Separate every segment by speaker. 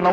Speaker 1: the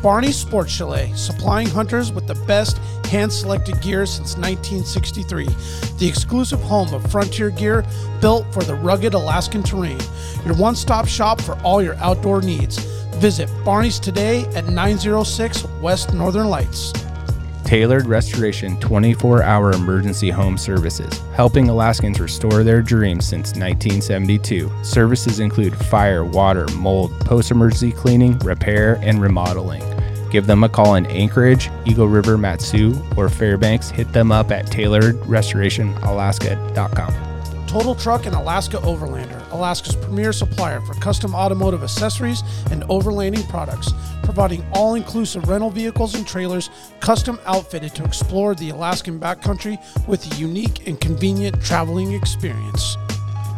Speaker 2: Barney Sports Chalet, supplying hunters with the best hand selected gear since 1963. The exclusive home of frontier gear built for the rugged Alaskan terrain. Your one stop shop for all your outdoor needs. Visit Barney's today at 906 West Northern Lights.
Speaker 3: Tailored Restoration 24 hour emergency home services, helping Alaskans restore their dreams since 1972. Services include fire, water, mold, post emergency cleaning, repair, and remodeling. Give them a call in Anchorage, Eagle River, Matsu, or Fairbanks. Hit them up at tailoredrestorationalaska.com.
Speaker 2: Total Truck and Alaska Overlander, Alaska's premier supplier for custom automotive accessories and overlanding products, providing all inclusive rental vehicles and trailers custom outfitted to explore the Alaskan backcountry with a unique and convenient traveling experience.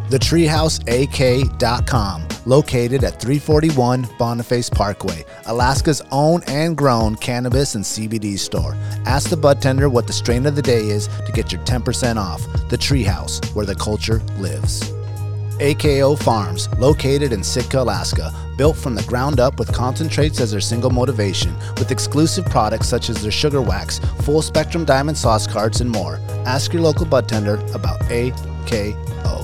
Speaker 4: thetreehouseak.com, located at 341 Boniface Parkway, Alaska's own and grown cannabis and CBD store. Ask the bud tender what the strain of the day is to get your 10% off. The Treehouse, where the culture lives. AKO Farms, located in Sitka, Alaska, built from the ground up with concentrates as their single motivation, with exclusive products such as their sugar wax, full spectrum diamond sauce cards, and more. Ask your local bud tender about AKO.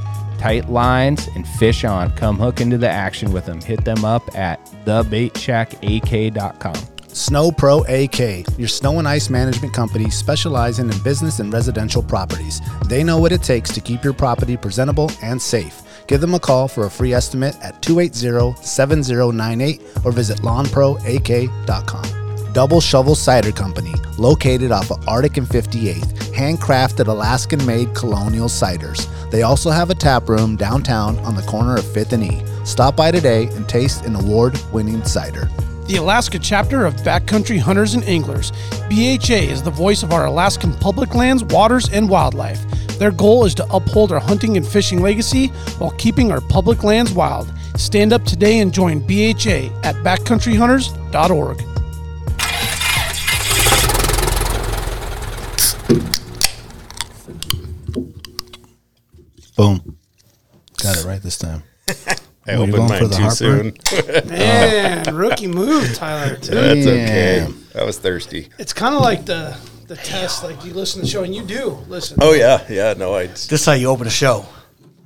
Speaker 3: Tight lines and fish on. Come hook into the action with them. Hit them up at thebaitshackak.com.
Speaker 4: Snow Pro AK, your snow and ice management company specializing in business and residential properties. They know what it takes to keep your property presentable and safe. Give them a call for a free estimate at 280-7098 or visit lawnproak.com. Double Shovel Cider Company, located off of Arctic and 58th, handcrafted Alaskan-made colonial ciders. They also have a tap room downtown on the corner of 5th and E. Stop by today and taste an award-winning cider.
Speaker 2: the Alaska chapter of Backcountry Hunters and Anglers. BHA is the voice of our Alaskan public lands, waters, and wildlife. Their goal is to uphold our hunting and fishing legacy while keeping our public lands wild. Stand up today and join BHA at backcountryhunters.org.
Speaker 4: Boom. Got it right this time.
Speaker 5: I
Speaker 4: What,
Speaker 5: opened
Speaker 4: you going for
Speaker 5: mine
Speaker 4: the
Speaker 5: too
Speaker 4: Harper?
Speaker 5: soon.
Speaker 2: Man, rookie move, Tyler.
Speaker 5: That's okay.
Speaker 4: Damn.
Speaker 5: I was thirsty.
Speaker 2: It's kind of like the the test, like you listen to the show and you do listen.
Speaker 5: Oh yeah, yeah. No, I just
Speaker 6: This is how you open a show.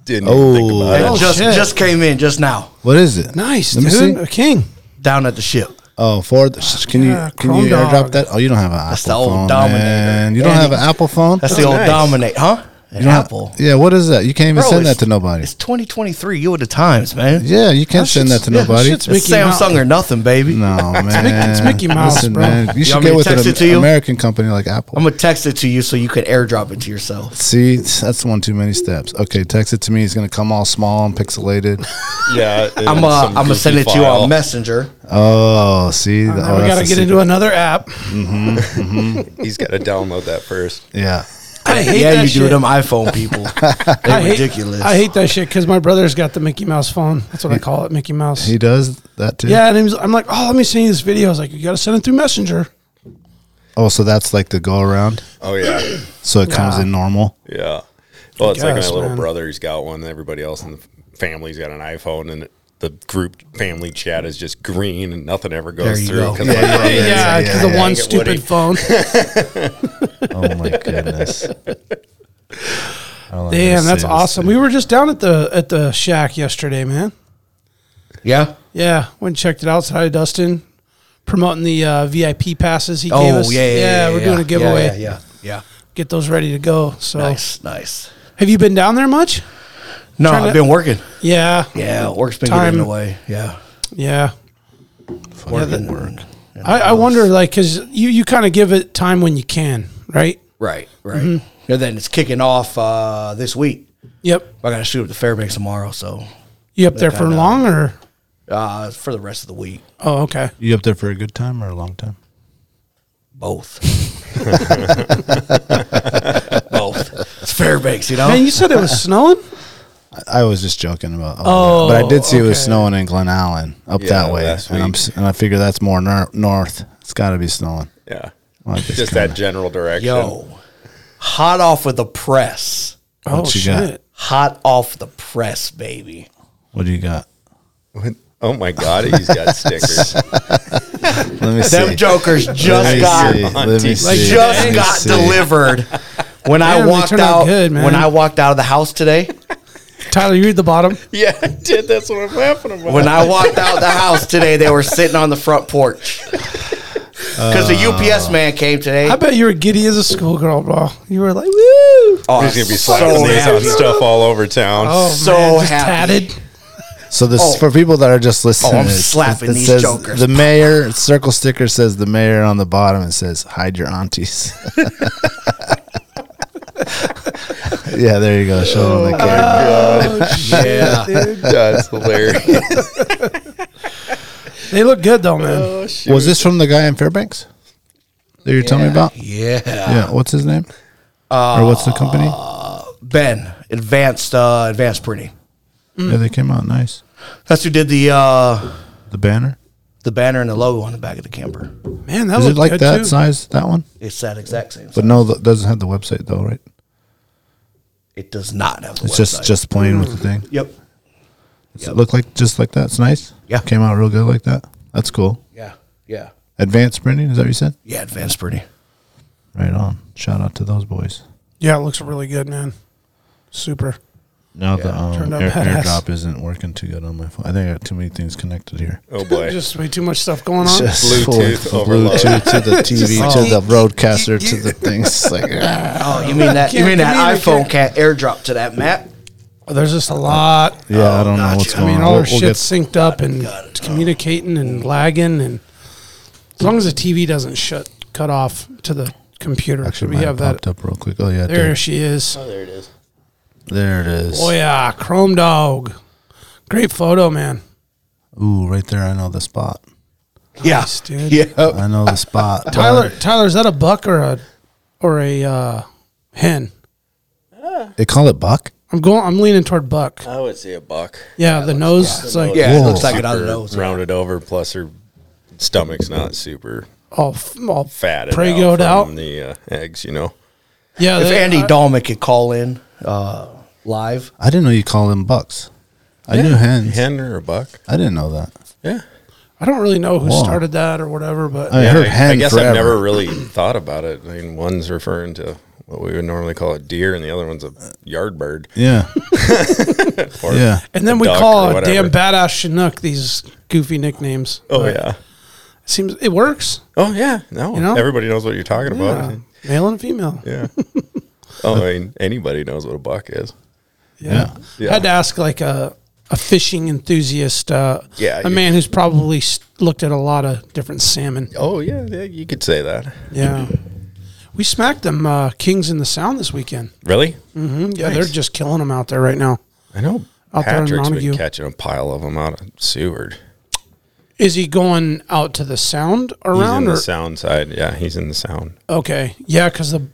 Speaker 5: didn't even think
Speaker 4: Oh.
Speaker 5: about
Speaker 2: Oh,
Speaker 5: it.
Speaker 6: just
Speaker 2: shit.
Speaker 6: just came in just now
Speaker 4: What is it?
Speaker 2: Nice,
Speaker 4: Let me
Speaker 2: dude.
Speaker 4: see.
Speaker 2: A king.
Speaker 6: down at the ship.
Speaker 4: Oh, for the, sh- can you
Speaker 2: Yeah,
Speaker 4: can
Speaker 2: Chrome
Speaker 4: you
Speaker 2: Dog.
Speaker 4: airdrop that? Oh, you don't have an
Speaker 6: That's the
Speaker 4: Apple
Speaker 6: old
Speaker 4: phone,
Speaker 6: Dominator.
Speaker 4: man. You don't
Speaker 6: Andy.
Speaker 4: have an Apple phone.
Speaker 6: That's the old
Speaker 5: nice.
Speaker 6: dominate, huh? An
Speaker 4: You don't have-
Speaker 6: Apple.
Speaker 4: yeah, what is that? You can't even
Speaker 6: Bro,
Speaker 4: send that
Speaker 6: it's-
Speaker 4: to nobody.
Speaker 6: It's 2023. You with the times, man.
Speaker 4: Yeah, you can't send that
Speaker 6: shit's-
Speaker 4: to
Speaker 6: yeah,
Speaker 4: nobody.
Speaker 2: shit's-
Speaker 6: It's
Speaker 2: Mickey Mouse.
Speaker 6: Samsung or nothing, baby.
Speaker 4: no, man.
Speaker 2: it's Mickey Mouse, bro.
Speaker 4: You should
Speaker 6: want
Speaker 4: get
Speaker 6: me to
Speaker 4: with an
Speaker 6: text it to
Speaker 4: Am-
Speaker 6: you?
Speaker 4: American company like Apple.
Speaker 6: I'm gonna text it to you so you can airdrop it to yourself.
Speaker 4: See, that's one too many steps. Okay, text it to me. It's gonna come all small and pixelated.
Speaker 5: Yeah, it-
Speaker 6: I'm uh,
Speaker 5: some
Speaker 6: I'm gonna send it
Speaker 5: goofy
Speaker 6: to you
Speaker 5: file.
Speaker 6: on Messenger.
Speaker 4: Oh, see,
Speaker 2: Now
Speaker 4: oh,
Speaker 2: we
Speaker 4: that's
Speaker 2: got to
Speaker 4: a
Speaker 2: get
Speaker 4: secret. Mm-hmm,
Speaker 2: into another app.
Speaker 5: He's got to download that first.
Speaker 4: Yeah,
Speaker 2: I hate
Speaker 6: Yeah,
Speaker 2: that
Speaker 6: you
Speaker 2: shit.
Speaker 6: do them iPhone people. They're ridiculous.
Speaker 2: I hate that shit because my brother's got the Mickey Mouse phone. That's what I call it, Mickey Mouse.
Speaker 4: he does that too.
Speaker 2: yeah, and he was, I'm like, oh, let me send you this video. I was like, you got to send it through Messenger.
Speaker 4: Oh, so that's like the go around.
Speaker 5: Oh yeah,
Speaker 4: So it comes in normal.
Speaker 5: yeah. Well, it's like my
Speaker 2: guess,
Speaker 5: little
Speaker 2: man.
Speaker 5: brother's got one. and Everybody else in the family's got an iPhone, and the group family chat is just green, and nothing ever
Speaker 6: There
Speaker 5: goes
Speaker 6: you
Speaker 5: through.
Speaker 6: go.
Speaker 5: 'cause I'm like,
Speaker 4: yeah,
Speaker 2: Yeah,
Speaker 4: yeah,
Speaker 2: because the
Speaker 4: yeah.
Speaker 2: one
Speaker 5: Dang it,
Speaker 2: stupid
Speaker 5: Woody.
Speaker 2: phone.
Speaker 4: Oh my goodness.
Speaker 2: Damn, that's awesome. We were just down at the at the shack yesterday, man.
Speaker 6: Yeah.
Speaker 2: Yeah, went and checked it out. Said hi to Dustin, promoting the uh, VIP passes he gave
Speaker 6: Oh
Speaker 2: us.
Speaker 6: yeah, yeah, yeah.
Speaker 2: we're
Speaker 6: yeah,
Speaker 2: doing a
Speaker 6: yeah,
Speaker 2: giveaway.
Speaker 6: Yeah, yeah. yeah.
Speaker 2: Get those ready to go. So
Speaker 6: Nice, nice.
Speaker 2: Have you been down there much?
Speaker 6: No,
Speaker 2: Trying
Speaker 6: I've
Speaker 2: to-
Speaker 6: been working.
Speaker 2: Yeah.
Speaker 6: Yeah, work's been
Speaker 2: Time.
Speaker 6: getting away. Yeah,
Speaker 2: Yeah.
Speaker 6: working
Speaker 2: that-
Speaker 6: work.
Speaker 2: I, I wonder, like, because you, you kind of give it time when you can, right?
Speaker 6: Right, right. Mm-hmm. And then it's kicking off uh, this week.
Speaker 2: Yep.
Speaker 6: I got to shoot up to Fairbanks tomorrow, so
Speaker 2: You up there for
Speaker 6: kinda-
Speaker 2: long or?
Speaker 6: uh, for the rest of the week,
Speaker 2: Oh, okay.
Speaker 7: You up there for a good time or a long time?
Speaker 6: both. both. It's Fairbanks, you know.
Speaker 2: Man, you said it was snowing?
Speaker 7: I was just joking about. All that. but I
Speaker 6: Oh,
Speaker 7: did see it was
Speaker 2: okay.
Speaker 7: snowing in Glen Allen up
Speaker 5: Yeah,
Speaker 7: that way,
Speaker 5: last
Speaker 7: and I'm
Speaker 5: week.
Speaker 7: s- and I figure that's more nor- north. It's got to be snowing.
Speaker 5: Yeah.
Speaker 7: Well, it's
Speaker 5: just
Speaker 7: kinda-
Speaker 5: that general direction.
Speaker 6: Yo, hot off of the press.
Speaker 2: Oh,
Speaker 7: What you got?
Speaker 2: shit.
Speaker 6: Hot off the press, baby.
Speaker 7: What do you got?
Speaker 5: What? Oh my God, he's got stickers.
Speaker 7: Let me see.
Speaker 6: Them jokers
Speaker 7: Let
Speaker 6: just
Speaker 7: me
Speaker 6: got
Speaker 7: see.
Speaker 5: on
Speaker 7: Let me
Speaker 5: TV.
Speaker 7: see. Let
Speaker 6: just
Speaker 7: me
Speaker 6: got
Speaker 7: see.
Speaker 6: delivered.
Speaker 2: Damn,
Speaker 6: When I
Speaker 2: they
Speaker 6: walked
Speaker 2: turned out
Speaker 6: out,
Speaker 2: good, man.
Speaker 6: when I walked out of the house today,
Speaker 2: Tyler, you read the bottom.
Speaker 5: yeah, I did. That's what I'm laughing about.
Speaker 6: when I walked out the house today, they were sitting on the front porch because the UPS man came today.
Speaker 2: Uh, I bet you were giddy as a schoolgirl, bro. You were like, woo.
Speaker 6: Oh,
Speaker 5: He's gonna be
Speaker 6: so
Speaker 5: slapping these on
Speaker 6: happy.
Speaker 5: stuff all over town.
Speaker 2: Oh,
Speaker 6: so
Speaker 2: man, just
Speaker 6: happy.
Speaker 2: tatted.
Speaker 7: So this
Speaker 6: Oh.
Speaker 7: for people that are just listening.
Speaker 6: Oh, I'm
Speaker 7: it's-
Speaker 6: slapping these
Speaker 7: says
Speaker 6: jokers.
Speaker 7: The mayor circle sticker says the mayor on the bottom. It says hide your aunties. yeah, there you go. Show them the camera.
Speaker 6: Oh,
Speaker 7: Oh,
Speaker 6: Yeah.
Speaker 5: That's hilarious.
Speaker 2: They look good, though, man.
Speaker 7: Was this from the guy in Fairbanks that you're telling me about?
Speaker 6: Yeah. Um,
Speaker 7: Yeah. What's his name? or what's the company?
Speaker 6: Uh, Ben, advanced uh, advanced printing.
Speaker 2: Mm.
Speaker 7: Yeah, they came out nice.
Speaker 6: That's who did the uh,
Speaker 7: The banner.
Speaker 6: the banner and the logo on the back of the camper.
Speaker 2: Man, that
Speaker 7: Is
Speaker 2: looked
Speaker 7: it like
Speaker 2: good,
Speaker 7: that
Speaker 2: too.
Speaker 7: size? That one?
Speaker 6: It's that exact same.
Speaker 7: But
Speaker 6: But
Speaker 7: no, that doesn't have the website though, right?
Speaker 6: it does not have. The
Speaker 7: It's
Speaker 6: website. Mm-hmm.
Speaker 7: just just plain with the thing.
Speaker 6: Yep.
Speaker 7: Does it look like just like that? It's nice.
Speaker 6: Yeah.
Speaker 7: Came out real good like that. That's cool.
Speaker 6: Yeah. Yeah.
Speaker 7: Advanced printing, is that what you said?
Speaker 6: Yeah. Advanced printing.
Speaker 7: Right on. Shout out to those boys.
Speaker 2: Yeah, it looks really good, man. Super.
Speaker 7: Now the um,
Speaker 2: Turned out
Speaker 7: air,
Speaker 2: badass.
Speaker 7: airdrop isn't working too good on my phone. I think I got too many things connected here.
Speaker 5: Oh boy.
Speaker 2: Just way too much stuff going on.
Speaker 5: Bluetooth
Speaker 7: full of
Speaker 5: overload.
Speaker 7: Bluetooth to the TV to the broadcaster to the things. It's like, ah.
Speaker 6: Oh, you mean that? You
Speaker 2: Can't
Speaker 6: mean that
Speaker 2: communicate.
Speaker 6: iPhone can't airdrop to that map?
Speaker 2: Oh, There's just a lot.
Speaker 7: yeah, I don't know
Speaker 6: gotcha.
Speaker 7: what's
Speaker 2: Oh, I
Speaker 7: going
Speaker 2: mean,
Speaker 7: on.
Speaker 2: all
Speaker 7: Uh, We'll-
Speaker 2: our
Speaker 7: we'll
Speaker 2: shit
Speaker 7: get-
Speaker 2: synced up and it's communicating and lagging, and as long as the TV doesn't shut cut off to the computer,
Speaker 7: actually,
Speaker 2: we
Speaker 7: mine
Speaker 2: have
Speaker 7: popped
Speaker 2: that.
Speaker 7: up real quick. Oh yeah,
Speaker 2: There
Speaker 7: there,
Speaker 2: she is.
Speaker 6: Oh,
Speaker 7: there it is.
Speaker 2: Oh yeah, Chrome Dog. Great photo, man.
Speaker 7: Ooh, right there. I know the spot.
Speaker 6: Yeah.
Speaker 2: Nice, dude.
Speaker 6: Yeah.
Speaker 7: I know the spot.
Speaker 2: Tyler, Tyler, is that a buck or a or a uh, hen?
Speaker 7: They call it buck.
Speaker 2: I'm going. I'm leaning toward buck.
Speaker 5: I would say a buck.
Speaker 2: Yeah, the nose. It's like
Speaker 6: Yeah.
Speaker 7: Whoa.
Speaker 6: It looks like it on the nose.
Speaker 5: Rounded over, plus her stomach's not super
Speaker 2: all f- all
Speaker 5: fatted
Speaker 2: pregoed
Speaker 5: out
Speaker 2: out.
Speaker 5: from the uh, eggs, you know.
Speaker 2: Yeah,
Speaker 6: If
Speaker 2: they-
Speaker 6: Andy
Speaker 2: I-
Speaker 6: Dahlman could call in uh, live,
Speaker 7: I didn't know you call them bucks. I knew hens.
Speaker 5: Hen or a buck?
Speaker 7: I didn't know that.
Speaker 5: Yeah.
Speaker 2: I don't really know who
Speaker 7: Whoa. Uh,
Speaker 2: started that or whatever, but
Speaker 7: I heard
Speaker 5: I,
Speaker 7: hen
Speaker 5: I guess
Speaker 7: forever.
Speaker 5: I've never really thought about it. I mean, one's referring to what we would normally call a deer, and the other one's a yard bird.
Speaker 7: Yeah.
Speaker 5: Or,
Speaker 7: Yeah.
Speaker 2: And then we
Speaker 5: duck
Speaker 2: call
Speaker 5: or
Speaker 2: a damn
Speaker 5: whatever.
Speaker 2: badass Chinook these goofy nicknames.
Speaker 5: Oh
Speaker 2: But
Speaker 5: yeah.
Speaker 2: it seems it works.
Speaker 5: Oh yeah. No.
Speaker 2: You know?
Speaker 5: Everybody knows what you're talking
Speaker 2: Yeah.
Speaker 5: about.
Speaker 2: Male and female. Yeah.
Speaker 5: Yeah. oh, I mean, anybody knows what a buck is.
Speaker 7: Yeah.
Speaker 5: Yeah.
Speaker 2: I had to ask like a a fishing enthusiast, uh,
Speaker 5: Yeah,
Speaker 2: a
Speaker 5: you-
Speaker 2: man who's probably s- looked at a lot of different salmon.
Speaker 5: Oh yeah, yeah, you could say that.
Speaker 2: Yeah, we smacked them uh, kings in the sound this weekend.
Speaker 5: Really?
Speaker 2: hmm Yeah, they're just killing them out there right now.
Speaker 5: I know
Speaker 2: Out there in
Speaker 5: Patrick's been
Speaker 2: Montague.
Speaker 5: catching a pile of them out of Seward.
Speaker 2: Is he going out to the sound
Speaker 5: He's
Speaker 2: around
Speaker 5: in the
Speaker 2: or
Speaker 5: sound side. Yeah, he's in the sound.
Speaker 2: okay? Yeah, because the,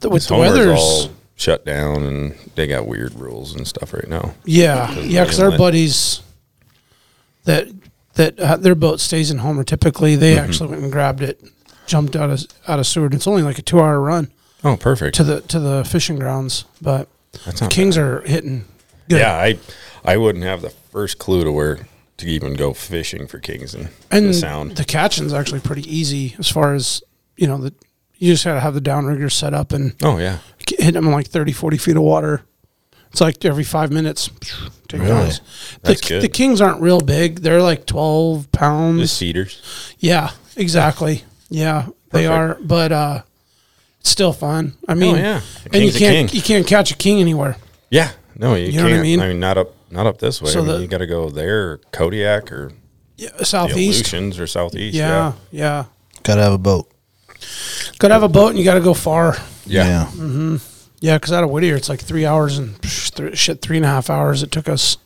Speaker 2: the with
Speaker 5: His
Speaker 2: the
Speaker 5: homer's
Speaker 2: weather's
Speaker 5: all shut down, and they got weird rules and stuff right now.
Speaker 2: Yeah,
Speaker 5: Because
Speaker 2: yeah,
Speaker 5: of
Speaker 2: because
Speaker 5: the
Speaker 2: our
Speaker 5: inlet.
Speaker 2: buddies that that uh, their boat stays in Homer. Typically, they
Speaker 5: Mm-hmm.
Speaker 2: actually went and grabbed it, jumped out of out of Seward. It's only like a two hour run
Speaker 5: Oh, perfect.
Speaker 2: to the to the fishing grounds, but
Speaker 5: That's
Speaker 2: the
Speaker 5: not
Speaker 2: Kings are hitting. Good.
Speaker 5: Yeah, I I wouldn't have the first clue to where to even go fishing for kings and,
Speaker 2: and
Speaker 5: the sound.
Speaker 2: The catching's actually pretty easy as far as you know. The you just got to have the downrigger set up and
Speaker 5: oh yeah,
Speaker 2: k- hit them in like 30, 40 feet of water. It's like every five minutes. Take it out. The,
Speaker 5: That's
Speaker 2: k-
Speaker 5: good.
Speaker 2: the Kings aren't real big. They're like twelve pounds.
Speaker 5: the cedars.
Speaker 2: Yeah, exactly. Yeah, they are. But uh, It's still fun. I mean,
Speaker 5: Oh, yeah. A
Speaker 2: and you
Speaker 5: king's a
Speaker 2: can't
Speaker 5: king.
Speaker 2: you can't catch a king anywhere.
Speaker 5: Yeah. No, you,
Speaker 2: You know
Speaker 5: can't.
Speaker 2: what I
Speaker 5: I,
Speaker 2: mean?
Speaker 5: mean? not up, not up this way.
Speaker 2: So
Speaker 5: I mean,
Speaker 2: the-
Speaker 5: you got to go there, Kodiak, or
Speaker 2: Yeah,
Speaker 5: the
Speaker 2: Southeast.
Speaker 5: Aleutians, or Southeast.
Speaker 2: Yeah, yeah.
Speaker 7: Gotta have a boat.
Speaker 2: Gotta have a boat and you gotta go far. Mm-hmm.
Speaker 5: Yeah. yeah.
Speaker 2: Yeah, because out of Whittier, it's like three hours and psh, th- shit, three and a half hours. It took us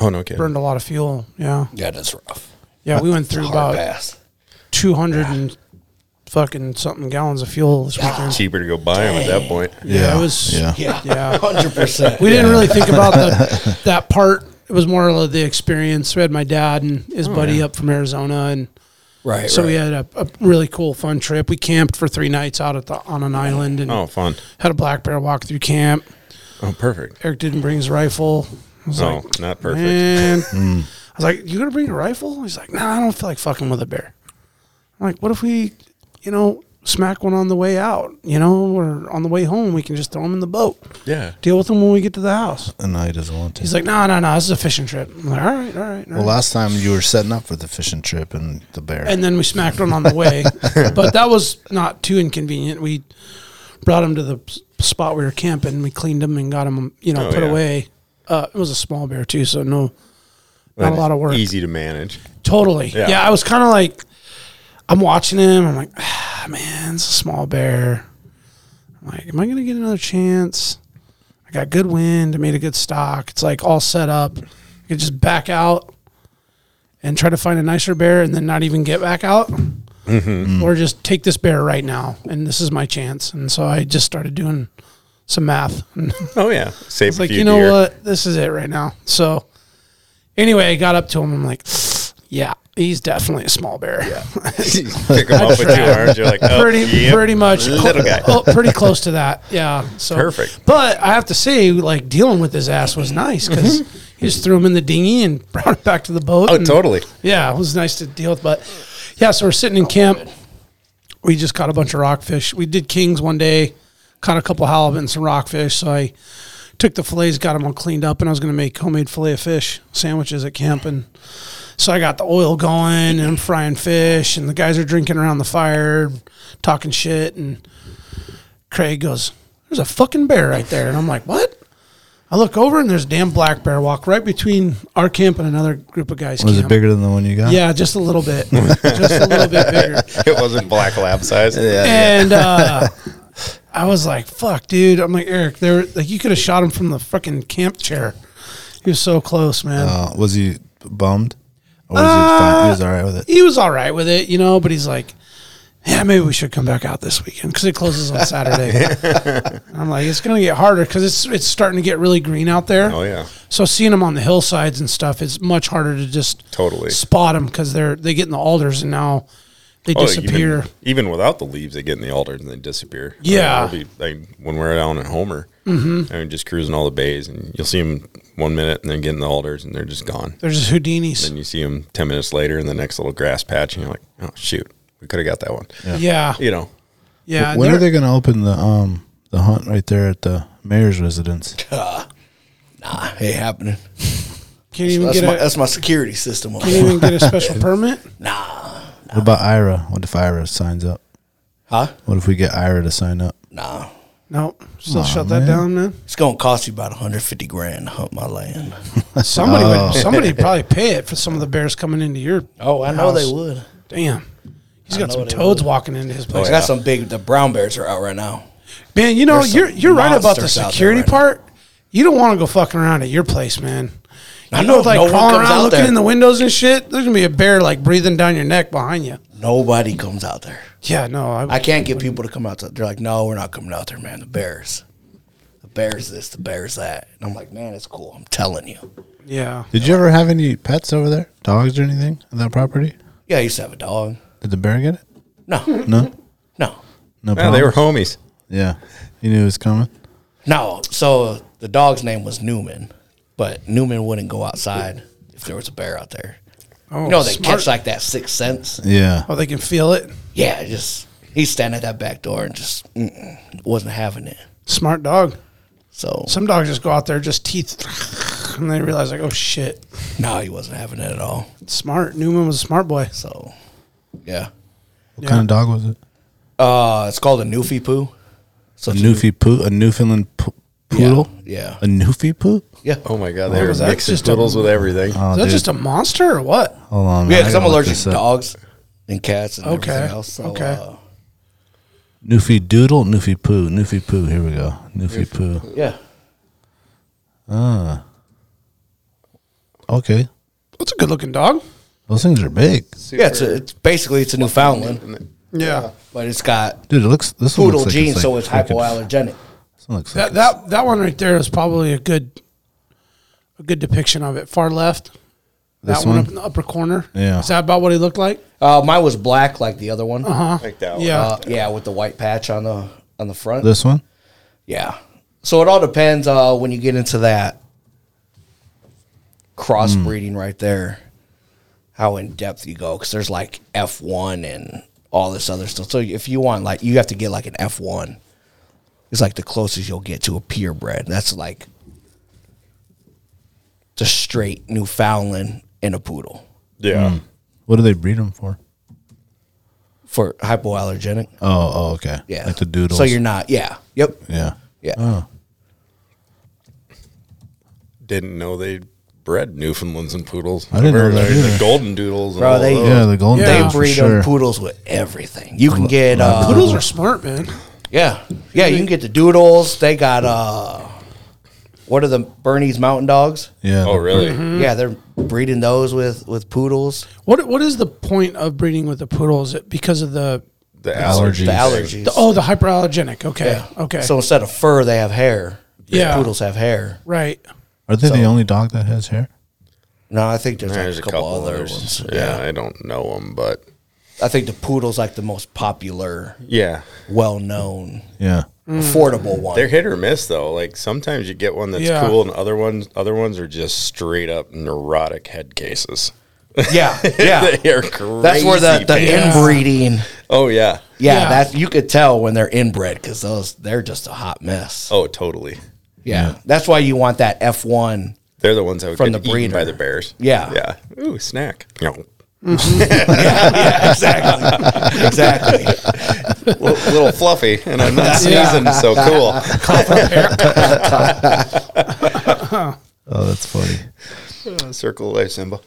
Speaker 5: Oh no, kidding.
Speaker 2: burned a lot of fuel. Yeah,
Speaker 6: Yeah, that's rough.
Speaker 2: yeah. We went through
Speaker 6: Hard
Speaker 2: about
Speaker 6: pass.
Speaker 2: two hundred and fucking something gallons of fuel this weekend.
Speaker 5: Cheaper to go buy them at that point.
Speaker 2: Yeah, it was.
Speaker 7: yeah.
Speaker 6: Yeah,
Speaker 2: Yeah.
Speaker 6: hundred percent.
Speaker 2: We didn't really think about the, that part. It was more of the experience. We had my dad and his
Speaker 5: Oh,
Speaker 2: buddy up from Arizona, and
Speaker 6: Right.
Speaker 2: so
Speaker 6: right.
Speaker 2: we had a, a really cool, fun trip. We camped for three nights out at the, on an island and
Speaker 5: Oh, fun.
Speaker 2: had a black bear walk through camp.
Speaker 5: Oh, perfect.
Speaker 2: Eric didn't bring his rifle. I was
Speaker 5: Oh,
Speaker 2: like,
Speaker 5: not perfect. Hmm.
Speaker 2: Man. I was like, you gonna bring a rifle? He's like, nah, I don't feel like fucking with a bear. I'm like, what if we, you know, smack one on the way out? You know, or on the way home, we can just throw them in the boat.
Speaker 5: Yeah.
Speaker 2: Deal with them when we get to the house.
Speaker 7: And no, he doesn't want to.
Speaker 2: He's like, no, no, no, this is a fishing trip. I'm like, all right, all right. all
Speaker 7: well,
Speaker 2: right."
Speaker 7: last time you were setting up for the fishing trip and the bear.
Speaker 2: and then we smacked one on the way, but that was not too inconvenient. We brought him to the s- spot we were camping. We cleaned him and got him, you know,
Speaker 5: Oh,
Speaker 2: put
Speaker 5: yeah.
Speaker 2: away. Uh, it was a small bear too, so no, not a
Speaker 5: That's
Speaker 2: lot of work.
Speaker 5: Easy to manage.
Speaker 2: Totally. Yeah,
Speaker 5: Yeah.
Speaker 2: I was kind of like, I'm watching him. I'm like, ah, man, it's a small bear. I'm like, am I gonna get another chance? I got good wind. I made a good stock. It's like all set up. I could just back out and try to find a nicer bear, and then not even get back out,
Speaker 5: Mm.
Speaker 7: Mm-hmm. Mm.
Speaker 2: or just take this bear right now, and this is my chance. And so I just started doing some math. And
Speaker 5: Oh yeah. Save
Speaker 2: it's
Speaker 5: a
Speaker 2: like,
Speaker 5: few
Speaker 2: you know
Speaker 5: deer.
Speaker 2: what? This is it right now. So, anyway, I got up to him. I'm like, yeah, he's definitely a small bear.
Speaker 5: Pick them up with two arms. You're like, oh,
Speaker 2: pretty,
Speaker 5: yep.
Speaker 2: pretty much,
Speaker 5: Little guy.
Speaker 2: Oh, pretty close to that. Yeah. So
Speaker 5: Perfect.
Speaker 2: But I have to say, like dealing with his ass was nice because he just threw him in the dinghy and brought it back to the boat.
Speaker 5: Mm-hmm. Oh,
Speaker 2: and-
Speaker 5: totally.
Speaker 2: yeah, it was nice to deal with. But yeah, so we're sitting in camp. We just caught a bunch of rockfish. We did kings one day, caught a couple halibut and some rockfish. So I took the fillets, got them all cleaned up, and I was going to make homemade fillet of fish sandwiches at camp. And so I got the oil going and I'm frying fish, and the guys are drinking around the fire, talking shit. And Craig goes, There's a fucking bear right there. And I'm like, What? I look over and there's a damn black bear walk right between our camp and another group of guys.
Speaker 7: was
Speaker 2: camp.
Speaker 7: it bigger than the one you got?
Speaker 2: Yeah, just a little bit. just a little bit bigger.
Speaker 5: It wasn't black lab size. Yeah.
Speaker 2: And uh, I was like, fuck, dude. I'm like, Eric, there like you could have shot him from the fucking camp chair. He was so close, man.
Speaker 7: Uh, was he bummed? Or was
Speaker 2: Uh,
Speaker 7: he, fine? he was all right with it.
Speaker 2: He was all right with it, you know, but he's like, yeah, maybe we should come back out this weekend because it closes on Saturday. And I'm like, it's going to get harder because it's it's starting to get really green out there.
Speaker 5: Oh yeah.
Speaker 2: So seeing them on the hillsides and stuff is much harder to just
Speaker 5: Totally.
Speaker 2: spot them because they're they get in the alders and now they
Speaker 5: Oh,
Speaker 2: disappear.
Speaker 5: Even, even without the leaves, they get in the alders and they disappear.
Speaker 2: Yeah. Mm-hmm.
Speaker 5: I mean, it'll be, like when we're down at Homer, I mean, just cruising all the bays, and you'll see them one minute and then get in the alders and they're just gone.
Speaker 2: They're just Houdinis.
Speaker 5: And you see them ten minutes later in the next little grass patch, and you're like, oh shoot, we could have got that one.
Speaker 2: Yeah,
Speaker 5: You know,
Speaker 2: yeah. and
Speaker 7: when are
Speaker 2: they're-
Speaker 7: they going to open the um the hunt right there at the mayor's residence?
Speaker 6: ain't happening.
Speaker 2: Can't even
Speaker 6: That's
Speaker 2: get
Speaker 6: my,
Speaker 2: a
Speaker 6: that's my security system. over
Speaker 2: can't
Speaker 6: there.
Speaker 2: even get a special permit.
Speaker 6: Nah,
Speaker 7: What about Ira? What if Ira signs up?
Speaker 6: huh?
Speaker 7: What if we get Ira to sign up?
Speaker 6: Nah.
Speaker 2: Nope. Still shut that down, man.
Speaker 6: It's gonna cost you about 150 grand to hunt my land.
Speaker 2: Somebody
Speaker 7: Oh.
Speaker 2: would somebody would probably pay it for some of the bears coming into your.
Speaker 6: Oh, I know
Speaker 2: house.
Speaker 6: they would.
Speaker 2: Damn. He's got
Speaker 6: know
Speaker 2: some
Speaker 6: they
Speaker 2: toads walking into
Speaker 7: Oh,
Speaker 2: his place.
Speaker 6: I got some big. The brown bears are out right now.
Speaker 2: Man, you know,
Speaker 6: There's some
Speaker 2: you're you're right about the
Speaker 6: monsters out there
Speaker 2: security
Speaker 6: right now.
Speaker 2: part. You don't want to go fucking around at your place, man.
Speaker 6: I
Speaker 2: You
Speaker 6: know,
Speaker 2: like
Speaker 6: no one
Speaker 2: crawling
Speaker 6: comes
Speaker 2: around
Speaker 6: out
Speaker 2: looking
Speaker 6: there.
Speaker 2: in the windows and shit. There's gonna be a bear like breathing down your neck behind you.
Speaker 6: Nobody comes out there.
Speaker 2: Yeah, no, I,
Speaker 6: I can't get people to come out. To, they're like, no, we're not coming out there, man. The bears, the bears this, the bears that. And I'm like, man, it's cool. I'm telling you.
Speaker 2: yeah.
Speaker 7: Did you ever have any pets over there? Dogs or anything on that property?
Speaker 6: Yeah, I used to have a dog.
Speaker 7: Did the bear get it?
Speaker 6: No,
Speaker 7: No.
Speaker 6: no,
Speaker 7: No
Speaker 5: yeah,
Speaker 7: problem.
Speaker 5: they were homies.
Speaker 7: Yeah. You knew it was coming.
Speaker 6: no. So the dog's name was Newman, but Newman wouldn't go outside if there was a bear out there.
Speaker 2: Oh,
Speaker 6: You know, they
Speaker 2: smart.
Speaker 6: catch like that sixth sense.
Speaker 7: Yeah.
Speaker 2: Oh, they can feel it.
Speaker 6: Yeah, it just he's standing at that back door and just mm-mm, wasn't having it.
Speaker 2: Smart dog.
Speaker 6: So
Speaker 2: Some dogs just go out there, just teeth, and they realize like, oh shit,
Speaker 6: no, he wasn't having it at all.
Speaker 2: smart. Newman was a smart boy.
Speaker 6: So yeah,
Speaker 7: What kind of dog was it?
Speaker 6: uh, it's called a Newfie poo. So
Speaker 7: A
Speaker 6: it's-
Speaker 7: Newfie poo, a Newfoundland po- poodle,
Speaker 6: Yeah.
Speaker 7: a Newfie poo.
Speaker 6: Yeah.
Speaker 5: Oh my God, they're
Speaker 6: that?
Speaker 5: mixing
Speaker 2: Just a-
Speaker 5: poodles with everything.
Speaker 7: Oh,
Speaker 2: Is that just a monster or what?
Speaker 7: Hold on,
Speaker 6: Yeah,
Speaker 7: man, I
Speaker 6: because
Speaker 7: gotta
Speaker 6: I'm
Speaker 7: look
Speaker 6: allergic
Speaker 7: this
Speaker 6: to
Speaker 7: up.
Speaker 6: dogs and cats and
Speaker 2: Okay.
Speaker 6: everything else. So,
Speaker 2: Okay.
Speaker 6: uh,
Speaker 7: Newfie doodle, Newfie poo, Newfie poo. Here we go, Newfie poo.
Speaker 6: yeah.
Speaker 7: Ah. Okay,
Speaker 2: That's a good looking dog.
Speaker 7: those things are big,
Speaker 6: Yeah, it's, a, it's basically it's a Newfoundland,
Speaker 2: Yeah.
Speaker 6: but it's got
Speaker 7: dude. It looks this one
Speaker 6: poodle
Speaker 7: looks like
Speaker 6: genes, so it's
Speaker 7: like freaking-
Speaker 6: hypoallergenic.
Speaker 7: This one looks like
Speaker 2: That that that one right there is probably a good a good depiction of it. Far left.
Speaker 7: This
Speaker 2: that one,
Speaker 7: one?
Speaker 2: up in the upper corner.
Speaker 7: Yeah.
Speaker 2: Is that about what he looked like?
Speaker 6: Uh, mine was black like the other one. Uh-huh.
Speaker 5: Like that one.
Speaker 2: yeah.
Speaker 6: yeah, with the white patch on the on the front.
Speaker 7: this one.
Speaker 6: Yeah. So it all depends uh, when you get into that crossbreeding right there, how in depth you go. Because there's like F1 and all this other stuff. So if you want, like, you have to get like an F1. It's like the closest you'll get to a purebred. That's like the straight Newfoundland and a poodle
Speaker 5: Yeah.
Speaker 7: Hmm. What do they breed them for?
Speaker 6: for hypoallergenic.
Speaker 7: Oh, oh, okay.
Speaker 6: Yeah.
Speaker 7: like the doodles.
Speaker 6: So you're not, yeah. Yep.
Speaker 7: yeah.
Speaker 6: Yeah.
Speaker 7: Oh,
Speaker 5: Didn't know they bred Newfoundlands and poodles.
Speaker 7: I didn't know that
Speaker 5: There's
Speaker 7: either.
Speaker 5: The golden doodles.
Speaker 6: Bro,
Speaker 5: and all
Speaker 6: they-
Speaker 5: those.
Speaker 7: yeah, the golden
Speaker 2: They
Speaker 6: They
Speaker 7: doodles for
Speaker 6: breed
Speaker 7: sure.
Speaker 6: them poodles with everything. You can get uh,
Speaker 2: Poodles are smart, man.
Speaker 6: Yeah, yeah. You can get the doodles. They got uh, what are the Bernese Mountain Dogs?
Speaker 7: Yeah.
Speaker 5: Oh, really?
Speaker 2: Mm-hmm.
Speaker 6: Yeah, they're breeding those with with poodles.
Speaker 2: What what is the point of breeding with a poodle? Is it because of the,
Speaker 5: The allergies.
Speaker 7: allergies.
Speaker 6: The allergies.
Speaker 2: the oh the hyperallergenic? Okay,
Speaker 6: Yeah.
Speaker 2: okay,
Speaker 6: So instead of fur, they have hair.
Speaker 2: Yeah.
Speaker 6: poodles have hair.
Speaker 2: right.
Speaker 7: Are they the only dog that has hair?
Speaker 6: No, I think there's, like,
Speaker 5: There's
Speaker 6: a couple, other ones.
Speaker 5: Yeah, I don't know them, but
Speaker 6: I think the poodles like the most popular,
Speaker 5: yeah,
Speaker 6: well known,
Speaker 7: Yeah.
Speaker 6: affordable one.
Speaker 5: they're hit or miss though. Like sometimes you get one that's
Speaker 2: Yeah.
Speaker 5: cool, and other ones, other ones are just straight up neurotic head cases.
Speaker 6: yeah, yeah.
Speaker 5: they are crazy.
Speaker 6: That's where the,
Speaker 5: people.
Speaker 6: the
Speaker 2: Yeah.
Speaker 6: inbreeding.
Speaker 5: oh yeah,
Speaker 6: Yeah,
Speaker 2: Yeah.
Speaker 6: that's you could tell when they're inbred because those they're just a hot mess.
Speaker 5: oh totally.
Speaker 6: Yeah. That's why you want that F one.
Speaker 5: They're the ones that would
Speaker 6: From
Speaker 5: get
Speaker 6: the
Speaker 5: eaten by
Speaker 6: breeder.
Speaker 5: the bears.
Speaker 6: Yeah. Mm-hmm.
Speaker 5: yeah. Ooh, snack. No.
Speaker 6: yeah, exactly. Exactly.
Speaker 5: little, little fluffy, and I'm not sneezing, so cool.
Speaker 7: Oh, that's funny.
Speaker 5: Uh, Circle of life, Simba.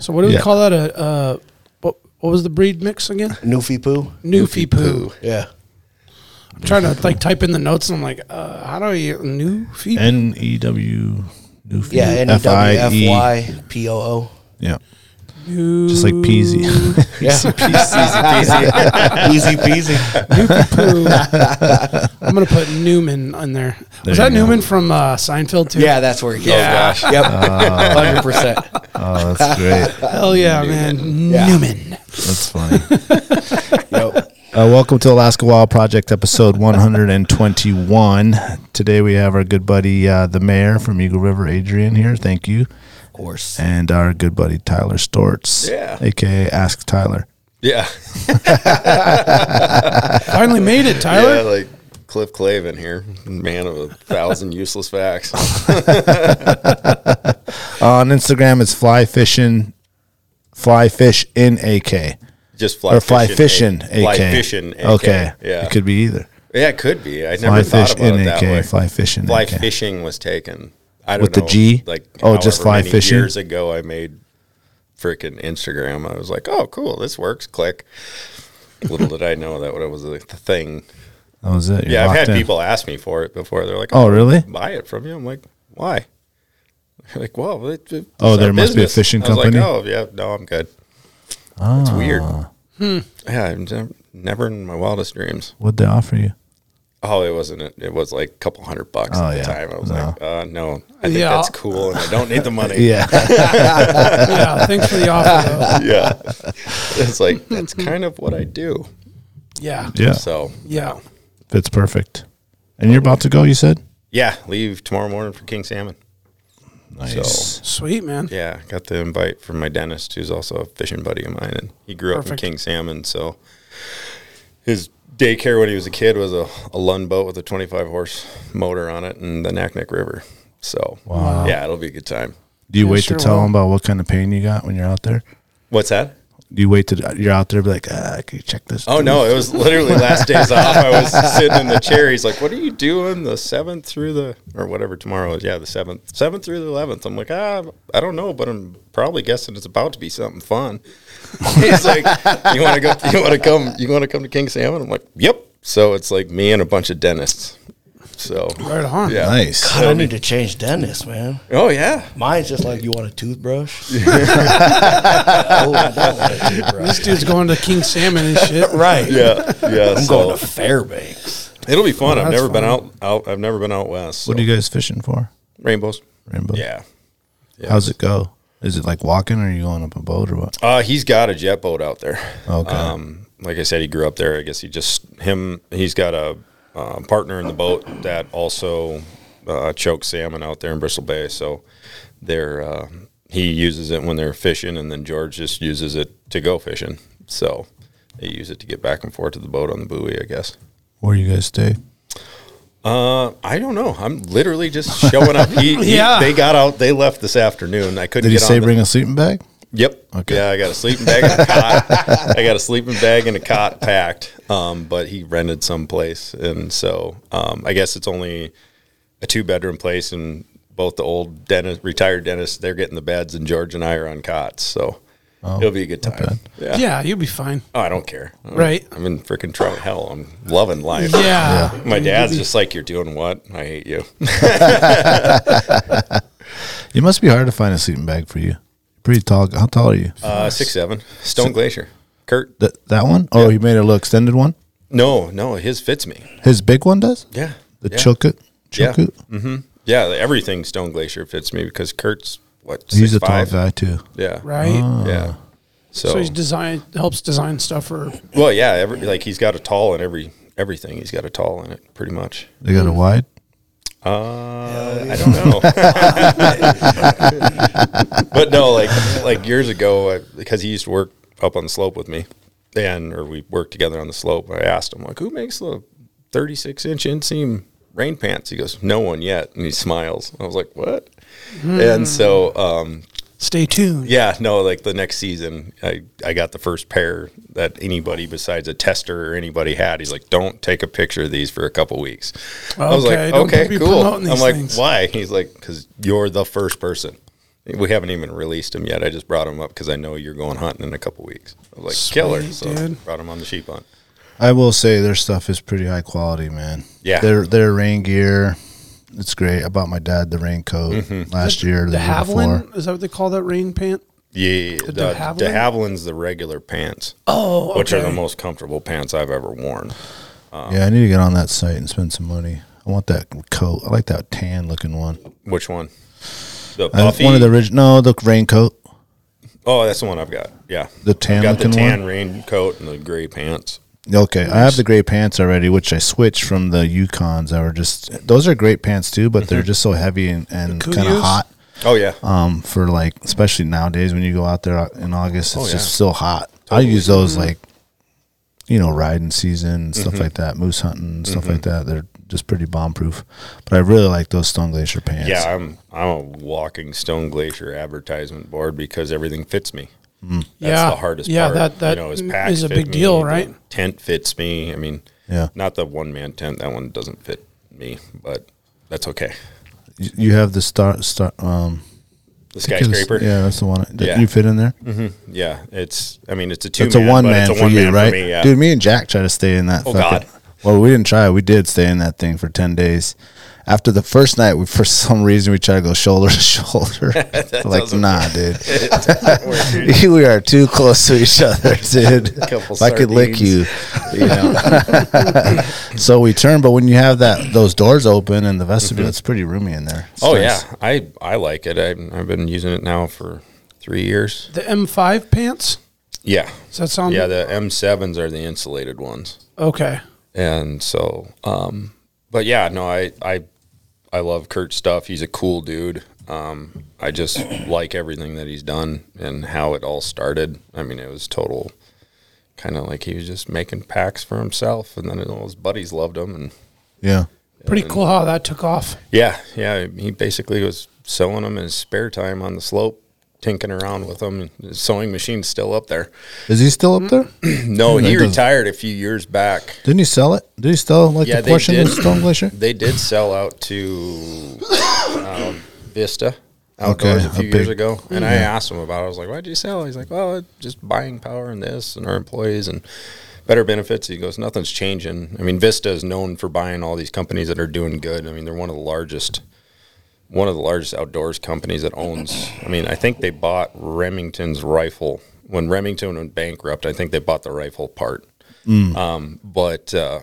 Speaker 2: So what do we
Speaker 7: Yeah.
Speaker 2: call that? A uh, what what was the breed mix again?
Speaker 6: Newfie poo.
Speaker 2: Newfie poo.
Speaker 6: Yeah.
Speaker 2: I'm trying to like type in the notes, and I'm like, uh, how do you Newfie?
Speaker 7: N E W.
Speaker 6: Yeah. N E W F Y P O O.
Speaker 7: Yeah. Just like Peasy.
Speaker 6: Yeah. Easy peasy.
Speaker 2: poo. I'm gonna put Newman on there. Was
Speaker 7: There
Speaker 2: that
Speaker 7: you go.
Speaker 2: Newman from uh, Seinfeld too?
Speaker 6: Yeah, that's where he goes.
Speaker 2: Yeah.
Speaker 6: Yep. Hundred percent.
Speaker 7: Ah. oh, that's great.
Speaker 2: Hell yeah, man.
Speaker 6: Yeah.
Speaker 2: Newman.
Speaker 7: That's funny.
Speaker 6: Yep.
Speaker 7: Uh, welcome to Alaska Wild Project, episode 121. Today we have our good buddy, uh, the mayor from Eagle River, Adrian, here. Thank you.
Speaker 6: Of course.
Speaker 7: And our good buddy, Tyler Storts,
Speaker 5: Yeah.
Speaker 7: aka Ask Tyler.
Speaker 5: Yeah,
Speaker 2: Finally made it, Tyler.
Speaker 5: yeah, like Cliff Clavin here, man of a thousand useless facts.
Speaker 7: on Instagram, it's fly fishing, fly fish in AK.
Speaker 5: Just fly
Speaker 7: or fly
Speaker 5: fishing,
Speaker 7: fishing,
Speaker 5: A-
Speaker 7: AK.
Speaker 5: Fly fishing, AK.
Speaker 7: Okay.
Speaker 5: Yeah.
Speaker 7: It could be either.
Speaker 5: Yeah, it could be. I
Speaker 7: Fly
Speaker 5: never thought
Speaker 7: fish
Speaker 5: about
Speaker 7: in
Speaker 5: it that
Speaker 7: AK,
Speaker 5: way.
Speaker 7: fly fish in
Speaker 5: Fly
Speaker 7: AK.
Speaker 5: fishing was taken. I don't
Speaker 7: With the
Speaker 5: know,
Speaker 7: G?
Speaker 5: Like
Speaker 7: Oh, just
Speaker 5: however
Speaker 7: fly
Speaker 5: many
Speaker 7: fishing?
Speaker 5: Years ago, I made freaking Instagram. I was like, oh, cool, this works. Click. Little did I know that was the the thing.
Speaker 7: That was it. You're
Speaker 5: Yeah, I've
Speaker 7: locked
Speaker 5: had
Speaker 7: in.
Speaker 5: people ask me for it before. They're like,
Speaker 7: Oh, really?
Speaker 5: Buy it from you?" I'm like, "Why?" They're like, "Well, it, it- it's
Speaker 7: Oh,
Speaker 5: our
Speaker 7: there must be a
Speaker 5: business."
Speaker 7: fishing
Speaker 5: I was
Speaker 7: company? Ah.
Speaker 5: Like, oh, yeah, no, I'm good. It's weird. Yeah, I'm nev- never in my wildest dreams.
Speaker 7: What'd they offer you?
Speaker 5: Oh, it wasn't. It, it was like a couple hundred bucks
Speaker 7: Oh,
Speaker 5: at the
Speaker 7: yeah.
Speaker 5: time. I was
Speaker 7: No.
Speaker 5: like, uh, "No, I think
Speaker 2: Yeah.
Speaker 5: that's cool, and I don't need the money."
Speaker 7: Yeah.
Speaker 2: yeah, thanks for the offer. though.
Speaker 5: yeah. It's like that's kind of what I do.
Speaker 2: Yeah,
Speaker 7: yeah.
Speaker 5: So
Speaker 2: yeah.
Speaker 7: Fits perfect. And you're about to go, you said?
Speaker 5: yeah, leave tomorrow morning for King Salmon.
Speaker 7: Nice.
Speaker 2: Sweet man.
Speaker 5: Yeah, got the invite from my dentist, who's also a fishing buddy of mine, and he grew
Speaker 2: Perfect.
Speaker 5: up in King Salmon. So his daycare when he was a kid was a, a Lund boat with a 25 horse motor on it and the Naknek River. So yeah, it'll be a good time.
Speaker 7: Do you wait
Speaker 2: sure
Speaker 7: to tell
Speaker 2: will.
Speaker 7: them about what kind of pain you got when you're out there?
Speaker 5: What's that?
Speaker 7: you wait to you're out there be like, uh, can you check this?
Speaker 5: Oh no, it was literally last days off. I was sitting in the chair. He's like, "What are you doing the seventh through the or whatever tomorrow is? Yeah, the seventh, seventh through the eleventh. I'm like, ah, I don't know, but I'm probably guessing it's about to be something fun. He's like, "You want to go? You want to come? You want to come to King Salmon? I'm like, "Yep." So it's like me and a bunch of dentists. So
Speaker 2: Right on.
Speaker 5: yeah,
Speaker 7: Nice.
Speaker 6: God, I need to change dentist, man.
Speaker 5: Oh yeah,
Speaker 6: Mine's just like, you want a toothbrush? oh, I don't want a toothbrush.
Speaker 2: This dude's going to King Salmon and shit.
Speaker 6: Right.
Speaker 5: yeah, yeah.
Speaker 6: I'm
Speaker 5: so
Speaker 6: going to Fairbanks.
Speaker 5: it'll be fun. I've
Speaker 2: that's
Speaker 5: never been
Speaker 2: fun.
Speaker 5: out, out. I've never been out west.
Speaker 7: What
Speaker 5: so-
Speaker 7: are you guys fishing for?
Speaker 5: rainbows?
Speaker 7: Rainbow.
Speaker 5: Yeah.
Speaker 7: How's it go? Is it like walking, or are you going up a boat, or what?
Speaker 5: Uh, he's got a jet boat out there.
Speaker 7: Okay.
Speaker 5: Um, like I said, he grew up there. I guess he just him. He's got a uh, partner in the boat that also uh, chokes salmon out there in Bristol Bay. So they're uh, he uses it when they're fishing, and then George just uses it to go fishing. So they use it to get back and forth to the boat on the buoy. I guess.
Speaker 7: Where you guys stay?
Speaker 5: Uh, I don't know. I'm literally just showing up. He, he-
Speaker 2: Yeah.
Speaker 5: they got out. They left this afternoon. I couldn't.
Speaker 7: Did he
Speaker 5: get
Speaker 7: say
Speaker 5: on the-
Speaker 7: bring a sleeping bag?
Speaker 5: Yep.
Speaker 7: Okay.
Speaker 5: Yeah, I got a sleeping bag and a cot. I got a sleeping bag and a cot packed. Um, but he rented some place, and so um, I guess it's only a two bedroom place, and both the old dentist, retired dentist, they're getting the beds, and George and I are on cots. So it'll be a good time. Yeah.
Speaker 2: Yeah, you'll be fine.
Speaker 5: Oh, I don't care. I'm-
Speaker 2: Right.
Speaker 5: I'm in freaking trout hell. I'm loving life.
Speaker 2: Yeah.
Speaker 5: My dad's just like, you're doing what? I hate you.
Speaker 7: It must be hard to find a sleeping bag for you. Pretty tall. How tall are you?
Speaker 5: Uh, six seven, Stone Glacier. Kurt.
Speaker 7: Th- that one? Oh, you made a little extended one.
Speaker 5: No, no, his fits me.
Speaker 7: His big one does.
Speaker 5: Yeah.
Speaker 7: The
Speaker 5: yeah.
Speaker 7: choke it.
Speaker 5: Yeah. Mm-hmm.
Speaker 7: Choke it.
Speaker 5: Yeah, the- everything Stone Glacier fits me because Kurt's what
Speaker 7: He's a tall
Speaker 5: 6'5"?
Speaker 7: guy too. Ah.
Speaker 5: Yeah,
Speaker 2: Right.
Speaker 5: Yeah. So,
Speaker 2: so he's design helps design stuff for
Speaker 5: well, yeah, every, like he's got a tall in every everything. He's got a tall in it, pretty much.
Speaker 7: They got a wide.
Speaker 5: Uh, I don't know, but no, like like years ago, I, because he used to work up on the slope with me, and or we worked together on the slope. I asked him like, who makes the thirty six inch inseam rain pants? He goes, no one yet, and he smiles. I was like, what? And so um,
Speaker 2: stay tuned.
Speaker 5: Yeah, no, like the next season, I, I got the first pair that anybody besides a tester or anybody had. He's like, don't take a picture of these for a couple weeks. I was like,
Speaker 2: Okay, don't
Speaker 5: okay,
Speaker 2: be
Speaker 5: cool.
Speaker 2: promoting
Speaker 5: I'm
Speaker 2: these
Speaker 5: like,
Speaker 2: things.
Speaker 5: why? He's like, because you're the first person. We haven't even released them yet. I just brought them up because I know you're going hunting in a couple weeks. I was like, killer.
Speaker 2: Sweet,
Speaker 5: So
Speaker 2: dude.
Speaker 5: brought them on the sheep hunt.
Speaker 7: I will say their stuff is pretty high quality, man.
Speaker 5: Yeah.
Speaker 7: Their their rain gear, it's great. I bought my dad the raincoat
Speaker 5: Mm-hmm.
Speaker 7: last year. or
Speaker 2: The
Speaker 7: year before.
Speaker 2: Havilland, is that what they call that rain pant?
Speaker 5: Yeah, the, the
Speaker 2: Havilland?
Speaker 5: Haviland's the regular pants,
Speaker 2: Oh, okay.
Speaker 5: which are the most comfortable pants I've ever worn.
Speaker 7: Yeah, I need to get on that site and spend some money. I want that coat. I like that tan looking one.
Speaker 5: Which one? The
Speaker 7: I-
Speaker 5: puffy.
Speaker 7: Uh, one of the original. No, the raincoat.
Speaker 5: Oh, that's the one I've got. Yeah,
Speaker 7: The
Speaker 5: I've
Speaker 7: tan
Speaker 5: got the
Speaker 7: looking
Speaker 5: tan
Speaker 7: one?
Speaker 5: raincoat and the gray pants.
Speaker 7: Okay, I have the gray pants already, which I switched from the Yukons that were just. Those are great pants too, but they're just so heavy and, and
Speaker 2: The
Speaker 7: kind of
Speaker 2: Kuyus?
Speaker 7: hot.
Speaker 5: Oh yeah,
Speaker 7: Um, for like especially nowadays when you go out there in August, it's
Speaker 5: Oh, yeah.
Speaker 7: just still hot. I use those like, you know, riding season stuff
Speaker 5: Mm-hmm.
Speaker 7: like that, moose hunting stuff like that. They're just pretty bomb proof. But I really like those Stone Glacier pants.
Speaker 5: yeah. I'm I'm a walking Stone Glacier advertisement board because everything fits me.
Speaker 7: Hmm.
Speaker 5: That's
Speaker 2: yeah.
Speaker 5: the hardest
Speaker 2: yeah,
Speaker 5: part.
Speaker 2: that that
Speaker 5: you know,
Speaker 2: is
Speaker 5: his packs
Speaker 2: a
Speaker 5: fit
Speaker 2: big
Speaker 5: me,
Speaker 2: deal,
Speaker 5: the
Speaker 2: right?
Speaker 5: Tent fits me. I mean,
Speaker 7: Yeah.
Speaker 5: not the one man tent. That one doesn't fit me, but that's okay.
Speaker 7: Y- You have the star star. Um,
Speaker 5: The skyscraper.
Speaker 7: Yeah, that's the one that
Speaker 5: Yeah. Mm-hmm.
Speaker 7: you fit in there.
Speaker 5: Yeah, It's. I mean, it's a two.
Speaker 7: It's a one man
Speaker 5: it's a
Speaker 7: for you,
Speaker 5: one-man
Speaker 7: right?
Speaker 5: me, yeah.
Speaker 7: Dude, me and Jack try to stay in that.
Speaker 5: Oh,
Speaker 7: fucking-
Speaker 5: God.
Speaker 7: Well, we didn't try. We did stay in that thing for ten days. After the first night, we for some reason we tried to go shoulder to shoulder. We're like,
Speaker 5: doesn't
Speaker 7: nah, dude. we are too close to each other, dude.
Speaker 5: Couple
Speaker 7: If I could lick you.
Speaker 5: sardines.
Speaker 7: you know? so we turned, but when you have that those doors open and the vestibule, it's pretty roomy in there. It's
Speaker 5: oh
Speaker 7: nice.
Speaker 5: yeah, I I like it. I, I've been using it now for three years.
Speaker 2: The M5 pants?
Speaker 5: Yeah.
Speaker 2: Does that sound
Speaker 5: yeah, the M7s are the insulated ones.
Speaker 2: okay?
Speaker 5: And so um but yeah, no, I I I love Kurt's stuff. He's a cool dude. Um I just like everything that he's done and how it all started. I mean, it was total kind of like he was just making packs for himself and then all his buddies loved him and
Speaker 7: yeah.
Speaker 2: Pretty cool how that took off.
Speaker 5: yeah, yeah, he basically was selling them in his spare time on the slope tinking around with them. The sewing machine's still up there.
Speaker 7: Is he still up there?
Speaker 5: No,
Speaker 7: that
Speaker 5: he
Speaker 7: doesn't-
Speaker 5: retired a few years back.
Speaker 7: Didn't he sell it? Did he sell like
Speaker 5: Yeah,
Speaker 7: the
Speaker 5: they
Speaker 7: portion of
Speaker 5: did.
Speaker 7: Stone Glacier?
Speaker 5: They did sell out to um, Vista Outdoors
Speaker 7: Okay,
Speaker 5: a few
Speaker 7: a
Speaker 5: years
Speaker 7: big-
Speaker 5: ago, and I asked him about. it. I was like, "Why'd you sell?" He's like, "Well, it- just buying power and this, and our employees and better benefits." He goes, "Nothing's changing." I mean, Vista is known for buying all these companies that are doing good. I mean, they're one of the largest. One of the largest outdoors companies that owns, I mean, I think they bought Remington's rifle. When Remington went bankrupt, I think they bought the rifle part.
Speaker 7: Mm.
Speaker 5: Um, but uh,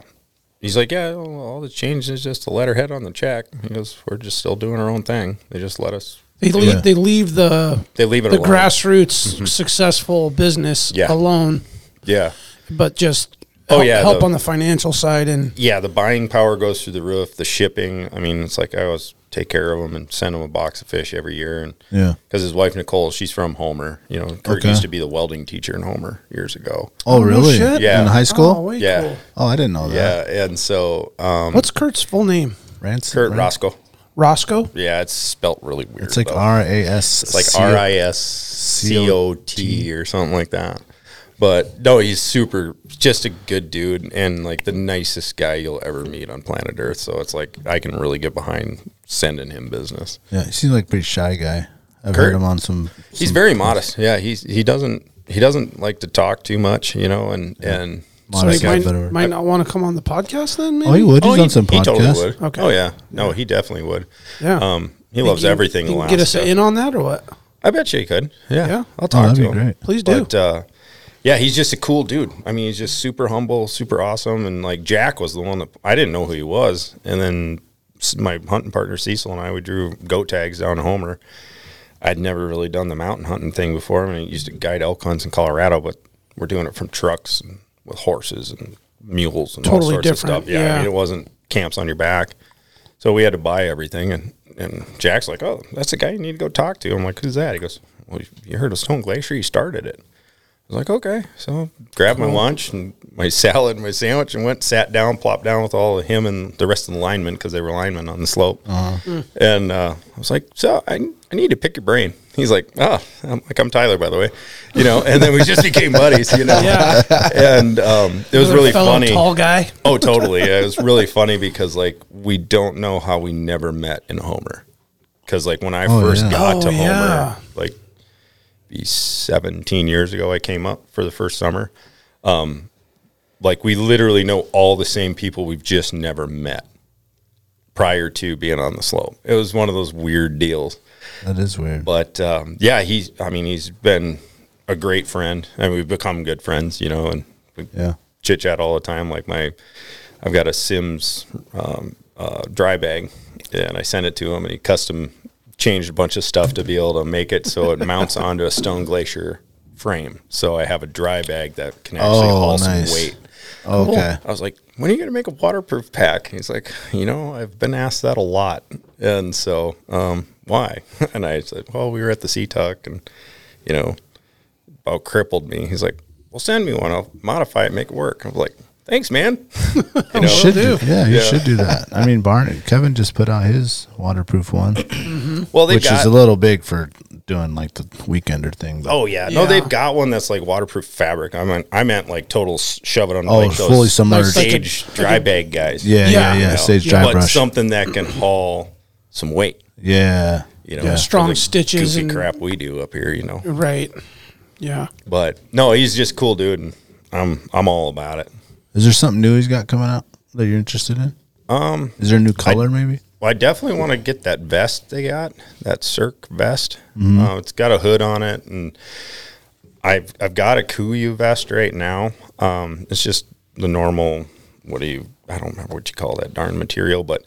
Speaker 5: he's like, yeah, well, all the change is just the letterhead on the check. He goes, we're just still doing our own thing. They just let us.
Speaker 2: They leave, they leave the
Speaker 5: They leave it
Speaker 2: the
Speaker 5: alone. Mm-hmm.
Speaker 2: grassroots successful business
Speaker 5: Yeah.
Speaker 2: alone,
Speaker 5: Yeah,
Speaker 2: but just
Speaker 5: Oh,
Speaker 2: help,
Speaker 5: yeah,
Speaker 2: help
Speaker 5: the-
Speaker 2: on the financial side and
Speaker 5: yeah. The buying power goes through the roof. The shipping. I mean, it's like I always take care of him and send him a box of fish every year. And
Speaker 7: Yeah.
Speaker 5: because his wife Nicole, she's from Homer. You know, Kurt
Speaker 7: Okay.
Speaker 5: used to be the welding teacher in Homer years ago.
Speaker 7: Oh,
Speaker 2: no
Speaker 7: really?
Speaker 2: shit.
Speaker 5: Yeah.
Speaker 7: In high school?
Speaker 2: Oh,
Speaker 7: Oh,
Speaker 2: way
Speaker 5: Yeah.
Speaker 2: cool.
Speaker 7: I didn't know that.
Speaker 5: Yeah, and so um,
Speaker 2: What's Kurt's full name?
Speaker 7: Rans-
Speaker 5: Kurt
Speaker 7: Rans-
Speaker 5: Roscoe.
Speaker 2: Roscoe.
Speaker 5: Yeah, it's spelt really weird.
Speaker 7: It's like
Speaker 5: though.
Speaker 7: R A S.
Speaker 5: It's like R I S C O T or something like that. But no, he's super, just a good dude and like the nicest guy you'll ever meet on planet Earth. So it's like I can really get behind sending him business.
Speaker 7: Yeah, he seems like a pretty shy guy. I've
Speaker 5: Kurt.
Speaker 7: heard him on some.
Speaker 5: He's very modest. Yeah, he's he doesn't he doesn't like to talk too much, you know, and and
Speaker 2: So
Speaker 7: Honestly,
Speaker 2: he
Speaker 7: I've
Speaker 2: might,
Speaker 7: never-
Speaker 2: might not want to come on the podcast then. Maybe?
Speaker 7: uh, Oh, he would. He's on some
Speaker 5: he
Speaker 7: podcasts.
Speaker 5: totally would.
Speaker 2: Okay.
Speaker 5: Okay. Oh yeah, no, he definitely would.
Speaker 2: Yeah.
Speaker 5: Um, he
Speaker 2: Think
Speaker 5: loves
Speaker 2: you-
Speaker 5: everything.
Speaker 2: you can Get us
Speaker 5: Alaska.
Speaker 2: in on that or what?
Speaker 5: I bet you he could. Yeah,
Speaker 2: Yeah.
Speaker 5: I'll talk
Speaker 7: that'd
Speaker 5: to
Speaker 7: be
Speaker 5: him.
Speaker 7: great.
Speaker 2: Please do.
Speaker 5: But, uh, yeah, he's just a cool dude. I mean, he's just super humble, super awesome, and like Jack was the one that I didn't know who he was, and then s- my hunting partner Cecil and I we drew goat tags down to Homer. I'd never really done the mountain hunting thing before. I mean, I used to guide elk hunts in Colorado, but we're doing it from trucks and with horses and mules and all
Speaker 2: Totally
Speaker 5: sorts
Speaker 2: different,
Speaker 5: of stuff. Yeah, I
Speaker 2: yeah.
Speaker 5: mean, it wasn't camps on your back. So we had to buy everything, and, and Jack's like, "Oh, that's the guy you need to go talk to." I'm like, "Who's that?" He goes, "Well, you heard of Stone Glacier? He started it." I was like, "Okay." So grabbed my lunch and my salad and my sandwich, and went sat down, plopped down with all of him and the rest of the linemen because they were linemen on the slope.
Speaker 7: Uh-huh.
Speaker 5: And uh, I was like, "So I, I need to pick your brain." He's like, "Ah," I'm like, "I'm Tyler, by the way," you know. And then we just became buddies, you know.
Speaker 2: Yeah.
Speaker 5: And um, it was
Speaker 2: Another
Speaker 5: really
Speaker 2: fellow
Speaker 5: funny.
Speaker 2: Tall guy.
Speaker 5: Oh, totally. Yeah, it was really funny because like we don't know how we never met in Homer. Because like when I
Speaker 7: Oh,
Speaker 5: first
Speaker 7: yeah.
Speaker 5: got
Speaker 2: Oh,
Speaker 5: to Homer,
Speaker 2: yeah.
Speaker 5: like be seventeen years ago, I came up for the first summer. Um, like we literally know all the same people we've just never met prior to being on the slope. It was one of those weird deals.
Speaker 7: That is weird.
Speaker 5: But um, yeah, he's. I mean, he's been a great friend, and we've become good friends. You know, and we
Speaker 7: Yeah.
Speaker 5: chit chat all the time. Like my, I've got a Sims um, uh, dry bag, and I sent it to him, and he custom changed a bunch of stuff to be able to make it so it mounts onto a stone glacier frame. So I have a dry bag that can actually
Speaker 7: Oh,
Speaker 5: haul
Speaker 7: nice.
Speaker 5: some weight.
Speaker 7: okay.
Speaker 5: I was like, when are you going to make a waterproof pack? He's like, you know, I've been asked that a lot. And so, um, why? And I said, well, we were at the Sea Tuck and, you know, about crippled me. He's like, well, send me one. I'll modify it, make it work. I'm like, thanks, man. You know?
Speaker 7: Should do. Yeah, you
Speaker 5: Oh, Yeah.
Speaker 7: should do that. I mean, Barney, Kevin just put out his waterproof one,
Speaker 5: Well, they've
Speaker 7: which
Speaker 5: got,
Speaker 7: is a little big for doing like the weekender thing. But
Speaker 5: oh yeah. No,
Speaker 2: Yeah.
Speaker 5: they've got one that's like waterproof fabric. I meant, I meant like total s- shove it on
Speaker 7: Oh,
Speaker 5: like those
Speaker 7: fully submerged.
Speaker 2: Like a-
Speaker 5: sage dry bag guys.
Speaker 2: Yeah.
Speaker 7: yeah, yeah, yeah,
Speaker 5: you know,
Speaker 7: Sage dry
Speaker 5: but
Speaker 7: brush.
Speaker 5: something that can haul some weight.
Speaker 7: yeah,
Speaker 5: you know,
Speaker 7: yeah.
Speaker 5: for
Speaker 2: Strong
Speaker 5: the
Speaker 2: stitches
Speaker 5: goofy
Speaker 2: and-
Speaker 5: crap we do up here, you know.
Speaker 2: Right. Yeah.
Speaker 5: But no, he's just a cool dude, and I'm I'm all about it.
Speaker 7: Is there something new he's got coming out that you're interested in? Um, is there a new color maybe?
Speaker 5: Well, I definitely want to get that vest they got, that Cirque vest. Uh, it's got a hood on it, and I've I've got a Kuyu vest right now. Um, it's just the normal. What do you? I don't remember what you call that darn material, but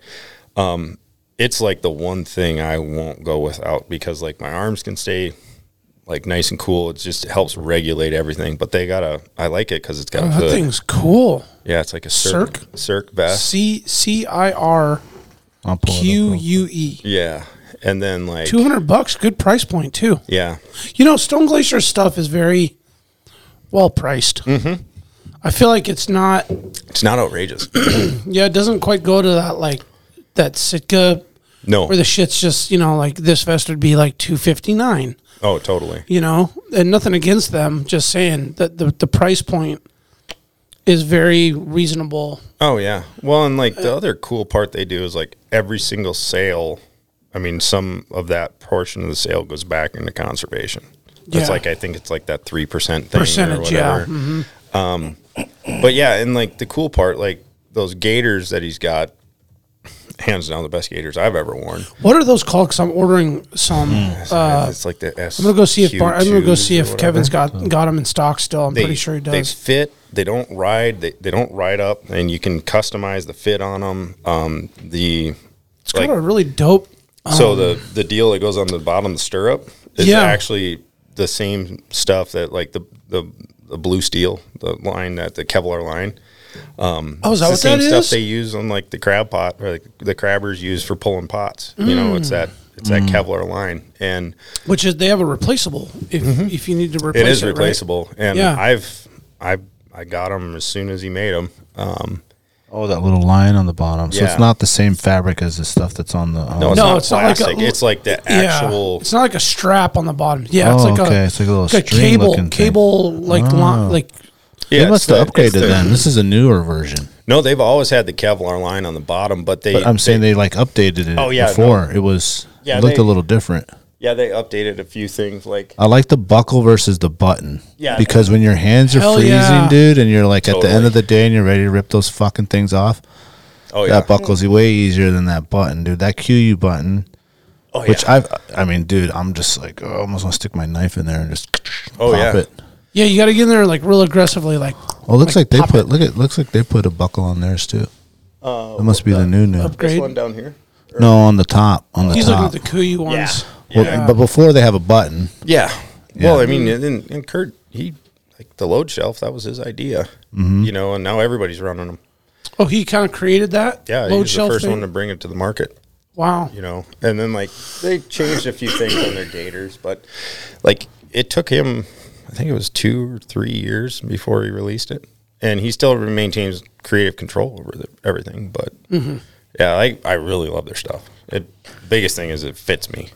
Speaker 5: um, it's like the one thing I won't go without because like my arms can stay like nice and cool. It just helps regulate everything. But they got a. I like it because it's got a
Speaker 2: Oh, That
Speaker 5: hood.
Speaker 2: thing's cool.
Speaker 5: Yeah, it's like a Cirque
Speaker 2: Cirque?
Speaker 5: Cirque, vest.
Speaker 2: C C I R
Speaker 7: I'll pull it up
Speaker 2: Q
Speaker 7: real-
Speaker 2: U E.
Speaker 5: Yeah, and then like
Speaker 2: Two hundred bucks. Good price point too.
Speaker 5: yeah,
Speaker 2: You know, Stone Glacier stuff is very well priced. Mm-hmm. I feel like it's not.
Speaker 5: it's not outrageous.
Speaker 2: Yeah, it doesn't quite go to that like that Sitka
Speaker 5: No.
Speaker 2: Where the shit's just, you know, like this vest would be like 259,
Speaker 5: Oh, totally.
Speaker 2: you know? And nothing against them, just saying that the, the price point is very reasonable.
Speaker 5: Oh yeah. Well, and like
Speaker 2: Uh,
Speaker 5: the other cool part they do is like every single sale. I mean, some of that portion of the sale goes back into conservation. It's
Speaker 2: Yeah.
Speaker 5: like I think it's like that three percent thing or
Speaker 2: Percentage, yeah. Mm-hmm.
Speaker 5: whatever. Um, but yeah, and like the cool part, like those gators that he's got, hands down the best gators I've ever worn.
Speaker 2: What are those called? Because I'm ordering some.
Speaker 7: Mm.
Speaker 2: Uh,
Speaker 5: it's like the S.
Speaker 2: I'm gonna go see if Bar- I'm gonna go see if Kevin's
Speaker 7: Oh.
Speaker 2: got got him in stock still. I'm pretty sure he
Speaker 5: They
Speaker 2: does.
Speaker 5: fit. They don't ride. They, they don't ride up, and you can customize the fit on them. Um, the
Speaker 2: It's got a really dope. um,
Speaker 5: So the the deal that goes on the bottom of the stirrup is
Speaker 2: Yeah.
Speaker 5: actually the same stuff that like the the the blue steel the line that the Kevlar line. Um,
Speaker 2: Oh, is that
Speaker 5: It's the
Speaker 2: what
Speaker 5: same
Speaker 2: that is?
Speaker 5: stuff they use on like the crab pot or like the crabbers use for pulling pots. You know,
Speaker 2: Mm.
Speaker 5: it's that it's that Kevlar line, and
Speaker 2: Which is they have a replaceable if if you need to replace
Speaker 5: Mm-hmm. it is
Speaker 2: right?
Speaker 5: replaceable. And
Speaker 2: Yeah.
Speaker 5: I've I I got them as soon as he made them. Um,
Speaker 7: Oh, that little line on the bottom. So
Speaker 5: Yeah.
Speaker 7: it's not the same fabric as the stuff that's on the. Um,
Speaker 5: no, it's
Speaker 2: No,
Speaker 5: not
Speaker 2: it's not like a-
Speaker 5: plastic. it's like the
Speaker 2: Yeah,
Speaker 5: actual.
Speaker 2: it's not like a strap on the bottom. Yeah, it's
Speaker 7: Oh,
Speaker 2: like
Speaker 7: okay.
Speaker 2: a
Speaker 7: It's like a little string
Speaker 2: cable
Speaker 7: looking thing. Oh.
Speaker 2: cable like lo- like
Speaker 5: Yeah,
Speaker 7: they
Speaker 5: it's
Speaker 7: must
Speaker 5: the-
Speaker 7: have
Speaker 5: it's
Speaker 7: upgraded
Speaker 5: the-
Speaker 7: then. This is a newer version.
Speaker 5: No, they've always had the Kevlar line on the bottom, but they.
Speaker 7: But I'm saying they like updated it
Speaker 5: Oh, yeah,
Speaker 7: before. It was
Speaker 5: Yeah,
Speaker 7: it looked
Speaker 5: they-
Speaker 7: a little different.
Speaker 5: yeah, they updated a few things like
Speaker 7: I like the buckle versus the button.
Speaker 5: Yeah.
Speaker 7: Because when your hands are
Speaker 2: Hell
Speaker 7: freezing,
Speaker 2: yeah.
Speaker 7: dude, and you're like at the end
Speaker 5: Totally.
Speaker 7: of the day and you're ready to rip those fucking things off,
Speaker 5: oh yeah,
Speaker 7: that buckle's way easier than that button, dude. That QU button.
Speaker 5: oh,
Speaker 7: Which
Speaker 5: yeah.
Speaker 7: I've, I mean, dude, I'm just like, oh, I almost want to stick my knife in there and just
Speaker 5: Oh,
Speaker 7: pop
Speaker 5: yeah.
Speaker 7: it.
Speaker 2: yeah. You got to get in there like real aggressively. Like
Speaker 7: Oh, looks like,
Speaker 2: Like,
Speaker 7: they
Speaker 2: pop
Speaker 7: put look at looks like they put a buckle on theirs too. Oh, that must be the new new.
Speaker 5: This
Speaker 2: upgrade.
Speaker 5: one down here.
Speaker 7: No, on the top, on the
Speaker 2: He's looking at
Speaker 7: top.
Speaker 2: the Kuyu ones.
Speaker 7: Well, But before they have a button,
Speaker 5: Yeah. Well, I mean, and, then- and Kurt, he like the load shelf. That was his idea,
Speaker 7: Mm-hmm.
Speaker 5: you know. And now everybody's running them.
Speaker 2: Oh, he kind of created that.
Speaker 5: Yeah, he
Speaker 2: load
Speaker 5: was the
Speaker 2: shelf
Speaker 5: first
Speaker 2: thing.
Speaker 5: one to bring it to the market,
Speaker 2: wow.
Speaker 5: you know. And then like they changed a few things on their gators, but like it took him, I think it was two or three years before he released it, and he still maintains creative control over the, everything. But
Speaker 2: Mm-hmm.
Speaker 5: yeah, I I really love their stuff. It biggest thing is it fits me.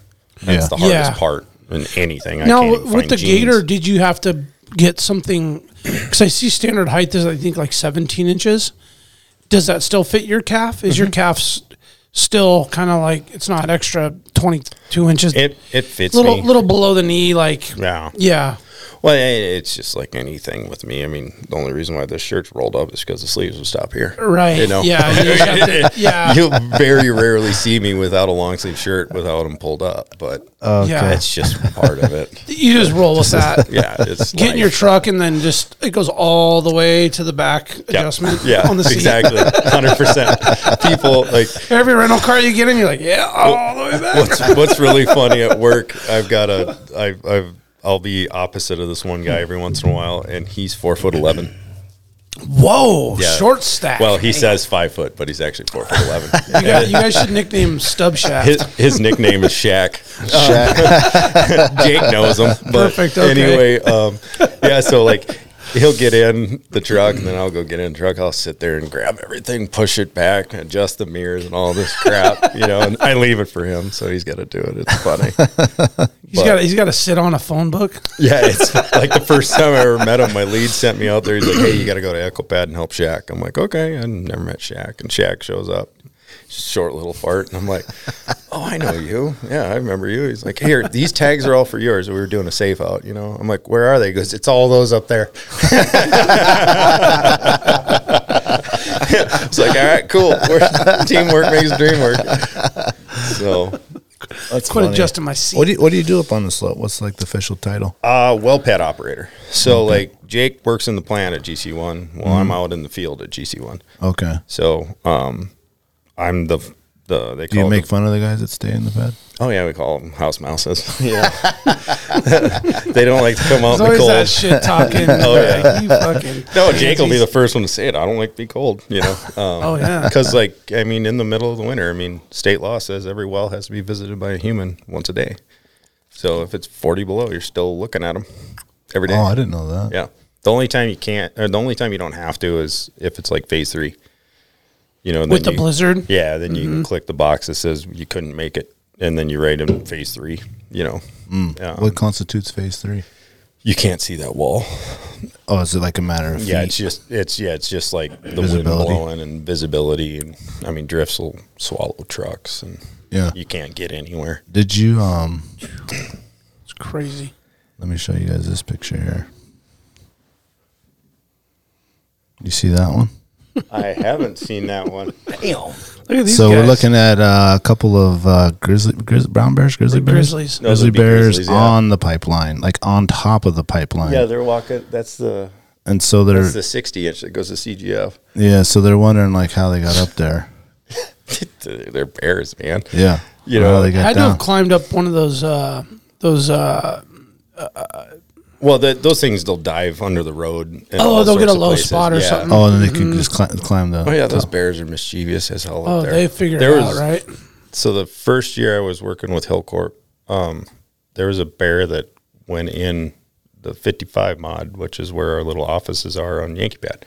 Speaker 5: That's
Speaker 7: Yeah.
Speaker 5: the
Speaker 2: Yeah.
Speaker 5: hardest part in anything. I
Speaker 2: Now
Speaker 5: can't even
Speaker 2: with
Speaker 5: find
Speaker 2: the
Speaker 5: jeans.
Speaker 2: gator, did you have to get something? Because I see standard height is I think like 17 inches. Does that still fit your calf? Is
Speaker 5: Mm-hmm.
Speaker 2: your calf s- still kind of like it's not extra 22 inches?
Speaker 5: It it fits
Speaker 2: little
Speaker 5: me.
Speaker 2: little below the knee, like
Speaker 5: yeah.
Speaker 2: yeah.
Speaker 5: Well, i- it's just like anything with me. I mean, the only reason why this shirt's rolled up is because the sleeves would stop here.
Speaker 2: Right.
Speaker 5: You know.
Speaker 2: Yeah. you just have to- yeah.
Speaker 5: You'll very rarely see me without a long sleeve shirt without them pulled up, but
Speaker 2: Yeah.
Speaker 5: that's just part of it.
Speaker 2: You just roll with that.
Speaker 5: Yeah, it's
Speaker 2: Get in your
Speaker 5: life.
Speaker 2: truck and then just it goes all the way to the back
Speaker 5: Yeah.
Speaker 2: adjustment
Speaker 5: Yeah,
Speaker 2: on the seat.
Speaker 5: exactly, hundred percent. People like
Speaker 2: Every rental car you get in, you're like, yeah, oh. all the way back.
Speaker 5: what's what's really funny at work i've got a i've i've i'll be opposite of this one guy every once in a while and he's four foot eleven
Speaker 2: Whoa,
Speaker 5: Yeah.
Speaker 2: short stack.
Speaker 5: well he says five foot but he's actually four foot eleven
Speaker 2: You guys, you guys should nickname him Stub Shaft.
Speaker 5: his, his nickname is Shaq. Um, Jake knows him. But
Speaker 2: Perfect, okay.
Speaker 5: Anyway, um, yeah. So like, he'll get in the truck, and then I'll go get in the truck. I'll sit there and grab everything, push it back, adjust the mirrors, and all this crap. You know, and I leave it for him, so he's got to do it. It's funny.
Speaker 2: he's got he's got to sit on a phone book.
Speaker 5: Yeah, it's like the first time I ever met him. My lead sent me out there. He's like, "Hey, you got to go to Echo Pad and help Shaq." I'm like, "Okay." I never met Shaq, and Shaq shows up, short little fart, and I'm like, "Oh, I know you. Yeah, I remember you." He's like, "Here, these tags are all for yours. We were doing a safe out, you know." I'm like, "Where are they?" He goes, "It's all those up there." it's like, "All right, cool. We're, teamwork makes the dream work." So,
Speaker 7: that's
Speaker 2: Quit adjusting my seat.
Speaker 7: What do you, what do you do up on the slope? What's like the official title?
Speaker 5: Uh, well pad operator. So like Jake works in the plant at GC one. Well, I'm out in the field at GC one.
Speaker 7: Okay.
Speaker 5: So um, I'm the the they
Speaker 7: Do
Speaker 5: call
Speaker 7: you
Speaker 5: it
Speaker 7: make
Speaker 5: the-
Speaker 7: fun of the guys that stay in the pad?
Speaker 5: oh yeah we call them house mouses. Yeah, they don't like to come out
Speaker 2: There's always
Speaker 5: in the cold.
Speaker 2: that shit talking. oh
Speaker 5: yeah.
Speaker 2: you fucking.
Speaker 5: no, Jake will be the first one to say it. I don't like to be cold. You know. Um,
Speaker 2: Oh yeah.
Speaker 5: Because, like, I mean, in the middle of the winter, I mean, state law says every well has to be visited by a human once a day. So if it's 40 below, you're still looking at them every day.
Speaker 7: Oh, I didn't know that.
Speaker 5: Yeah. The only time you can't, or the only time you don't have to is if it's like phase three. You know, and
Speaker 2: With
Speaker 5: then
Speaker 2: the
Speaker 5: you-
Speaker 2: blizzard?
Speaker 5: Yeah, then
Speaker 7: Mm-hmm.
Speaker 5: you can click the box that says you couldn't make it, and then you write in phase three. You know, Um,
Speaker 7: Mm. What constitutes phase three?
Speaker 5: you can't see that wall.
Speaker 7: Oh, is it like a matter of
Speaker 5: Yeah,
Speaker 7: feet?
Speaker 5: it's just it's yeah, it's just like the
Speaker 7: Visibility.
Speaker 5: wind blowing and visibility, and I mean drifts will swallow trucks, and
Speaker 7: Yeah.
Speaker 5: you can't get anywhere.
Speaker 7: Did you um?
Speaker 2: It's crazy.
Speaker 7: Let me show you guys this picture here. You see that one?
Speaker 5: I haven't seen that one.
Speaker 6: Damn.
Speaker 2: Look at these
Speaker 7: so we're
Speaker 2: guys.
Speaker 7: looking at uh, a couple of uh, grizzly, grizz, brown bears, grizzly bears,
Speaker 2: Grizzlies.
Speaker 5: Those
Speaker 7: grizzly
Speaker 5: would be
Speaker 7: bears
Speaker 5: grizzlies, yeah.
Speaker 7: on the pipeline, like on top of the pipeline.
Speaker 5: Yeah, they're walking. That's the
Speaker 7: and so they're
Speaker 5: that's the sixty inch that goes to CGF.
Speaker 7: yeah, so they're wondering like how they got up there.
Speaker 5: they're bears, man.
Speaker 7: Yeah,
Speaker 5: You
Speaker 7: Or
Speaker 5: know,
Speaker 7: how they
Speaker 2: I
Speaker 7: got
Speaker 2: had to have
Speaker 7: down.
Speaker 2: climbed up one of those uh, those uh,
Speaker 5: Well, the, those things they'll dive under the road. and
Speaker 2: Oh,
Speaker 5: all
Speaker 2: they'll get
Speaker 5: sorts
Speaker 2: a
Speaker 5: of
Speaker 2: low spot or
Speaker 5: Yeah.
Speaker 2: something. Mm-hmm.
Speaker 7: oh, and then they could just cli- climb the.
Speaker 5: Oh yeah, those bears are mischievous as hell.
Speaker 2: oh
Speaker 5: up there.
Speaker 2: they figured
Speaker 5: There
Speaker 2: it out
Speaker 5: was-
Speaker 2: right.
Speaker 5: So the first year I was working with Hillcorp, um, there was a bear that went in the 55 mod, which is where our little offices are on Yankee Pad.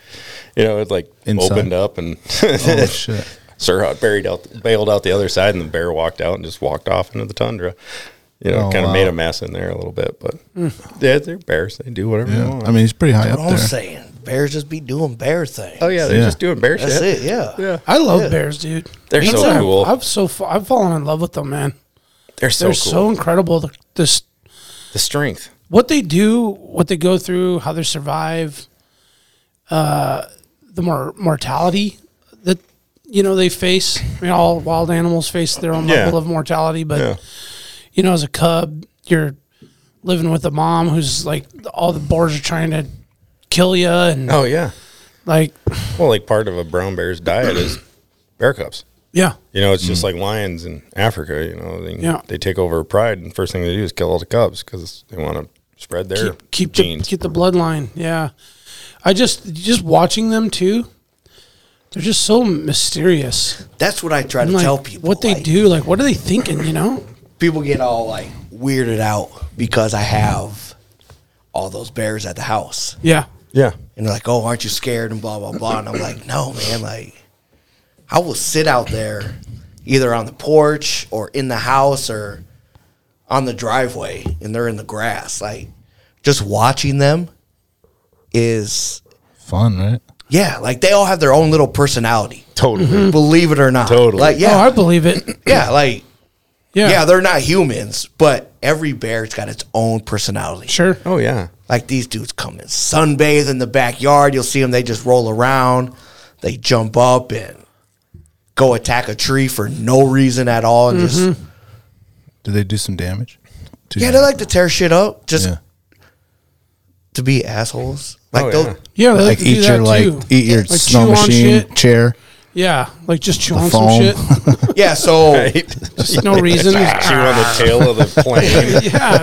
Speaker 5: You know, it like
Speaker 7: Inside.
Speaker 5: opened up and
Speaker 7: Oh, shit.
Speaker 5: Sir Hot buried out, bailed out the other side, and the bear walked out and just walked off into the tundra. You know,
Speaker 7: Oh,
Speaker 5: kind of
Speaker 7: wow. Hmm.
Speaker 5: made a mess in there a little bit, but yeah, they're bears. They do whatever they
Speaker 7: Yeah,
Speaker 5: want.
Speaker 7: I mean he's pretty high up
Speaker 6: What I'm
Speaker 7: there.
Speaker 6: saying. Bears just be doing bear things.
Speaker 5: oh yeah, they're
Speaker 7: Yeah.
Speaker 5: just doing bear
Speaker 6: That's
Speaker 5: shit.
Speaker 6: it, yeah.
Speaker 5: Yeah,
Speaker 2: I love bears, dude.
Speaker 5: They're
Speaker 2: That's
Speaker 5: so
Speaker 2: what I've-
Speaker 5: cool.
Speaker 2: I've so fa- I've fallen in love with them, man.
Speaker 5: they're so
Speaker 2: They're
Speaker 5: cool.
Speaker 2: so incredible. The, this
Speaker 5: the strength.
Speaker 2: what they do, what they go through, how they survive, uh, the more mortality that you know they face. I mean, all wild animals face their own
Speaker 5: Yeah.
Speaker 2: level of mortality, but
Speaker 5: Yeah.
Speaker 2: you know, as a cub, you're living with a mom who's like all the boars are trying to kill you, and
Speaker 5: Oh yeah.
Speaker 2: like
Speaker 5: Well, like part of a brown bear's diet is bear cubs.
Speaker 2: yeah,
Speaker 5: You know, it's just like lions in Africa. You know, they,
Speaker 2: Hmm. Yeah.
Speaker 5: they take over a pride, and first thing they do is kill all the cubs because they want to spread their
Speaker 2: keep keep the,
Speaker 5: genes.
Speaker 2: keep the bloodline. Yeah, I just just watching them too. They're just so mysterious.
Speaker 6: That's what I try to
Speaker 2: And, like,
Speaker 6: tell people.
Speaker 2: what they
Speaker 6: like,
Speaker 2: do. Like, what are they thinking? You know?
Speaker 6: People get all like weirded out because I have all those bears at the house.
Speaker 2: Yeah.
Speaker 5: yeah,
Speaker 6: And they're like, oh, aren't you scared? And blah, blah, blah. And I'm like, no, man. Like, I will sit out there either on the porch or in the house or on the driveway and they're in the grass. Like, just watching them is,
Speaker 7: Fun, right?
Speaker 6: yeah, like they all have their own little personality,
Speaker 5: totally.
Speaker 6: believe it or not.
Speaker 5: Totally.
Speaker 6: Like, yeah.
Speaker 2: Oh, I believe it.
Speaker 6: yeah. Like,
Speaker 2: Yeah.
Speaker 6: yeah, they're not humans, but every bear's got its own personality.
Speaker 2: sure.
Speaker 5: Oh yeah,
Speaker 6: Like these dudes come and sunbathe in the backyard. You'll see them. They just roll around. They jump up and go attack a tree for no reason at all. And
Speaker 2: Mm-hmm.
Speaker 6: just
Speaker 7: Mm-hmm. Do they do some damage? Do
Speaker 6: yeah, they like to tear shit up just
Speaker 7: yeah.
Speaker 6: to be assholes. Like
Speaker 5: Oh,
Speaker 6: they'll
Speaker 5: yeah.
Speaker 2: Yeah. They
Speaker 7: like
Speaker 2: like, to do
Speaker 7: eat
Speaker 2: that
Speaker 7: your like
Speaker 2: too.
Speaker 7: eat your
Speaker 2: Like, chew
Speaker 7: snow
Speaker 2: on
Speaker 7: machine
Speaker 2: shit.
Speaker 7: chair.
Speaker 2: Yeah. Like just chew
Speaker 7: The
Speaker 2: on
Speaker 7: foam.
Speaker 2: some
Speaker 6: yeah. so
Speaker 2: shit. No reason.
Speaker 5: chew on the tail of the plane.
Speaker 2: yeah.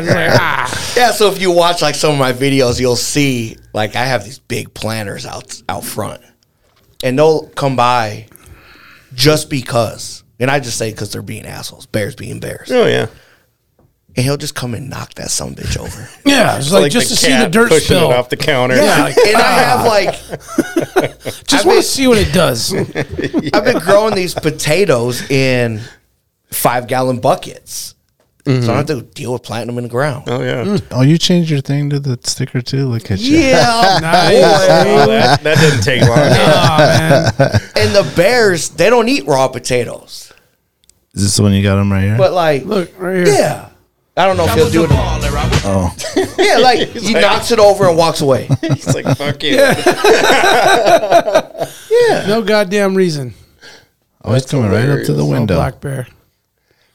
Speaker 2: it's like, ah.
Speaker 6: yeah, so if you watch like some of my videos, you'll see like I have these big planters out out front, and they'll come by just because. And I just say because they're being assholes, bears being bears,
Speaker 5: oh yeah,
Speaker 6: and he'll just come and knock that some bitch over.
Speaker 2: Yeah. It's like, just
Speaker 5: the
Speaker 2: to see the
Speaker 5: cat
Speaker 2: dirt
Speaker 5: pushing
Speaker 2: spill. ah.
Speaker 5: it off the counter.
Speaker 6: Yeah, and I have like
Speaker 2: just want to see what it does.
Speaker 6: I've been growing these potatoes in five gallon buckets, so I don't have to deal with planting them in the ground.
Speaker 5: Mm-hmm. Oh yeah.
Speaker 2: Mm.
Speaker 7: Oh, you changed your thing to the sticker too. Look at you.
Speaker 6: Yeah,
Speaker 2: nice.
Speaker 5: Well, that, that didn't take long.
Speaker 2: Aw, man.
Speaker 6: and the bears they don't eat raw potatoes,
Speaker 7: Is this the one you got them right here?
Speaker 6: but like
Speaker 2: Look right here.
Speaker 6: yeah. I don't know if he'll do it.
Speaker 7: oh,
Speaker 6: Yeah, like he
Speaker 5: like-
Speaker 6: knocks it over and walks away.
Speaker 5: It's like fuck you.
Speaker 2: No goddamn reason.
Speaker 7: oh, he's coming right up to the
Speaker 5: hilarious.
Speaker 7: window.
Speaker 2: Black bear.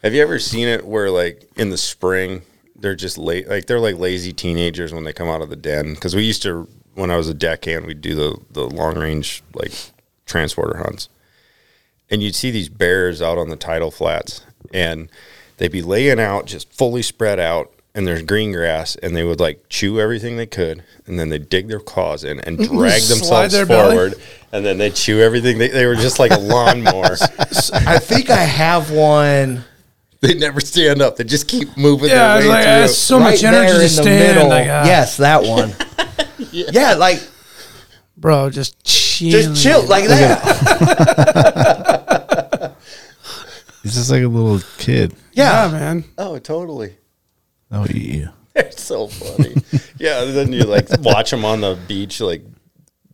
Speaker 5: Have you ever seen it where like in the spring they're just late like they're like lazy teenagers when they come out of the den because we used to when I was a deckhand we'd do the the long range like transporter hunts and you'd see these bears out on the tidal flats and they'd be laying out just fully spread out and there's green grass and they would like chew everything they could and then they'd dig their claws in and drag
Speaker 2: Slide
Speaker 5: themselves
Speaker 2: their belly.
Speaker 5: forward and then they'd chew everything they, they were just like a lawnmower
Speaker 6: I think I have one.
Speaker 5: they never stand up they just keep moving
Speaker 2: Yeah, I
Speaker 5: their
Speaker 2: was
Speaker 5: way
Speaker 2: like,
Speaker 5: through.
Speaker 2: that's so much
Speaker 6: right there
Speaker 2: energy to stand. Like, ah,
Speaker 6: yes, that one. yeah. like
Speaker 2: bro, just chill.
Speaker 6: Just chill like that.
Speaker 7: He's just like a little kid.
Speaker 2: Yeah, man.
Speaker 5: Oh, totally.
Speaker 7: I'll eat you.
Speaker 5: They're so funny. yeah, and then you like watch them on the beach, like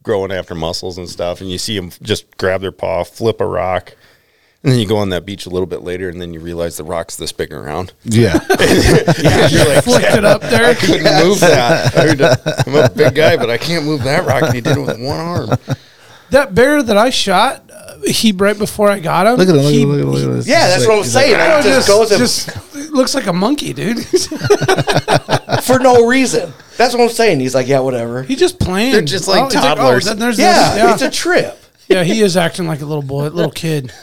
Speaker 5: growing after mussels and stuff, and you see them just grab their paw, flip a rock. And then you go on that beach a little bit later, and then you realize the rock's this big around.
Speaker 7: Yeah.
Speaker 5: You're like,
Speaker 2: Flicked it up there.
Speaker 5: couldn't move that. I would- I'm a big guy, but I can't move that rock. And he did it with one arm.
Speaker 2: That bear that I shot, uh, he right before I got him.
Speaker 7: Look at him. Look
Speaker 2: he-
Speaker 7: at him. Look at him. Look at him. It's
Speaker 6: Yeah, that's
Speaker 7: just
Speaker 6: what
Speaker 7: like-
Speaker 6: I'm saying. It just, goes in-
Speaker 2: just it looks like a monkey, dude.
Speaker 6: for no reason. That's what I'm saying. He's like, yeah, whatever.
Speaker 2: He just playing.
Speaker 5: They're just like
Speaker 2: he's oh,
Speaker 5: toddlers.
Speaker 2: then there's
Speaker 6: yeah,
Speaker 2: this- yeah.
Speaker 6: it's a trip.
Speaker 2: Yeah, he is acting like a little boy, little kid.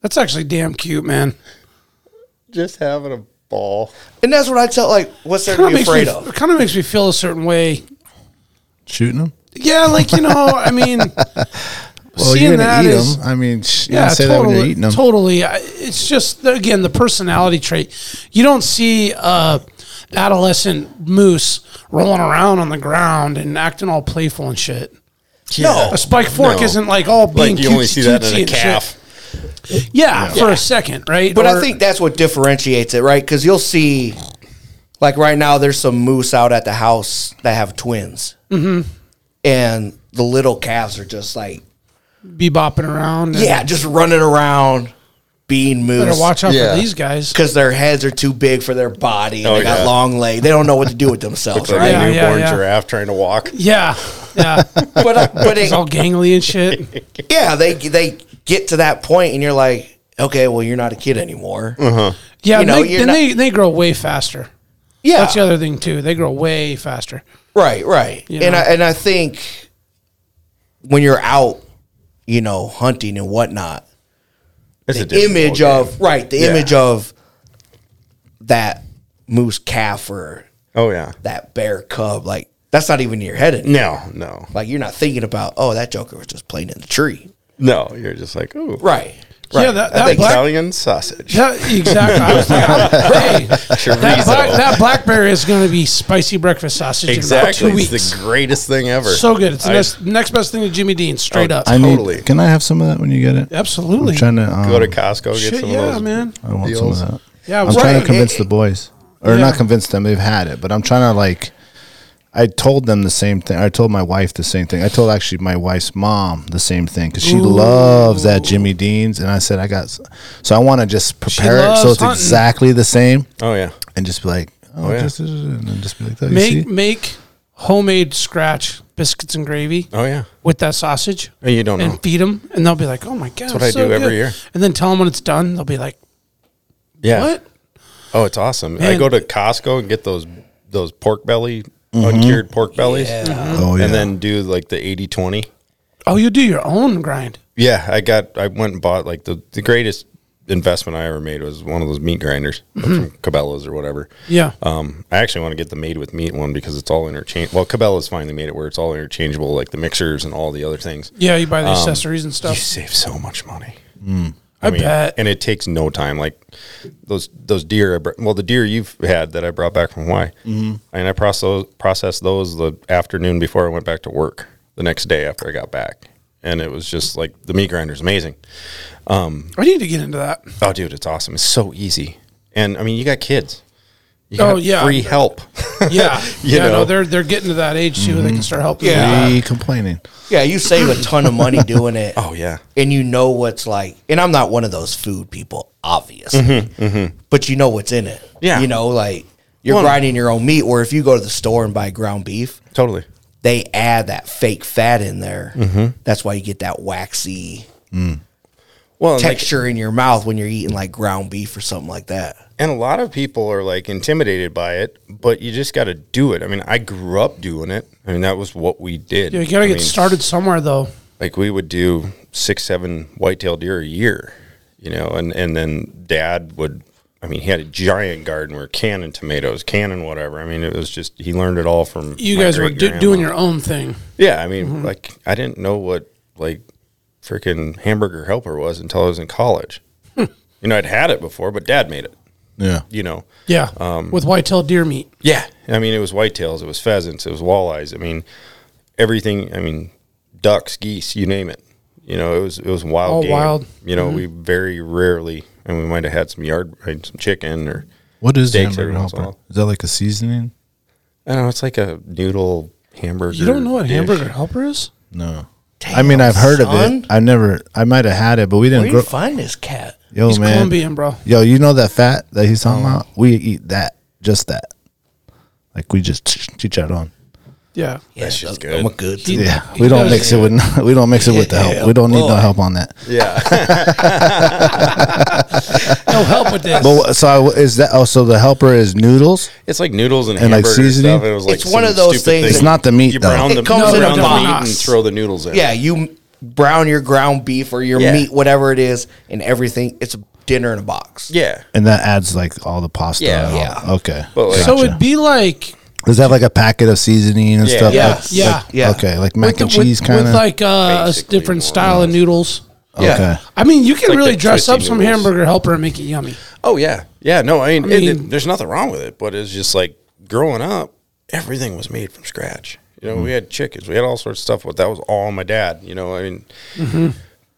Speaker 2: That's actually damn cute, man.
Speaker 5: Just having a ball.
Speaker 6: And that's what I tell. Like, what's there to
Speaker 2: Kind of
Speaker 6: be
Speaker 2: makes me,
Speaker 6: afraid of?
Speaker 2: kind of makes me feel a certain way.
Speaker 7: Shooting him?
Speaker 2: Yeah, like you know, I mean,
Speaker 7: Well,
Speaker 2: seeing
Speaker 7: you're going
Speaker 2: that
Speaker 7: to eat
Speaker 2: is-
Speaker 7: him. I mean, sh-
Speaker 2: yeah,
Speaker 7: yeah, say that
Speaker 2: totally,
Speaker 7: when you're eating him.
Speaker 2: totally. I- It's just again the personality trait. You don't see uh, adolescent moose rolling around on the ground and acting all playful and shit.
Speaker 5: No.
Speaker 2: a spike fork
Speaker 5: No.
Speaker 2: isn't like all being
Speaker 5: Like you only
Speaker 2: cutesy
Speaker 5: see that in
Speaker 2: cutesy
Speaker 5: a
Speaker 2: and shit.
Speaker 5: calf.
Speaker 2: Yeah, for a second, right?
Speaker 6: But
Speaker 2: Or-
Speaker 6: I think that's what differentiates it, right? Because you'll see, like right now, there's some moose out at the house that have twins, mm-hmm. and the little calves are just like,
Speaker 2: be bopping around. and
Speaker 6: yeah, just running around, being
Speaker 2: Mm-hmm. better
Speaker 6: moose.
Speaker 2: watch out
Speaker 5: Yeah.
Speaker 2: for these guys.
Speaker 6: because their heads are too big for their body. And
Speaker 5: Oh,
Speaker 6: they got
Speaker 5: yeah.
Speaker 6: long legs. They don't know what to do with themselves,
Speaker 5: It's like
Speaker 6: right?
Speaker 2: Yeah,
Speaker 5: a
Speaker 2: yeah,
Speaker 5: newborn
Speaker 2: yeah.
Speaker 5: giraffe trying to walk.
Speaker 2: Yeah, yeah. it's
Speaker 6: But uh, but it,
Speaker 2: all gangly and shit.
Speaker 6: yeah, they they get to that point, and you're like, okay, well, you're not a kid anymore.
Speaker 5: Uh-huh.
Speaker 2: Yeah,
Speaker 6: You know,
Speaker 2: and, they,
Speaker 6: you're
Speaker 2: and
Speaker 6: not-
Speaker 2: they they grow way faster.
Speaker 6: Yeah,
Speaker 2: That's the other thing too. They grow way faster.
Speaker 6: right, right.
Speaker 2: You
Speaker 6: and
Speaker 2: know.
Speaker 6: I and I think when you're out, you know, hunting and whatnot,
Speaker 5: It's a
Speaker 6: the
Speaker 5: different
Speaker 6: image
Speaker 5: ballgame.
Speaker 6: of right, the
Speaker 5: Yeah.
Speaker 6: image of that moose calf or
Speaker 5: Oh yeah.
Speaker 6: that bear cub, like that's not even in your head anymore.
Speaker 5: No, no,
Speaker 6: Like you're not thinking about, oh, that joker was just playing in the tree.
Speaker 5: no. You're just like, ooh,
Speaker 6: Right.
Speaker 2: Yeah,
Speaker 6: Right.
Speaker 2: that-
Speaker 6: I
Speaker 2: that
Speaker 6: think
Speaker 2: black-
Speaker 6: so.
Speaker 5: Italian sausage.
Speaker 2: Yeah, exactly. I was like, hey, that, black, that blackberry is going to be spicy breakfast sausage
Speaker 5: exactly.
Speaker 2: in about two
Speaker 5: It's
Speaker 2: weeks.
Speaker 5: the greatest thing ever.
Speaker 2: so good. It's the
Speaker 5: I- Oh,
Speaker 2: next, next best thing to Jimmy Dean, straight up.
Speaker 7: I need,
Speaker 5: Totally.
Speaker 7: Can I have some of that when you get it?
Speaker 2: Absolutely.
Speaker 7: I'm trying to um,
Speaker 5: Go to Costco, get
Speaker 2: Shit,
Speaker 5: some
Speaker 2: yeah,
Speaker 5: of those.
Speaker 2: man.
Speaker 7: I want
Speaker 5: deals.
Speaker 7: some of that.
Speaker 2: Yeah,
Speaker 7: I'm
Speaker 2: right.
Speaker 7: trying to convince the boys, or
Speaker 2: Yeah.
Speaker 7: not convince them. They've had it, but I'm trying to like. I told them the same thing. I told my wife the same thing. I told actually my wife's mom the same thing because she loves that Jimmy Dean's, and I said I got. s- So I want to just prepare it
Speaker 2: loves
Speaker 7: so it's
Speaker 2: hunting.
Speaker 7: exactly the same,
Speaker 5: Oh yeah.
Speaker 7: and just be like, oh,
Speaker 5: Oh, yeah.
Speaker 7: just, and then just be like that. You
Speaker 2: Make
Speaker 7: see?
Speaker 2: make homemade scratch biscuits and gravy
Speaker 5: Oh yeah.
Speaker 2: with that sausage.
Speaker 5: Oh, you don't
Speaker 2: and
Speaker 5: know.
Speaker 2: feed them, and they'll be like, "Oh my god, that's
Speaker 5: what I do every year.
Speaker 2: And then tell them when it's done, they'll be like,
Speaker 5: Yeah.
Speaker 2: "What?"
Speaker 5: Oh, it's awesome. I
Speaker 2: Man.
Speaker 5: go to Costco and get those those pork belly uncured pork bellies,
Speaker 7: Mm-hmm.
Speaker 2: Mm-hmm.
Speaker 7: Oh yeah,
Speaker 5: and then do like the 80-20.
Speaker 2: Oh, you do your own grind.
Speaker 5: Yeah, I got. I went and bought like the the greatest investment I ever made was one of those meat grinders from Cabela's or whatever.
Speaker 2: Mm-hmm. Yeah.
Speaker 5: Um, I actually want to get the made with meat one because it's all interchange. Well, Cabela's finally made it where it's all interchangeable, like the mixers and all the other things.
Speaker 2: yeah, you buy the accessories and stuff.
Speaker 5: Um, You save so much money.
Speaker 7: Mm.
Speaker 2: I, bet.
Speaker 5: and it takes no time. Like those those deer, I br- well, the deer you've had that I brought back from Hawaii,
Speaker 2: Mm-hmm.
Speaker 5: and I process processed those the afternoon before I went back to work. The next day after I got back, and it was just like the meat grinder's amazing. Um,
Speaker 2: I need to get into that.
Speaker 5: Oh, dude, it's awesome. It's so easy, and I mean, you got kids. You got
Speaker 2: Oh, yeah.
Speaker 5: free help.
Speaker 2: Yeah,
Speaker 5: You
Speaker 2: yeah. No,
Speaker 5: know. Mm-hmm.
Speaker 2: they're they're getting to that age too. where They can start helping.
Speaker 6: Yeah.
Speaker 7: Be complaining.
Speaker 6: Yeah, you save a ton of money doing it.
Speaker 5: oh yeah,
Speaker 6: And you know what's like, and I'm not one of those food people, obviously, but you know what's in it.
Speaker 5: Mm-hmm. Yeah.
Speaker 6: You know, like you're
Speaker 5: Well-
Speaker 6: grinding your own meat, or if you go to the store and buy ground beef,
Speaker 5: totally. Mm-hmm.
Speaker 6: they add that fake fat in there. That's why you get that waxy
Speaker 7: Mm.
Speaker 5: Well, and, like,
Speaker 6: texture in your mouth when you're eating like ground beef or something like that.
Speaker 5: And a lot of people are like intimidated by it, but you just got to do it. I mean, I grew up doing it. I mean, that was what we did.
Speaker 2: You gotta
Speaker 5: I
Speaker 2: get
Speaker 5: mean,
Speaker 2: started somewhere though.
Speaker 5: Like we would do six, seven whitetail deer a year, you know, and and then dad would. I mean, he had a giant garden where canning tomatoes, canning whatever. I mean, it was just he learned it all from
Speaker 2: You
Speaker 5: my
Speaker 2: guys were do,
Speaker 5: great-grandma.
Speaker 2: doing your Mm-hmm. own thing.
Speaker 5: Yeah, I mean, like I didn't know what like freaking hamburger helper was until I was in college.
Speaker 2: Hmm.
Speaker 5: you know, I'd had it before, but dad made it.
Speaker 7: Yeah,
Speaker 5: You know.
Speaker 2: Yeah,
Speaker 5: Um,
Speaker 2: with whitetail deer meat.
Speaker 5: Yeah. I mean, it was whitetails, it was pheasants, it was walleyes. I mean, everything. I mean, ducks, geese, you name it. You know, it was it was wild.
Speaker 2: All
Speaker 5: game.
Speaker 2: wild. Mm-hmm.
Speaker 5: You know, we very rarely, and we might have had some yard, had some chicken or.
Speaker 7: What is the
Speaker 5: Steaks
Speaker 7: hamburger
Speaker 5: every once in a
Speaker 7: helper? Is that like a seasoning?
Speaker 5: I don't know. It's like a noodle hamburger.
Speaker 2: You don't know what
Speaker 5: dish.
Speaker 2: hamburger helper is?
Speaker 7: No. I mean, I've heard of
Speaker 6: son.
Speaker 7: it. I never. I might have had it, but we
Speaker 6: Where
Speaker 7: didn't
Speaker 6: do you
Speaker 7: grow.
Speaker 6: find this cat? Mm.
Speaker 7: Yo,
Speaker 2: He's
Speaker 7: man.
Speaker 2: Colombian, bro.
Speaker 7: Yo, you know that fat that he's talking about? We eat that, just that. Like we just teach that on.
Speaker 2: Yeah.
Speaker 6: Yeah,
Speaker 5: shit's
Speaker 6: I'm-
Speaker 5: good.
Speaker 6: I'm a good.
Speaker 7: Yeah, we don't
Speaker 2: does.
Speaker 7: mix it with we don't mix it with the help. We don't need no
Speaker 6: Boy.
Speaker 7: help on that.
Speaker 5: Yeah.
Speaker 2: No help with this.
Speaker 7: But wh- so I- is that? Oh, so the helper is noodles.
Speaker 5: it's like noodles and,
Speaker 7: And, like,
Speaker 5: hamburger
Speaker 7: seasoning?
Speaker 5: stuff. and it was like
Speaker 6: It's one
Speaker 5: some
Speaker 6: of those
Speaker 5: stupid
Speaker 6: things-
Speaker 5: thing.
Speaker 7: It's not the meat,
Speaker 5: You
Speaker 7: though.
Speaker 5: brown the,
Speaker 6: It comes
Speaker 5: you
Speaker 2: in a
Speaker 5: brown the meat
Speaker 2: box.
Speaker 5: and throw the noodles in.
Speaker 6: Yeah, you m- brown your ground beef or your
Speaker 5: Yeah.
Speaker 6: meat, whatever it is, and everything. It's a dinner in a box.
Speaker 5: Yeah.
Speaker 7: And that adds like all the pasta.
Speaker 5: Yeah.
Speaker 7: and all-
Speaker 6: Yeah.
Speaker 7: Okay.
Speaker 5: But like,
Speaker 2: So it'd be like
Speaker 7: Does that have like a packet of seasoning and
Speaker 5: Yeah.
Speaker 7: stuff?
Speaker 6: Yeah.
Speaker 7: Like-
Speaker 2: Yeah.
Speaker 7: like-
Speaker 6: Yeah.
Speaker 7: Okay. Like mac
Speaker 2: with, the-
Speaker 7: and cheese
Speaker 2: with-
Speaker 7: kind
Speaker 2: with
Speaker 7: of.
Speaker 2: like uh, a s-
Speaker 5: Basically
Speaker 2: different
Speaker 5: more
Speaker 2: style
Speaker 5: or
Speaker 2: of
Speaker 5: less.
Speaker 2: noodles.
Speaker 6: Yeah.
Speaker 7: okay.
Speaker 2: I mean, you can
Speaker 5: like
Speaker 2: really
Speaker 5: the
Speaker 2: dress
Speaker 5: twisty
Speaker 2: up some
Speaker 5: noodles.
Speaker 2: hamburger helper and make it yummy.
Speaker 5: oh yeah, yeah. No, I mean,
Speaker 2: I
Speaker 5: it- it-
Speaker 2: mean-
Speaker 5: there's nothing wrong with it, but it's just like growing up, everything was made from scratch. You know,
Speaker 2: Mm-hmm.
Speaker 5: we had chickens, we had all sorts of stuff, but that was all my dad. You know, I mean,
Speaker 2: Mm-hmm.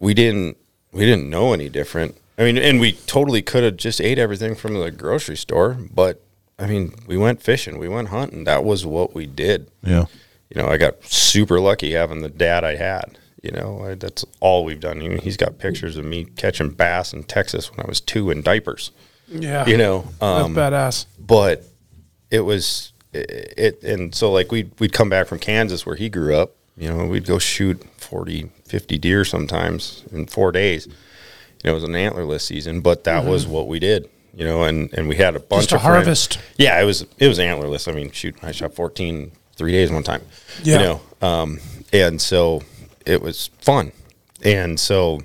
Speaker 5: we didn't we didn't know any different. I mean, and we totally could have just ate everything from the grocery store, but I mean, we went fishing, we went hunting. That was what we did.
Speaker 7: yeah.
Speaker 5: you know, I got super lucky having the dad I had. You know, I, that's all we've done. You know, he's got pictures of me catching bass in Texas when I was two in diapers.
Speaker 2: Yeah.
Speaker 5: You know,
Speaker 2: That's
Speaker 5: um,
Speaker 2: badass.
Speaker 5: but it was it, it. And so, like we'd we'd come back from Kansas where he grew up. You know, we'd go shoot 40, 50 deer sometimes in four days. You know, it was an antlerless season, but that was what we did. You know, and and we had a
Speaker 2: Mm-hmm.
Speaker 5: bunch
Speaker 2: Just a
Speaker 5: of friends-
Speaker 2: harvest.
Speaker 5: yeah, it was it was antlerless. I mean, shoot, I shot 14 three days one time.
Speaker 2: Yeah.
Speaker 5: You know, um, and so it was fun, and so,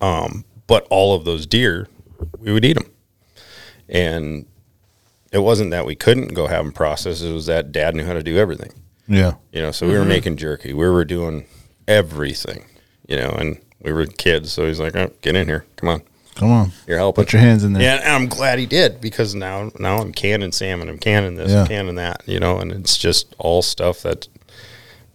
Speaker 5: um, but all of those deer, we would eat them, and it wasn't that we couldn't go have them processed. It was that Dad knew how to do everything.
Speaker 7: Yeah.
Speaker 5: You know, so we were
Speaker 7: Mm-hmm.
Speaker 5: making jerky. We were doing everything. You know, and we were kids, so he's like, oh, "Get in here, come on."
Speaker 7: Come on.
Speaker 5: You're helping.
Speaker 7: Put your hands in there.
Speaker 5: Yeah, and I'm glad he did because now now I'm canning salmon, I'm canning this,
Speaker 7: Yeah.
Speaker 5: I'm canning that, you know, and it's just all stuff that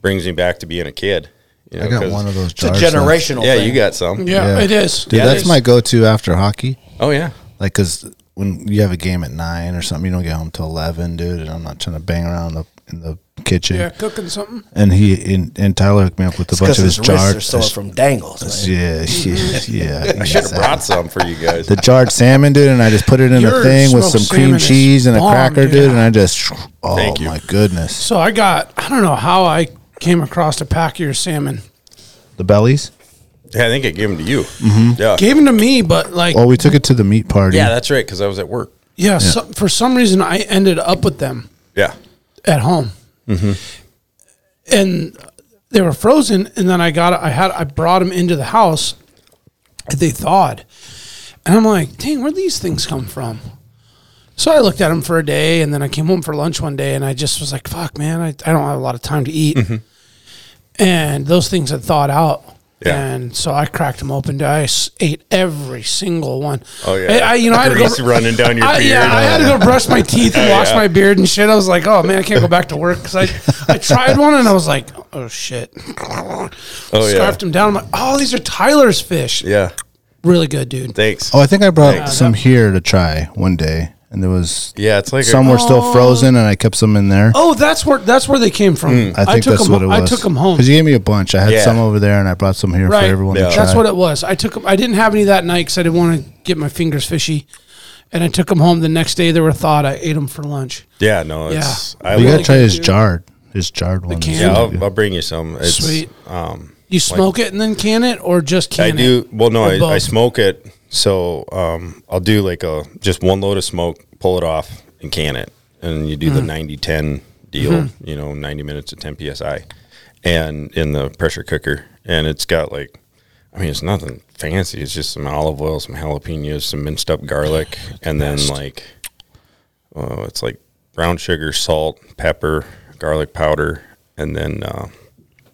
Speaker 5: brings me back to being a kid. You know,
Speaker 7: I got
Speaker 5: 'cause-
Speaker 7: one of those.
Speaker 6: It's a
Speaker 7: jars left.
Speaker 6: generational
Speaker 5: Yeah,
Speaker 6: thing.
Speaker 5: you got some.
Speaker 2: Yeah,
Speaker 7: Yeah.
Speaker 2: it is.
Speaker 7: Dude,
Speaker 5: Yeah,
Speaker 7: that's
Speaker 5: it's-
Speaker 7: my go-to after hockey.
Speaker 5: Oh yeah.
Speaker 7: Like, cause when you have a game at nine or something, you don't get home till eleven, dude. And I'm not trying to bang around up in the kitchen.
Speaker 2: Yeah, cooking something.
Speaker 7: And he and, and Tyler hooked me up with a bunch
Speaker 6: because
Speaker 7: of his
Speaker 6: his wrists are
Speaker 7: jarred.
Speaker 6: sore from dangles. man.
Speaker 7: Yeah, yeah, yeah.
Speaker 5: I should have brought some for you guys.
Speaker 7: the jarred salmon, dude, and I just put it in
Speaker 2: Your
Speaker 7: a thing with
Speaker 2: smoked
Speaker 7: some
Speaker 2: salmon
Speaker 7: cream
Speaker 2: is
Speaker 7: cheese and a
Speaker 2: bomb,
Speaker 7: cracker,
Speaker 2: dude.
Speaker 7: dude, and I just, oh
Speaker 5: Thank you.
Speaker 7: my goodness,
Speaker 2: So I got, I don't know how I came across a pack of your salmon.
Speaker 7: the bellies. Mm-hmm.
Speaker 5: Yeah, I think I gave them to you. Yeah.
Speaker 2: Gave them to me, but like,
Speaker 5: Oh,
Speaker 7: Well, we took it to the meat party.
Speaker 5: yeah, that's right, because I was at work.
Speaker 2: yeah, So, for some reason I ended up with them
Speaker 5: Yeah. Mm-hmm.
Speaker 2: at home. And they were frozen. And then I got, I had, I brought them into the house and they thawed. And I'm like, dang, where these things come from? So I looked at them for a day and then I came home for lunch one day and I just was like, fuck, man, I, I don't have a lot of time to eat.
Speaker 5: Mm.
Speaker 2: And those things had thawed out.
Speaker 5: Yeah.
Speaker 2: And so I cracked them open. I s- ate every single one.
Speaker 5: Oh, yeah.
Speaker 2: I, I- you know, I had to
Speaker 5: Grease
Speaker 2: go
Speaker 5: running down your
Speaker 2: I,
Speaker 5: beard.
Speaker 2: Yeah, I had to go brush my teeth and wash my beard and shit. I was like, oh man, I can't go back to work because I, I tried one and I was like, oh shit. Oh
Speaker 5: Oh, yeah.
Speaker 2: Scarfed them down. I'm like, oh, these are Tyler's fish.
Speaker 5: Yeah.
Speaker 2: Really good, dude.
Speaker 5: Thanks.
Speaker 7: Oh, I think I brought some here to try one day, and there was
Speaker 5: Yeah, it's like a-
Speaker 7: some were still frozen, and I kept some in there.
Speaker 2: Oh, that's where that's where they came from.
Speaker 5: Mm.
Speaker 7: I think
Speaker 2: took
Speaker 7: that's
Speaker 2: them,
Speaker 7: what it was.
Speaker 2: I took them home.
Speaker 7: because you gave me a bunch. I had
Speaker 5: Yeah.
Speaker 7: some over there, and I brought some here
Speaker 2: Right.
Speaker 7: for everyone
Speaker 5: Yeah.
Speaker 7: to try.
Speaker 2: That's what it was. I took 'em- I didn't have any that night because I didn't want to get my fingers fishy, and I took them home the next day. They were thawed. I ate them for lunch.
Speaker 5: Yeah, no, it's I
Speaker 7: you
Speaker 5: will,
Speaker 7: gotta try his jarred, his jarred one.
Speaker 2: can-
Speaker 5: yeah, I'll, I'll bring you some. It's,
Speaker 2: Sweet.
Speaker 5: Um
Speaker 2: You smoke it and then can it, or just can
Speaker 5: I
Speaker 2: it?
Speaker 5: do. Well, no,
Speaker 2: Or
Speaker 5: I, I
Speaker 2: both?
Speaker 5: smoke it. So um, I'll do like a just one load of smoke, pull it off, and can it. And you do
Speaker 2: Hmm.
Speaker 5: the 90 10 deal, you know, 90 minutes at 10 psi and in the pressure cooker. And it's got like, I mean, it's nothing fancy. It's just some olive oil, some jalapenos, some minced up garlic, and then like, oh, it's like brown sugar, salt, pepper, garlic powder, and then uh,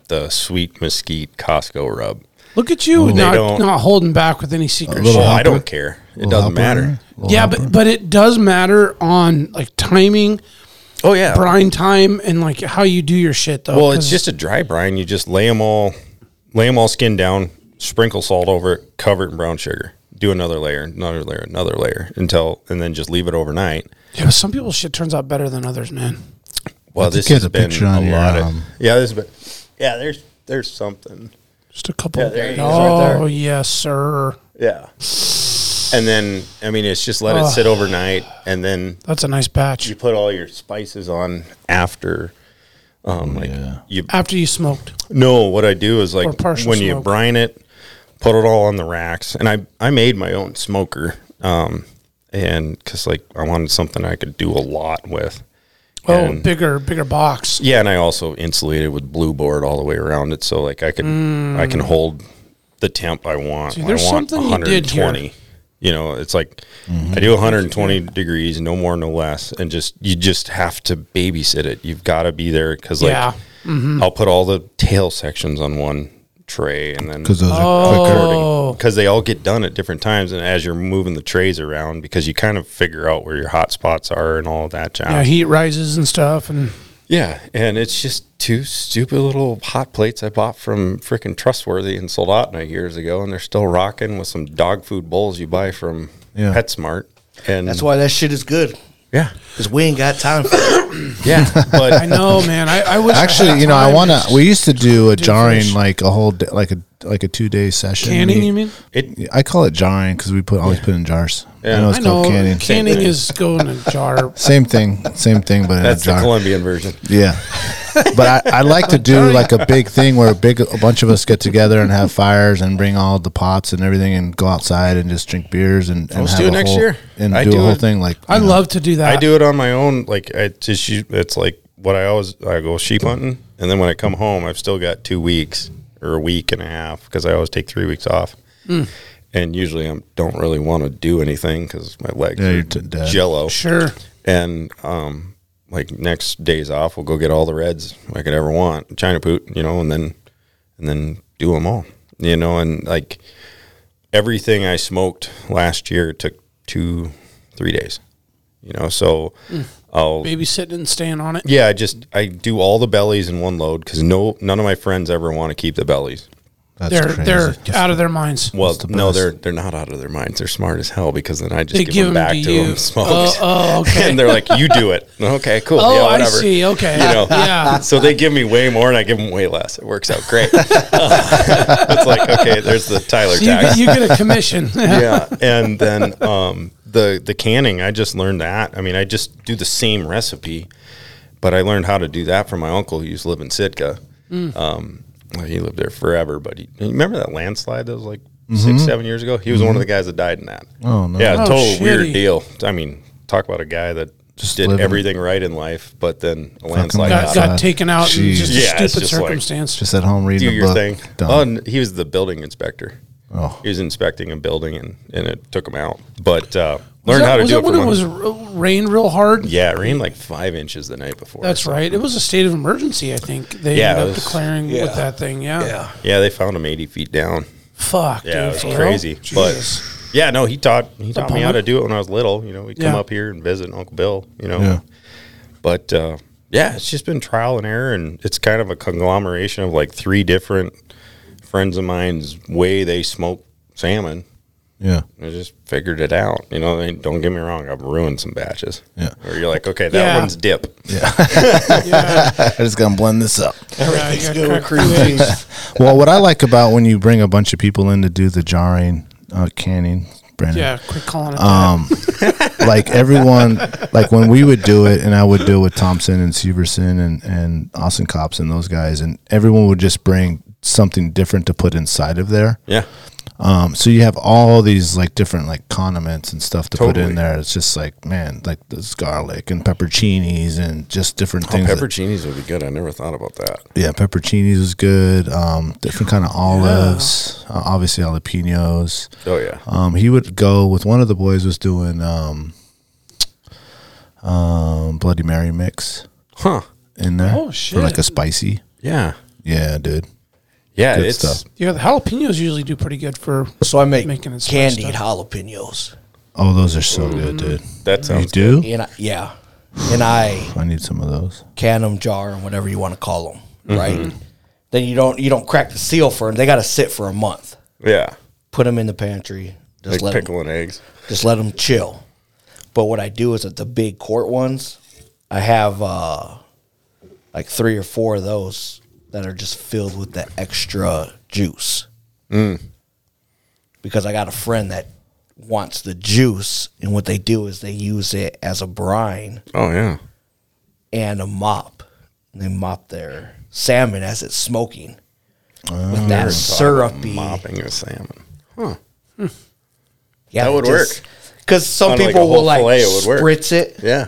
Speaker 5: the sweet mesquite Costco rub.
Speaker 2: Look at you,
Speaker 5: they
Speaker 2: not,
Speaker 5: don't-
Speaker 2: not holding back with any secret
Speaker 7: little
Speaker 2: shit.
Speaker 5: Oh, I
Speaker 7: hopper.
Speaker 5: don't care. It doesn't matter.
Speaker 2: Yeah, but but it does matter on like timing
Speaker 5: Oh yeah.
Speaker 2: brine time and like how you do your shit though.
Speaker 5: Well, it's
Speaker 2: 'cause-
Speaker 5: just a dry brine. You just lay them all, lay 'em all skin down, sprinkle salt over it, cover it in brown sugar. Do another layer, another layer, another layer until, and then just leave it overnight.
Speaker 2: yeah, but some people's shit turns out better than others, man.
Speaker 5: Well,
Speaker 7: think
Speaker 5: this
Speaker 7: you
Speaker 5: has
Speaker 7: have the
Speaker 5: been
Speaker 7: picture
Speaker 5: a
Speaker 7: on your,
Speaker 5: lot of
Speaker 7: um,
Speaker 5: yeah. There's been yeah. There's there's something
Speaker 2: Just a couple.
Speaker 5: Yeah, there it is right
Speaker 2: oh
Speaker 5: there.
Speaker 2: yes, sir.
Speaker 5: yeah. And then I mean, it's just let it sit overnight, and then
Speaker 2: That's a nice batch.
Speaker 5: you put all your spices on after. Um, like you
Speaker 2: After you smoked,
Speaker 5: No, what I do is like
Speaker 2: Or
Speaker 5: when
Speaker 2: partial
Speaker 5: you
Speaker 2: smoke.
Speaker 5: brine it, put it all on the racks, and I I made my own smoker, um, and because like I wanted something I could do a lot with.
Speaker 2: oh,
Speaker 5: And-
Speaker 2: bigger, bigger box.
Speaker 5: Yeah, and I also insulated with blue board all the way around it, so like I can I can hold the temp I want.
Speaker 2: Mm. See,
Speaker 5: I
Speaker 2: there's
Speaker 5: want
Speaker 2: something you did here. Mm-hmm.
Speaker 5: You know, it's like I do 120 degrees, no more, no less, and just you just have to babysit it. You've got to be there because like
Speaker 2: Yeah. Mm-hmm.
Speaker 5: I'll put all the tail sections on one tray and then
Speaker 7: because those
Speaker 2: Oh.
Speaker 7: are quicker.
Speaker 5: because they all get done at different times and as you're moving the trays around because you kind of figure out where your hot spots are and all that jazz.
Speaker 2: Yeah, heat rises and stuff, and
Speaker 5: Yeah, and it's just two stupid little hot plates I bought from frickin' Trustworthy in Soldotna years ago, and they're still rocking with some dog food bowls you buy from
Speaker 7: Yeah.
Speaker 5: PetSmart. And
Speaker 6: That's why that shit is good.
Speaker 5: yeah,
Speaker 6: Cause we ain't got time for it.
Speaker 5: yeah.
Speaker 2: I
Speaker 5: But
Speaker 2: know, man. I, I wish I had
Speaker 7: Actually, you know, I
Speaker 2: time.
Speaker 7: want to. We used to do a
Speaker 2: do
Speaker 7: jarring
Speaker 2: fish.
Speaker 7: like a whole day, like a like a two day session.
Speaker 2: canning.
Speaker 7: We-
Speaker 2: You mean?
Speaker 5: it,
Speaker 7: I call it jarring because we put always put in jars.
Speaker 5: Yeah.
Speaker 7: I know it's
Speaker 2: I know
Speaker 7: called
Speaker 2: canning,
Speaker 7: canning.
Speaker 5: thing.
Speaker 2: is going in a jar.
Speaker 7: Same thing, same thing, but in
Speaker 5: that's
Speaker 7: a
Speaker 5: the
Speaker 7: jar.
Speaker 5: Colombian version.
Speaker 7: Yeah. but I, I like to
Speaker 5: Oh,
Speaker 7: do like a big thing where a big a bunch of us get together and have fires and bring all the pots and everything and go outside and just drink beers and, and
Speaker 5: Let's
Speaker 7: have
Speaker 5: do it
Speaker 7: a
Speaker 5: next
Speaker 7: whole-
Speaker 5: year.
Speaker 7: and
Speaker 5: I
Speaker 7: do,
Speaker 5: do
Speaker 7: a whole
Speaker 5: it.
Speaker 7: thing like
Speaker 2: I
Speaker 7: you know,
Speaker 2: love to do that.
Speaker 5: I do it on my own. Like I just, u- it's like what I always I go sheep hunting, and then when I come home, I've still got two weeks or a week and a half because I always take three weeks off.
Speaker 2: Hmm.
Speaker 5: And usually I don't really want to do anything because my legs
Speaker 7: Yeah,
Speaker 5: are
Speaker 7: you're t- uh, dead.
Speaker 5: jello.
Speaker 2: Sure.
Speaker 5: and um, like next days off, we'll go get all the reds I could ever want, China poot, you know, and then and then do them all, you know, and like everything I smoked last year took two, three days, you know, so I'll
Speaker 2: Babysitting and staying on it.
Speaker 5: yeah, I just I do all the bellies in one load because no none of my friends ever want to keep the bellies.
Speaker 7: That's
Speaker 2: They're
Speaker 7: crazy.
Speaker 2: they're out of their minds.
Speaker 5: Well,
Speaker 7: the
Speaker 5: no,
Speaker 7: best.
Speaker 5: they're they're not out of their minds. They're smart as hell because then I just
Speaker 2: They
Speaker 5: give,
Speaker 2: give
Speaker 5: them
Speaker 2: 'em
Speaker 5: back
Speaker 2: to
Speaker 5: to,
Speaker 2: you.
Speaker 5: them smoked.
Speaker 2: Oh, oh, okay.
Speaker 5: and they're like, "You do it." Okay, cool.
Speaker 2: Oh,
Speaker 5: yeah,
Speaker 2: I
Speaker 5: whatever.
Speaker 2: see. Okay.
Speaker 5: You know,
Speaker 2: Yeah.
Speaker 5: So they give me way more, and I give them way less. It works out great. it's like okay, there's the Tyler
Speaker 2: So you,
Speaker 5: tax.
Speaker 2: get- you get a commission.
Speaker 5: yeah, and then um, the the canning. I just learned that. I mean, I just do the same recipe, but I learned how to do that from my uncle who used to live in Sitka.
Speaker 2: Mm.
Speaker 5: Um, well, he lived there forever, but he, you remember that landslide that was like six, seven years ago? He was one of the guys that died in that.
Speaker 7: Oh, no.
Speaker 5: Yeah,
Speaker 2: Mm-hmm. Oh,
Speaker 5: total
Speaker 2: shitty.
Speaker 5: weird deal. I mean, talk about a guy that just did
Speaker 7: living-
Speaker 5: everything right in life, but then a landslide
Speaker 2: got,
Speaker 5: got,
Speaker 2: got
Speaker 5: him.
Speaker 7: God.
Speaker 2: taken out in
Speaker 7: Jeez.
Speaker 2: just
Speaker 5: Yeah,
Speaker 2: a
Speaker 5: it's
Speaker 2: stupid
Speaker 5: just like-
Speaker 2: circumstance.
Speaker 7: just at home reading
Speaker 5: Do
Speaker 7: a
Speaker 5: your
Speaker 7: book.
Speaker 5: thing.
Speaker 7: Done.
Speaker 5: Oh, and he was the building inspector.
Speaker 7: Oh.
Speaker 5: He was inspecting a building, and, and it took him out. But uh,
Speaker 2: Was
Speaker 5: learn
Speaker 2: that-
Speaker 5: how to
Speaker 2: was
Speaker 5: do
Speaker 2: that
Speaker 5: it.
Speaker 2: when
Speaker 5: from
Speaker 2: it
Speaker 5: a-
Speaker 2: was r- rained real hard?
Speaker 5: Yeah, it rained like five inches the night before.
Speaker 2: That's right. It was a state of emergency, I think. They
Speaker 5: Yeah,
Speaker 2: ended
Speaker 5: it
Speaker 2: up
Speaker 5: was-
Speaker 2: declaring with that thing. Yeah.
Speaker 5: Yeah, they found him 80 feet down.
Speaker 2: Fuck,
Speaker 5: Yeah,
Speaker 2: dude.
Speaker 5: it
Speaker 2: for
Speaker 5: was
Speaker 2: real?
Speaker 5: crazy.
Speaker 2: Jesus.
Speaker 5: But yeah, no, he taught he taught me how
Speaker 2: bummer.
Speaker 5: to do it when I was little. You know, we'd come
Speaker 2: Yeah.
Speaker 5: up here and visit Uncle Bill. You know,
Speaker 7: Yeah.
Speaker 5: but uh, yeah, it's just been trial and error, and it's kind of a conglomeration of like three different friends of mine's way they smoke salmon.
Speaker 7: Yeah.
Speaker 5: I just figured it out. You know, and don't get me wrong, I've ruined some batches.
Speaker 7: Yeah.
Speaker 5: Or you're like, okay, that
Speaker 2: Yeah.
Speaker 5: one's dip.
Speaker 7: I just gonna blend this up.
Speaker 2: Yeah, you gotta crack
Speaker 6: cream
Speaker 2: the eggs.
Speaker 6: cheese.
Speaker 7: Well, what I like about when you bring a bunch of people in to do the jarring, uh, canning, Brandon. Um,
Speaker 2: Yeah, quit calling it that.
Speaker 7: like everyone like when we would do it and I would do it with Thompson and Severson and, and Austin Cops and those guys and everyone would just bring something different to put inside of there.
Speaker 5: Yeah.
Speaker 7: Um, so you have all these like different like condiments and stuff to put
Speaker 5: Totally.
Speaker 7: in there. It's just like man, like this garlic and pepperoncinis and just different
Speaker 5: Oh,
Speaker 7: things. that-
Speaker 5: pepperoncinis would be good. I never thought about that.
Speaker 7: yeah, pepperoncinis is good. Um, different kind of olives, uh, obviously jalapenos.
Speaker 5: Oh yeah.
Speaker 7: Um, he would go with one of the boys was doing um, um, Bloody Mary mix
Speaker 5: Huh.
Speaker 7: in there.
Speaker 2: Oh,
Speaker 7: For like
Speaker 2: shit.
Speaker 7: a spicy.
Speaker 5: Yeah.
Speaker 7: Yeah, dude.
Speaker 5: Yeah,
Speaker 7: Good
Speaker 5: it's
Speaker 7: stuff.
Speaker 2: Yeah, the jalapenos usually do pretty good for.
Speaker 6: So I make
Speaker 2: Making it
Speaker 6: candied
Speaker 2: spiced
Speaker 6: jalapenos.
Speaker 7: Oh, those are so good, dude.
Speaker 5: Mm, that
Speaker 7: You
Speaker 5: sounds
Speaker 7: do?
Speaker 6: And I, yeah. and I
Speaker 7: I need some of those.
Speaker 6: can 'em, jar, or whatever you want to call them,
Speaker 5: Mm-hmm.
Speaker 6: right? Then you don't you don't crack the seal for them. They got to sit for a month.
Speaker 5: Yeah.
Speaker 6: Put them in the pantry. Just
Speaker 5: like
Speaker 6: let 'em-
Speaker 5: pickling eggs.
Speaker 6: just let them chill. But what I do is at the big court ones, I have uh, like three or four of those that are just filled with the extra juice.
Speaker 7: Mm.
Speaker 6: Because I got a friend that wants the juice, and what they do is they use it as a brine
Speaker 5: Oh yeah.
Speaker 6: and a mop. They mop their salmon as it's smoking
Speaker 5: Oh,
Speaker 6: with that syrupy.
Speaker 5: Mopping a salmon.
Speaker 6: Yeah,
Speaker 5: That would work.
Speaker 6: Because some
Speaker 5: On, like,
Speaker 6: people
Speaker 5: a
Speaker 6: will
Speaker 5: whole
Speaker 6: like
Speaker 5: fillet, it would work.
Speaker 6: spritz it.
Speaker 5: Yeah.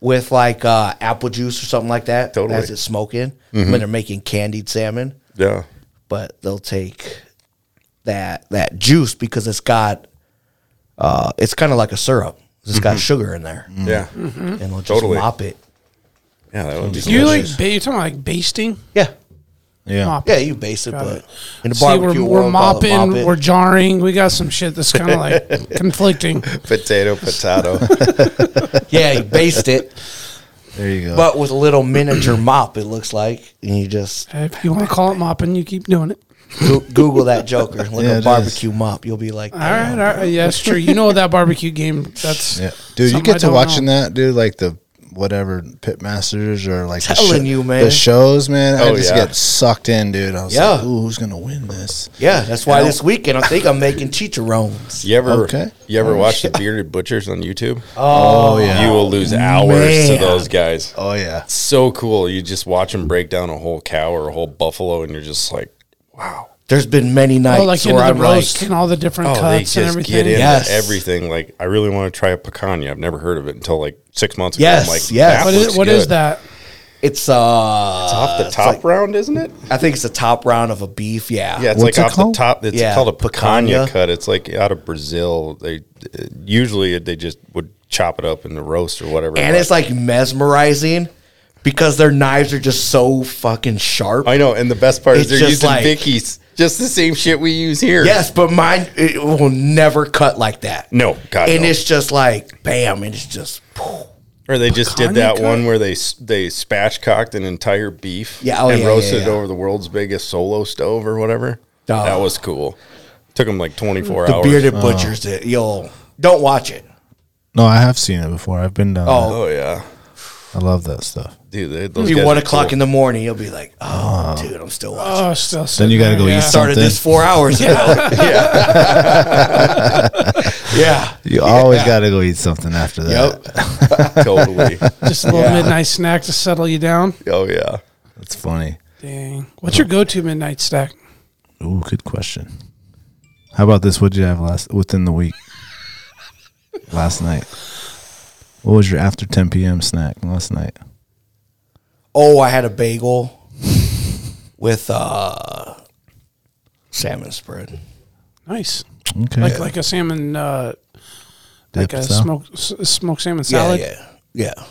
Speaker 6: with like uh, apple juice or something like that
Speaker 5: Totally. Mm-hmm.
Speaker 6: as it's smoking when they're making candied salmon.
Speaker 5: Yeah.
Speaker 6: But they'll take that that juice because it's got uh, it's kind of like a syrup. It's got sugar in there,
Speaker 5: Mm-hmm.
Speaker 6: Mm-hmm.
Speaker 5: Yeah.
Speaker 6: and they'll just
Speaker 5: Totally.
Speaker 6: mop it.
Speaker 5: Yeah, that would be
Speaker 2: You like
Speaker 5: delicious.
Speaker 2: ba- you talking about like basting?
Speaker 6: Yeah,
Speaker 7: Yeah.
Speaker 2: Mop.
Speaker 6: yeah, you base it, but
Speaker 2: it.
Speaker 6: in the
Speaker 2: See,
Speaker 6: barbecue
Speaker 2: we're,
Speaker 6: world,
Speaker 2: we're
Speaker 6: call it
Speaker 2: mopping,
Speaker 6: mop it.
Speaker 2: we're jarring. We got some shit that's kind of like conflicting.
Speaker 5: potato potato.
Speaker 6: yeah, you baste it,
Speaker 7: There you go.
Speaker 6: but with a little miniature mop, it looks like, and you just
Speaker 2: If you want to call it mopping, you keep doing it.
Speaker 6: go- Google that Joker, look
Speaker 7: Yeah, it
Speaker 6: at
Speaker 7: is.
Speaker 6: barbecue mop, you'll be like,
Speaker 2: All right, all right. Yeah, that's true. You know that barbecue game. That's
Speaker 7: yeah. Dude, you
Speaker 2: something I
Speaker 7: get to
Speaker 2: don't
Speaker 7: watching
Speaker 2: know.
Speaker 7: that, dude, like the whatever pit masters or like the
Speaker 6: Telling you, man.
Speaker 7: the shows, man. I
Speaker 5: Oh,
Speaker 7: just
Speaker 5: yeah.
Speaker 7: get sucked in, dude. I was
Speaker 6: Yeah.
Speaker 7: like, ooh, who's gonna win this?
Speaker 6: yeah, that's why this weekend I think I'm making chicharrones.
Speaker 5: You ever
Speaker 7: Okay.
Speaker 5: you ever watch the bearded butchers on YouTube?
Speaker 7: Oh, yeah.
Speaker 5: you will lose hours
Speaker 6: man.
Speaker 5: to those guys.
Speaker 7: oh yeah.
Speaker 5: So cool. You just watch them break down a whole cow or a whole buffalo and you're just like, wow.
Speaker 6: There's been many nights
Speaker 2: Oh, like into
Speaker 6: where
Speaker 2: the
Speaker 6: I'm
Speaker 2: roast
Speaker 6: like,
Speaker 2: and all the different
Speaker 5: Oh, they
Speaker 2: cuts and
Speaker 5: just
Speaker 2: everything.
Speaker 5: get into
Speaker 6: Yes.
Speaker 5: everything. Like, I really want to try a pecan. I've never heard of it until like six months ago.
Speaker 6: Yes,
Speaker 5: I'm like,
Speaker 6: yes.
Speaker 5: that
Speaker 2: What is
Speaker 5: looks
Speaker 2: what is
Speaker 5: good.
Speaker 2: that?
Speaker 6: it's
Speaker 5: It's
Speaker 6: uh,
Speaker 5: off the top round, isn't it?
Speaker 6: I think it's the top round of a beef. Yeah,
Speaker 5: Yeah, it's
Speaker 7: What's
Speaker 5: like
Speaker 7: it
Speaker 5: off
Speaker 7: called?
Speaker 5: the top. It's
Speaker 6: Yeah,
Speaker 5: called a picanha
Speaker 6: picanha.
Speaker 5: cut. It's like out of Brazil. They uh, usually they just would chop it up in the roast or whatever.
Speaker 6: and
Speaker 5: but-
Speaker 6: it's like mesmerizing because their knives are just so fucking sharp.
Speaker 5: I know. And the best part is
Speaker 6: It's
Speaker 5: they're
Speaker 6: just
Speaker 5: using
Speaker 6: like-
Speaker 5: Vicky's, just the same shit we use here.
Speaker 6: Yes, but mine it will never cut like that.
Speaker 5: No, God,
Speaker 6: and
Speaker 5: no.
Speaker 6: it's just like bam, and it's just poof.
Speaker 5: Or they just
Speaker 2: Picanha
Speaker 5: did that
Speaker 2: cut?
Speaker 5: one where they s- they spatchcocked an entire beef
Speaker 6: Yeah, oh,
Speaker 5: and
Speaker 6: yeah,
Speaker 5: roasted
Speaker 6: yeah,
Speaker 5: it
Speaker 6: yeah.
Speaker 5: over the world's biggest solo stove or whatever.
Speaker 6: Oh.
Speaker 5: That was cool. Took them like 24
Speaker 6: the
Speaker 5: hours.
Speaker 6: bearded butchers. It you'll don't watch it.
Speaker 7: No, I have seen it before. I've been down. Oh.
Speaker 6: Oh,
Speaker 5: oh, yeah.
Speaker 7: I love that stuff.
Speaker 5: Dude, they,
Speaker 6: it'll
Speaker 5: those
Speaker 6: be
Speaker 5: guys
Speaker 6: one
Speaker 5: are
Speaker 6: o'clock
Speaker 5: cool.
Speaker 6: in the morning. You'll be like, oh,
Speaker 7: Uh-huh.
Speaker 6: dude, I'm still watching.
Speaker 2: Oh, still.
Speaker 7: Then you gotta go
Speaker 2: yeah.
Speaker 7: eat
Speaker 6: Started
Speaker 7: something.
Speaker 6: this four hours ago.
Speaker 5: Yeah.
Speaker 6: yeah.
Speaker 7: You always gotta go eat something after that.
Speaker 5: totally.
Speaker 2: Just a little midnight snack to settle you down.
Speaker 5: Oh, yeah.
Speaker 7: That's funny.
Speaker 2: Dang. What's
Speaker 7: Oh.
Speaker 2: your go-to midnight snack?
Speaker 7: Ooh, good question. How about this? What did you have last within the week? last night. What was your after 10 p.m. snack last night?
Speaker 6: Oh, I had a bagel with uh salmon spread.
Speaker 2: Nice.
Speaker 7: Okay.
Speaker 2: Like like a salmon, uh, like
Speaker 7: Dip
Speaker 2: a
Speaker 7: salad?
Speaker 2: smoked s- smoked salmon salad.
Speaker 6: Yeah, yeah. Yeah.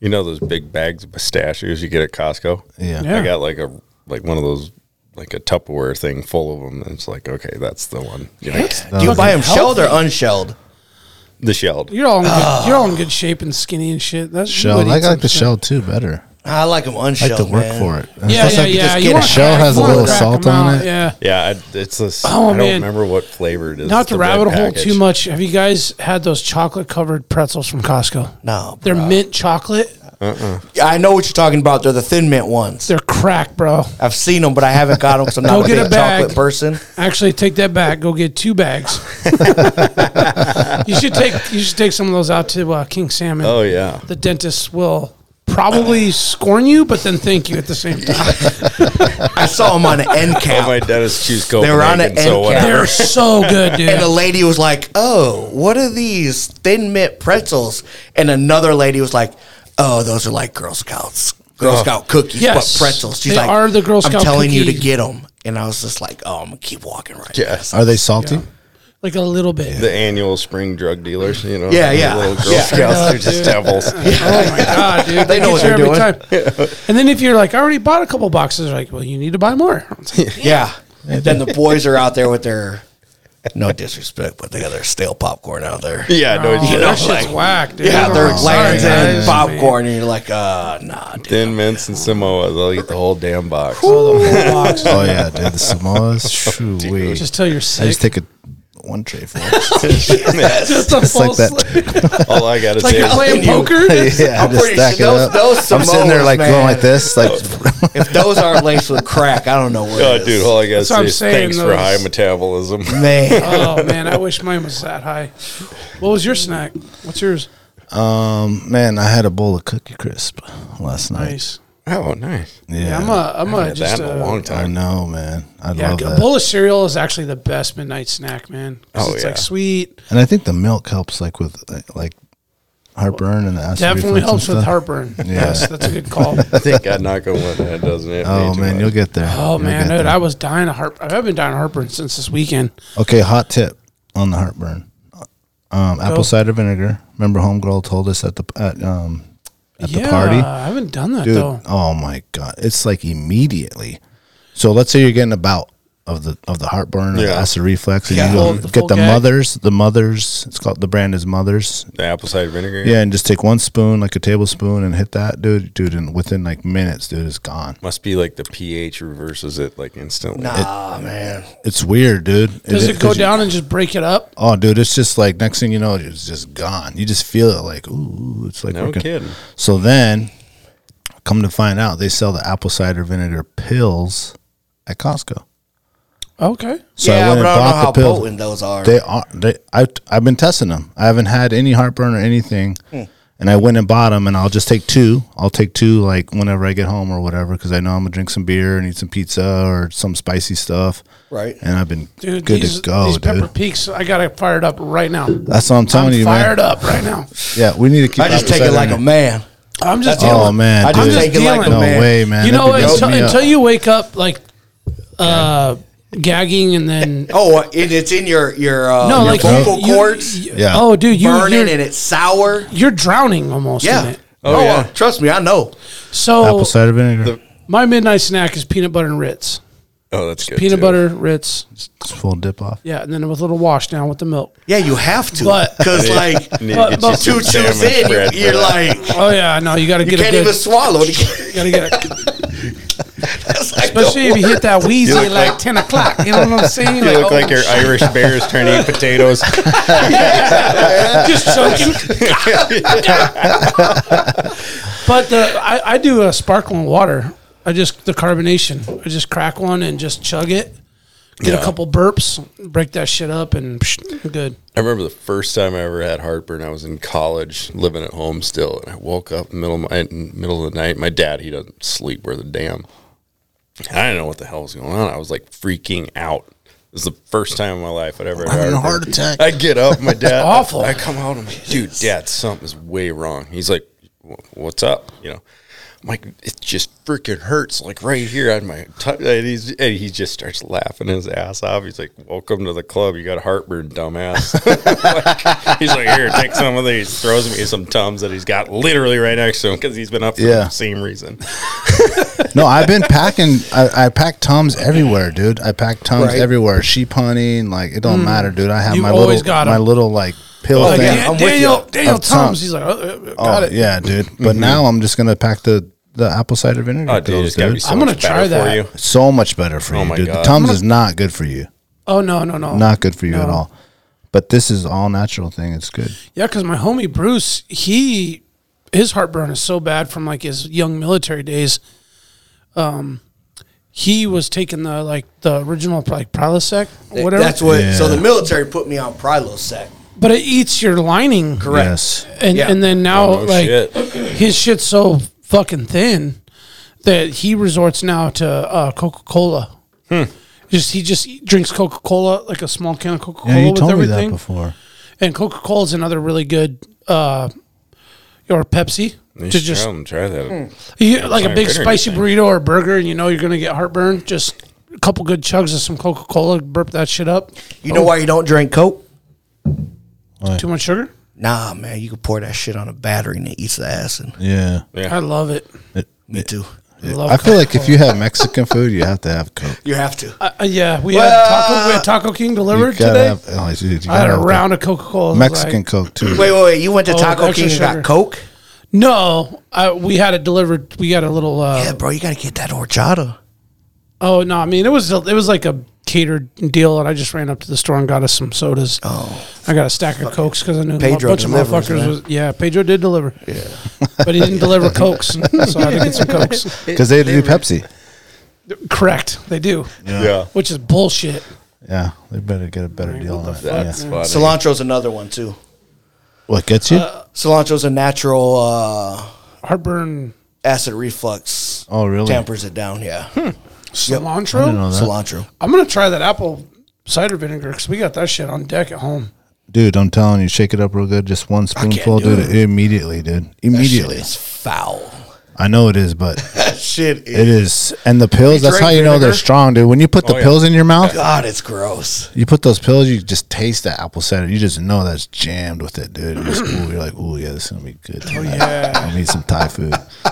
Speaker 5: You know those big bags of pistachios you get at Costco?
Speaker 7: Yeah.
Speaker 2: Yeah.
Speaker 5: I got like a like one of those like a Tupperware thing full of them. And it's like, okay, that's the one. You know, it's
Speaker 6: Do you buy them
Speaker 2: Fucking
Speaker 6: shelled or
Speaker 2: healthy.
Speaker 6: unshelled?
Speaker 5: the shelled.
Speaker 2: You're all in good,
Speaker 5: Ah.
Speaker 2: you're all in good shape and skinny and shit. That's you would
Speaker 7: Shell.
Speaker 2: eat
Speaker 7: I like
Speaker 2: some
Speaker 7: the
Speaker 2: shit.
Speaker 7: shell too better.
Speaker 6: I like them
Speaker 7: I
Speaker 6: unshelled.
Speaker 7: like to work
Speaker 6: man.
Speaker 7: for it. And
Speaker 2: Yeah,
Speaker 7: plus
Speaker 2: yeah,
Speaker 7: I could
Speaker 2: yeah.
Speaker 7: just
Speaker 2: you
Speaker 7: get a
Speaker 2: wanna
Speaker 7: shell
Speaker 2: crack-
Speaker 7: has a
Speaker 2: you wanna
Speaker 7: little
Speaker 2: crack
Speaker 7: salt
Speaker 2: 'em
Speaker 7: on
Speaker 2: out,
Speaker 7: it.
Speaker 2: Yeah.
Speaker 5: Yeah, I, it's this.
Speaker 2: Oh,
Speaker 5: I don't
Speaker 2: man.
Speaker 5: remember what flavor it is.
Speaker 2: Not
Speaker 5: It's
Speaker 2: to
Speaker 5: the red
Speaker 2: rabbit hole
Speaker 5: package.
Speaker 2: too much. Have you guys had those chocolate covered pretzels from Costco?
Speaker 6: No,
Speaker 2: They're mint chocolate.
Speaker 6: Uh-uh. I know what you're talking about. They're the thin mint ones.
Speaker 2: They're crack, bro.
Speaker 6: I've seen them, but I haven't got them because I'm
Speaker 2: Go
Speaker 6: not a
Speaker 2: get a
Speaker 6: big
Speaker 2: bag.
Speaker 6: chocolate person.
Speaker 2: Actually, take that back. Go get two bags. you should take you should take some of those out to uh, King Salmon.
Speaker 5: Oh yeah,
Speaker 2: The dentist will probably scorn you, but then thank you at the same time.
Speaker 6: I saw them on an end cap,
Speaker 5: all my dentists choose
Speaker 6: They were on
Speaker 5: Copenhagen.
Speaker 6: an
Speaker 5: so
Speaker 6: end
Speaker 5: whatever.
Speaker 2: They're so good, dude.
Speaker 6: and a lady was like, "Oh, what are these thin mint pretzels?" And another lady was like, "Oh, those are like Girl Scouts, Girl
Speaker 5: Oh.
Speaker 6: Scout cookies,
Speaker 2: Yes.
Speaker 6: but pretzels." She's
Speaker 2: They
Speaker 6: like,
Speaker 2: are the Girl Scout
Speaker 6: I'm telling you to
Speaker 2: cookies."
Speaker 6: get them, and I was just like, "Oh, I'm gonna keep walking right."
Speaker 5: Yes.
Speaker 7: Are they salty?
Speaker 2: like a little bit.
Speaker 5: The annual spring drug dealers, you know.
Speaker 6: Yeah,
Speaker 5: the
Speaker 6: yeah.
Speaker 5: Little Girl
Speaker 6: Yeah.
Speaker 5: Scouts, they're
Speaker 2: Dude.
Speaker 5: just devils.
Speaker 2: Oh my god, dude! They,
Speaker 6: know
Speaker 2: get
Speaker 6: what
Speaker 2: you
Speaker 6: they're doing.
Speaker 2: time. And then if you're like, I already bought a couple boxes, they're like, well, you need to buy more. It's like,
Speaker 6: Yeah. And then the boys are out there with their No disrespect, but they got their stale popcorn out there.
Speaker 5: Yeah, no,
Speaker 2: Oh,
Speaker 5: you
Speaker 6: know,
Speaker 5: know,
Speaker 2: that shit's
Speaker 6: like-
Speaker 2: whack, dude.
Speaker 6: Yeah, they're
Speaker 2: Sorry,
Speaker 6: lands and
Speaker 2: guys.
Speaker 6: popcorn, and you're like, uh, nah, dude.
Speaker 5: thin mints and Samoa, they'll eat the whole damn box.
Speaker 2: Oh, the whole box.
Speaker 7: Oh yeah, dude, the Samoas. Shoo, wee.
Speaker 2: Just till you're
Speaker 7: I
Speaker 2: sick.
Speaker 7: just take a one tray full. It's
Speaker 2: Just a full
Speaker 7: like that.
Speaker 2: slip.
Speaker 5: All I gotta
Speaker 2: Like
Speaker 5: say
Speaker 2: you're
Speaker 5: is
Speaker 2: playing poker.
Speaker 7: yeah,
Speaker 6: I'm
Speaker 7: I just
Speaker 6: pretty
Speaker 7: stack
Speaker 6: sure
Speaker 7: it
Speaker 6: those-
Speaker 7: up.
Speaker 6: those
Speaker 7: I'm sitting there
Speaker 6: Samoas,
Speaker 7: like
Speaker 6: man.
Speaker 7: going like this, like
Speaker 6: If those aren't laced with crack, I don't know what.
Speaker 5: Oh,
Speaker 6: it is.
Speaker 5: dude, all I gotta
Speaker 2: what
Speaker 5: say
Speaker 2: I'm
Speaker 5: is
Speaker 2: saying,
Speaker 5: thanks for
Speaker 2: those-
Speaker 5: high metabolism.
Speaker 6: man.
Speaker 2: Oh man, I wish mine was that high. What was your snack? What's yours?
Speaker 7: um, man, I had a bowl of cookie crisp last night.
Speaker 2: Nice.
Speaker 5: Oh, nice.
Speaker 7: Yeah,
Speaker 2: Yeah, I'm a, I'm a
Speaker 5: Had that
Speaker 2: just
Speaker 5: in
Speaker 2: a,
Speaker 5: a long
Speaker 7: I
Speaker 5: time.
Speaker 7: know, man. I
Speaker 2: yeah.
Speaker 7: love
Speaker 2: A
Speaker 7: that.
Speaker 2: bowl of cereal is actually the best midnight snack, man. 'Cause
Speaker 5: Oh,
Speaker 2: it's
Speaker 5: yeah.
Speaker 2: like sweet.
Speaker 7: And I think the milk helps, like with uh, like heartburn and the acid
Speaker 2: Definitely helps
Speaker 7: reflux and
Speaker 2: with
Speaker 7: stuff.
Speaker 2: heartburn. Yes, that's a good call.
Speaker 5: Thank God, knock on wood, that doesn't hit
Speaker 7: Oh
Speaker 5: me too
Speaker 7: man,
Speaker 5: much.
Speaker 7: you'll get there.
Speaker 2: Oh
Speaker 7: You'll
Speaker 2: man,
Speaker 7: get
Speaker 2: dude,
Speaker 7: there.
Speaker 2: I was dying of heartburn. I've been dying of heartburn since this weekend.
Speaker 7: Okay, hot tip on the heartburn. Um, apple cider vinegar. Remember, homegirl told us at the at um at
Speaker 2: yeah,
Speaker 7: the party,
Speaker 2: I haven't done that
Speaker 7: dude.
Speaker 2: though.
Speaker 7: Oh my god, it's like immediately. So let's say you're getting a bout of the of the heartburn or the
Speaker 5: Yeah.
Speaker 7: acid reflux, and
Speaker 2: Yeah.
Speaker 7: you go
Speaker 2: Full- the
Speaker 7: get
Speaker 2: full
Speaker 7: the
Speaker 2: gag?
Speaker 7: mothers. The mothers. It's called the brand is mothers.
Speaker 5: the apple cider vinegar.
Speaker 7: Yeah, and just take one spoon, like a tablespoon, and hit that, dude. Dude, and within like minutes, dude, it's gone.
Speaker 5: Must be like the pH reverses it like instantly.
Speaker 6: Nah, man.
Speaker 7: It's weird, dude.
Speaker 2: Does it, go
Speaker 7: 'cause you-
Speaker 2: down and just break it up?
Speaker 7: Oh, dude, it's just like next thing you know, it's just gone. You just feel it like, ooh, it's like
Speaker 5: No
Speaker 7: working.
Speaker 5: kidding.
Speaker 7: So then, come to find out, they sell the apple cider vinegar pills at Costco.
Speaker 2: Okay.
Speaker 7: So
Speaker 6: yeah,
Speaker 7: I went
Speaker 6: but
Speaker 7: and
Speaker 6: I don't know
Speaker 7: bought
Speaker 6: how
Speaker 7: the pills.
Speaker 6: potent those are.
Speaker 7: They are. They, I, I've been testing them. I haven't had any heartburn or anything.
Speaker 6: Hmm.
Speaker 7: And I went and bought them, and I'll just take two. I'll take two, like whenever I get home or whatever, because I know I'm gonna drink some beer and eat some pizza or some spicy stuff.
Speaker 6: Right.
Speaker 7: And I've been
Speaker 2: Dude,
Speaker 7: good
Speaker 2: these,
Speaker 7: to go,
Speaker 2: these
Speaker 7: dude.
Speaker 2: Pepper Peaks, I got it fired up right now.
Speaker 7: That's what I'm telling
Speaker 2: I'm
Speaker 7: you, man.
Speaker 2: fired up right now.
Speaker 7: Yeah, we need to keep.
Speaker 6: I just
Speaker 7: apple
Speaker 6: take it
Speaker 7: cider
Speaker 6: like a
Speaker 7: vinegar.
Speaker 6: man.
Speaker 2: I'm just dealing
Speaker 7: Oh
Speaker 2: with-
Speaker 7: man,
Speaker 6: I just
Speaker 7: dude.
Speaker 6: take it like a
Speaker 7: no
Speaker 6: man.
Speaker 7: way, man.
Speaker 2: You
Speaker 7: That
Speaker 2: know,
Speaker 7: would mess
Speaker 2: until,
Speaker 7: me
Speaker 2: until
Speaker 7: up.
Speaker 2: you wake up like uh, gagging and then
Speaker 6: Oh, it, it's in your your uh,
Speaker 2: no,
Speaker 6: your
Speaker 2: like
Speaker 6: vocal
Speaker 2: you,
Speaker 6: cords
Speaker 2: You,
Speaker 7: Yeah.
Speaker 2: Oh, dude, you
Speaker 6: burning
Speaker 2: you're,
Speaker 6: and it's sour.
Speaker 2: you're drowning almost in
Speaker 6: Yeah.
Speaker 2: it.
Speaker 6: Oh, uh, trust me, I know.
Speaker 2: So
Speaker 7: apple cider vinegar,
Speaker 2: my midnight snack is peanut butter and Ritz.
Speaker 5: oh, that's good.
Speaker 2: Peanut
Speaker 5: too.
Speaker 2: butter Ritz.
Speaker 7: It's full dip off.
Speaker 2: Yeah, and then with a little wash down with the milk.
Speaker 6: Yeah, you have to,
Speaker 2: But-
Speaker 6: because like
Speaker 5: Need
Speaker 2: But-
Speaker 5: to get
Speaker 2: but-
Speaker 5: you some
Speaker 6: two chews
Speaker 5: salmon
Speaker 6: in,
Speaker 5: bread
Speaker 6: you're
Speaker 5: for that.
Speaker 6: like
Speaker 2: Oh yeah, no, you got to
Speaker 6: you
Speaker 2: get a
Speaker 6: can't
Speaker 2: good.
Speaker 6: even swallow. it.
Speaker 2: gotta get it.
Speaker 6: It's like the
Speaker 2: Especially if you hit that wheezy like,
Speaker 5: look like-
Speaker 2: 10 o'clock. You know what I'm saying?
Speaker 5: You look
Speaker 2: oh,
Speaker 5: like your Irish bears trying to eat potatoes.
Speaker 2: just choking. but the I, I do a sparkling water. I just the carbonation. I just crack one and just chug it. Get a
Speaker 5: Yeah.
Speaker 2: couple burps, break that shit up, and psh, good.
Speaker 5: I remember the first time I ever had heartburn. I was in college, living at home still, and I woke up middle of my, middle of the night. My dad, he doesn't sleep worth a damn. I didn't know what the hell was going on. I was like freaking out. It was the first time in my life I'd ever had a heart attack. I get up, my dad.
Speaker 2: Awful.
Speaker 5: I come out, I'm like, dude, dad, something's way wrong. He's like, "Wh- what's up? You know, I'm like, it just freaking hurts, like right here on my tongue. And, he's, and he just starts laughing his ass off. He's like, welcome to the club. You got heartburn, dumbass. Like, he's like, here, take some of these. Throws me some Tums that he's got literally right next to him because he's been up for
Speaker 7: Yeah.
Speaker 5: the same reason.
Speaker 7: No, I've been packing. I, I pack tums everywhere, dude. I pack tums
Speaker 6: Right.
Speaker 7: everywhere. Sheep hunting, like it don't matter, dude. I have
Speaker 2: You
Speaker 7: my
Speaker 2: Mm. always
Speaker 7: little
Speaker 2: got 'em. Oh,
Speaker 7: my little like pill
Speaker 2: Like,
Speaker 7: thing.
Speaker 6: yeah,
Speaker 2: Dan-
Speaker 6: I'm with
Speaker 2: Daniel,
Speaker 6: ya.
Speaker 2: Daniel
Speaker 7: Up top.
Speaker 2: Tums, he's like, uh, uh,
Speaker 7: Oh,
Speaker 2: got it.
Speaker 7: yeah, dude. But now I'm just gonna pack the the apple cider vinegar
Speaker 5: Mm-hmm. Oh, dude,
Speaker 7: pills,
Speaker 5: it's got to be
Speaker 7: dude.
Speaker 5: so
Speaker 2: I'm
Speaker 5: I'm
Speaker 2: gonna
Speaker 5: going to
Speaker 2: try
Speaker 5: try
Speaker 2: that.
Speaker 5: that. For you.
Speaker 7: so much better for
Speaker 5: Oh
Speaker 7: you,
Speaker 5: my
Speaker 7: dude. The
Speaker 5: God.
Speaker 7: tums is not good for you.
Speaker 2: Oh no, no, no.
Speaker 7: Not good for you at
Speaker 2: No.
Speaker 7: all. But this is all natural thing. It's good.
Speaker 2: Yeah, because my homie Bruce, he his heartburn is so bad from like his young military days. Um, he was taking the like the original like Prilosec, or whatever.
Speaker 6: That's what.
Speaker 7: Yeah.
Speaker 6: So the military put me on Prilosec.
Speaker 2: but it eats your lining,
Speaker 6: Correct.
Speaker 7: Yes.
Speaker 2: and
Speaker 6: Yeah.
Speaker 2: and then now
Speaker 5: Oh, no
Speaker 2: like
Speaker 5: shit.
Speaker 2: his shit's so fucking thin that he resorts now to uh, Coca Cola.
Speaker 5: Hmm.
Speaker 2: Just he just drinks Coca Cola like a small can of Coca Cola
Speaker 7: Yeah, you
Speaker 2: with
Speaker 7: told me
Speaker 2: everything.
Speaker 7: that before.
Speaker 2: And Coca Cola is another really good, uh, or Pepsi to
Speaker 5: You should
Speaker 2: just
Speaker 5: try them, try that.
Speaker 2: You, like a
Speaker 5: not
Speaker 2: big
Speaker 5: bitter or
Speaker 2: spicy
Speaker 5: anything.
Speaker 2: burrito or a burger, and you know you're gonna get heartburn. Just a couple good chugs of some Coca Cola, burp that shit up.
Speaker 6: You know why you don't drink Coke?
Speaker 2: Too much sugar.
Speaker 6: Nah, man, you can pour that shit on a battery and it eats the acid.
Speaker 7: Yeah.
Speaker 2: I love it.
Speaker 6: Me too.
Speaker 2: love
Speaker 7: I feel like if you have Mexican food, you have to have Coke.
Speaker 6: You have to.
Speaker 2: Uh, yeah, we had Taco, we had Taco King
Speaker 7: You
Speaker 2: delivered
Speaker 7: gotta
Speaker 2: today.
Speaker 7: have, oh, dude, you
Speaker 2: I had
Speaker 7: gotta
Speaker 2: a
Speaker 7: have
Speaker 2: round of Coca Cola.
Speaker 7: Mexican Coke too.
Speaker 6: Wait, wait, wait. You went to
Speaker 2: Oh,
Speaker 6: Taco
Speaker 2: extra
Speaker 6: King and
Speaker 2: sugar.
Speaker 6: got Coke?
Speaker 2: No, I, we had it delivered. We got a little. Uh,
Speaker 6: Yeah, bro, you got to get that horchata.
Speaker 2: Oh no, I mean it was it was like a catered deal, and I just ran up to the store and got us some sodas. Oh, I got a stack of cokes because I knew a
Speaker 6: Pedro
Speaker 2: bunch of
Speaker 6: delivers,
Speaker 2: motherfuckers.
Speaker 6: man.
Speaker 2: Was, yeah, Pedro did deliver. Yeah, but he didn't deliver cokes, so I had to get some cokes.
Speaker 7: Because they do Pepsi.
Speaker 2: Correct, they do,
Speaker 5: Yeah.
Speaker 2: which is bullshit.
Speaker 7: Yeah, they better get a better deal on it.
Speaker 5: That's
Speaker 7: yeah.
Speaker 5: funny.
Speaker 6: Cilantro's another one, too. Uh,
Speaker 7: What gets
Speaker 2: Uh,
Speaker 7: you?
Speaker 6: Cilantro's a natural uh,
Speaker 2: Heartburn,
Speaker 6: acid reflux.
Speaker 7: Oh, really?
Speaker 6: Tampers it down, yeah.
Speaker 2: cilantro.
Speaker 6: Cilantro.
Speaker 2: I'm gonna try that apple cider vinegar because we got that shit on deck at home.
Speaker 7: dude, I'm telling you, shake it up real good. Just one spoonful,
Speaker 6: do
Speaker 7: dude. It. Immediately, dude. Immediately.
Speaker 6: It's foul.
Speaker 7: I know it is, but
Speaker 6: That shit is.
Speaker 7: it is. And the pills, that's
Speaker 6: drink
Speaker 7: how you know they're
Speaker 6: vinegar?
Speaker 7: strong, dude. When you put the pills in your mouth,
Speaker 6: God, it's gross.
Speaker 7: you put those pills, you just taste that apple cider. You just know that's jammed with it, dude. You just, ooh, you're like, ooh, yeah, this is gonna be good. Oh
Speaker 2: yeah.
Speaker 7: I need some Thai food.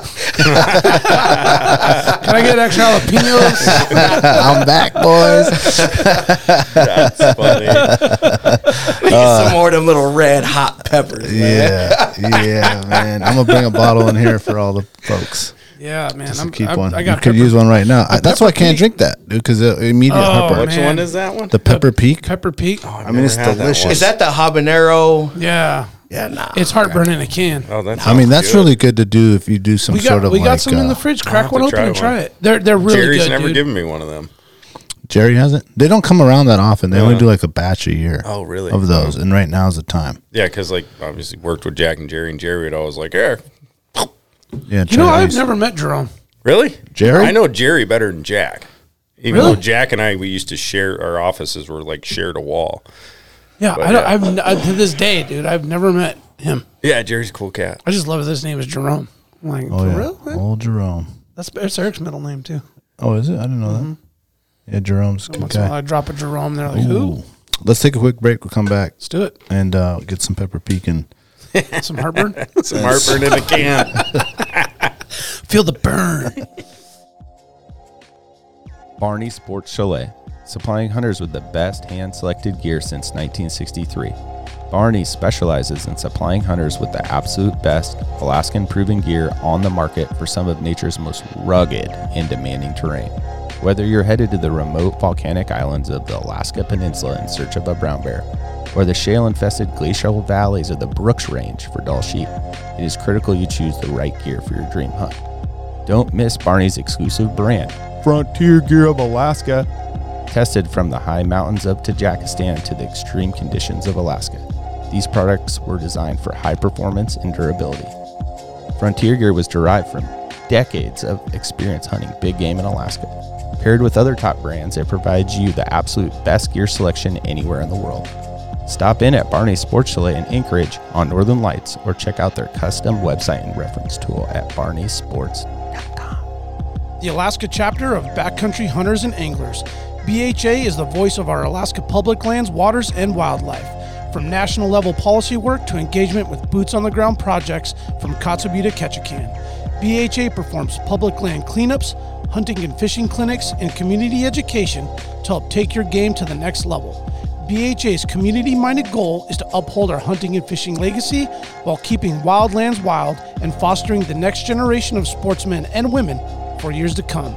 Speaker 2: Can I get extra jalapenos?
Speaker 7: I'm back, boys.
Speaker 5: That's funny.
Speaker 6: Get some more of them little red hot peppers. man.
Speaker 7: Uh, Yeah, yeah, man. I'm gonna bring a bottle in here for all the folks.
Speaker 2: yeah, man.
Speaker 7: Just
Speaker 2: I'm,
Speaker 7: keep
Speaker 2: I'm-
Speaker 7: one.
Speaker 2: I got
Speaker 7: you could
Speaker 2: pepper,
Speaker 7: use one right now. I, that's why I can't drink that, dude, because immediate
Speaker 2: Oh, man.
Speaker 7: pepper.
Speaker 5: Which one is that one? Oh,
Speaker 7: The pepper peak.
Speaker 2: pepper peak.
Speaker 7: I mean, it's
Speaker 5: never had that
Speaker 7: delicious.
Speaker 5: one.
Speaker 6: Is that the habanero?
Speaker 2: Yeah,
Speaker 6: Yeah, nah.
Speaker 2: it's heartburn in a can.
Speaker 5: Oh, that
Speaker 7: I mean,
Speaker 5: sounds
Speaker 7: that's
Speaker 5: good.
Speaker 7: really good to do if you do some
Speaker 2: We got
Speaker 7: sort of
Speaker 2: we
Speaker 7: like.
Speaker 2: got some in
Speaker 7: uh,
Speaker 2: the fridge.
Speaker 5: I'll
Speaker 2: Crack
Speaker 5: have
Speaker 2: one
Speaker 5: to
Speaker 2: open
Speaker 5: try
Speaker 2: and
Speaker 5: one.
Speaker 2: try it. They're they're really
Speaker 5: Jerry's
Speaker 2: good,
Speaker 5: never
Speaker 2: dude.
Speaker 5: given me one of them.
Speaker 7: Jerry hasn't. They don't come around that often. They only do like a batch a year.
Speaker 5: Oh, really?
Speaker 7: Of those, and right now is the time.
Speaker 5: Yeah, because like obviously worked with Jack and Jerry, and Jerry would always like, "Here,
Speaker 7: Yeah,
Speaker 2: you know,
Speaker 7: try
Speaker 2: I've
Speaker 7: these.
Speaker 2: never met Jerome.
Speaker 5: really,
Speaker 7: Jerry?
Speaker 5: I know Jerry better than Jack. Even
Speaker 2: Really?
Speaker 5: though Jack and I, we used to share our offices were like shared a wall.
Speaker 2: Yeah,
Speaker 5: But
Speaker 2: I don't.
Speaker 5: yeah.
Speaker 2: I've n- I- to this day, dude. I've never met him.
Speaker 5: Yeah, Jerry's a cool cat.
Speaker 2: I just love that his name is Jerome. I'm like
Speaker 7: Oh
Speaker 2: for
Speaker 7: yeah,
Speaker 2: real? Man?
Speaker 7: old Jerome.
Speaker 2: That's that's Eric's middle name too.
Speaker 7: Oh, is it? I didn't know that. Yeah, Jerome's a good
Speaker 2: Once in Mm-hmm. a while,
Speaker 7: guy.
Speaker 2: I drop a Jerome, they're like,
Speaker 7: Ooh.
Speaker 2: "Who?"
Speaker 7: Let's take a quick break. We'll come back
Speaker 2: Let's do it.
Speaker 7: and uh, get some pepper peeking.
Speaker 2: Some heartburn.
Speaker 5: Some heartburn in a can.
Speaker 2: Feel the burn.
Speaker 8: Barney Sports Chalet, supplying hunters with the best hand selected gear since 1963. Barney specializes in supplying hunters with the absolute best Alaskan proven gear on the market for some of nature's most rugged and demanding terrain. Whether you're headed to the remote volcanic islands of the Alaska Peninsula in search of a brown bear, or the shale infested glacial valleys of the Brooks Range for doll sheep, it is critical you choose the right gear for your dream hunt. Don't miss Barney's exclusive brand, Frontier Gear of Alaska, tested from the high mountains of Tajikistan to the extreme conditions of Alaska. These products were designed for high performance and durability. Frontier Gear was derived from decades of experience hunting big game in Alaska. Paired with other top brands, it provides you the absolute best gear selection anywhere in the world. Stop in at Barney's Sports Chalet in Anchorage on Northern Lights or check out their custom website and reference tool at barneysports.com.
Speaker 2: the Alaska chapter of Backcountry Hunters and Anglers. BHA is the voice of our Alaska public lands, waters, and wildlife. From national level policy work to engagement with boots on the ground projects from Kotzebue to Ketchikan, BHA performs public land cleanups, hunting and fishing clinics, and community education to help take your game to the next level. BHA's community minded goal is to uphold our hunting and fishing legacy while keeping wildlands wild and fostering the next generation of sportsmen and women for years to come.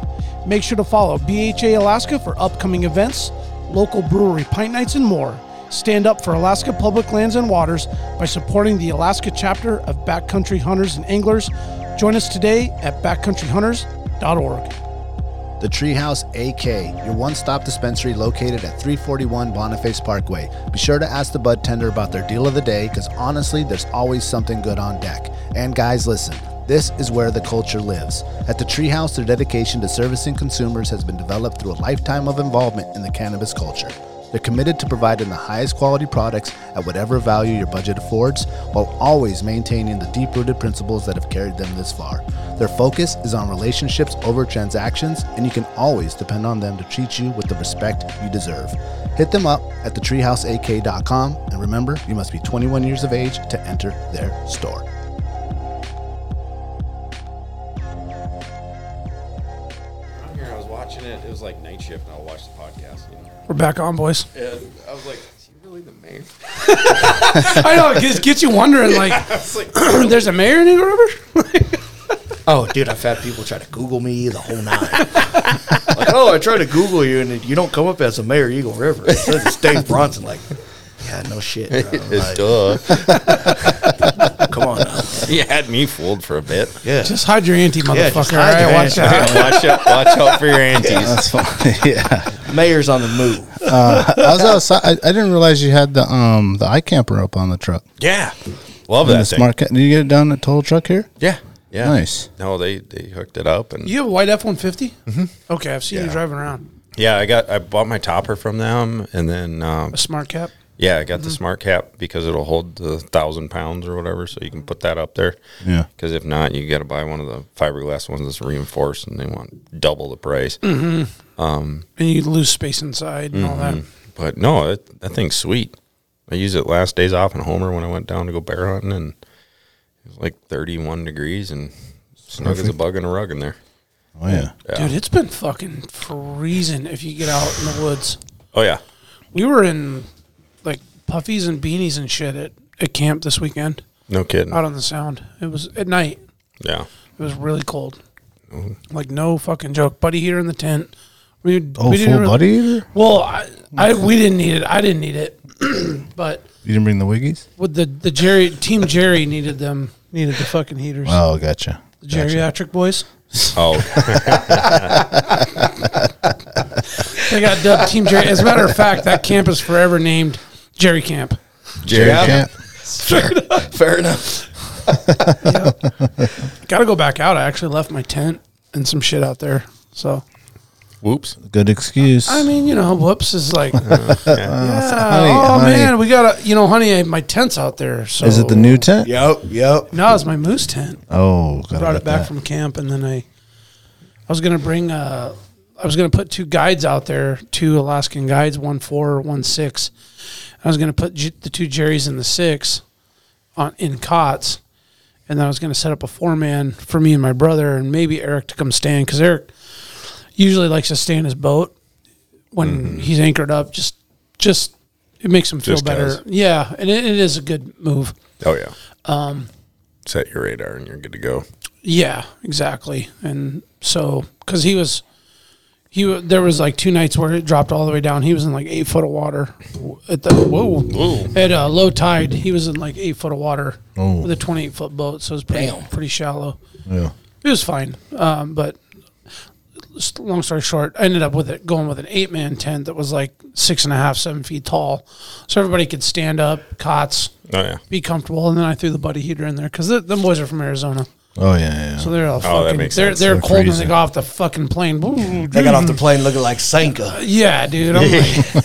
Speaker 2: Make sure to follow BHA Alaska for upcoming events, local brewery pint nights, and more. Stand up for Alaska public lands and waters by supporting the Alaska chapter of Backcountry Hunters and Anglers. Join us today at backcountryhunters.org.
Speaker 4: The Treehouse AK, your one stop dispensary located at 341 Boniface Parkway. Be sure to ask the bud tender about their deal of the day because honestly, there's always something good on deck. And guys, listen. This is where the culture lives. At the Treehouse, their dedication to servicing consumers has been developed through a lifetime of involvement in the cannabis culture. They're committed to providing the highest quality products at whatever value your budget affords, while always maintaining the deep rooted principles that have carried them this far. Their focus is on relationships over transactions, and you can always depend on them to treat you with the respect you deserve. Hit them up at thetreehouseak.com, and remember, you must be 21 years of age to enter their store.
Speaker 5: was like night shift, and I'll watch the podcast. You know?
Speaker 2: We're back on, boys.
Speaker 5: And I was like, is he really the mayor?
Speaker 2: I know it gets- gets you wondering. Like,
Speaker 5: I was like,
Speaker 2: there's a mayor in Eagle River.
Speaker 6: Oh, dude, I've had people try to Google me the whole nine. like, oh, I tried to Google you, and you don't come up as a Mayor Eagle River. It's just Dave Bronson. Like, yeah, no shit. bro. Like,
Speaker 5: duh.
Speaker 6: come on. Now.
Speaker 5: You had me fooled for a bit.
Speaker 6: Yeah.
Speaker 2: just hide your auntie,
Speaker 6: Yeah, just
Speaker 2: motherfucker.
Speaker 6: hide
Speaker 2: all
Speaker 6: your
Speaker 2: right, watch
Speaker 6: auntie.
Speaker 2: out.
Speaker 5: watch out! Watch out for your aunties.
Speaker 7: That's fine. yeah.
Speaker 6: Mayor's on the move.
Speaker 7: Uh,
Speaker 2: Uh,
Speaker 7: I was outside. I, I didn't realize you had the um the eye camper up on the truck.
Speaker 5: Yeah, love
Speaker 7: And the
Speaker 5: that thing.
Speaker 7: smart. Ca- Did you get it done at Total Truck here?
Speaker 5: Yeah, yeah,
Speaker 7: Nice.
Speaker 5: No, they they hooked it up, and
Speaker 2: You have a white F one fifty? Okay, I've seen you
Speaker 5: Mm-hmm. Yeah.
Speaker 2: driving around.
Speaker 5: yeah, I got I bought my topper from them, and then um,
Speaker 2: A smart cap.
Speaker 5: yeah, I got
Speaker 2: Mm-hmm.
Speaker 5: the smart cap because it'll hold the thousand pounds or whatever, so you can put that up there.
Speaker 7: Yeah.
Speaker 5: Because if not, you got to buy one of the fiberglass ones that's reinforced, and they want double the price.
Speaker 2: Mm-hmm.
Speaker 5: Um,
Speaker 2: And you lose space inside and all that.
Speaker 5: Mm-hmm. But no, it, that thing's sweet. I used it last days off in Homer when I went down to go bear hunting, and it was like 31 degrees and snug as a bug in a rug in there.
Speaker 7: Oh yeah.
Speaker 5: Mm-hmm. Yeah.
Speaker 2: Dude, it's been fucking freezing if you get out in the woods.
Speaker 5: Oh yeah,
Speaker 2: We were in like puffies and beanies and shit at, at camp this weekend
Speaker 5: no kidding.
Speaker 2: out on the sound. It was at night.
Speaker 5: Yeah,
Speaker 2: It
Speaker 5: Mm-hmm.
Speaker 2: was really cold. Like no fucking joke. Buddy heater in the tent. We,
Speaker 7: Oh,
Speaker 2: we
Speaker 7: full
Speaker 2: really-
Speaker 7: buddy eater.
Speaker 2: Well, I, I we didn't need it. I didn't need it. but
Speaker 7: You didn't bring the wiggies?
Speaker 2: with the the Jerry team Jerry needed them needed the fucking heaters.
Speaker 7: Oh, gotcha.
Speaker 2: the geriatric boys.
Speaker 5: Oh,
Speaker 2: They got dubbed Team Jerry. As a matter of fact, that camp is forever named Jerry Camp.
Speaker 5: Jerry.
Speaker 7: Yeah.
Speaker 5: Yeah.
Speaker 6: Fair enough.
Speaker 2: Got to go back out. I actually left my tent and some shit out there. So
Speaker 5: Whoops.
Speaker 7: Good excuse.
Speaker 2: I mean, you know, whoops is like, yeah,
Speaker 7: honey,
Speaker 2: oh
Speaker 7: honey.
Speaker 2: man, we gotta, you know, honey, I, my tent's out there. So
Speaker 7: Is it the new tent?
Speaker 6: Yep. Yep.
Speaker 2: No, it's my moose tent.
Speaker 7: Oh, got
Speaker 2: brought it back from camp, and then I, I was gonna bring, uh, I was gonna put two guides out there, two Alaskan guides, one four, one six. I was gonna put J- the two Jerrys in the six, on in cots, and then I was gonna set up a four man for me and my brother, and maybe Eric to come stand because Eric usually likes to stay in his boat when he's anchored up. Just, just it makes him feel
Speaker 5: Mm-hmm. Just
Speaker 2: better.
Speaker 5: does.
Speaker 2: Yeah, and it, it is a good move.
Speaker 5: Oh yeah. Um, set your radar and you're good to go.
Speaker 2: Yeah, exactly. And so, because he was, he wa- there was like two nights where it dropped all the way down. He was in like eight foot of water at the whoa, at uh, low tide. He was in like eight foot of water with a twenty eight foot boat, so it was pretty pretty shallow.
Speaker 7: Yeah.
Speaker 2: It was fine, um, but s- long story short, I ended up with it going with an eight man tent that was like six and a half, seven feet tall, so everybody could stand up, cots,
Speaker 5: Oh yeah.
Speaker 2: be comfortable. And then I threw the buddy heater in there because the, them boys are from Arizona.
Speaker 7: Oh yeah, yeah.
Speaker 2: So they're all
Speaker 5: that
Speaker 2: fucking.
Speaker 5: makes
Speaker 2: They're
Speaker 5: sense.
Speaker 2: they're
Speaker 7: They're
Speaker 2: cold when they
Speaker 7: freezing.
Speaker 2: got off the fucking plane. Ooh,
Speaker 6: They got off the plane looking like Sanka.
Speaker 2: Yeah, dude. I'm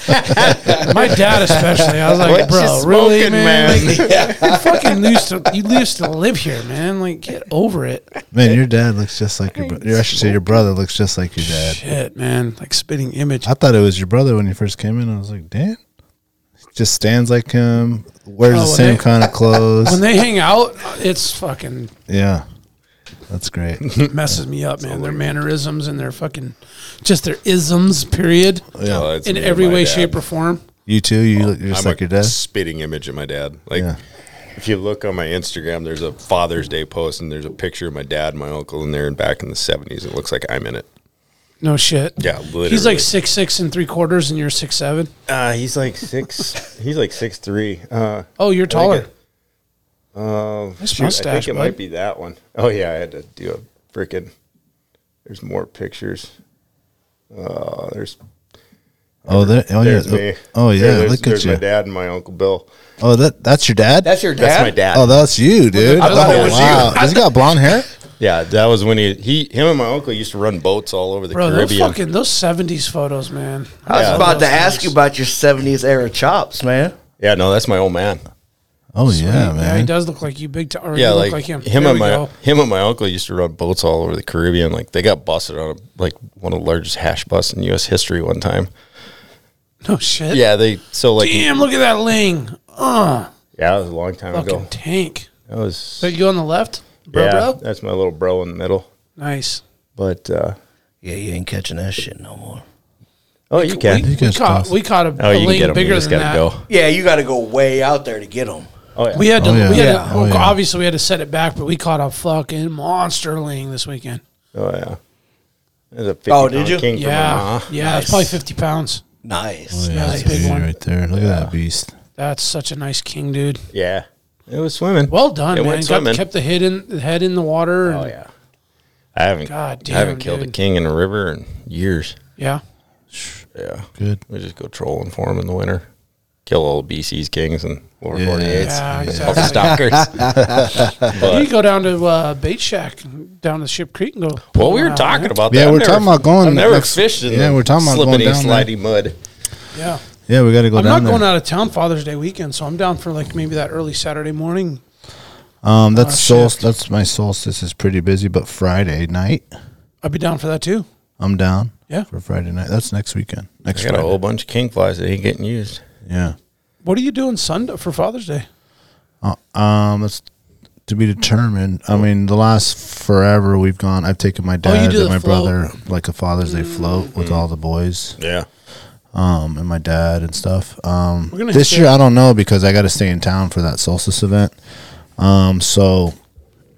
Speaker 2: like, my dad especially. I was like,
Speaker 5: What
Speaker 2: bro,
Speaker 5: you
Speaker 2: really,
Speaker 5: smoking,
Speaker 2: man?
Speaker 5: man?"
Speaker 2: Like, you fucking used to you used to live here, man. Like, get over it.
Speaker 7: Man, your dad looks just like your. Bro- I should say your brother looks just like your dad.
Speaker 2: Shit, man. Like spitting image.
Speaker 7: I thought it was your brother when you first came in. I was like, Dan, just stands like him, wears
Speaker 2: Oh,
Speaker 7: the
Speaker 2: when
Speaker 7: same
Speaker 2: they-
Speaker 7: kind of
Speaker 2: When
Speaker 7: clothes.
Speaker 2: they hang out, it's fucking
Speaker 7: yeah, that's great.
Speaker 2: messes me up, man. Their mannerisms and their fucking just their isms. Period.
Speaker 7: Yeah.
Speaker 5: Oh, that's
Speaker 2: In
Speaker 5: me and
Speaker 2: every
Speaker 5: my
Speaker 2: way,
Speaker 5: dad.
Speaker 2: shape, or form.
Speaker 7: You too. You look just
Speaker 5: Oh, I'm
Speaker 7: like
Speaker 5: a
Speaker 7: your dad.
Speaker 5: spitting image of my dad. Like
Speaker 7: Yeah.
Speaker 5: if you look on my Instagram, there's a Father's Day post and there's a picture of my dad, and my uncle, and they're in back in the '70s. It looks like I'm in it.
Speaker 2: No shit.
Speaker 5: Yeah,
Speaker 2: He's
Speaker 5: literally.
Speaker 2: like six six and three quarters, and you're six seven.
Speaker 5: Uh, he's like six. he's like six three. Uh,
Speaker 2: Oh, you're taller.
Speaker 5: it- uh,
Speaker 2: Nice
Speaker 5: shoot, I
Speaker 2: mustache,
Speaker 5: think it
Speaker 2: bud.
Speaker 5: might be that one. Oh yeah, I had to do a freaking. There's more pictures. Uh, there's
Speaker 7: Oh, there, oh,
Speaker 5: there's
Speaker 7: yeah.
Speaker 5: me.
Speaker 7: oh
Speaker 5: There-
Speaker 7: yeah,
Speaker 5: there's,
Speaker 7: look at
Speaker 5: there's
Speaker 7: you.
Speaker 5: my dad and my uncle Bill.
Speaker 7: Oh, that that's your dad.
Speaker 6: That's your dad.
Speaker 5: That's my dad.
Speaker 7: Oh, that's you, dude.
Speaker 6: I thought it
Speaker 7: oh,
Speaker 6: was you.
Speaker 7: wow. Does he got blonde hair?
Speaker 5: Yeah, that was when he, he him and my uncle used to run boats all over the
Speaker 2: Bro, those
Speaker 5: Caribbean.
Speaker 2: fucking those seventies photos, man.
Speaker 6: I was
Speaker 5: Yeah.
Speaker 6: about to ask you about your '70s era chops, man.
Speaker 5: yeah, no, that's my old man.
Speaker 7: Oh yeah,
Speaker 2: Yeah, he
Speaker 7: man.
Speaker 2: does look like you, big time.
Speaker 5: Yeah,
Speaker 2: you
Speaker 5: like,
Speaker 2: look like him. There
Speaker 5: and
Speaker 2: we
Speaker 5: my
Speaker 2: go.
Speaker 5: him and my uncle used to run boats all over the Caribbean. Like they got busted on a, like one of the largest hash busts in U.S. history one time.
Speaker 2: No shit.
Speaker 5: Yeah, they so like
Speaker 2: Damn, look at that ling. Uh
Speaker 5: yeah, it was a long time
Speaker 2: fucking
Speaker 5: ago.
Speaker 2: tank.
Speaker 5: That was
Speaker 2: So you go on the left, bro,
Speaker 5: yeah,
Speaker 2: bro.
Speaker 5: that's my little bro in the middle.
Speaker 2: Nice.
Speaker 5: But uh,
Speaker 6: Yeah, you ain't catching that shit no more.
Speaker 5: Oh, you can.
Speaker 7: You
Speaker 2: We
Speaker 7: can
Speaker 2: caught,
Speaker 7: stuff.
Speaker 2: we caught a,
Speaker 5: oh,
Speaker 2: a
Speaker 5: you can
Speaker 2: lane
Speaker 5: get them. You
Speaker 2: bigger
Speaker 5: just
Speaker 2: than
Speaker 5: got
Speaker 2: that.
Speaker 5: to go.
Speaker 6: Yeah, you got to go way out there to get them.
Speaker 5: Oh, yeah.
Speaker 2: We had to,
Speaker 7: Oh, yeah.
Speaker 2: we had
Speaker 7: Yeah.
Speaker 2: to
Speaker 7: Oh, yeah.
Speaker 2: obviously we had to set it back, but we caught a fucking monster ling this weekend.
Speaker 5: oh, yeah. There's a 50
Speaker 6: Oh, did
Speaker 5: pound
Speaker 6: you?
Speaker 5: King
Speaker 2: Yeah,
Speaker 5: From
Speaker 2: yeah, it's probably fifty pounds.
Speaker 6: Nice.
Speaker 7: Oh, Yeah,
Speaker 2: That's a
Speaker 7: dude,
Speaker 2: big one.
Speaker 7: right there. Look at that beast.
Speaker 2: That's such a nice king, dude.
Speaker 5: yeah. Yeah. It was swimming.
Speaker 2: Well done,
Speaker 5: It
Speaker 2: man.
Speaker 5: went
Speaker 2: Got-
Speaker 5: swimming.
Speaker 2: kept the head in the head in the water.
Speaker 5: oh,
Speaker 2: and-
Speaker 5: yeah. I haven't,
Speaker 2: God damn,
Speaker 5: I haven't killed a
Speaker 2: dude.
Speaker 5: king in a river in years.
Speaker 2: yeah.
Speaker 5: Yeah.
Speaker 7: Good.
Speaker 5: We just go trolling for them in the winter. Kill old BC's kings and lower
Speaker 7: Yeah.
Speaker 5: 48s.
Speaker 2: Yeah,
Speaker 5: Fucking
Speaker 2: exactly.
Speaker 5: stalkers.
Speaker 2: You can go down to uh, Bait Shack, down to Ship Creek, and go.
Speaker 5: Well, we were talking about that.
Speaker 7: Yeah,
Speaker 5: I've
Speaker 7: we're
Speaker 5: never-
Speaker 7: talking about going
Speaker 5: I've never
Speaker 7: next-
Speaker 5: fished in
Speaker 7: yeah,
Speaker 5: the
Speaker 7: we're talking about going
Speaker 5: slippity,
Speaker 7: down there.
Speaker 5: slidey mud.
Speaker 2: Yeah,
Speaker 7: Yeah, we got to go
Speaker 2: I'm
Speaker 7: down
Speaker 2: not
Speaker 7: there.
Speaker 2: going out of town Father's Day weekend, so I'm down for like maybe that early Saturday morning.
Speaker 7: Um, that's
Speaker 2: Oh,
Speaker 7: sol-
Speaker 2: shit.
Speaker 7: That's my solstice is pretty busy, but Friday night
Speaker 2: I'd be down for that too.
Speaker 7: I'm down.
Speaker 2: Yeah.
Speaker 7: for Friday night. That's next weekend.
Speaker 5: I
Speaker 7: Next
Speaker 5: got a
Speaker 7: Friday.
Speaker 5: whole bunch of king flies that ain't getting used.
Speaker 7: Yeah.
Speaker 2: What are you doing Sunday for Father's Day?
Speaker 7: Uh, um, it's to be determined. I mean, the last forever we've gone. I've taken my
Speaker 2: Oh, you
Speaker 7: dad
Speaker 2: do
Speaker 7: and
Speaker 2: the
Speaker 7: my
Speaker 2: float. Mm-hmm.
Speaker 7: brother like a Father's Day float with all the boys.
Speaker 5: Yeah.
Speaker 7: Um, and my dad and stuff. Um,
Speaker 2: We're gonna
Speaker 7: this
Speaker 2: stay-
Speaker 7: year I don't know because I got to stay in town for that solstice event. Um, so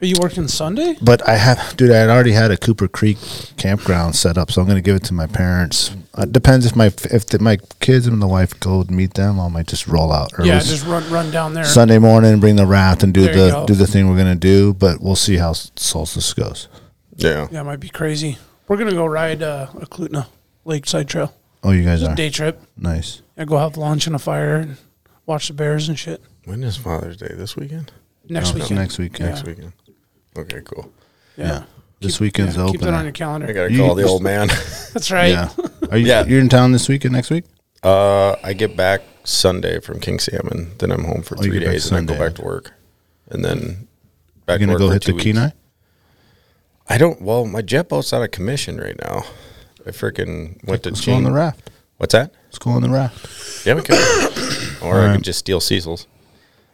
Speaker 2: Are you working Sunday?
Speaker 7: But I have, dude. I had already had a Cooper Creek campground set up, so I'm going to give it to my parents. Uh, depends if my if the, my kids and the wife go and meet them, I might just roll out early
Speaker 2: Yeah, just run run down there.
Speaker 7: Sunday morning, bring the raft and do
Speaker 2: There you
Speaker 7: the
Speaker 2: go.
Speaker 7: do the thing we're going to do. But we'll see how s- solstice goes.
Speaker 5: Yeah.
Speaker 2: Yeah, it might be crazy. We're gonna go ride uh, a Klutna Lakeside Trail.
Speaker 7: Oh, you guys
Speaker 2: It's
Speaker 7: are
Speaker 2: a day trip.
Speaker 7: nice.
Speaker 2: I go have lunch and a fire and watch the bears and shit.
Speaker 5: When is Father's Day? This weekend?
Speaker 2: Next
Speaker 7: Okay.
Speaker 2: weekend.
Speaker 7: Next weekend.
Speaker 5: Next weekend. Okay, cool.
Speaker 2: Yeah.
Speaker 7: This weekend's
Speaker 2: Keep that on your
Speaker 7: open.
Speaker 5: I
Speaker 2: calendar.
Speaker 5: got to
Speaker 7: You-
Speaker 5: call the old man.
Speaker 2: That's right.
Speaker 7: Yeah. Are you?
Speaker 5: Yeah.
Speaker 7: You're in town this weekend. Next week.
Speaker 5: Uh, I get back Sunday from King Salmon. Then I'm home for
Speaker 7: Oh, you
Speaker 5: three
Speaker 7: get back
Speaker 5: days and I go
Speaker 7: Sunday.
Speaker 5: back to work. And then back to
Speaker 7: You're going to
Speaker 5: work
Speaker 7: go
Speaker 5: for
Speaker 7: hit
Speaker 5: two
Speaker 7: the
Speaker 5: weeks.
Speaker 7: Kenai.
Speaker 5: I don't. Well, my jet boat's out of commission right now. I freaking went to
Speaker 7: Let's go on the
Speaker 5: Ching-
Speaker 7: raft.
Speaker 5: What's that?
Speaker 7: Let's go on the raft.
Speaker 5: Yeah, we could. or I could just steal Cecil's.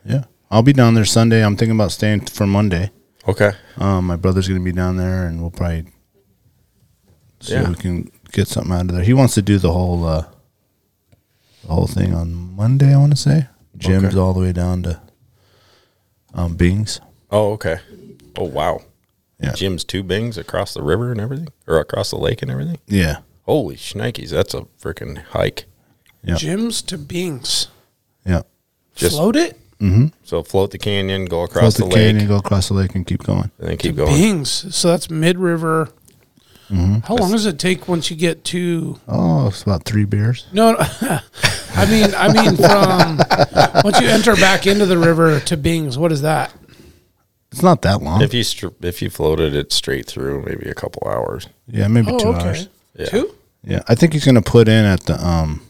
Speaker 7: Yeah. I'll be down there Sunday. I'm thinking about staying for Monday.
Speaker 5: Okay.
Speaker 7: Um, my brother's gonna be down there, and we'll probably see
Speaker 5: Yeah.
Speaker 7: if we can get something out of there. He wants to do the whole uh, the whole thing on Monday. I want to say Jim's
Speaker 5: Okay.
Speaker 7: all the way down to um, Bing's.
Speaker 5: Oh, okay. Oh, wow.
Speaker 7: Yeah,
Speaker 5: Jim's two bings across the river and everything, or across the lake and everything.
Speaker 7: yeah,
Speaker 5: Holy shnikes, that's a freaking hike.
Speaker 7: Yeah.
Speaker 2: Gyms to Bings.
Speaker 7: yeah.
Speaker 5: Just-
Speaker 2: Float it
Speaker 5: So float the canyon, go across
Speaker 7: Cross
Speaker 5: the,
Speaker 7: Mm-hmm. the,
Speaker 5: lake,
Speaker 7: canyon, go across the lake, and keep going.
Speaker 5: and then keep
Speaker 2: to
Speaker 5: going.
Speaker 2: Bings. So that's mid river.
Speaker 7: Mm-hmm.
Speaker 2: How long does it take once you get to?
Speaker 7: Oh, it's about three beers.
Speaker 2: No, no, I mean, I mean, from once you enter back into the river to Bings, what is that?
Speaker 7: It's not that long.
Speaker 5: If you str- if you floated it straight through, maybe a couple hours.
Speaker 7: yeah, maybe
Speaker 2: Oh,
Speaker 7: two
Speaker 2: okay.
Speaker 7: hours.
Speaker 5: Yeah.
Speaker 2: Two.
Speaker 7: Yeah, I think he's gonna put in at the um.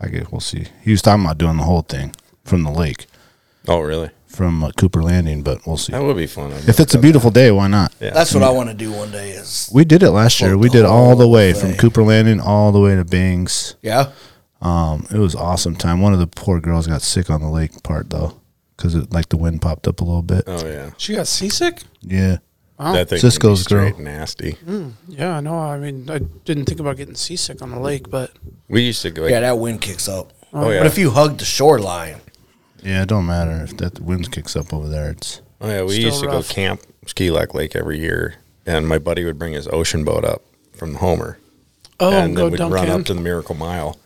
Speaker 7: I guess we'll see. He was talking about doing the whole thing from the lake
Speaker 5: Oh, really?
Speaker 7: from uh, Cooper Landing, but we'll see.
Speaker 5: That would be fun. I'd
Speaker 7: If it's a beautiful day, why not?
Speaker 5: Yeah.
Speaker 6: That's what I want to do one day. Is
Speaker 7: We did it last year. We did all the way from
Speaker 6: Way.
Speaker 7: Cooper Landing all the way to Bings.
Speaker 6: yeah.
Speaker 7: Um, it was awesome time. One of the poor girls got sick on the lake part though, because like the wind popped up a little bit.
Speaker 5: oh yeah,
Speaker 2: She got seasick.
Speaker 7: Yeah,
Speaker 5: that thing
Speaker 7: Cisco's
Speaker 5: Cisco's
Speaker 7: girl.
Speaker 5: straight nasty.
Speaker 2: Hmm. Yeah, no. I mean, I didn't think about getting seasick on the lake, but
Speaker 5: We used to go.
Speaker 6: Yeah, that wind kicks up.
Speaker 5: oh yeah,
Speaker 6: But if you hug the shoreline,
Speaker 7: yeah. It don't matter if that wind kicks up over there. It's
Speaker 5: oh yeah, we
Speaker 2: Still
Speaker 5: used to
Speaker 2: rough.
Speaker 5: go camp Ski Lac Lake every year, and my buddy would bring his ocean boat up from Homer.
Speaker 2: oh,
Speaker 5: and
Speaker 2: go
Speaker 5: then we'd run up
Speaker 2: Duncan.
Speaker 5: to the Miracle Mile.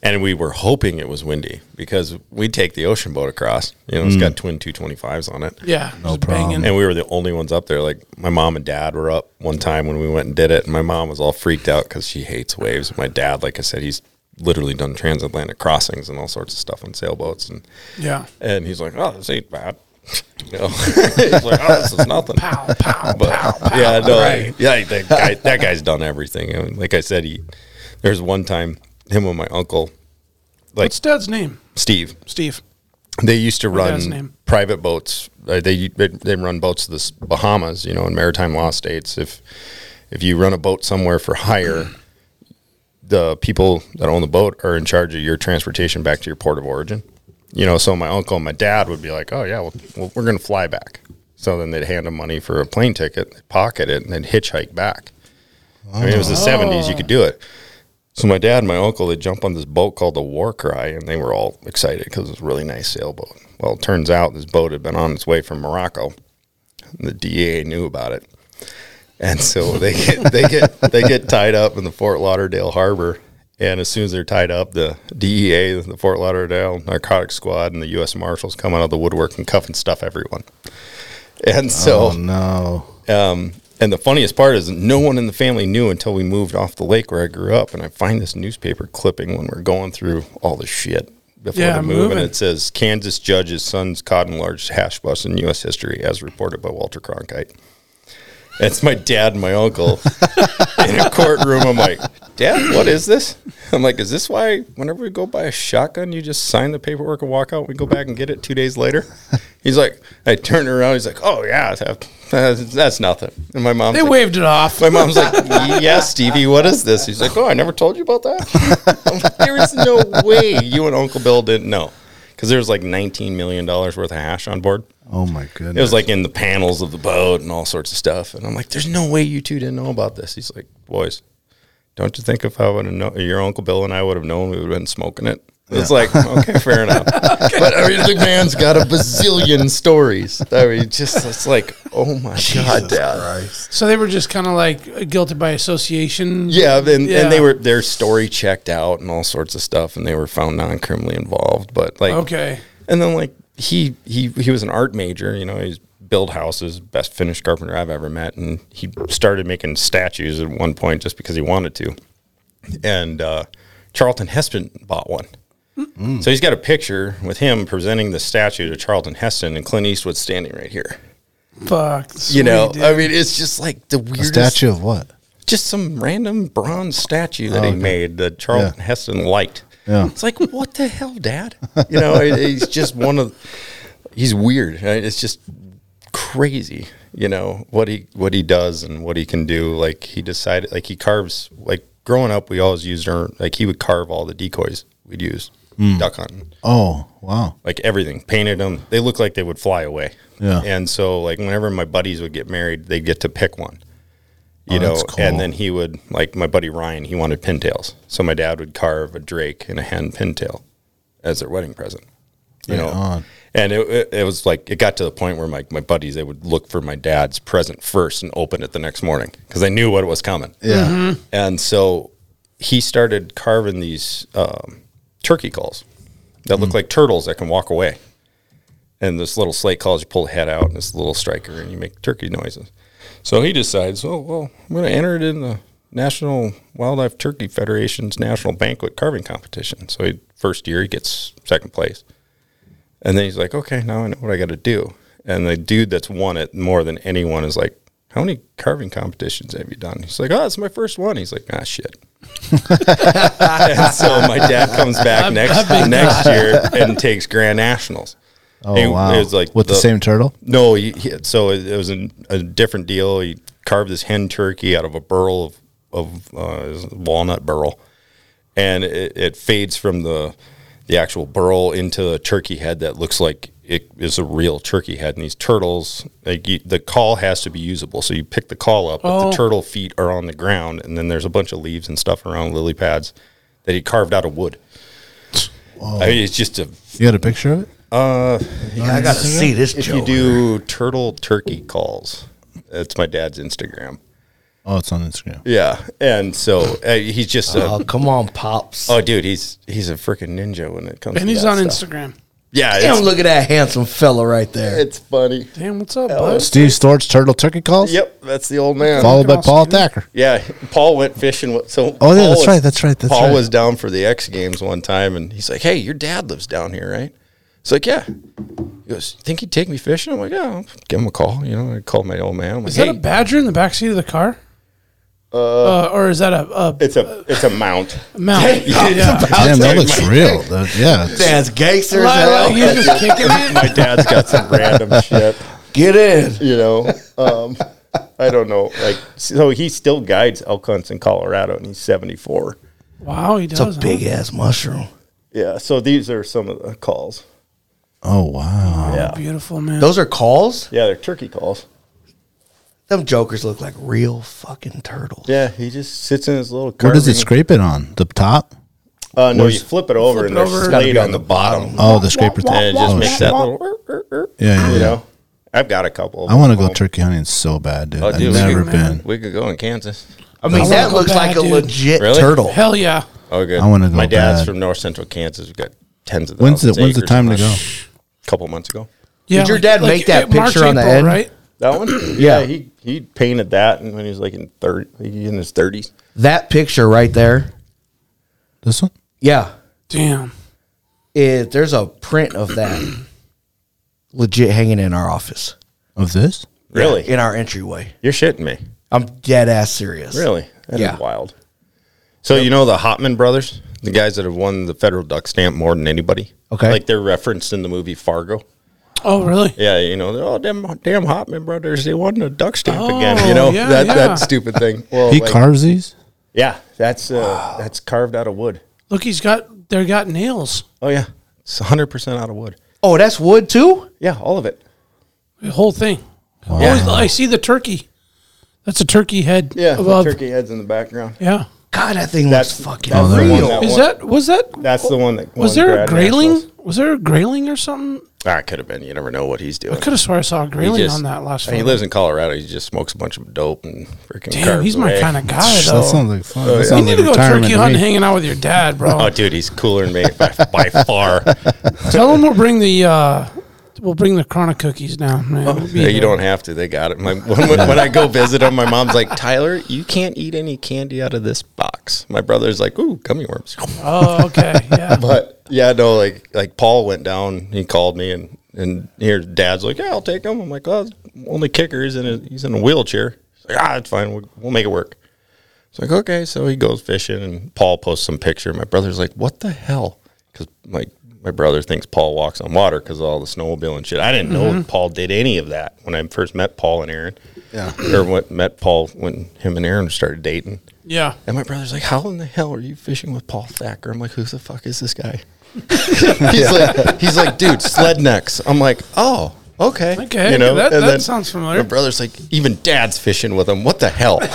Speaker 5: And we were hoping it was windy because we'd take the ocean boat across. You know, it's got twin 225s on it.
Speaker 2: yeah, no
Speaker 7: problem.
Speaker 5: And we were the only ones up there. Like my mom and dad were up one time when we went and did it. And my mom was all freaked out because she hates waves. My dad, like I said, he's literally done transatlantic crossings and all sorts of stuff on sailboats. And,
Speaker 2: Yeah,
Speaker 5: and he's like, oh, this ain't bad. You know, he's like, oh, this is nothing.
Speaker 2: pow, pow,
Speaker 5: But
Speaker 2: pow.
Speaker 5: yeah, no, yeah, that guy, that guy's done everything. I mean, like I said, he there's one time him and my uncle
Speaker 2: What's Dad's name?
Speaker 5: Steve,
Speaker 2: Steve.
Speaker 5: they used to
Speaker 2: dad's
Speaker 5: run
Speaker 2: name.
Speaker 5: private boats. Uh, they they they run boats to the S- Bahamas, you know, in maritime law states. If if you run a boat somewhere for hire, the people that own the boat are in charge of your transportation back to your port of origin. You know, so my uncle and my dad would be like, "Oh yeah, well, well we're going to fly back." So then they'd hand them money for a plane ticket, they'd pocket it, and then hitchhike back. I mean, it
Speaker 7: Oh.
Speaker 5: was the seventies. You could do it. So my dad and my uncle they jump on this boat called the War Cry, and they were all excited because it was a really nice sailboat. Well, it turns out this boat had been on its way from Morocco, and the DEA knew about it, and so they get they get they get tied up in the Fort Lauderdale harbor. And as soon as they're tied up, the DEA, the Fort Lauderdale Narcotics Squad, and the U.S. Marshals come out of the woodwork and cuff and stuff everyone. And so,
Speaker 7: Oh no.
Speaker 5: um, and the funniest part is no one in the family knew until we moved off the lake where I grew up. And I find this newspaper clipping when we're going through all the shit before
Speaker 2: Yeah,
Speaker 5: the move.
Speaker 2: moving.
Speaker 5: And it says Kansas judge's son's caught in large hash bust in U.S. history as reported by Walter Cronkite. That's my dad and my uncle in a courtroom. I'm like, Dad, what is this? I'm like, is this why whenever we go buy a shotgun, you just sign the paperwork and walk out? We go back and get it two days later. He's like, I turned around. He's like, oh yeah, that- that's, that's nothing. And my mom,
Speaker 2: They waved it off.
Speaker 5: my mom's like, yes, Stevie, what is this? He's like, oh, I never told you about that. I'm like, there is no way you and Uncle Bill didn't know because there was like 19 million dollars worth of hash on board.
Speaker 7: Oh my goodness.
Speaker 5: It was like in the panels of the boat and all sorts of stuff. And I'm like, there's no way you two didn't know about this. He's like, boys, don't you think if I would have known, your Uncle Bill and I would have known, we would have been smoking it? It's like, okay, fair enough. But I mean, the man's got a bazillion stories. I mean, just, it's like, oh my God, Dad.
Speaker 2: So they were just kind of like guilty by association.
Speaker 5: Yeah, and,
Speaker 2: Yeah.
Speaker 5: and they were their story checked out and all sorts of stuff, and they were found non criminally involved. But like,
Speaker 2: Okay.
Speaker 5: and then like he he he was an art major. You know, he's build houses, best finished carpenter I've ever met, and he started making statues at one point just because he wanted to. And uh, Charlton Heston bought one.
Speaker 2: Mm-hmm.
Speaker 5: So he's got a picture with him presenting the statue to Charlton Heston and Clint Eastwood standing right here.
Speaker 2: Fuck.
Speaker 5: You know,
Speaker 2: sweet,
Speaker 5: I
Speaker 2: dude.
Speaker 5: mean, it's just like the
Speaker 7: a
Speaker 5: weirdest
Speaker 7: statue of what? Oh,
Speaker 5: just some random bronze statue that he made that Charlton
Speaker 7: Yeah.
Speaker 5: Heston liked.
Speaker 7: Yeah.
Speaker 5: It's like, what the hell, Dad? You know, it- it's just one of he's weird. right? It's just crazy, you know, what he what he does and what he can do. Like he decided like he carves like growing up we always used our like he would carve all the decoys we'd use duck hunting
Speaker 7: Oh wow.
Speaker 5: like everything, painted them. They looked like they would fly away.
Speaker 7: Yeah.
Speaker 5: And so like whenever my buddies would get married, they'd get to pick one. You
Speaker 7: Oh,
Speaker 5: know,
Speaker 7: that's cool.
Speaker 5: and then he would like my buddy Ryan, he wanted pintails. So my dad would carve a drake and a hen pintail as their wedding present. You know.
Speaker 7: on.
Speaker 5: And it, it, it was like it got to the point where my, my buddies they would look for my dad's present first and open it the next morning because they knew what was coming.
Speaker 7: Yeah.
Speaker 5: And so he started carving these um, turkey calls that look like turtles that can walk away. And this little slate calls, you pull the head out, and it's a little striker, and you make turkey noises. So he decides, oh, well, I'm going to enter it in the National Wildlife Turkey Federation's National Banquet Carving Competition. So he, first year, he gets second place. And then he's like, okay, now I know what I got to do. And the dude that's won it more than anyone is like, how many carving competitions have you done? He's like, oh, it's my first one. He's like, ah, shit. and so my dad comes back next next year and takes Grand Nationals.
Speaker 7: Oh
Speaker 5: It-
Speaker 7: wow.
Speaker 5: it was like
Speaker 7: with the,
Speaker 5: the-
Speaker 7: same turtle.
Speaker 5: No, he, he, so it, it was an, a different deal. He carved this hen turkey out of a burl of of uh, it was a walnut burl, and it, it fades from the the actual burl into a turkey head that looks like it is a real turkey head. And these turtles, like you, the call has to be usable, so you pick the call up, but
Speaker 2: Oh.
Speaker 5: the turtle feet are on the ground, and then there's a bunch of leaves and stuff around lily pads that he carved out of wood. I mean, it's just a
Speaker 7: You had a picture of it?
Speaker 9: I gotta see this
Speaker 5: Uh, if you
Speaker 9: joke.
Speaker 5: do turtle turkey calls, that's my dad's Instagram.
Speaker 7: Oh, it's on Instagram.
Speaker 5: Yeah, and so uh, he's just a
Speaker 6: Oh, come on, pops.
Speaker 5: oh dude, he's he's a freaking ninja when it comes.
Speaker 2: And
Speaker 5: to
Speaker 2: he's
Speaker 5: that
Speaker 2: on
Speaker 5: stuff.
Speaker 2: Instagram.
Speaker 5: Yeah,
Speaker 6: Damn,
Speaker 5: it's,
Speaker 6: look at that handsome fella right there.
Speaker 5: it's funny.
Speaker 2: Damn, what's up, bud?
Speaker 7: Steve Storch turtle turkey calls.
Speaker 5: Yep, that's the old man.
Speaker 7: Followed by
Speaker 2: Awesome,
Speaker 7: Paul
Speaker 2: dude.
Speaker 7: Thacker.
Speaker 5: Yeah, Paul went fishing. with- So
Speaker 7: Oh, yeah,
Speaker 5: Paul
Speaker 7: that's
Speaker 5: was-
Speaker 7: right, that's right, that's
Speaker 5: Paul
Speaker 7: right.
Speaker 5: was down for the X Games one time, and he's like, "Hey, your dad lives down here, right?" It's like, "Yeah." He goes, "Think he'd take me fishing?" I'm like, "Yeah, I'll give him a call." You know, I called my old man. I'm like,
Speaker 2: Is
Speaker 5: "Hey."
Speaker 2: that a badger in the backseat of the car? Uh, or is that a, a
Speaker 5: it's a it's a mount.
Speaker 2: mount?
Speaker 7: Damn, that looks real. That- yeah.
Speaker 6: That's gangster as
Speaker 2: Lyle,
Speaker 6: hell.
Speaker 2: you just kicking it?
Speaker 5: My dad's got some random shit.
Speaker 6: Get in.
Speaker 5: you know um, i don't know like so he still guides elk hunts in colorado and he's 74
Speaker 2: Wow, he does.
Speaker 6: It's
Speaker 2: huh?
Speaker 6: a big ass mushroom.
Speaker 5: yeah so these are some of the calls
Speaker 7: Oh wow.
Speaker 5: yeah
Speaker 2: Oh, Beautiful, man.
Speaker 6: Those are calls?
Speaker 5: yeah they're turkey calls
Speaker 6: Them jokers look like real fucking turtles.
Speaker 5: Yeah, he just sits in his little.
Speaker 7: Where does it
Speaker 5: carving-
Speaker 7: scrape it on? The top?
Speaker 5: Uh, no, you
Speaker 7: Where's-
Speaker 5: flip it over
Speaker 2: Flip
Speaker 5: and
Speaker 2: it
Speaker 5: there's
Speaker 2: over. It's
Speaker 6: gotta
Speaker 5: slate
Speaker 6: be
Speaker 5: on
Speaker 6: on
Speaker 5: the
Speaker 6: the
Speaker 5: bottom.
Speaker 7: Oh, the scraper thing.
Speaker 5: And it just
Speaker 7: Oh,
Speaker 5: makes
Speaker 7: shit.
Speaker 5: that little. "Er, er, er,"
Speaker 7: Yeah, yeah,
Speaker 5: You
Speaker 7: yeah.
Speaker 5: know, I've got a couple. of
Speaker 7: I want to
Speaker 5: them.
Speaker 7: go turkey hunting so bad, dude.
Speaker 5: Oh,
Speaker 7: I've
Speaker 5: dude, we
Speaker 7: never
Speaker 5: could-
Speaker 7: been.
Speaker 5: We could go in Kansas.
Speaker 6: I mean,
Speaker 2: I wanna
Speaker 6: that
Speaker 2: go
Speaker 6: looks
Speaker 2: back,
Speaker 6: like a
Speaker 2: dude.
Speaker 6: legit
Speaker 5: Really?
Speaker 6: turtle.
Speaker 2: Hell yeah.
Speaker 5: Oh, good.
Speaker 7: I wanna go
Speaker 5: My dad's
Speaker 7: bad.
Speaker 5: from north central Kansas. We've got tens of
Speaker 7: When's the
Speaker 5: thousands
Speaker 7: When's the
Speaker 5: acres
Speaker 7: time to
Speaker 5: of
Speaker 7: go?
Speaker 5: land. couple months ago.
Speaker 2: Yeah,
Speaker 6: your dad make that
Speaker 2: uh, March,
Speaker 6: picture on the
Speaker 2: April,
Speaker 6: end?
Speaker 2: Right?
Speaker 5: That one? yeah, he he painted that and when he was like in third, in his thirties.
Speaker 6: That picture right there.
Speaker 7: This one?
Speaker 6: Yeah.
Speaker 2: Damn.
Speaker 6: It, there's a print of that legit hanging in our office,
Speaker 7: Of this?
Speaker 5: Really?
Speaker 6: in our entryway.
Speaker 5: You're shitting me.
Speaker 6: I'm dead ass serious.
Speaker 5: Really? That's
Speaker 6: Yeah.
Speaker 5: wild. So you know the Hotman brothers, the guys that have won the federal duck stamp more than anybody.
Speaker 6: Okay.
Speaker 5: Like they're referenced in the movie Fargo.
Speaker 2: Oh, really?
Speaker 5: Yeah, you know, they're all damn damn Hotman brothers. They won the duck stamp again.
Speaker 2: Oh,
Speaker 5: You know
Speaker 2: yeah,
Speaker 5: that
Speaker 2: yeah.
Speaker 5: that stupid thing. Well,
Speaker 7: He
Speaker 5: like-
Speaker 7: carves these?
Speaker 5: Yeah, that's uh, that's carved out of wood.
Speaker 2: Look, he's got they got nails.
Speaker 5: Oh yeah, it's 100 percent out of wood.
Speaker 6: Oh, that's wood too?
Speaker 5: Yeah, all of it.
Speaker 2: The whole thing. Oh, I see the turkey. That's a turkey head.
Speaker 5: Yeah, the
Speaker 2: above.
Speaker 5: turkey heads in the background.
Speaker 2: Yeah.
Speaker 6: God, Ah, that thing
Speaker 5: That's
Speaker 6: looks fucking
Speaker 5: that's the one
Speaker 6: real.
Speaker 5: Oh, that
Speaker 2: Is
Speaker 5: won-
Speaker 2: that was that
Speaker 5: That's the one that
Speaker 2: was
Speaker 5: won
Speaker 2: there a
Speaker 5: Grand
Speaker 2: grayling?
Speaker 5: Nationals.
Speaker 2: Was there a grayling or something?
Speaker 5: Ah, could have been. You never know what he's doing.
Speaker 2: I could have swore I saw a grayling
Speaker 5: just-
Speaker 2: on that last.
Speaker 5: He
Speaker 2: photo.
Speaker 5: lives in Colorado. He just smokes a bunch of dope and freaking.
Speaker 2: Damn,
Speaker 5: carves
Speaker 2: he's my
Speaker 5: away.
Speaker 2: kind of guy
Speaker 7: That
Speaker 2: though.
Speaker 7: sounds like fun. That sounds
Speaker 2: You need
Speaker 7: like
Speaker 2: to go
Speaker 7: retirement
Speaker 2: turkey
Speaker 7: to
Speaker 2: hunting,
Speaker 7: me.
Speaker 2: hanging out with your dad,
Speaker 5: Oh,
Speaker 2: bro.
Speaker 5: dude, he's cooler than me by, by far.
Speaker 2: Tell him we'll bring the uh, we'll bring the chronic cookies down, man. We'll be
Speaker 5: Yeah, you
Speaker 2: there.
Speaker 5: don't have to. They got it. My, when, when, when I go visit him, my mom's like, Tyler, you can't eat any candy out of this box. My brother's like, ooh, gummy worms.
Speaker 2: Oh, okay, yeah.
Speaker 5: But yeah, no, like like Paul went down. He called me and and here Dad's like, yeah, I'll take him. I'm like, oh, only kicker is in a, he's in a wheelchair. He's like, ah, it's fine. We'll, we'll make it work. It's like okay. So he goes fishing and Paul posts some picture. My brother's like, what the hell? Because like my brother thinks Paul walks on water because all the snowmobile and shit. I didn't know Paul did any of that when I first met Paul and Aaron. Yeah, or what met Paul when him and Aaron started dating.
Speaker 2: yeah.
Speaker 5: And my brother's like, "How in the hell are you fishing with Paul Thacker?" I'm like, "Who the fuck is this guy?" he's like, "He's like, dude, sled necks." I'm like, "Oh, okay,
Speaker 2: Okay, that- that sounds familiar.
Speaker 5: My brother's like, "Even Dad's fishing with him. What the hell?" you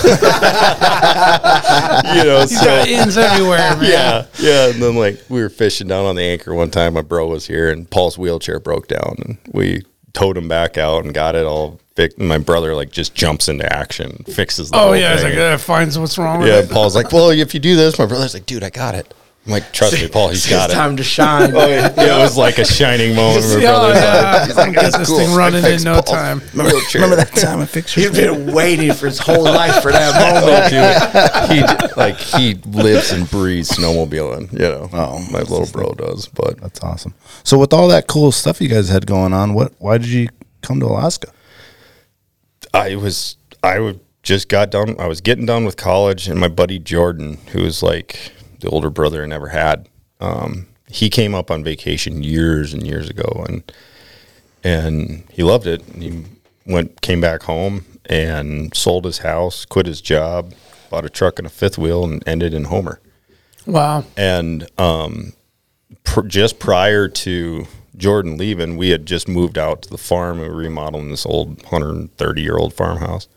Speaker 5: know,
Speaker 2: He's
Speaker 5: so-
Speaker 2: got ends everywhere, man.
Speaker 5: yeah, yeah. And then like we were fishing down on the anchor one time. My bro was here, and Paul's wheelchair broke down, and we towed him back out and got it all fixed. And my brother like just jumps into action, fixes. The
Speaker 2: Oh
Speaker 5: whole
Speaker 2: yeah, it's
Speaker 5: thing.
Speaker 2: like that finds what's wrong with
Speaker 5: Yeah,
Speaker 2: it.
Speaker 5: and Paul's like, well, if you do this, my brother's like, dude, I got it. I'm like, trust me, Paul, he's
Speaker 6: It's
Speaker 5: got it.
Speaker 6: time to shine.
Speaker 5: Oh, yeah, yeah, it was like a shining moment.
Speaker 2: Oh,
Speaker 5: My brother's like,
Speaker 2: yeah. I'm gonna get this thing running in no time.
Speaker 5: remember, remember that time I fixed
Speaker 6: He's been waiting for his whole life for that moment.
Speaker 5: He like he lives and breathes snowmobiling. You know, oh, my little bro does. But
Speaker 7: That's awesome. So with all that cool stuff you guys had going on, what why did you come to Alaska?
Speaker 5: I was I would just got done. I was getting done with college, and my buddy Jordan, who was like the older brother I never had, um, he came up on vacation years and years ago, and and he loved it. And he went came back home and sold his house, quit his job, bought a truck and a fifth wheel, and ended in Homer
Speaker 2: Wow.
Speaker 5: and um, pr- just prior to Jordan leaving, we had just moved out to the farm. We were remodeling this old 130 year old farmhouse,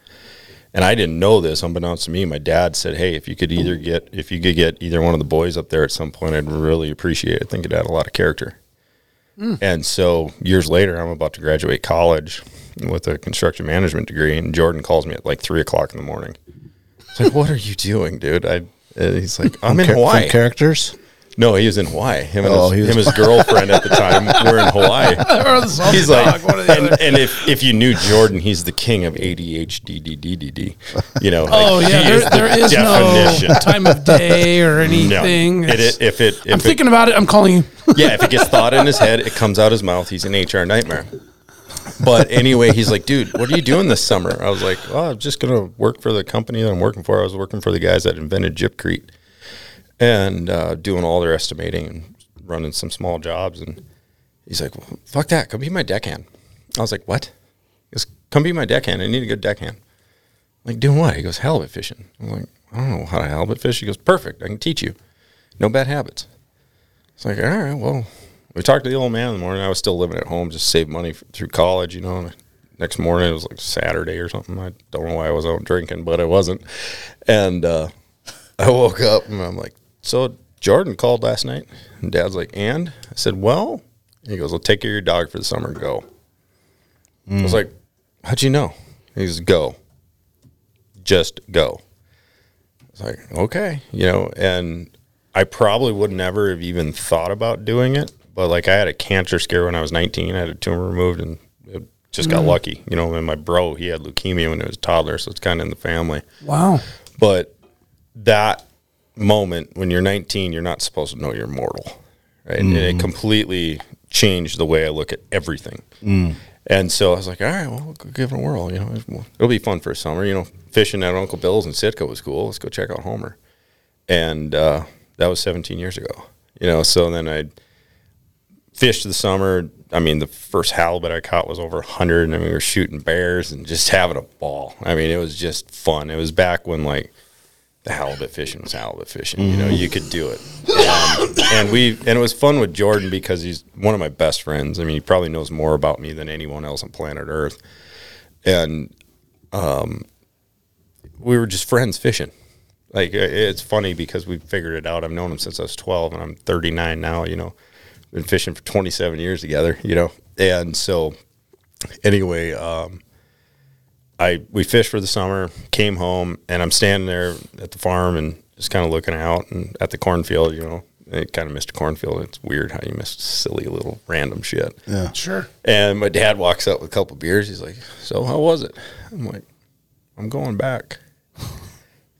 Speaker 5: and I didn't know this. Unbeknownst to me, my dad said, "Hey, if you could either get if you could get either one of the boys up there at some point, I'd really appreciate it. I think it had a lot of character." And so years later, I'm about to graduate college with a construction management degree, and Jordan calls me at like three o'clock in the morning. It's like, "What are you doing, dude?" I and he's like, "I'm in
Speaker 7: Char- from
Speaker 5: Hawaii."
Speaker 7: characters?
Speaker 5: No, he was in Hawaii. Him and,
Speaker 7: Oh, he
Speaker 5: his,
Speaker 7: was-
Speaker 5: him and his girlfriend at the time were in Hawaii.
Speaker 2: Or the zombie
Speaker 5: He's like,
Speaker 2: dog, one or the
Speaker 5: and,
Speaker 2: other.
Speaker 5: and if, if you knew Jordan, he's the king of ADHD, you know.
Speaker 2: Oh yeah, there, there is no time of day or
Speaker 5: No,
Speaker 2: anything.
Speaker 5: it,
Speaker 2: It's-
Speaker 5: it, if it, if
Speaker 2: I'm
Speaker 5: it-
Speaker 2: thinking about it. I'm calling you.
Speaker 5: yeah, if it gets thought in his head, it comes out his mouth. He's an HR nightmare. But anyway, he's like, dude, what are you doing this summer? I was like, oh, I'm just gonna work for the company that I'm working for. I was working for the guys that invented Gypcrete and uh, doing all their estimating and running some small jobs. And he's like, well, fuck that, come be my deckhand. I was like, what? He goes, come be my deckhand. I need a good deckhand. I'm like, doing what? He goes, halibut fishing. I'm like, I don't know how to halibut fish. He goes, perfect. I can teach you. No bad habits. It's like, all right, well, we talked to the old man in the morning. I was still living at home, just saved money f- through college, you know. And I next morning. It was like Saturday or something. I don't know why I was out drinking, but I wasn't. And uh, I woke up and I'm like, so Jordan called last night. And dad's like, and? I said, well, he goes, well, take care of your dog for the summer and go. I was like, how'd you know? He goes, go. Just go. I was like, okay, you know, and I probably would never have even thought about doing it. But like I had a cancer scare when I was 19. I had a tumor removed and it just got lucky, you know. And my bro, he had leukemia when he was a toddler, so it's kind of in the family.
Speaker 2: Wow.
Speaker 5: But that moment when you're 19, you're not supposed to know you're mortal, right? And it completely changed the way I look at everything. And so I was like, all right, well, we'll go give it a whirl. Mm. You know, it'll be fun for a summer. You know, fishing at Uncle Bill's in Sitka was cool. Let's go check out Homer. And uh, that was 17 years ago. You know, so then I fished the summer. I mean, the first halibut I caught was over 100, and I mean, we were shooting bears and just having a ball. I mean, it was just fun. It was back when like the halibut fishing was halibut fishing. You know, you could do it. Um, and we and it was fun with Jordan because he's one of my best friends. I mean, he probably knows more about me than anyone else on planet Earth. And um, we were just friends fishing. Like i- it's funny because we figured it out. I've known him since I was 12 and I'm 39 now, you know. Been fishing for 27 years together, you know. And so anyway, um I we fished for the summer, came home, and I'm standing there at the farm and just kind of looking out and at the cornfield, you know. It kind of missed a cornfield. It's weird how you miss silly little random shit. Yeah.
Speaker 2: Sure.
Speaker 5: And my dad walks up with a couple beers. He's like, "So how was it?" I'm like, "I'm going back."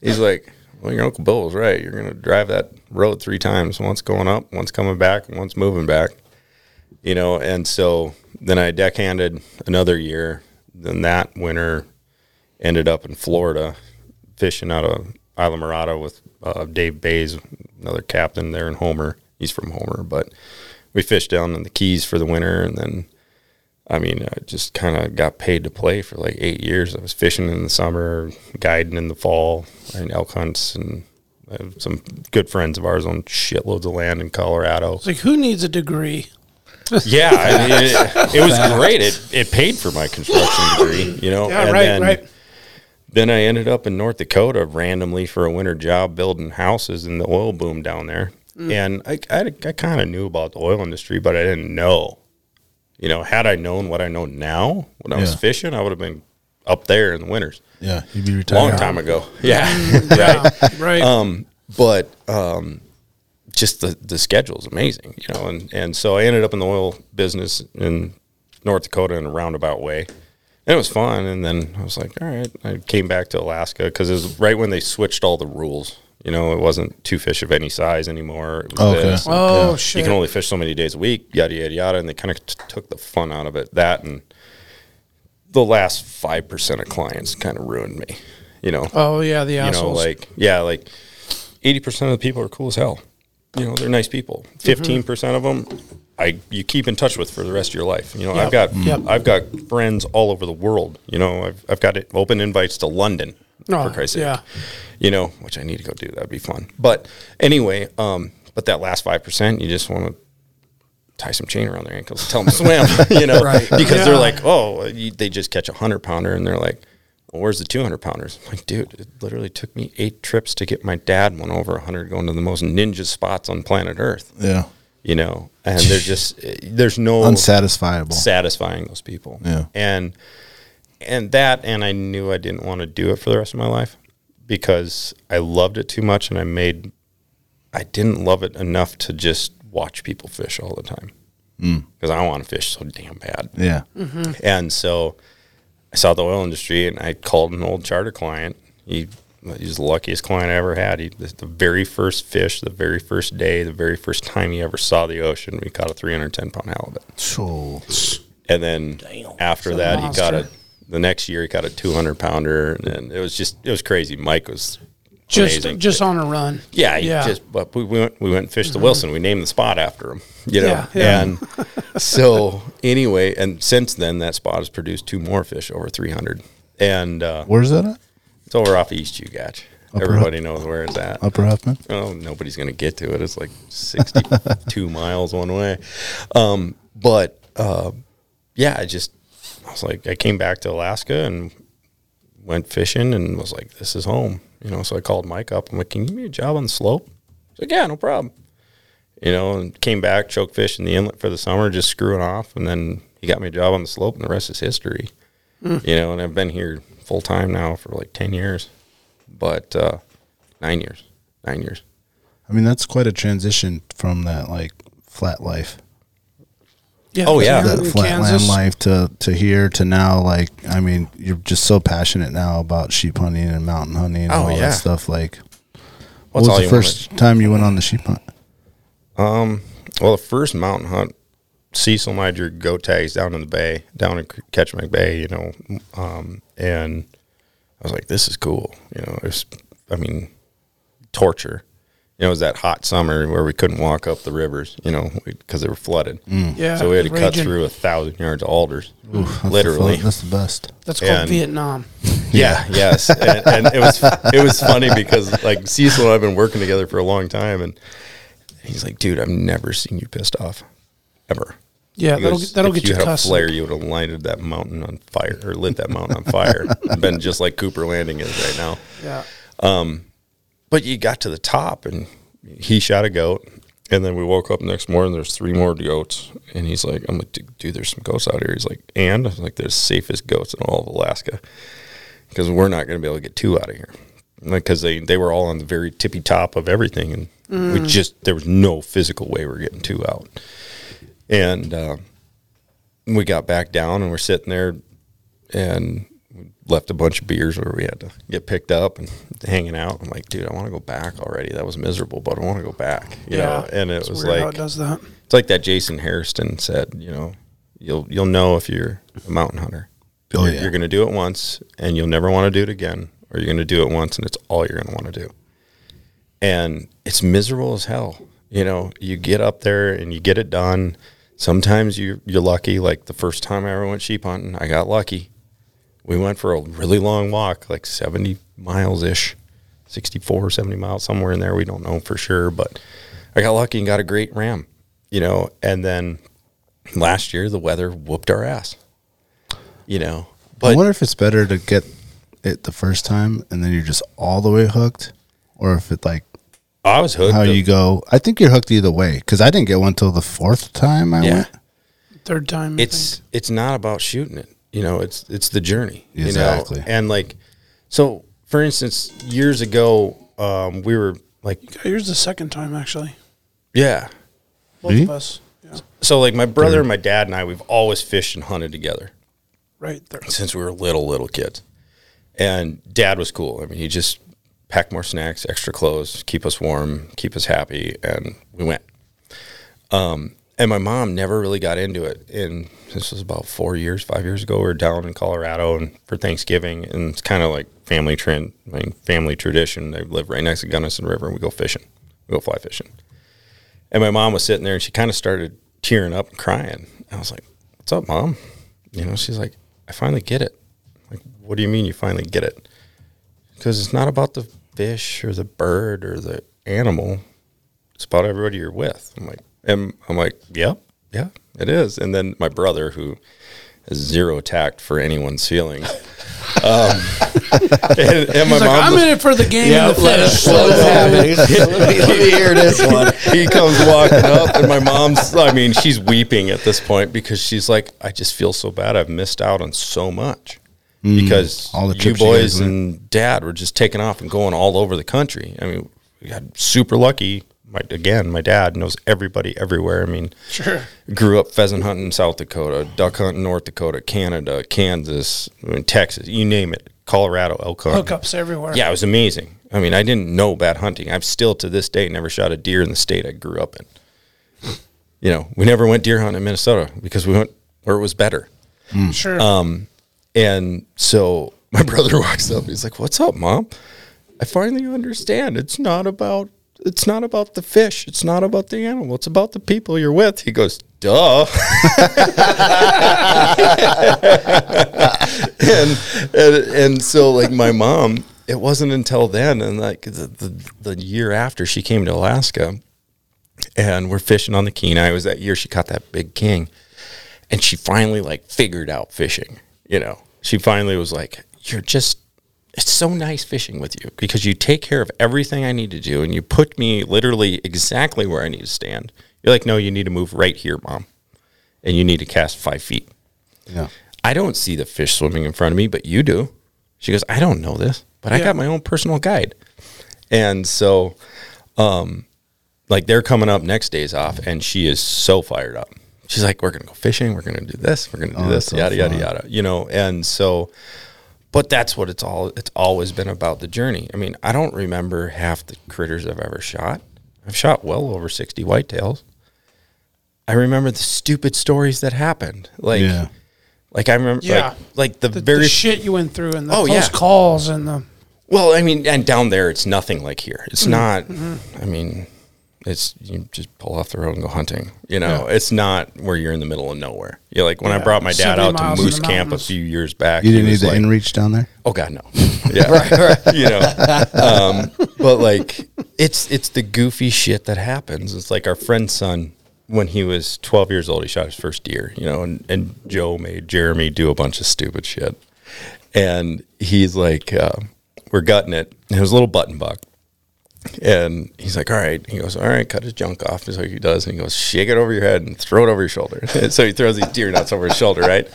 Speaker 5: He's like, "Well, your uncle Bill was right. You're gonna drive that road three times. Once going up, once coming back, and once moving back." You know, and so then I deckhanded another year. Then that winter ended up in Florida, fishing out of Isla Mirada with uh, Dave Bays, another captain there in Homer. He's from Homer, but we fished down in the Keys for the winter, and then I mean, I just kind of got paid to play for like eight years. I was fishing in the summer, guiding in the fall, and elk hunts, and I have some good friends of ours on shitloads of land in Colorado.
Speaker 2: It's like, who needs a degree?
Speaker 5: Yeah, I mean, it, it was great. It, it paid for my construction degree, you know.
Speaker 2: Yeah, right,
Speaker 5: then,
Speaker 2: right.
Speaker 5: Then I ended up in North Dakota randomly for a winter job building houses in the oil boom down there.
Speaker 2: Mm.
Speaker 5: And I, I, I kind of knew about the oil industry, but I didn't know. You know, had I known what I know now when I was
Speaker 7: Yeah.
Speaker 5: fishing, I would have been up there in the winters
Speaker 7: Yeah, you'd be
Speaker 5: a long
Speaker 7: retired.
Speaker 5: time ago. Yeah, right
Speaker 2: Right.
Speaker 5: but um, just the the schedule is amazing, you know. And and so I ended up in the oil business in North Dakota in a roundabout way, and it was fun. And then I was like, all right, I came back to Alaska because it was right when they switched all the rules. You know, it wasn't two fish of any size anymore. It was
Speaker 7: Okay.
Speaker 5: this.
Speaker 2: oh,
Speaker 5: You
Speaker 2: shit.
Speaker 5: can only fish so many days a week, yada yada yada, and they kind of t- took the fun out of it. That and the last five percent of clients kind of ruined me. You know,
Speaker 2: oh, yeah, the
Speaker 5: you know,
Speaker 2: assholes.
Speaker 5: like yeah, like eighty percent of the people are cool as hell. You know, they're nice people. 15
Speaker 2: Mhm.
Speaker 5: percent of them, I you keep in touch with for the rest of your life. You know, I've
Speaker 2: Yep.
Speaker 5: got
Speaker 2: Yep.
Speaker 5: I've got friends all over the world. You know, I've I've got it, open invites to London
Speaker 2: Oh,
Speaker 5: for Christ's
Speaker 2: yeah.
Speaker 5: sake. You know, which I need to go do. That'd be fun. But anyway, um, but that last five percent, you just want to tie some chain around their ankles, tell them to swim. You know, because they're
Speaker 2: Yeah.
Speaker 5: like, oh, you, they just catch a hundred pounder, and they're like, well, where's the two hundred pounders? I'm like, dude, it literally took me eight trips to get my dad one over hundred, going to the most ninja spots on planet Earth.
Speaker 7: Yeah,
Speaker 5: You know, and they're just there's no
Speaker 7: unsatisfiable.
Speaker 5: satisfying those people.
Speaker 7: Yeah.
Speaker 5: And and that and I knew I didn't want to do it for the rest of my life because I loved it too much and I made I didn't love it enough to just watch people fish all the time. Because I want to fish so damn bad.
Speaker 7: Mm. yeah,
Speaker 5: And so I saw the oil industry and I called an old charter client. He he's the luckiest client I ever had. He the, the very first fish, the very first day, the very first time he ever saw the ocean, we caught a 310 pound halibut.
Speaker 7: so
Speaker 5: And then after that, he got a
Speaker 2: monster.
Speaker 5: the next year he got a 200 pounder, and, then it was just it was crazy. Mike was
Speaker 2: just
Speaker 5: amazing.
Speaker 2: just on a run.
Speaker 5: yeah, he
Speaker 2: yeah. Mm-hmm.
Speaker 5: just but we went we went and fished the Wilson. We named the spot after him, you know.
Speaker 2: Yeah, yeah.
Speaker 5: And so anyway, and since then that spot has produced two more fish over 300, and uh,
Speaker 7: where's that at?
Speaker 5: it's over off of East Chugach. Everybody knows where it's at.
Speaker 7: Upper Huffman.
Speaker 5: Oh, nobody's going to get to it. It's like 62 miles one way. Um, but uh, yeah, I just I was like, I came back to Alaska and went fishing and was like, this is home, you know. So I called Mike up. I'm like, can you give me a job on the slope? He's like, yeah, no problem. You know, and came back, choke fish in the inlet for the summer, just screwing off. And then he got me a job on the slope, and the rest is history. You know, and I've been here full time now for like 10 years, but uh, nine years, nine years.
Speaker 7: I mean, that's quite a transition from that like flat life,
Speaker 2: Yeah,
Speaker 5: Oh, yeah.
Speaker 2: you're
Speaker 7: that
Speaker 2: in
Speaker 7: flatland life to to here to now. Like, I mean, you're just so passionate now about sheep hunting and mountain hunting and
Speaker 5: Oh,
Speaker 7: all
Speaker 5: yeah.
Speaker 7: that stuff. Like, what
Speaker 5: What's
Speaker 7: was
Speaker 5: all
Speaker 7: the
Speaker 5: you
Speaker 7: first time you went on the sheep hunt?
Speaker 5: Um, Well, the first mountain hunt, Cecil and I drew goat tags down in the bay, down in Ketchmack Bay, you know, um, and I was like, "This is cool," you know. It's, I mean, torture. You know, it was that hot summer where we couldn't walk up the rivers, you know, because they were flooded.
Speaker 2: Yeah,
Speaker 5: so we had to cut
Speaker 2: raging.
Speaker 5: through a thousand yards of alders,
Speaker 7: Mm. That's the
Speaker 5: literally.
Speaker 7: fun- that's the best.
Speaker 2: That's called
Speaker 5: and-
Speaker 2: Vietnam.
Speaker 5: Yeah, yes, and, and it was it was funny because like Cecil and I've been working together for a long time, and he's like, "Dude, I've never seen you pissed off, ever."
Speaker 2: Yeah,
Speaker 5: He
Speaker 2: that'll
Speaker 5: goes,
Speaker 2: that'll
Speaker 5: if
Speaker 2: get
Speaker 5: you
Speaker 2: you,
Speaker 5: had
Speaker 2: cussed.
Speaker 5: a flare, you would have lighted that mountain on fire or lit that mountain on fire. It'd been just like Cooper Landing is right now.
Speaker 2: Yeah,
Speaker 5: Um, But you got to the top, and he shot a goat. And then we woke up next morning. There's three more goats, and he's like, "I'm like, dude, dude, there's some goats out here." He's like, "And I was like, there's safest goats in all of Alaska because we're not going to be able to get two out of here because they they were all on the very tippy top of everything, and we just there was no physical way we were getting two out." And uh, we got back down, and we're sitting there, and we left a bunch of beers where we had to get picked up and hanging out. I'm like, dude, I want to go back already. That was miserable, but I want to go back. You know, and it
Speaker 2: It's
Speaker 5: was
Speaker 2: weird
Speaker 5: like
Speaker 2: how it does that.
Speaker 5: it's like that Jason Hairston said, you know, you'll you'll know if you're a mountain hunter.
Speaker 7: Oh,
Speaker 5: you're,
Speaker 7: yeah.
Speaker 5: you're going to do it once and you'll never want to do it again, or you're going to do it once and it's all you're going to want to do. And it's miserable as hell. You know, you get up there and you get it done. Sometimes you you're lucky. Like the first time I ever went sheep hunting, I got lucky. We went for a really long walk, like 70 miles ish, 64, 70 miles, somewhere in there. We don't know for sure, but I got lucky and got a great ram, you know. And then last year, the weather whooped our ass, you know.
Speaker 7: I
Speaker 5: But
Speaker 7: wonder if it's better to get it the first time and then you're just all the way hooked, or if it like
Speaker 5: I was hooked.
Speaker 7: how
Speaker 5: the-
Speaker 7: you go. I think you're hooked either way because I didn't get one till the fourth time I
Speaker 5: Yeah.
Speaker 7: went.
Speaker 2: Third time. I
Speaker 5: it's it's not about shooting it you know it's it's the journey you know?
Speaker 7: Exactly.
Speaker 5: and like so for instance years ago um we were like
Speaker 2: think. here's the second time actually.
Speaker 5: yeah
Speaker 2: Both
Speaker 7: Me?
Speaker 2: of us. Yeah,
Speaker 5: so like my brother and my dad and i we've always fished and hunted together
Speaker 2: right there.
Speaker 5: since we were little little kids and dad was cool i mean he just packed more snacks extra clothes keep us warm keep us happy and we went um and my mom never really got into it and this was about four years five years ago we were down in colorado and for thanksgiving and it's kind of like family trend I mean, family tradition they live right next to gunnison river and we go fishing we go fly fishing and my mom was sitting there and she kind of started tearing up and crying. I was like, What's up, mom? You know, she's like, I finally get it. Like, what do you mean you finally get it? Because it's not about the fish or the bird or the animal. It's about everybody you're with. I'm like, and I'm like, Yep, yeah, it is. And then my brother, who has zero tact for anyone's feelings. um, and, and my
Speaker 2: He's like,
Speaker 5: mom
Speaker 2: I'm
Speaker 5: was-
Speaker 2: in it for the game and the
Speaker 6: let
Speaker 2: fish.
Speaker 6: us, let us have it. let, me, let me hear this one.
Speaker 5: he comes walking up, and my mom's, I mean, she's weeping at this point because she's like, I just feel so bad. I've missed out on so much because
Speaker 7: Mm, all the
Speaker 5: you
Speaker 7: trips you guys
Speaker 5: boys
Speaker 7: went.
Speaker 5: and dad were just taking off and going all over the country. I mean, we got super lucky. My, again, my dad knows everybody everywhere. I mean,
Speaker 2: Sure.
Speaker 5: grew up pheasant hunting in South Dakota, duck hunting North Dakota, Canada, Kansas, I mean, Texas, you name it, Colorado, elk hunting.
Speaker 2: Hookups everywhere.
Speaker 5: Yeah, it was amazing. I mean, I didn't know about hunting. I've still to this day never shot a deer in the state I grew up in. You know, we never went deer hunting in Minnesota because we went where it was better.
Speaker 2: Hmm.
Speaker 5: Um,
Speaker 2: Sure.
Speaker 5: And so my brother walks up. He's like, "What's up, mom? I finally understand. It's not about it's not about the fish. It's not about the animal. It's about the people you're with." He goes, "Duh." and, and and so like my mom, it wasn't until then, and like the, the the year after she came to Alaska, and we're fishing on the Kenai. It was that year she caught that big king. and she finally like figured out fishing. You know, she finally was like, "You're just." It's so nice fishing with you because you take care of everything I need to do and you put me literally exactly where I need to stand. You're like, no, you need to move right here, mom. And you need to cast five feet.
Speaker 7: Yeah.
Speaker 5: I don't see the fish swimming in front of me, but you do. She goes, I don't know this, but I
Speaker 2: Yeah.
Speaker 5: got my own personal guide. And so, um, like they're coming up next days off, and she is so fired up. She's like, We're gonna go fishing, we're gonna do this, we're gonna
Speaker 2: Oh,
Speaker 5: do this,
Speaker 7: so
Speaker 5: yada, yada,
Speaker 7: fun.
Speaker 5: yada. You know, and so but that's what it's all it's always been about the journey. I mean, I don't remember half the critters I've ever shot. I've shot well over sixty whitetails. I remember the stupid stories that happened. Like
Speaker 7: Yeah.
Speaker 5: like I remember
Speaker 2: Yeah.
Speaker 5: like, like the,
Speaker 2: The,
Speaker 5: very
Speaker 2: the shit you went through and the
Speaker 5: Oh,
Speaker 2: close
Speaker 5: yeah.
Speaker 2: calls and the
Speaker 5: well, I mean, and down there, it's nothing like here.
Speaker 2: Mm-hmm.
Speaker 5: It's not. I mean, it's you just pull off the road and go hunting. You know, it's not where you're in the middle of nowhere. You're like when I brought my dad
Speaker 2: 70
Speaker 5: out to
Speaker 2: miles in
Speaker 5: moose
Speaker 2: the
Speaker 5: camp a
Speaker 2: mountains.
Speaker 5: few years back.
Speaker 7: You
Speaker 5: he
Speaker 7: didn't need
Speaker 5: was
Speaker 7: the
Speaker 5: like,
Speaker 7: inReach down there?
Speaker 5: Oh God, no. Yeah, right, right. You know, um, but like it's it's the goofy shit that happens. It's like our friend's son when he was 12 years old, he shot his first deer. You know, and and Joe made Jeremy do a bunch of stupid shit, and he's like, uh, we're gutting it. And it was a little button buck. And he's like, all right. He goes, all right, cut his junk off. So he does. And he goes, shake it over your head and throw it over your shoulder. And so he throws these deer nuts over his shoulder, right?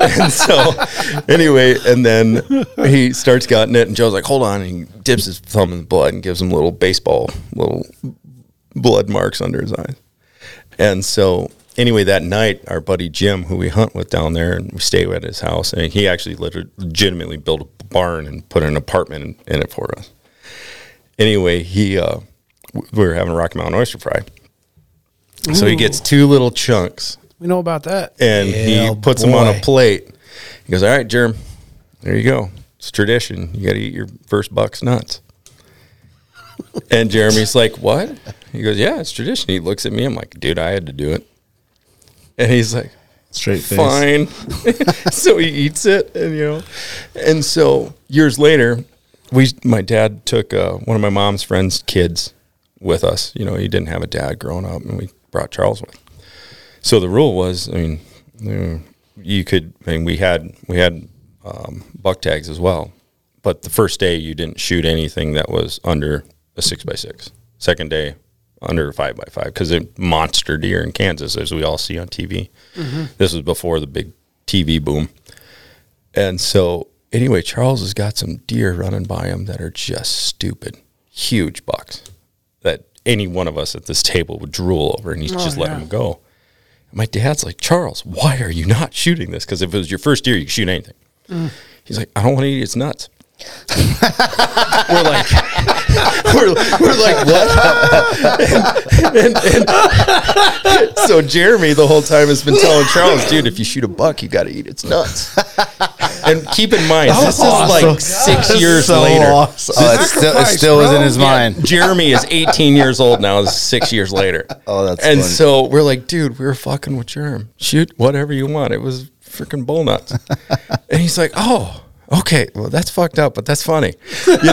Speaker 5: and so anyway, and then he starts gutting it. And Joe's like, hold on. And he dips his thumb in the blood and gives him little baseball, little blood marks under his eyes. And so anyway, that night, our buddy Jim, who we hunt with down there and we stay at his house, and he actually liter- legitimately built a barn and put an apartment in, in it for us anyway, he uh, w- we were having a Rocky Mountain oyster fry. So he gets two little chunks
Speaker 2: we know about that.
Speaker 5: and
Speaker 6: Yeah,
Speaker 5: he puts them on a
Speaker 6: boy.
Speaker 5: plate. He goes, "All right, Germ, there you go. It's tradition. You got to eat your first buck's nuts." and Jeremy's like, "What?" He goes, "Yeah, it's tradition." He looks at me. I'm like, "Dude, I had to do it." And he's like,
Speaker 7: Straight face.
Speaker 5: fine. so he eats it, and you know, and so years later, we my dad took uh, one of my mom's friends' kids with us. You know, he didn't have a dad growing up, and we brought Charles with. So the rule was, I mean, you know, you could. I mean, we had we had um, buck tags as well, but the first day you didn't shoot anything that was under a six by six. Second day, under a five by five because a monster deer in Kansas, as we all see on TV. This was before the big TV boom, and so anyway, Charles has got some deer running by him that are just stupid, huge bucks that any one of us at this table would drool over, and he's just letting them go. My dad's like, Charles, why are you not shooting this? Because if it was your first deer, you could shoot anything.
Speaker 2: Mm.
Speaker 5: He's like, I don't want to eat its nuts. we're like, we're, we're like, what? and, and- and- so Jeremy the whole time has been telling Charles, dude, if you shoot a buck, you got to eat its nuts. and keep in mind, this is like six years later.
Speaker 7: Oh, it's still, it still was in his mind.
Speaker 5: Jeremy is 18 years old now. This is six years later.
Speaker 7: Oh, that's
Speaker 5: and
Speaker 7: funny.
Speaker 5: so we're like, dude, we were fucking with Germ. Shoot whatever you want. It was freaking bull nuts. and he's like, oh. Okay, well that's fucked up, but that's funny, you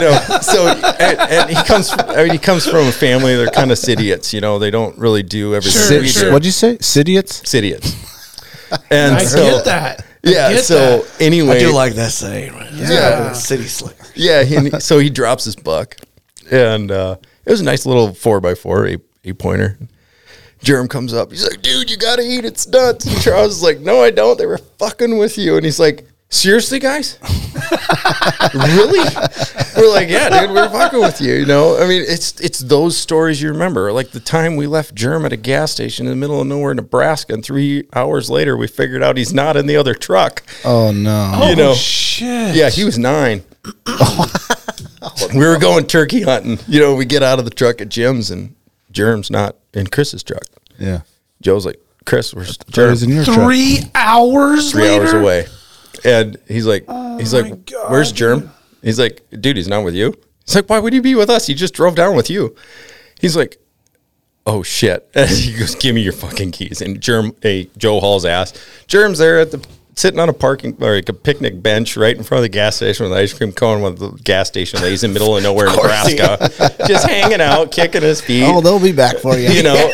Speaker 5: know. So and, and he comes. I mean, he comes from a family. They're kind of idiots, you know. They don't really do everything.
Speaker 2: Sure,
Speaker 5: we
Speaker 7: Sid-
Speaker 2: sure.
Speaker 5: do.
Speaker 7: What'd you say? Sidiots?
Speaker 5: Idiots. And
Speaker 2: I
Speaker 5: so,
Speaker 2: get that. I
Speaker 5: yeah.
Speaker 2: get
Speaker 5: so
Speaker 2: that.
Speaker 5: anyway,
Speaker 9: I do like that saying. right?
Speaker 2: Yeah.
Speaker 9: City slicker.
Speaker 5: yeah, he, and he- so he drops his buck, and uh, it was a nice little four by four, eight, eight pointer. Jerem comes up. He's like, "Dude, you gotta eat its nuts." And Charles is like, "No, I don't. They were fucking with you." And he's like, "Seriously, guys? really?" We're like, "Yeah, dude, we we're fucking with you." You know, I mean, it's it's those stories you remember, like the time we left Jerem at a gas station in the middle of nowhere, Nebraska, and three hours later we figured out he's not in the other truck.
Speaker 7: Oh, no.
Speaker 5: you know,
Speaker 2: Shit.
Speaker 5: yeah, he was nine. we were going turkey hunting. You know, we get out of the truck at Jim's and Germ's not in Chris's truck.
Speaker 7: Yeah.
Speaker 5: Joe's like, Chris, where's
Speaker 7: It
Speaker 5: Germ's
Speaker 7: was in your truck.
Speaker 2: Three hours
Speaker 5: three
Speaker 2: later. Oh
Speaker 5: hours away? And he's like, he's
Speaker 2: my
Speaker 5: like,
Speaker 2: God,
Speaker 5: where's Germ? He's like, dude, he's not with you. He's like, why would he be with us? He just drove down with you. He's like, oh shit. And he goes, give me your fucking keys. And Germ, hey, Joe Hall's ass. Germ's there at the sitting on a parking or like a picnic bench right in front of the gas station with an ice cream cone with the gas station lays in the middle of nowhere, Nebraska, just hanging out, kicking his feet.
Speaker 4: Oh, they'll be back for you.
Speaker 5: you know,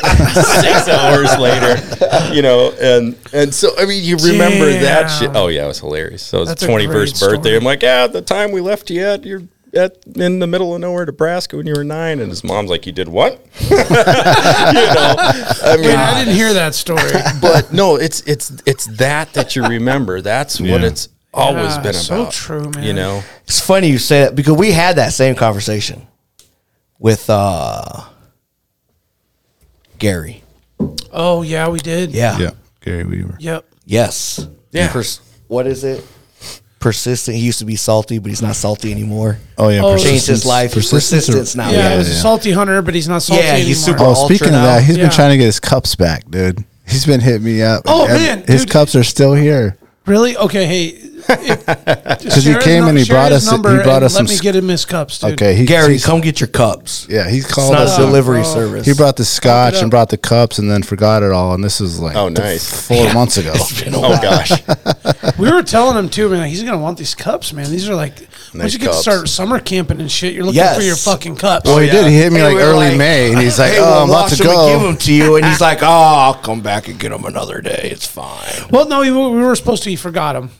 Speaker 5: six hours later, you know, and and so I mean, you remember that shit.
Speaker 2: Damn.
Speaker 5: Oh yeah, it was hilarious. So it's
Speaker 2: That's a
Speaker 5: twenty
Speaker 2: great
Speaker 5: first
Speaker 2: story.
Speaker 5: birthday. I'm like, yeah, at the time we left you at you're at in the middle of nowhere, Nebraska, when you were nine, and his mom's like, you did what? you know, I mean,
Speaker 2: Man, I didn't hear that story.
Speaker 5: but no, it's it's it's that that you remember. That's what
Speaker 7: Yeah.
Speaker 5: it's always
Speaker 2: Yeah,
Speaker 5: been
Speaker 2: so
Speaker 5: about.
Speaker 2: true, man.
Speaker 5: You know,
Speaker 6: It's funny you say that because we had that same conversation with uh Gary.
Speaker 2: oh yeah, we did.
Speaker 6: Yeah.
Speaker 7: Yeah, Gary Weaver.
Speaker 2: Yep.
Speaker 6: Yes.
Speaker 5: Yeah.
Speaker 6: Pers- what is it? Persistent. He used to be salty, but he's not salty anymore.
Speaker 7: Oh yeah,
Speaker 2: Oh,
Speaker 6: Changed his
Speaker 7: persistence-
Speaker 6: life.
Speaker 7: persistence
Speaker 6: Persistence,
Speaker 7: or-
Speaker 6: now.
Speaker 2: Yeah,
Speaker 7: Yeah,
Speaker 2: it was a
Speaker 7: yeah.
Speaker 2: salty hunter, but he's not salty
Speaker 6: Yeah,
Speaker 2: anymore.
Speaker 6: he's super
Speaker 7: Oh,
Speaker 6: Ultra
Speaker 7: speaking of
Speaker 6: now?
Speaker 7: that, he's
Speaker 2: Yeah.
Speaker 7: been trying to get his cups back, dude. He's been hitting me up.
Speaker 2: Oh,
Speaker 7: and
Speaker 2: man,
Speaker 7: his
Speaker 2: dude.
Speaker 7: cups are still here.
Speaker 2: Really? Okay, hey. Because
Speaker 7: he came and he brought us- he brought us
Speaker 2: Let
Speaker 7: some
Speaker 2: me
Speaker 7: sc-
Speaker 2: get him his cups, dude.
Speaker 7: Okay, he,
Speaker 6: Gary,
Speaker 7: he's-
Speaker 6: come get your cups.
Speaker 7: yeah, he's
Speaker 6: It's
Speaker 7: called
Speaker 6: not
Speaker 7: us.
Speaker 6: a
Speaker 7: up.
Speaker 6: delivery service.
Speaker 7: He brought the scotch and brought the cups and then forgot it all. And this is like
Speaker 5: Oh,
Speaker 7: th-
Speaker 5: nice.
Speaker 7: four months ago.
Speaker 5: oh gosh,
Speaker 2: We were telling him too, man. Like, he's gonna want these cups, man. These are like once
Speaker 5: Nice
Speaker 2: you get to
Speaker 5: cups.
Speaker 2: start summer camping and shit, you're looking
Speaker 6: Yes.
Speaker 2: for your fucking cups.
Speaker 7: Well, he did. He hit me
Speaker 6: And
Speaker 7: like
Speaker 6: we were
Speaker 7: early
Speaker 6: like,
Speaker 7: May, and he's like,
Speaker 6: Hey,
Speaker 7: "Oh,
Speaker 6: we'll
Speaker 7: I'm about
Speaker 6: wash
Speaker 7: to
Speaker 6: them and
Speaker 7: go."
Speaker 6: Give them to you, and he's like, "Oh, I'll come back and get them another day. It's fine."
Speaker 2: Well, no, we were, we were supposed to. He forgot them,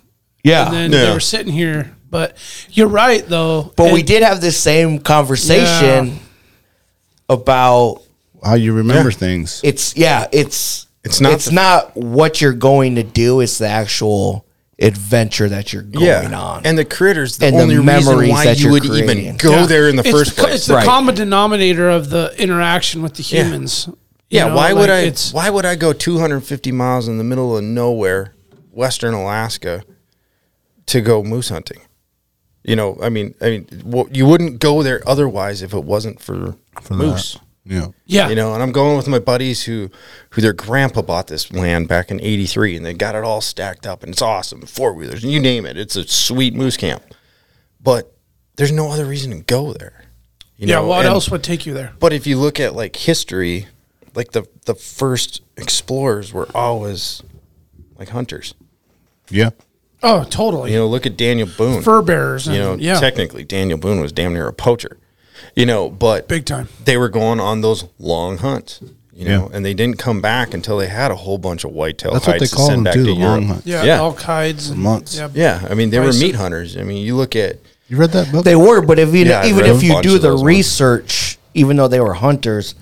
Speaker 6: Yeah,
Speaker 2: and then they
Speaker 5: Yeah.
Speaker 2: were sitting here. But you're right, though.
Speaker 6: but we
Speaker 2: And-
Speaker 6: did have this same conversation
Speaker 2: Yeah.
Speaker 6: about
Speaker 7: How you remember things?
Speaker 6: it's yeah, it's
Speaker 5: It's not
Speaker 6: it's
Speaker 5: the-
Speaker 6: not what you're going to do. It's the actual adventure that you're going
Speaker 5: yeah.
Speaker 6: on.
Speaker 5: And the critters, the
Speaker 6: And the
Speaker 5: only reason
Speaker 6: memories
Speaker 5: why
Speaker 6: that
Speaker 5: you
Speaker 6: you're
Speaker 5: would
Speaker 6: creating.
Speaker 5: even go
Speaker 2: Yeah.
Speaker 5: there in the
Speaker 2: It's
Speaker 5: first
Speaker 2: co- It's
Speaker 5: place.
Speaker 2: the
Speaker 6: Right.
Speaker 2: common denominator of the interaction with the humans. You
Speaker 5: Yeah,
Speaker 2: know,
Speaker 5: why would
Speaker 2: like,
Speaker 5: I?
Speaker 2: It's,
Speaker 5: why would I go 250 miles in the middle of nowhere, Western Alaska, to go moose hunting? You know, I mean, I mean, wha- you wouldn't go there otherwise if it wasn't for, moose.
Speaker 7: Yeah,
Speaker 2: yeah,
Speaker 5: You know, and I'm going with my buddies who, who their grandpa bought this land back in '83, and they got it all stacked up, and it's awesome, four wheelers, you name it. It's a sweet moose camp, but there's no other reason to go there. You
Speaker 2: yeah.
Speaker 5: know,
Speaker 2: What
Speaker 5: and-
Speaker 2: else would take you there?
Speaker 5: but if you look at like history, like the the first explorers were always like hunters.
Speaker 7: yeah.
Speaker 2: Oh, totally.
Speaker 5: You know, look at Daniel Boone.
Speaker 2: Fur bearers. And,
Speaker 5: you know,
Speaker 2: yeah,
Speaker 5: technically Daniel Boone was damn near a poacher. You know, but
Speaker 2: big time.
Speaker 5: they were going on those long hunts. You know,
Speaker 7: Yeah.
Speaker 5: and they didn't come back until they had a whole bunch of whitetail
Speaker 7: That's what
Speaker 5: hides to
Speaker 7: they call
Speaker 5: send
Speaker 7: them
Speaker 5: back
Speaker 7: too.
Speaker 5: to
Speaker 7: The long
Speaker 5: Europe.
Speaker 7: hunt.
Speaker 2: Yeah,
Speaker 5: Yeah.
Speaker 2: elk hides. And,
Speaker 7: Months.
Speaker 2: Yeah,
Speaker 5: Yeah, I mean they were
Speaker 2: Bison.
Speaker 5: meat hunters. I mean, you look at
Speaker 7: You read that book?
Speaker 6: they were, but if you
Speaker 5: Yeah, I
Speaker 6: even
Speaker 5: read
Speaker 6: if
Speaker 5: a
Speaker 6: you
Speaker 5: bunch
Speaker 6: do
Speaker 5: of
Speaker 6: the
Speaker 5: those ones.
Speaker 6: research, even though they were hunters,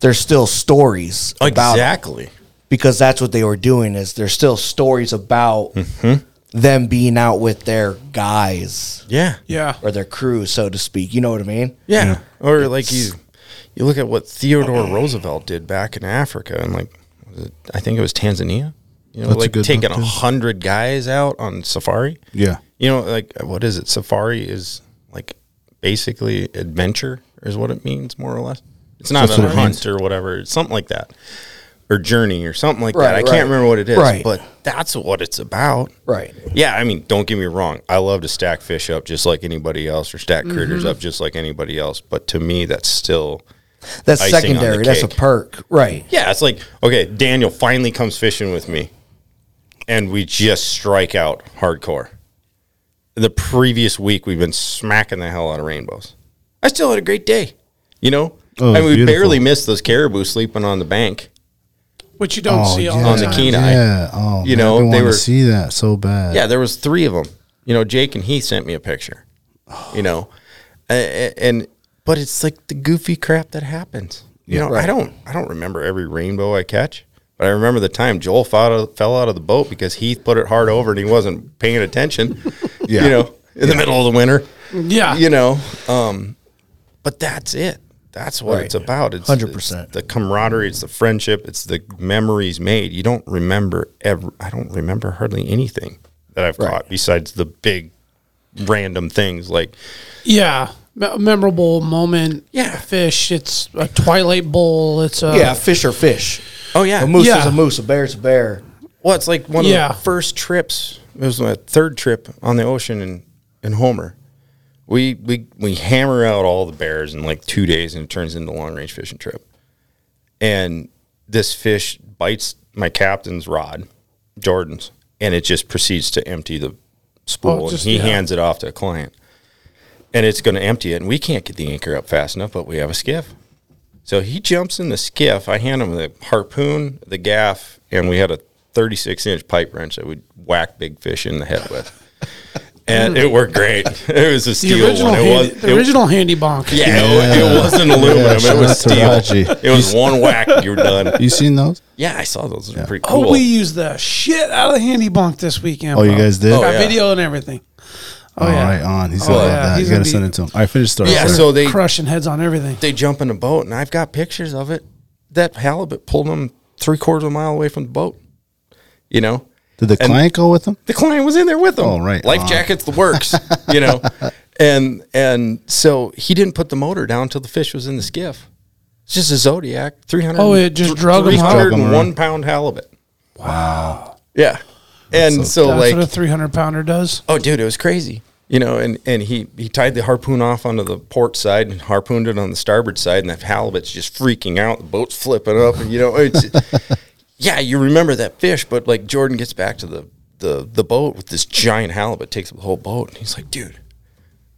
Speaker 6: there's still stories about it.
Speaker 5: exactly.
Speaker 6: because that's what they were doing is there's still stories about
Speaker 5: Mm-hmm.
Speaker 6: them being out with their guys
Speaker 5: Yeah,
Speaker 2: yeah.
Speaker 6: or their crew so to speak you know what i mean
Speaker 5: Yeah. Or like you you look at what Theodore Roosevelt did back in Africa and like was it, I think it was Tanzania. You know,
Speaker 7: That's a
Speaker 5: like
Speaker 7: good
Speaker 5: taking
Speaker 7: book,
Speaker 5: a
Speaker 7: too.
Speaker 5: hundred guys out on safari.
Speaker 7: Yeah.
Speaker 5: You know, like what is it? Safari is like basically adventure is what it means, more or less. It's not
Speaker 7: That's
Speaker 5: a
Speaker 7: what it
Speaker 5: hunt
Speaker 7: means.
Speaker 5: or whatever, it's something like that. Or journey or something like that.
Speaker 6: Right,
Speaker 5: I
Speaker 6: right.
Speaker 5: can't remember what it is,
Speaker 6: Right.
Speaker 5: but that's what it's about.
Speaker 6: right
Speaker 5: Yeah, I mean, don't get me wrong. I love to stack fish up just like anybody else, or stack critters
Speaker 6: Mm-hmm.
Speaker 5: up just like anybody else. But to me, that's still
Speaker 6: that's
Speaker 5: Icing on the
Speaker 6: secondary that's a
Speaker 5: cake.
Speaker 6: perk right
Speaker 5: yeah. It's like okay, Daniel finally comes fishing with me, and we just strike out hardcore. The previous week, we've been smacking the hell out of rainbows. I still had a great day, you know.
Speaker 7: Oh, it
Speaker 5: and
Speaker 7: was
Speaker 5: we
Speaker 7: beautiful.
Speaker 5: barely missed those caribou sleeping on the bank
Speaker 2: Which you don't see all
Speaker 5: Oh, on
Speaker 2: the
Speaker 5: the
Speaker 2: time.
Speaker 5: Kenai.
Speaker 7: Oh, Yeah. Oh,
Speaker 5: You
Speaker 7: man,
Speaker 5: know,
Speaker 7: I've been
Speaker 5: they
Speaker 7: wanting
Speaker 5: were-
Speaker 7: to see that so bad.
Speaker 5: Yeah, there was three of them. You know, Jake and he sent me a picture. You know, A- a- and, but it's like the goofy crap that happens. You know, I don't I don't remember every rainbow I catch, but I remember the time Joel fell out of, fell out of the boat because Heath put it hard over and he wasn't paying attention.
Speaker 7: Yeah.
Speaker 5: You know, in the middle of the winter.
Speaker 2: Yeah.
Speaker 5: You know, um, but that's it. That's what
Speaker 6: Right.
Speaker 5: it's about. It's
Speaker 6: 100%.
Speaker 5: it's The camaraderie, it's the friendship, it's the memories made. You don't remember ever. I don't remember hardly anything that I've caught besides the big random things like
Speaker 2: Yeah. Me- memorable moment.
Speaker 5: Yeah.
Speaker 2: Fish. It's a Twilight Bowl. It's a.
Speaker 6: yeah fish or fish
Speaker 5: oh yeah
Speaker 6: a moose is
Speaker 2: Yeah.
Speaker 6: a moose a bear is a bear
Speaker 5: well it's like one
Speaker 2: Yeah.
Speaker 5: of the first trips it was my third trip on the ocean in in homer we we we hammer out all the bears in like two days and it turns into a long range fishing trip and this fish bites my captain's rod jordan's and it just proceeds to empty the spool.
Speaker 2: Oh,
Speaker 5: and
Speaker 2: just-
Speaker 5: he
Speaker 2: yeah.
Speaker 5: hands it off to a client, and it's going to empty it. And we can't get the anchor up fast enough, but we have a skiff. So he jumps in the skiff. I hand him the harpoon, the gaff, and we had a 36 inch pipe wrench that we'd whack big fish in the head with. And it worked great. It was a
Speaker 2: The
Speaker 5: steel
Speaker 2: original,
Speaker 5: one. It
Speaker 2: handy,
Speaker 5: was
Speaker 2: the
Speaker 5: it-
Speaker 2: original handy bonk.
Speaker 5: Yeah, it- It, wasn't
Speaker 7: Yeah,
Speaker 5: aluminum.
Speaker 7: shout
Speaker 5: it
Speaker 7: out
Speaker 5: was
Speaker 7: to Raji.
Speaker 5: steel. It was one whack. You're done.
Speaker 7: You seen those?
Speaker 5: Yeah, I saw those. They're Pretty
Speaker 2: Oh,
Speaker 5: cool.
Speaker 2: we used the shit out of the handy bonk this weekend.
Speaker 7: Oh, you
Speaker 2: bro.
Speaker 7: guys did?
Speaker 5: Oh,
Speaker 2: Got
Speaker 5: yeah.
Speaker 2: video and everything. Oh,
Speaker 7: All
Speaker 2: yeah.
Speaker 7: right, on. He's gonna
Speaker 5: Oh,
Speaker 7: love
Speaker 2: yeah,
Speaker 7: that.
Speaker 2: he's
Speaker 7: You gotta
Speaker 2: gonna
Speaker 7: send
Speaker 2: be-
Speaker 7: it to him. All right, finish the story.
Speaker 5: yeah,
Speaker 7: sir.
Speaker 5: so they
Speaker 2: Crushing heads on everything.
Speaker 5: they jump in the boat, and I've got pictures of it. That halibut pulled them three quarters of a mile away from the boat. You know,
Speaker 7: did the
Speaker 5: and-
Speaker 7: client go with him?
Speaker 5: the client was in there with him.
Speaker 7: Oh, right.
Speaker 5: Life
Speaker 7: Ah.
Speaker 5: jackets, the works, you know. And and so he didn't put the motor down until the fish was in the skiff. It's just a Zodiac, 300.
Speaker 2: Oh, it just drug 'em up?
Speaker 7: Drug 'em
Speaker 5: 301 pound halibut. Wow. Yeah. And so,
Speaker 2: That's
Speaker 5: like,
Speaker 2: what a 300 pounder does.
Speaker 5: oh, dude, it was crazy. You know, and, and he, he tied the harpoon off onto the port side and harpooned it on the starboard side, and that halibut's just freaking out. The boat's flipping up, and you know, it's, yeah, you remember that fish, but like Jordan gets back to the the the boat with this giant halibut, takes up the whole boat, and he's like, dude,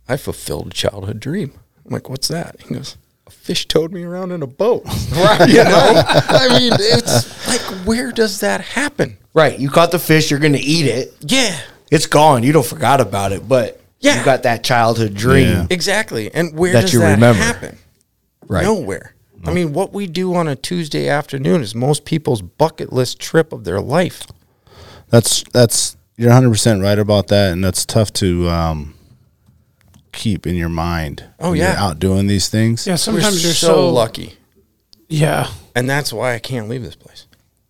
Speaker 5: I fulfilled a childhood dream. I'm like, what's that? He goes, a fish towed me around in a boat. you know, I mean, it's like, where does that happen?
Speaker 6: Right. You caught the fish, you're gonna eat it.
Speaker 5: Yeah.
Speaker 6: It's gone. You don't forgot about it, but
Speaker 5: Yeah.
Speaker 6: you got that childhood dream.
Speaker 7: Yeah.
Speaker 5: Exactly. And where
Speaker 6: That
Speaker 5: does
Speaker 6: you
Speaker 5: that
Speaker 6: remember.
Speaker 5: happen?
Speaker 6: Right.
Speaker 5: Nowhere. I mean, what we do on a Tuesday afternoon is most people's bucket list trip of their life.
Speaker 7: That's that's you're 100 percent right about that, and that's tough to um, keep in your mind.
Speaker 5: Oh,
Speaker 7: when
Speaker 5: yeah.
Speaker 7: you're out doing these things.
Speaker 2: Yeah,
Speaker 5: We're
Speaker 2: sometimes you're
Speaker 5: so,
Speaker 2: so,
Speaker 5: lucky.
Speaker 2: Yeah.
Speaker 5: And that's why I can't leave this place.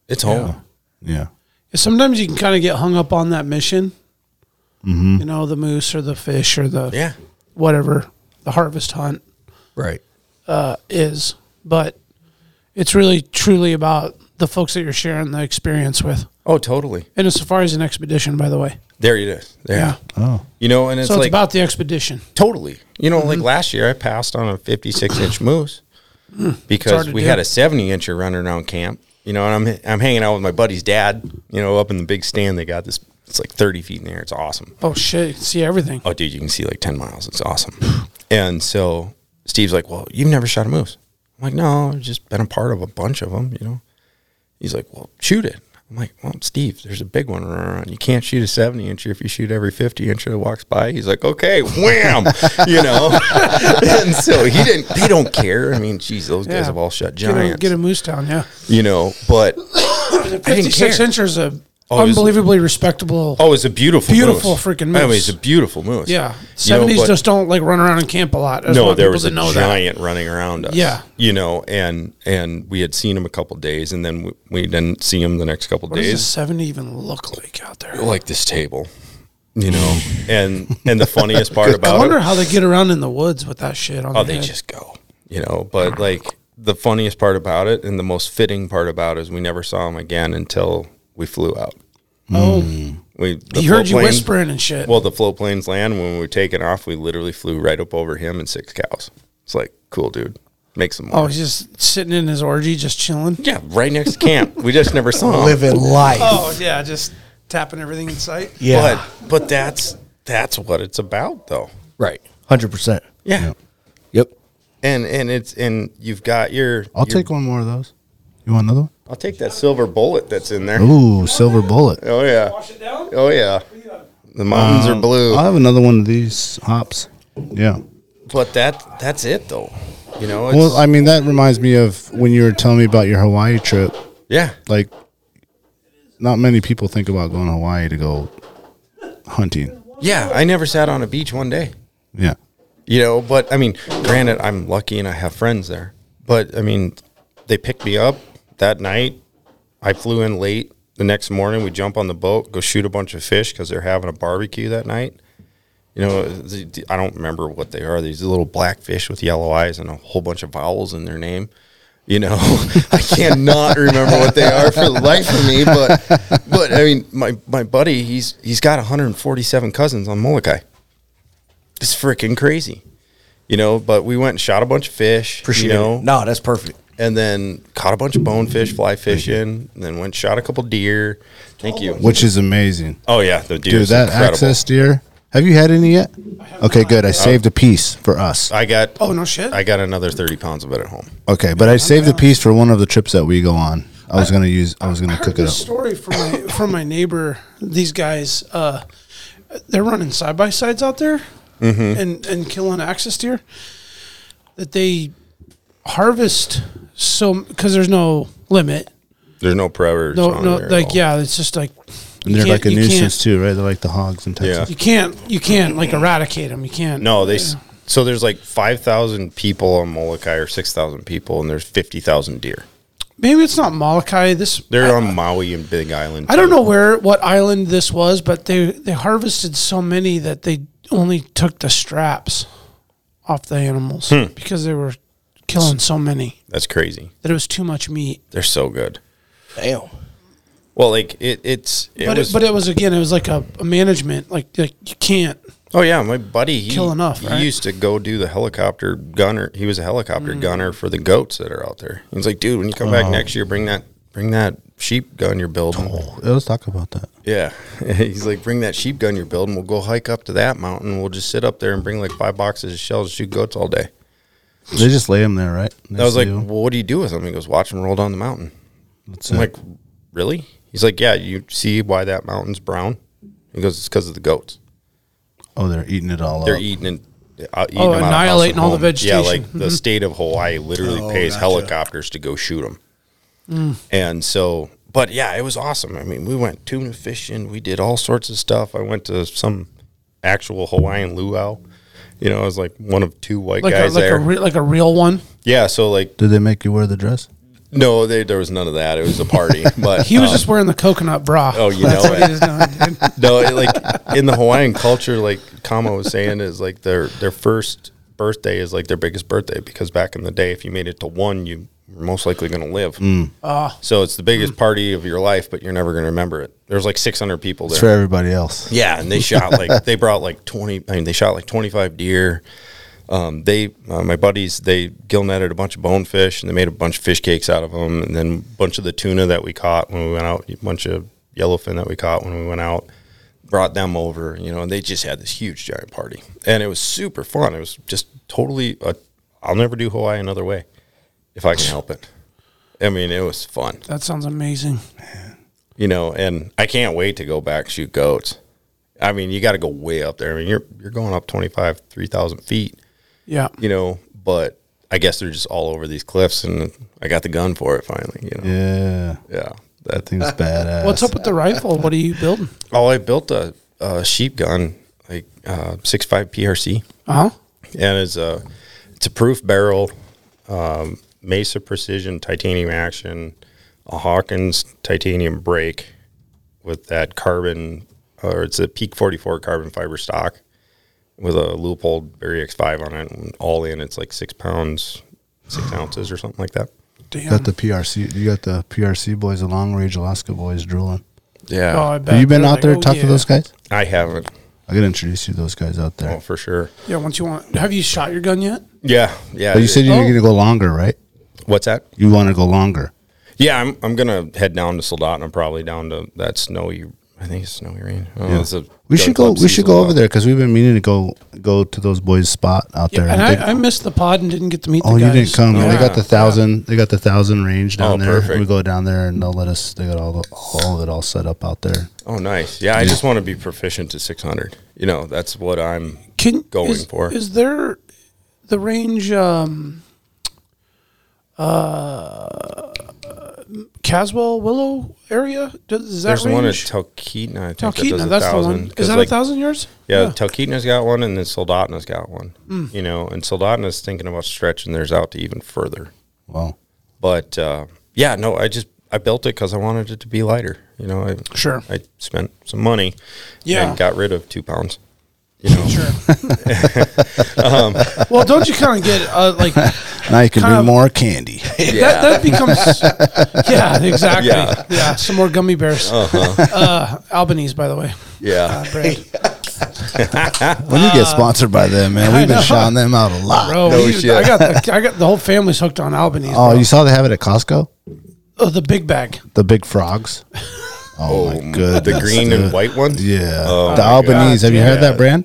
Speaker 5: It's home.
Speaker 7: yeah.
Speaker 2: Sometimes you can kind of get hung up on that mission.
Speaker 7: Mm-hmm.
Speaker 2: You know, the moose or the fish or the
Speaker 5: Yeah.
Speaker 2: whatever the harvest hunt
Speaker 6: Right.
Speaker 2: uh, is. But it's really truly about the folks that you're sharing the experience with.
Speaker 5: Oh, totally.
Speaker 2: And a safari's an expedition, by the way.
Speaker 5: There it is. There.
Speaker 2: Yeah.
Speaker 7: Oh,
Speaker 5: You know, and it's
Speaker 2: so it's
Speaker 5: like
Speaker 2: about the expedition.
Speaker 5: totally. You know,
Speaker 2: Mm-hmm.
Speaker 5: like last year I passed on a 56 inch moose
Speaker 2: Hmm. hard
Speaker 5: because
Speaker 2: to
Speaker 5: we
Speaker 2: do.
Speaker 5: had a 70 incher running around camp. You know, and I'm I'm hanging out with my buddy's dad. You know, up in the big stand they got this. It's like 30 feet in the air. It's awesome.
Speaker 2: Oh, shit. You can see everything.
Speaker 5: oh dude you can see like 10 miles it's awesome and so steve's like well you've never shot a moose i'm like no i've just been a part of a bunch of them you know he's like well shoot it i'm like well steve there's a big one running around you can't shoot a 70 incher if you shoot every 50 incher that walks by he's like okay wham you know and so he didn't they don't care i mean geez those guys have all shot
Speaker 2: Get a,
Speaker 5: giants
Speaker 2: get a moose down, yeah.
Speaker 5: you know but I didn't
Speaker 2: 56
Speaker 5: care.
Speaker 2: inches is a
Speaker 5: Oh, it was-
Speaker 2: unbelievably respectable.
Speaker 5: oh it's a beautiful
Speaker 2: Beautiful
Speaker 5: moose.
Speaker 2: freaking
Speaker 5: I mean,
Speaker 2: moose.
Speaker 5: it's a beautiful moose
Speaker 2: yeah.
Speaker 5: You know,
Speaker 2: 70s
Speaker 5: but-
Speaker 2: just don't like run around and camp a lot. I just
Speaker 5: no,
Speaker 2: want
Speaker 5: there
Speaker 2: people
Speaker 5: was
Speaker 2: to
Speaker 5: a giant running around us.
Speaker 2: Yeah.
Speaker 5: you know, and and we had seen him a couple days, and then we, we didn't see him the next couple
Speaker 2: What does a
Speaker 5: days.
Speaker 2: 70 even look like out there?
Speaker 5: Like this table, you know, and and the funniest part
Speaker 2: I
Speaker 5: about
Speaker 2: wonder
Speaker 5: it,
Speaker 2: how they get around in the woods with that shit on
Speaker 5: oh,
Speaker 2: their
Speaker 5: they
Speaker 2: head.
Speaker 5: just go, you know. But like the funniest part about it, and the most fitting part about it is we never saw him again until we flew out.
Speaker 2: Oh,
Speaker 6: Hmm.
Speaker 5: We the
Speaker 2: he
Speaker 5: float
Speaker 2: heard you
Speaker 5: plane-
Speaker 2: whispering and shit.
Speaker 5: Well, the flow planes land when we were taking off, we literally flew right up over him and six cows. It's like cool, dude. Make some.
Speaker 2: oh,
Speaker 5: More.
Speaker 2: he's just sitting in his orgy, just chilling.
Speaker 5: Yeah, right next to camp. We just never saw him.
Speaker 6: Living life.
Speaker 2: Oh, yeah, just tapping everything in sight.
Speaker 6: Yeah.
Speaker 5: But but that's that's what it's about though.
Speaker 6: right. Hundred percent.
Speaker 5: Yeah.
Speaker 6: Yep.
Speaker 5: And and it's and you've got your
Speaker 7: I'll
Speaker 5: your-
Speaker 7: take one more of those. You want another
Speaker 5: I'll take that silver bullet that's in there.
Speaker 7: one? Ooh, silver bullet.
Speaker 5: Oh yeah.
Speaker 2: Wash it down?
Speaker 5: Oh yeah. The mountains are
Speaker 7: Um,
Speaker 5: blue.
Speaker 7: I'll have another one of these hops. Yeah.
Speaker 5: But that that's it though. You know, Oh, it's,
Speaker 7: Well, I mean, that reminds me of when you were telling me about your Hawaii trip.
Speaker 5: yeah.
Speaker 7: Like, not many people think about going to Hawaii to go hunting.
Speaker 5: Yeah, I never sat on a beach one day.
Speaker 7: Yeah.
Speaker 5: You know, but I mean, granted I'm lucky and I have friends there. But I mean, they picked me up that night. I flew in late. The next morning, we jump on the boat, go shoot a bunch of fish because they're having a barbecue that night. You know, the- the- I don't remember what they are. These little black fish with yellow eyes and a whole bunch of vowels in their name. You know, I cannot remember what they are for the life of me. But, but I mean, my my buddy, he's he's got 147 cousins on Molokai. It's freaking crazy. You know, but we went and shot a bunch of fish.
Speaker 6: Appreciate
Speaker 5: you know,
Speaker 6: it. No, that's perfect.
Speaker 5: and then caught a bunch of bonefish fly fishing and then went and shot a couple deer Thank you.
Speaker 7: which is amazing.
Speaker 5: Oh yeah, the deer
Speaker 7: Dude,
Speaker 5: is
Speaker 7: that
Speaker 5: incredible.
Speaker 7: access deer. Have you had any yet? Okay, good. I saved a piece for uh, us.
Speaker 5: I got.
Speaker 2: Oh no shit!
Speaker 5: I got another thirty pounds of it at home.
Speaker 7: Okay, but I saved a piece for one of the trips that we go on. I was gonna use. I was gonna
Speaker 2: heard
Speaker 7: cook it
Speaker 2: this
Speaker 7: up.
Speaker 2: story from my from my neighbor. These guys, uh, they're running side by sides out there
Speaker 5: Mm-hmm.
Speaker 2: and and killing axis deer. That they harvest so because there's no limit.
Speaker 5: There's no predators.
Speaker 2: No,
Speaker 5: on
Speaker 2: no,
Speaker 5: there at
Speaker 2: like
Speaker 5: all.
Speaker 2: yeah, it's just like
Speaker 7: And they're
Speaker 2: you
Speaker 7: like a
Speaker 2: can't- you can't-
Speaker 7: nuisance too, right? They're like the hogs in Texas.
Speaker 5: Yeah.
Speaker 2: You can't you can't like eradicate them. You can't.
Speaker 5: No, they. s So there's like five thousand people on Molokai or six thousand people, and there's fifty thousand deer.
Speaker 2: Maybe it's not Molokai. This
Speaker 5: They're on Maui and Big Island.
Speaker 2: I don't
Speaker 5: too.
Speaker 2: know where what island this was, but they they harvested so many that they only took the straps off the animals because they were killing so many
Speaker 5: Hmm. That's crazy.
Speaker 2: that it was too much meat.
Speaker 5: They're so good.
Speaker 6: Damn.
Speaker 5: Well, like it, it's. It
Speaker 2: but
Speaker 5: was,
Speaker 2: it, but it was again, it was like a, a management like like you can't.
Speaker 5: Oh yeah, my buddy. He,
Speaker 2: Kill enough,
Speaker 5: He
Speaker 2: right? Mm.
Speaker 5: used to go do the helicopter gunner. He was a helicopter gunner for the goats that are out there. He's like, dude, when you come
Speaker 2: Oh.
Speaker 5: back next year, bring that bring that sheep gun you're building.
Speaker 7: Yeah, Let's talk about that.
Speaker 5: Yeah, he's like, bring that sheep gun you're building. We'll go hike up to that mountain. We'll just sit up there and bring like five boxes of shells, and shoot goats all day.
Speaker 7: They just lay them there, right?
Speaker 5: I was like, well,
Speaker 7: That's
Speaker 5: what do you do with them? He goes, watch them roll down the mountain. I'm
Speaker 7: it.
Speaker 5: like, really? He's like, yeah. You see why that mountain's brown? He goes, it's because of the goats.
Speaker 7: oh, they're eating it all
Speaker 5: They're
Speaker 7: up.
Speaker 5: eating and uh, eating
Speaker 2: Oh,
Speaker 5: them out of house
Speaker 2: annihilating
Speaker 5: and
Speaker 2: all the
Speaker 5: home. Yeah, like
Speaker 2: vegetation. Mm-hmm.
Speaker 5: the state of Hawaii literally
Speaker 7: Oh,
Speaker 5: pays helicopters to go shoot them.
Speaker 2: Mm.
Speaker 5: And so, but yeah, it was awesome. I mean, we went tuna fishing. We did all sorts of stuff. I went to some actual Hawaiian luau. You know, I was like one of two white
Speaker 2: Like a,
Speaker 5: guys
Speaker 2: like a
Speaker 5: there.
Speaker 2: re, like a real one.
Speaker 5: yeah, so like
Speaker 7: Did they make you wear the dress?
Speaker 5: no, they, there was none of that. It was a party. But
Speaker 2: He was
Speaker 5: um,
Speaker 2: just wearing the coconut bra.
Speaker 5: Oh, you
Speaker 2: That's
Speaker 5: know
Speaker 2: what
Speaker 5: it.
Speaker 2: he was doing. dude.
Speaker 5: no, it, like in the Hawaiian culture, like Kama was saying, is like their their first birthday is like their biggest birthday because back in the day, if you made it to one, you were most likely going to live.
Speaker 2: Mm.
Speaker 5: so it's the biggest party of your life, but you're never going to remember it. There's like 600 people
Speaker 7: It's for
Speaker 5: there.
Speaker 7: everybody else.
Speaker 5: Yeah, and they shot like they brought like 20. I mean, they shot like 25 deer. Um, they, uh, my buddies, they gill netted a bunch of bonefish and they made a bunch of fish cakes out of them. And then a bunch of the tuna that we caught when we went out, a bunch of yellowfin that we caught when we went out, brought them over, you know, and they just had this huge giant party. And it was super fun. It was just totally, i I'll never do Hawaii another way if I can help it. I mean, it was fun,
Speaker 2: That sounds amazing.
Speaker 5: you know, and I can't wait to go back shoot goats. I mean, you got to go way up there. I mean, you're, you're going up 25, 3,000 feet
Speaker 2: Yeah.
Speaker 5: you know, but I guess they're just all over these cliffs and I got the gun for it finally, you know.
Speaker 7: Yeah,
Speaker 5: Yeah. That
Speaker 7: that thing's badass.
Speaker 2: What's up with the rifle? What are you building?
Speaker 5: Oh, I built a, a sheep gun, like uh six five PRC.
Speaker 2: Uh huh.
Speaker 5: And it's a it's a proof barrel, um, Mesa precision titanium action, a Hawkins titanium brake with that carbon or it's a peak forty four carbon fiber stock with a Leupold Berry X five on it and all in it's like six pounds, six ounces or something like that.
Speaker 2: Damn.
Speaker 7: Got the PRC. You got the PRC boys, the Long Range Alaska boys, drooling.
Speaker 5: Yeah.
Speaker 2: Oh, I bet.
Speaker 7: Have you been
Speaker 2: They're
Speaker 7: out
Speaker 2: like,
Speaker 7: there
Speaker 2: oh,
Speaker 7: talking to
Speaker 2: yeah.
Speaker 7: those guys?
Speaker 5: I haven't.
Speaker 7: I gotta introduce you to those guys out there.
Speaker 5: Oh, for sure.
Speaker 2: Yeah. Once you want, have you shot your gun yet?
Speaker 5: Yeah, yeah. Oh.
Speaker 7: But you
Speaker 5: it-
Speaker 7: said you're gonna go longer, right?
Speaker 5: what's that?
Speaker 7: You want to go longer.
Speaker 5: Yeah, I'm. I'm gonna head down to Soldotna, probably down to that snowy. I think it's snowy rain. Oh, it's a gun
Speaker 7: We should go.
Speaker 5: club
Speaker 7: We should
Speaker 5: season
Speaker 7: go
Speaker 5: lot.
Speaker 7: over there because we've been meaning to go go to those boys' spot out there.
Speaker 2: And
Speaker 7: They-
Speaker 2: I, I missed the pod and didn't get to meet.
Speaker 7: oh,
Speaker 2: the
Speaker 7: you
Speaker 2: guys.
Speaker 7: didn't come. They
Speaker 2: Yeah.
Speaker 7: got the thousand. They got the thousand range down
Speaker 5: Oh,
Speaker 7: there.
Speaker 5: perfect.
Speaker 7: We go down there and they'll let us. They got all all of it all set up out there.
Speaker 5: Oh, nice. Yeah, I just want to be proficient to 600. You know, that's what I'm.
Speaker 2: Can,
Speaker 5: going
Speaker 2: is,
Speaker 5: for.
Speaker 2: Is there the range? Um, uh, Caswell Willow area. Does, is that
Speaker 5: There's
Speaker 2: range?
Speaker 5: one at Talkeetna. I think that does
Speaker 2: Talkeetna,
Speaker 5: a
Speaker 2: that's the
Speaker 5: thousand.
Speaker 2: one.
Speaker 5: 'Cause,
Speaker 2: Is that
Speaker 5: like,
Speaker 2: a thousand yards? Hmm.
Speaker 5: Yeah, Talkeetna's got one, and then Soldotna's got one. You know, and Soldotna's thinking about stretching theirs out to even further.
Speaker 7: Wow.
Speaker 5: But uh, yeah, no, I just I built it because I wanted it to be lighter. You know, I
Speaker 2: Sure.
Speaker 5: I spent some money.
Speaker 2: Yeah.
Speaker 5: and got rid of two pounds. You know, Um,
Speaker 2: Sure. well, don't you kind of get uh, like
Speaker 7: Now you can
Speaker 2: Kind
Speaker 7: bring
Speaker 2: of-
Speaker 7: more candy.
Speaker 2: that? That becomes yeah, exactly.
Speaker 5: Yeah. Uh-huh.
Speaker 2: Yeah, some more gummy bears. uh Albanese, by the way.
Speaker 5: yeah,
Speaker 2: Brand.
Speaker 6: Uh,
Speaker 2: Uh,
Speaker 7: when you get sponsored by them, man, we've been shouting them out a lot.
Speaker 2: Bro, we-
Speaker 5: shit.
Speaker 2: I got the, I got the whole family's hooked on Albanese.
Speaker 7: Oh,
Speaker 2: bro.
Speaker 7: you saw they have it at Costco?
Speaker 2: Oh, the big bag.
Speaker 7: The big frogs. Oh, my
Speaker 5: good. The
Speaker 7: goodness,
Speaker 5: green and
Speaker 7: dude.
Speaker 5: white one?
Speaker 7: Yeah,
Speaker 5: Oh
Speaker 7: the
Speaker 5: my
Speaker 7: Albanese.
Speaker 5: God,
Speaker 7: Have you heard
Speaker 5: yeah.
Speaker 7: that brand?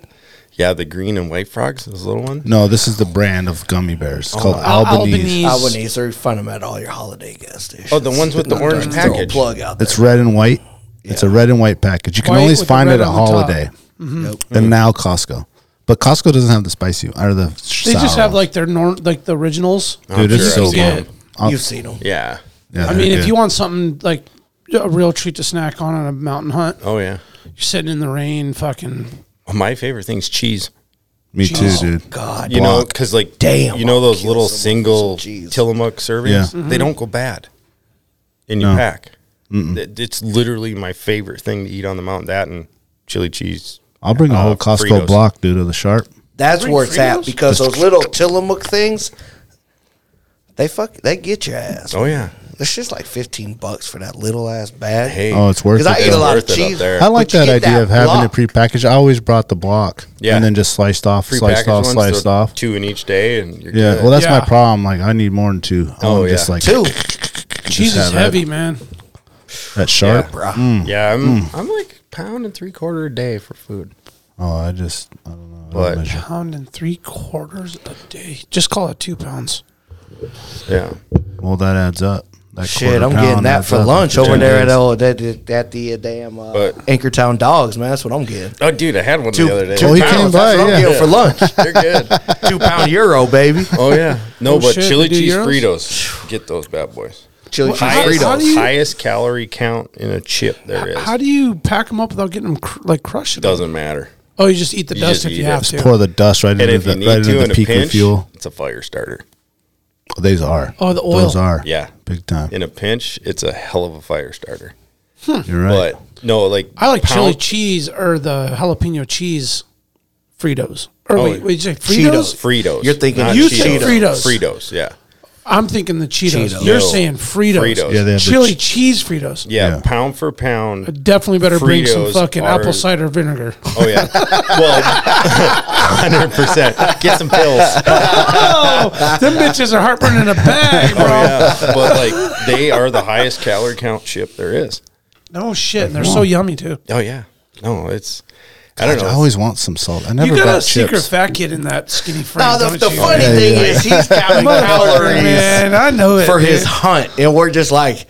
Speaker 5: Yeah, the green and white frogs, those little ones.
Speaker 7: No, this is the brand of gummy bears.
Speaker 5: Oh,
Speaker 7: It's called Albanese.
Speaker 6: Oh, Albanese, or find them at all your holiday gas stations.
Speaker 5: Oh, the ones with the orange
Speaker 6: Throw a
Speaker 5: package.
Speaker 6: plug out there.
Speaker 7: It's red and white. It's a red and white package. You can
Speaker 2: White
Speaker 7: only
Speaker 2: with the
Speaker 7: find
Speaker 2: red
Speaker 7: it at
Speaker 2: on the top. Mm-hmm.
Speaker 7: Holiday
Speaker 5: Mm-hmm.
Speaker 6: Mm.
Speaker 7: and now Costco. But Costco doesn't have the spicy or the.
Speaker 2: They just have like their norm, like the originals.
Speaker 5: sure
Speaker 7: dude, it's
Speaker 5: I've
Speaker 7: so
Speaker 5: seen
Speaker 7: good.
Speaker 5: it.
Speaker 7: I'll-
Speaker 6: You've seen them.
Speaker 5: Yeah.
Speaker 7: yeah,
Speaker 2: I
Speaker 7: they're
Speaker 2: mean, if
Speaker 7: good.
Speaker 2: you want something like a real treat to snack on on a mountain hunt,
Speaker 5: Oh yeah.
Speaker 2: you're sitting in the rain, fucking.
Speaker 5: Oh, My favorite thing's cheese. Oh,
Speaker 7: me too, dude.
Speaker 6: God,
Speaker 5: You know,
Speaker 7: Block.
Speaker 5: because like,
Speaker 6: Damn,
Speaker 5: you know
Speaker 6: I'll
Speaker 5: those
Speaker 6: kill
Speaker 5: little
Speaker 6: someone for
Speaker 5: single
Speaker 6: some cheese. Mm-hmm.
Speaker 5: Tillamook servings,
Speaker 7: Yeah.
Speaker 5: they don't go bad in your
Speaker 7: No.
Speaker 5: pack. It- It's literally my favorite thing to eat on the mountain. That and chili cheese.
Speaker 7: I'll bring a
Speaker 5: uh,
Speaker 7: whole Costco
Speaker 5: Fritos.
Speaker 7: block, dude, of the sharp.
Speaker 6: that's
Speaker 2: Three
Speaker 6: where it's at
Speaker 2: Fritos?
Speaker 6: because those little Tillamook things, they fuck, they get your ass.
Speaker 5: Oh yeah.
Speaker 6: It's just like fifteen bucks for that little ass bag.
Speaker 5: Hey.
Speaker 7: Oh, it's worth it.
Speaker 6: Because I eat a
Speaker 5: It's
Speaker 6: lot
Speaker 5: worth
Speaker 6: of
Speaker 5: it up
Speaker 6: cheese.
Speaker 5: there.
Speaker 7: I like
Speaker 6: but you
Speaker 7: that
Speaker 6: get
Speaker 7: idea of having
Speaker 6: block.
Speaker 7: it prepackaged. I always brought the block,
Speaker 5: Yeah.
Speaker 7: and then just sliced off, sliced
Speaker 5: Pre-packaged
Speaker 7: off,
Speaker 5: ones,
Speaker 7: sliced
Speaker 5: the
Speaker 7: off.
Speaker 5: Two in each day, and you're
Speaker 7: Yeah,
Speaker 5: good.
Speaker 7: well, that's
Speaker 2: Yeah.
Speaker 7: my problem. Like, I need more than two.
Speaker 5: Oh,
Speaker 7: I'm just
Speaker 5: yeah.
Speaker 7: like
Speaker 6: Two.
Speaker 2: Cheese is
Speaker 7: have it.
Speaker 2: heavy, man.
Speaker 7: that sharp. Mm.
Speaker 5: yeah. I'm I'm like pound and three quarter a day for food.
Speaker 7: Oh, I just I don't know. I don't
Speaker 5: But-
Speaker 7: measure.
Speaker 2: Pound and three quarters a day. Just call it two pounds.
Speaker 5: Yeah.
Speaker 7: Mm. Well, that adds up. That
Speaker 6: Shit,
Speaker 7: quarter
Speaker 6: I'm
Speaker 7: pound
Speaker 6: getting that
Speaker 7: adds
Speaker 6: for
Speaker 7: up
Speaker 6: lunch
Speaker 7: after
Speaker 6: over
Speaker 7: ten
Speaker 6: there at
Speaker 7: days.
Speaker 6: oh, that, that, that the uh, damn uh,
Speaker 5: But-
Speaker 6: Anchortown Dogs, man. That's what I'm getting.
Speaker 5: Oh, dude, I had one
Speaker 6: Two,
Speaker 5: the other day.
Speaker 6: two
Speaker 7: Oh, he
Speaker 6: pounds.
Speaker 7: came
Speaker 6: that's
Speaker 7: by,
Speaker 6: what I'm
Speaker 7: yeah.
Speaker 6: getting for lunch.
Speaker 5: They're good.
Speaker 6: two pound euro, baby.
Speaker 5: Oh yeah. No,
Speaker 2: Oh,
Speaker 5: but
Speaker 2: shit,
Speaker 5: chili
Speaker 2: they do
Speaker 5: cheese
Speaker 2: Euros?
Speaker 5: Fritos. Get those bad boys.
Speaker 6: Chili cheese
Speaker 2: how-
Speaker 5: highest,
Speaker 2: how
Speaker 6: Fritos.
Speaker 2: do you-
Speaker 5: highest calorie count in a chip there is.
Speaker 2: How do you pack them up without getting them cr- like crushed?
Speaker 5: Doesn't matter.
Speaker 2: Oh, you just eat the
Speaker 5: You
Speaker 2: dust
Speaker 5: just
Speaker 2: if
Speaker 5: eat
Speaker 2: you
Speaker 5: it.
Speaker 2: have
Speaker 5: Just
Speaker 2: to.
Speaker 7: Pour the dust right
Speaker 5: And
Speaker 7: into
Speaker 5: if
Speaker 7: the
Speaker 5: you
Speaker 7: right
Speaker 5: need to
Speaker 7: into
Speaker 5: in
Speaker 7: the
Speaker 5: a
Speaker 7: peak
Speaker 5: pinch,
Speaker 7: refuel.
Speaker 5: it's a fire starter.
Speaker 7: These are.
Speaker 2: Oh, the
Speaker 7: Those
Speaker 2: oil.
Speaker 7: are.
Speaker 5: Yeah.
Speaker 7: big time.
Speaker 5: In a pinch, it's a hell of a fire starter.
Speaker 7: You're right.
Speaker 5: But no, like
Speaker 2: Hmm. I like chili
Speaker 5: pound-
Speaker 2: cheese or the jalapeno cheese Fritos. Or
Speaker 5: Oh,
Speaker 2: wait, wait, you say Fritos?
Speaker 6: Cheetos.
Speaker 5: Fritos.
Speaker 6: You're thinking
Speaker 5: not
Speaker 2: You said Fritos.
Speaker 5: Fritos, yeah.
Speaker 2: I'm thinking the Cheetos.
Speaker 6: Cheetos.
Speaker 2: You're
Speaker 5: No.
Speaker 2: saying Fritos.
Speaker 5: Fritos.
Speaker 7: yeah, they have
Speaker 2: Chili
Speaker 7: the ch-
Speaker 2: cheese Fritos.
Speaker 5: Yeah,
Speaker 7: Yeah.
Speaker 5: pound for pound.
Speaker 2: Definitely better bring some
Speaker 5: Fritos
Speaker 2: fucking
Speaker 5: are-
Speaker 2: apple cider vinegar.
Speaker 5: Oh yeah. well, hundred percent. Get some pills.
Speaker 2: oh, them bitches are heartburn in a bag, bro.
Speaker 5: Oh, yeah. but like they are the highest calorie count chip there is.
Speaker 2: No Oh, shit, and they're so yummy too.
Speaker 5: Oh yeah. No, it's I don't know.
Speaker 7: I always want some salt. I
Speaker 2: You
Speaker 7: never
Speaker 2: got a
Speaker 7: brought
Speaker 2: secret
Speaker 7: chips.
Speaker 2: fat kid in that skinny frame.
Speaker 6: Now, the,
Speaker 2: don't
Speaker 6: the
Speaker 2: you?
Speaker 6: funny thing is, he's counting
Speaker 2: Motherfucker,
Speaker 6: calories
Speaker 2: man, I know it
Speaker 6: for his
Speaker 2: dude.
Speaker 6: hunt, and we're just like,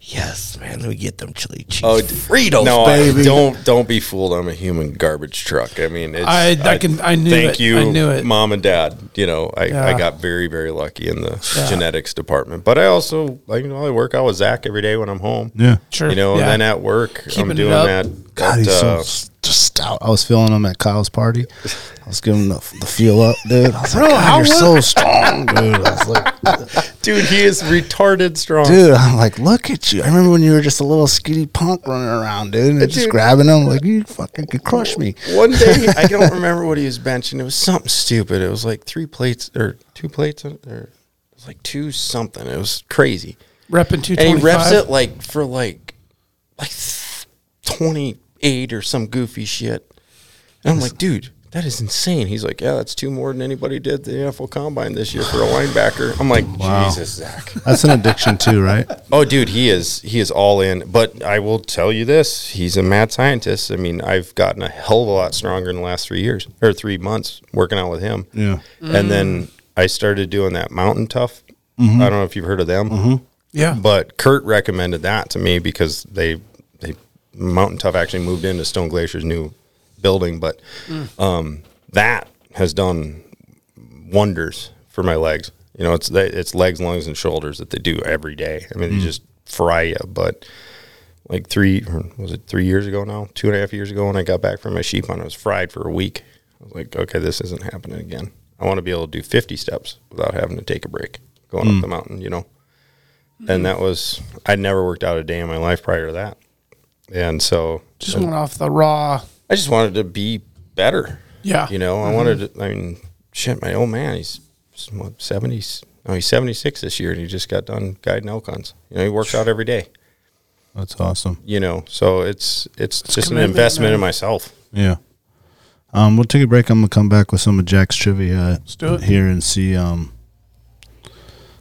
Speaker 6: yes, man, let me get them chili cheese
Speaker 5: Oh, d-
Speaker 6: Fritos,
Speaker 5: no, I-
Speaker 6: baby.
Speaker 5: don't don't be fooled. I'm a human garbage truck. I mean, it's,
Speaker 2: I- I can- I knew
Speaker 5: Thank
Speaker 2: it.
Speaker 5: you,
Speaker 2: I knew it.
Speaker 5: mom and dad. You know, I,
Speaker 2: Yeah.
Speaker 5: I got very very lucky in the genetics department. But I also, like, you know, I work out with Zach every day when I'm home.
Speaker 7: Yeah.
Speaker 2: Sure,
Speaker 5: you know,
Speaker 2: yeah.
Speaker 5: and then at work
Speaker 2: Keeping it
Speaker 5: I'm doing
Speaker 2: up.
Speaker 5: that. that,
Speaker 7: God, he's so
Speaker 5: uh,
Speaker 7: s- just stout. I was feeling him at Kyle's party. I was giving him the, the feel up, dude. I was like,
Speaker 2: Bro,
Speaker 7: God,
Speaker 2: how
Speaker 7: you're
Speaker 2: was-
Speaker 7: so strong, dude. I was like,
Speaker 5: dude, he is retarded strong.
Speaker 7: dude, I'm like, look at you. I remember when you were just a little skinny punk running around, dude, and just
Speaker 5: Dude.
Speaker 7: grabbing him like you fucking could crush me.
Speaker 5: One day, I don't remember what he was benching. It was something stupid. It was like three plates or two plates or it was like two something. It was crazy.
Speaker 2: repping two
Speaker 5: and
Speaker 2: twenty
Speaker 5: he reps it
Speaker 2: five.
Speaker 5: like for like like twenty eight or some goofy shit. And I'm like, dude, that is insane. He's like, yeah, that's two more than anybody did at the NFL Combine this year for a linebacker. I'm like, Jesus, Zach.
Speaker 7: That's an addiction too, right?
Speaker 5: Oh, dude, he is he is all in. But I will tell you this: he's a mad scientist. I mean, I've gotten a hell of a lot stronger in the last three years or three months working out with him.
Speaker 7: Yeah.
Speaker 5: And then I started doing that mountain tough. I don't know if you've heard of them.
Speaker 2: Yeah,
Speaker 5: But Kurt recommended that to me because they they Mountain Tough actually moved into Stone Glacier's new building, but um, that has done wonders for my legs. You know, it's they, it's legs, lungs, and shoulders that they do every day. I mean, they just fry you. But like three or was it three years ago now? Two and a half years ago when I got back from my sheep hunt, I was fried for a week. I was like, okay, this isn't happening again. I want to be able to do 50 steps without having to take a break going up the mountain. You know and that was I'd never worked out a day in my life prior to that, and so
Speaker 2: just went off the raw.
Speaker 5: I just wanted to be better.
Speaker 2: Yeah. Mm-hmm.
Speaker 5: you know, I wanted. To, I mean, shit, my old man, he's what seventies. Oh, he's seventy six this year, and he just got done guiding elk hunts. You know, he works out every day.
Speaker 7: That's awesome.
Speaker 5: You know, so it's it's, just an
Speaker 2: commitment,
Speaker 5: investment
Speaker 2: man.
Speaker 5: in myself.
Speaker 7: Yeah. Um, we'll take a break. I'm gonna come back with some of Jack's trivia
Speaker 2: do it.
Speaker 7: here and see um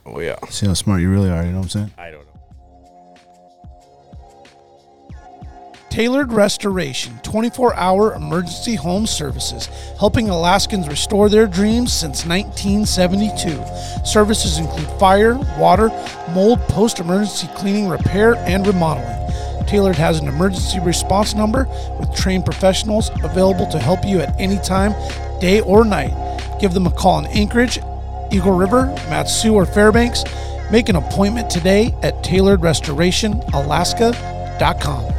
Speaker 5: Oh yeah,
Speaker 7: see how smart you really are. You know what I'm saying?
Speaker 5: I don't know.
Speaker 2: Tailored Restoration, 24 hour emergency home services, helping Alaskans restore their dreams since 1972. Services include fire, water, mold, post emergency cleaning, repair, and remodeling. Tailored has an emergency response number with trained professionals available to help you at any time, day or night. Give them a call in Anchorage, Eagle River, Matsu, or Fairbanks. Make an appointment today at tailoredrestorationalaska.com.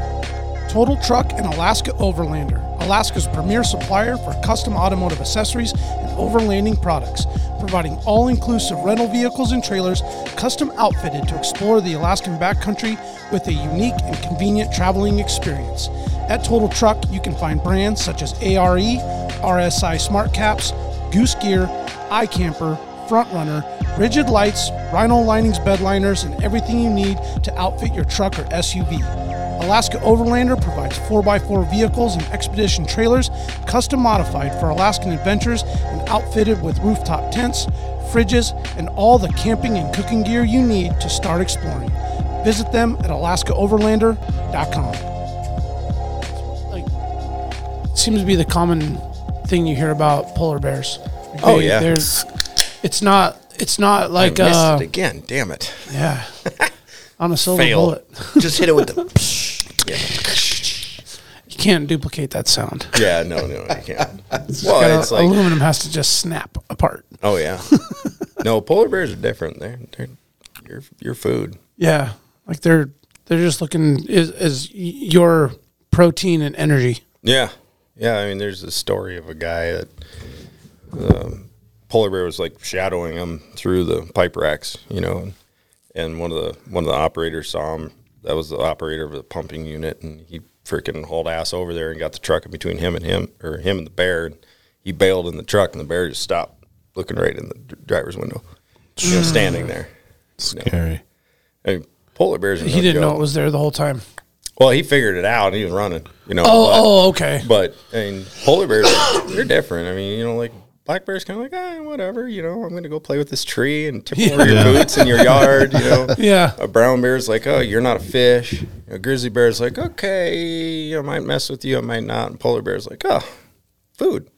Speaker 2: Total Truck and Alaska Overlander, Alaska's premier supplier for custom automotive accessories and overlanding products, providing all inclusive rental vehicles and trailers custom outfitted to explore the Alaskan backcountry with a unique and convenient traveling experience. At Total Truck, you can find brands such as E, ARE, RSI Smart Caps, Goose Gear, iCamper, Frontrunner, Rigid Lights, Rhino Linings bed liners, and everything you need to outfit your truck or SUV. Alaska Overlander provides 4x4 vehicles and expedition trailers custom modified for Alaskan adventures and outfitted with rooftop tents, fridges, and all the camping and cooking gear you need to start exploring. Visit them at alaskaoverlander.com. Like, seems to be the common thing you hear about polar bears. Like,
Speaker 5: Oh, yeah.
Speaker 2: they're- It's not it's not
Speaker 5: I
Speaker 2: like
Speaker 5: missed
Speaker 2: uh
Speaker 5: it again. Damn it.
Speaker 2: yeah. On a silver
Speaker 5: Fail.
Speaker 2: bullet.
Speaker 6: Just hit it with the.
Speaker 2: You can't duplicate that sound.
Speaker 5: Yeah, no, no, I can't. well, it's
Speaker 2: Uh,
Speaker 5: like,
Speaker 2: aluminum has to just snap apart.
Speaker 5: oh yeah. No, polar bears are different. They're, they're your your food.
Speaker 2: Yeah, like they're they're just looking is is your protein and energy.
Speaker 5: Yeah. Yeah. I mean, there's this story of a guy that um, polar bear was like shadowing him through the pipe racks, you know, and, and one of the one of the operators saw him. That was the operator of the pumping unit, and he freaking hauled ass over there and got the truck in between him and him, or him and the bear. And he bailed in the truck, and the bear just stopped, looking right in the dr- driver's window, you know, standing there.
Speaker 7: Scary.
Speaker 5: I mean, polar bears. Are
Speaker 2: He didn't know it was there the whole time.
Speaker 5: Well, he figured it out. and He was running. You know.
Speaker 2: Oh,
Speaker 5: but-
Speaker 2: oh, okay.
Speaker 5: But I mean, polar bears they're different. I mean, you know, like black bears, kind of like ah, whatever. You know, I'm gonna go play with this tree and tip over your boots in your yard. You know,
Speaker 2: Yeah.
Speaker 5: A brown bear's like, oh, you're not a fish. A grizzly bear's like, okay, I might mess with you, I might not. And polar bear's like, oh, food.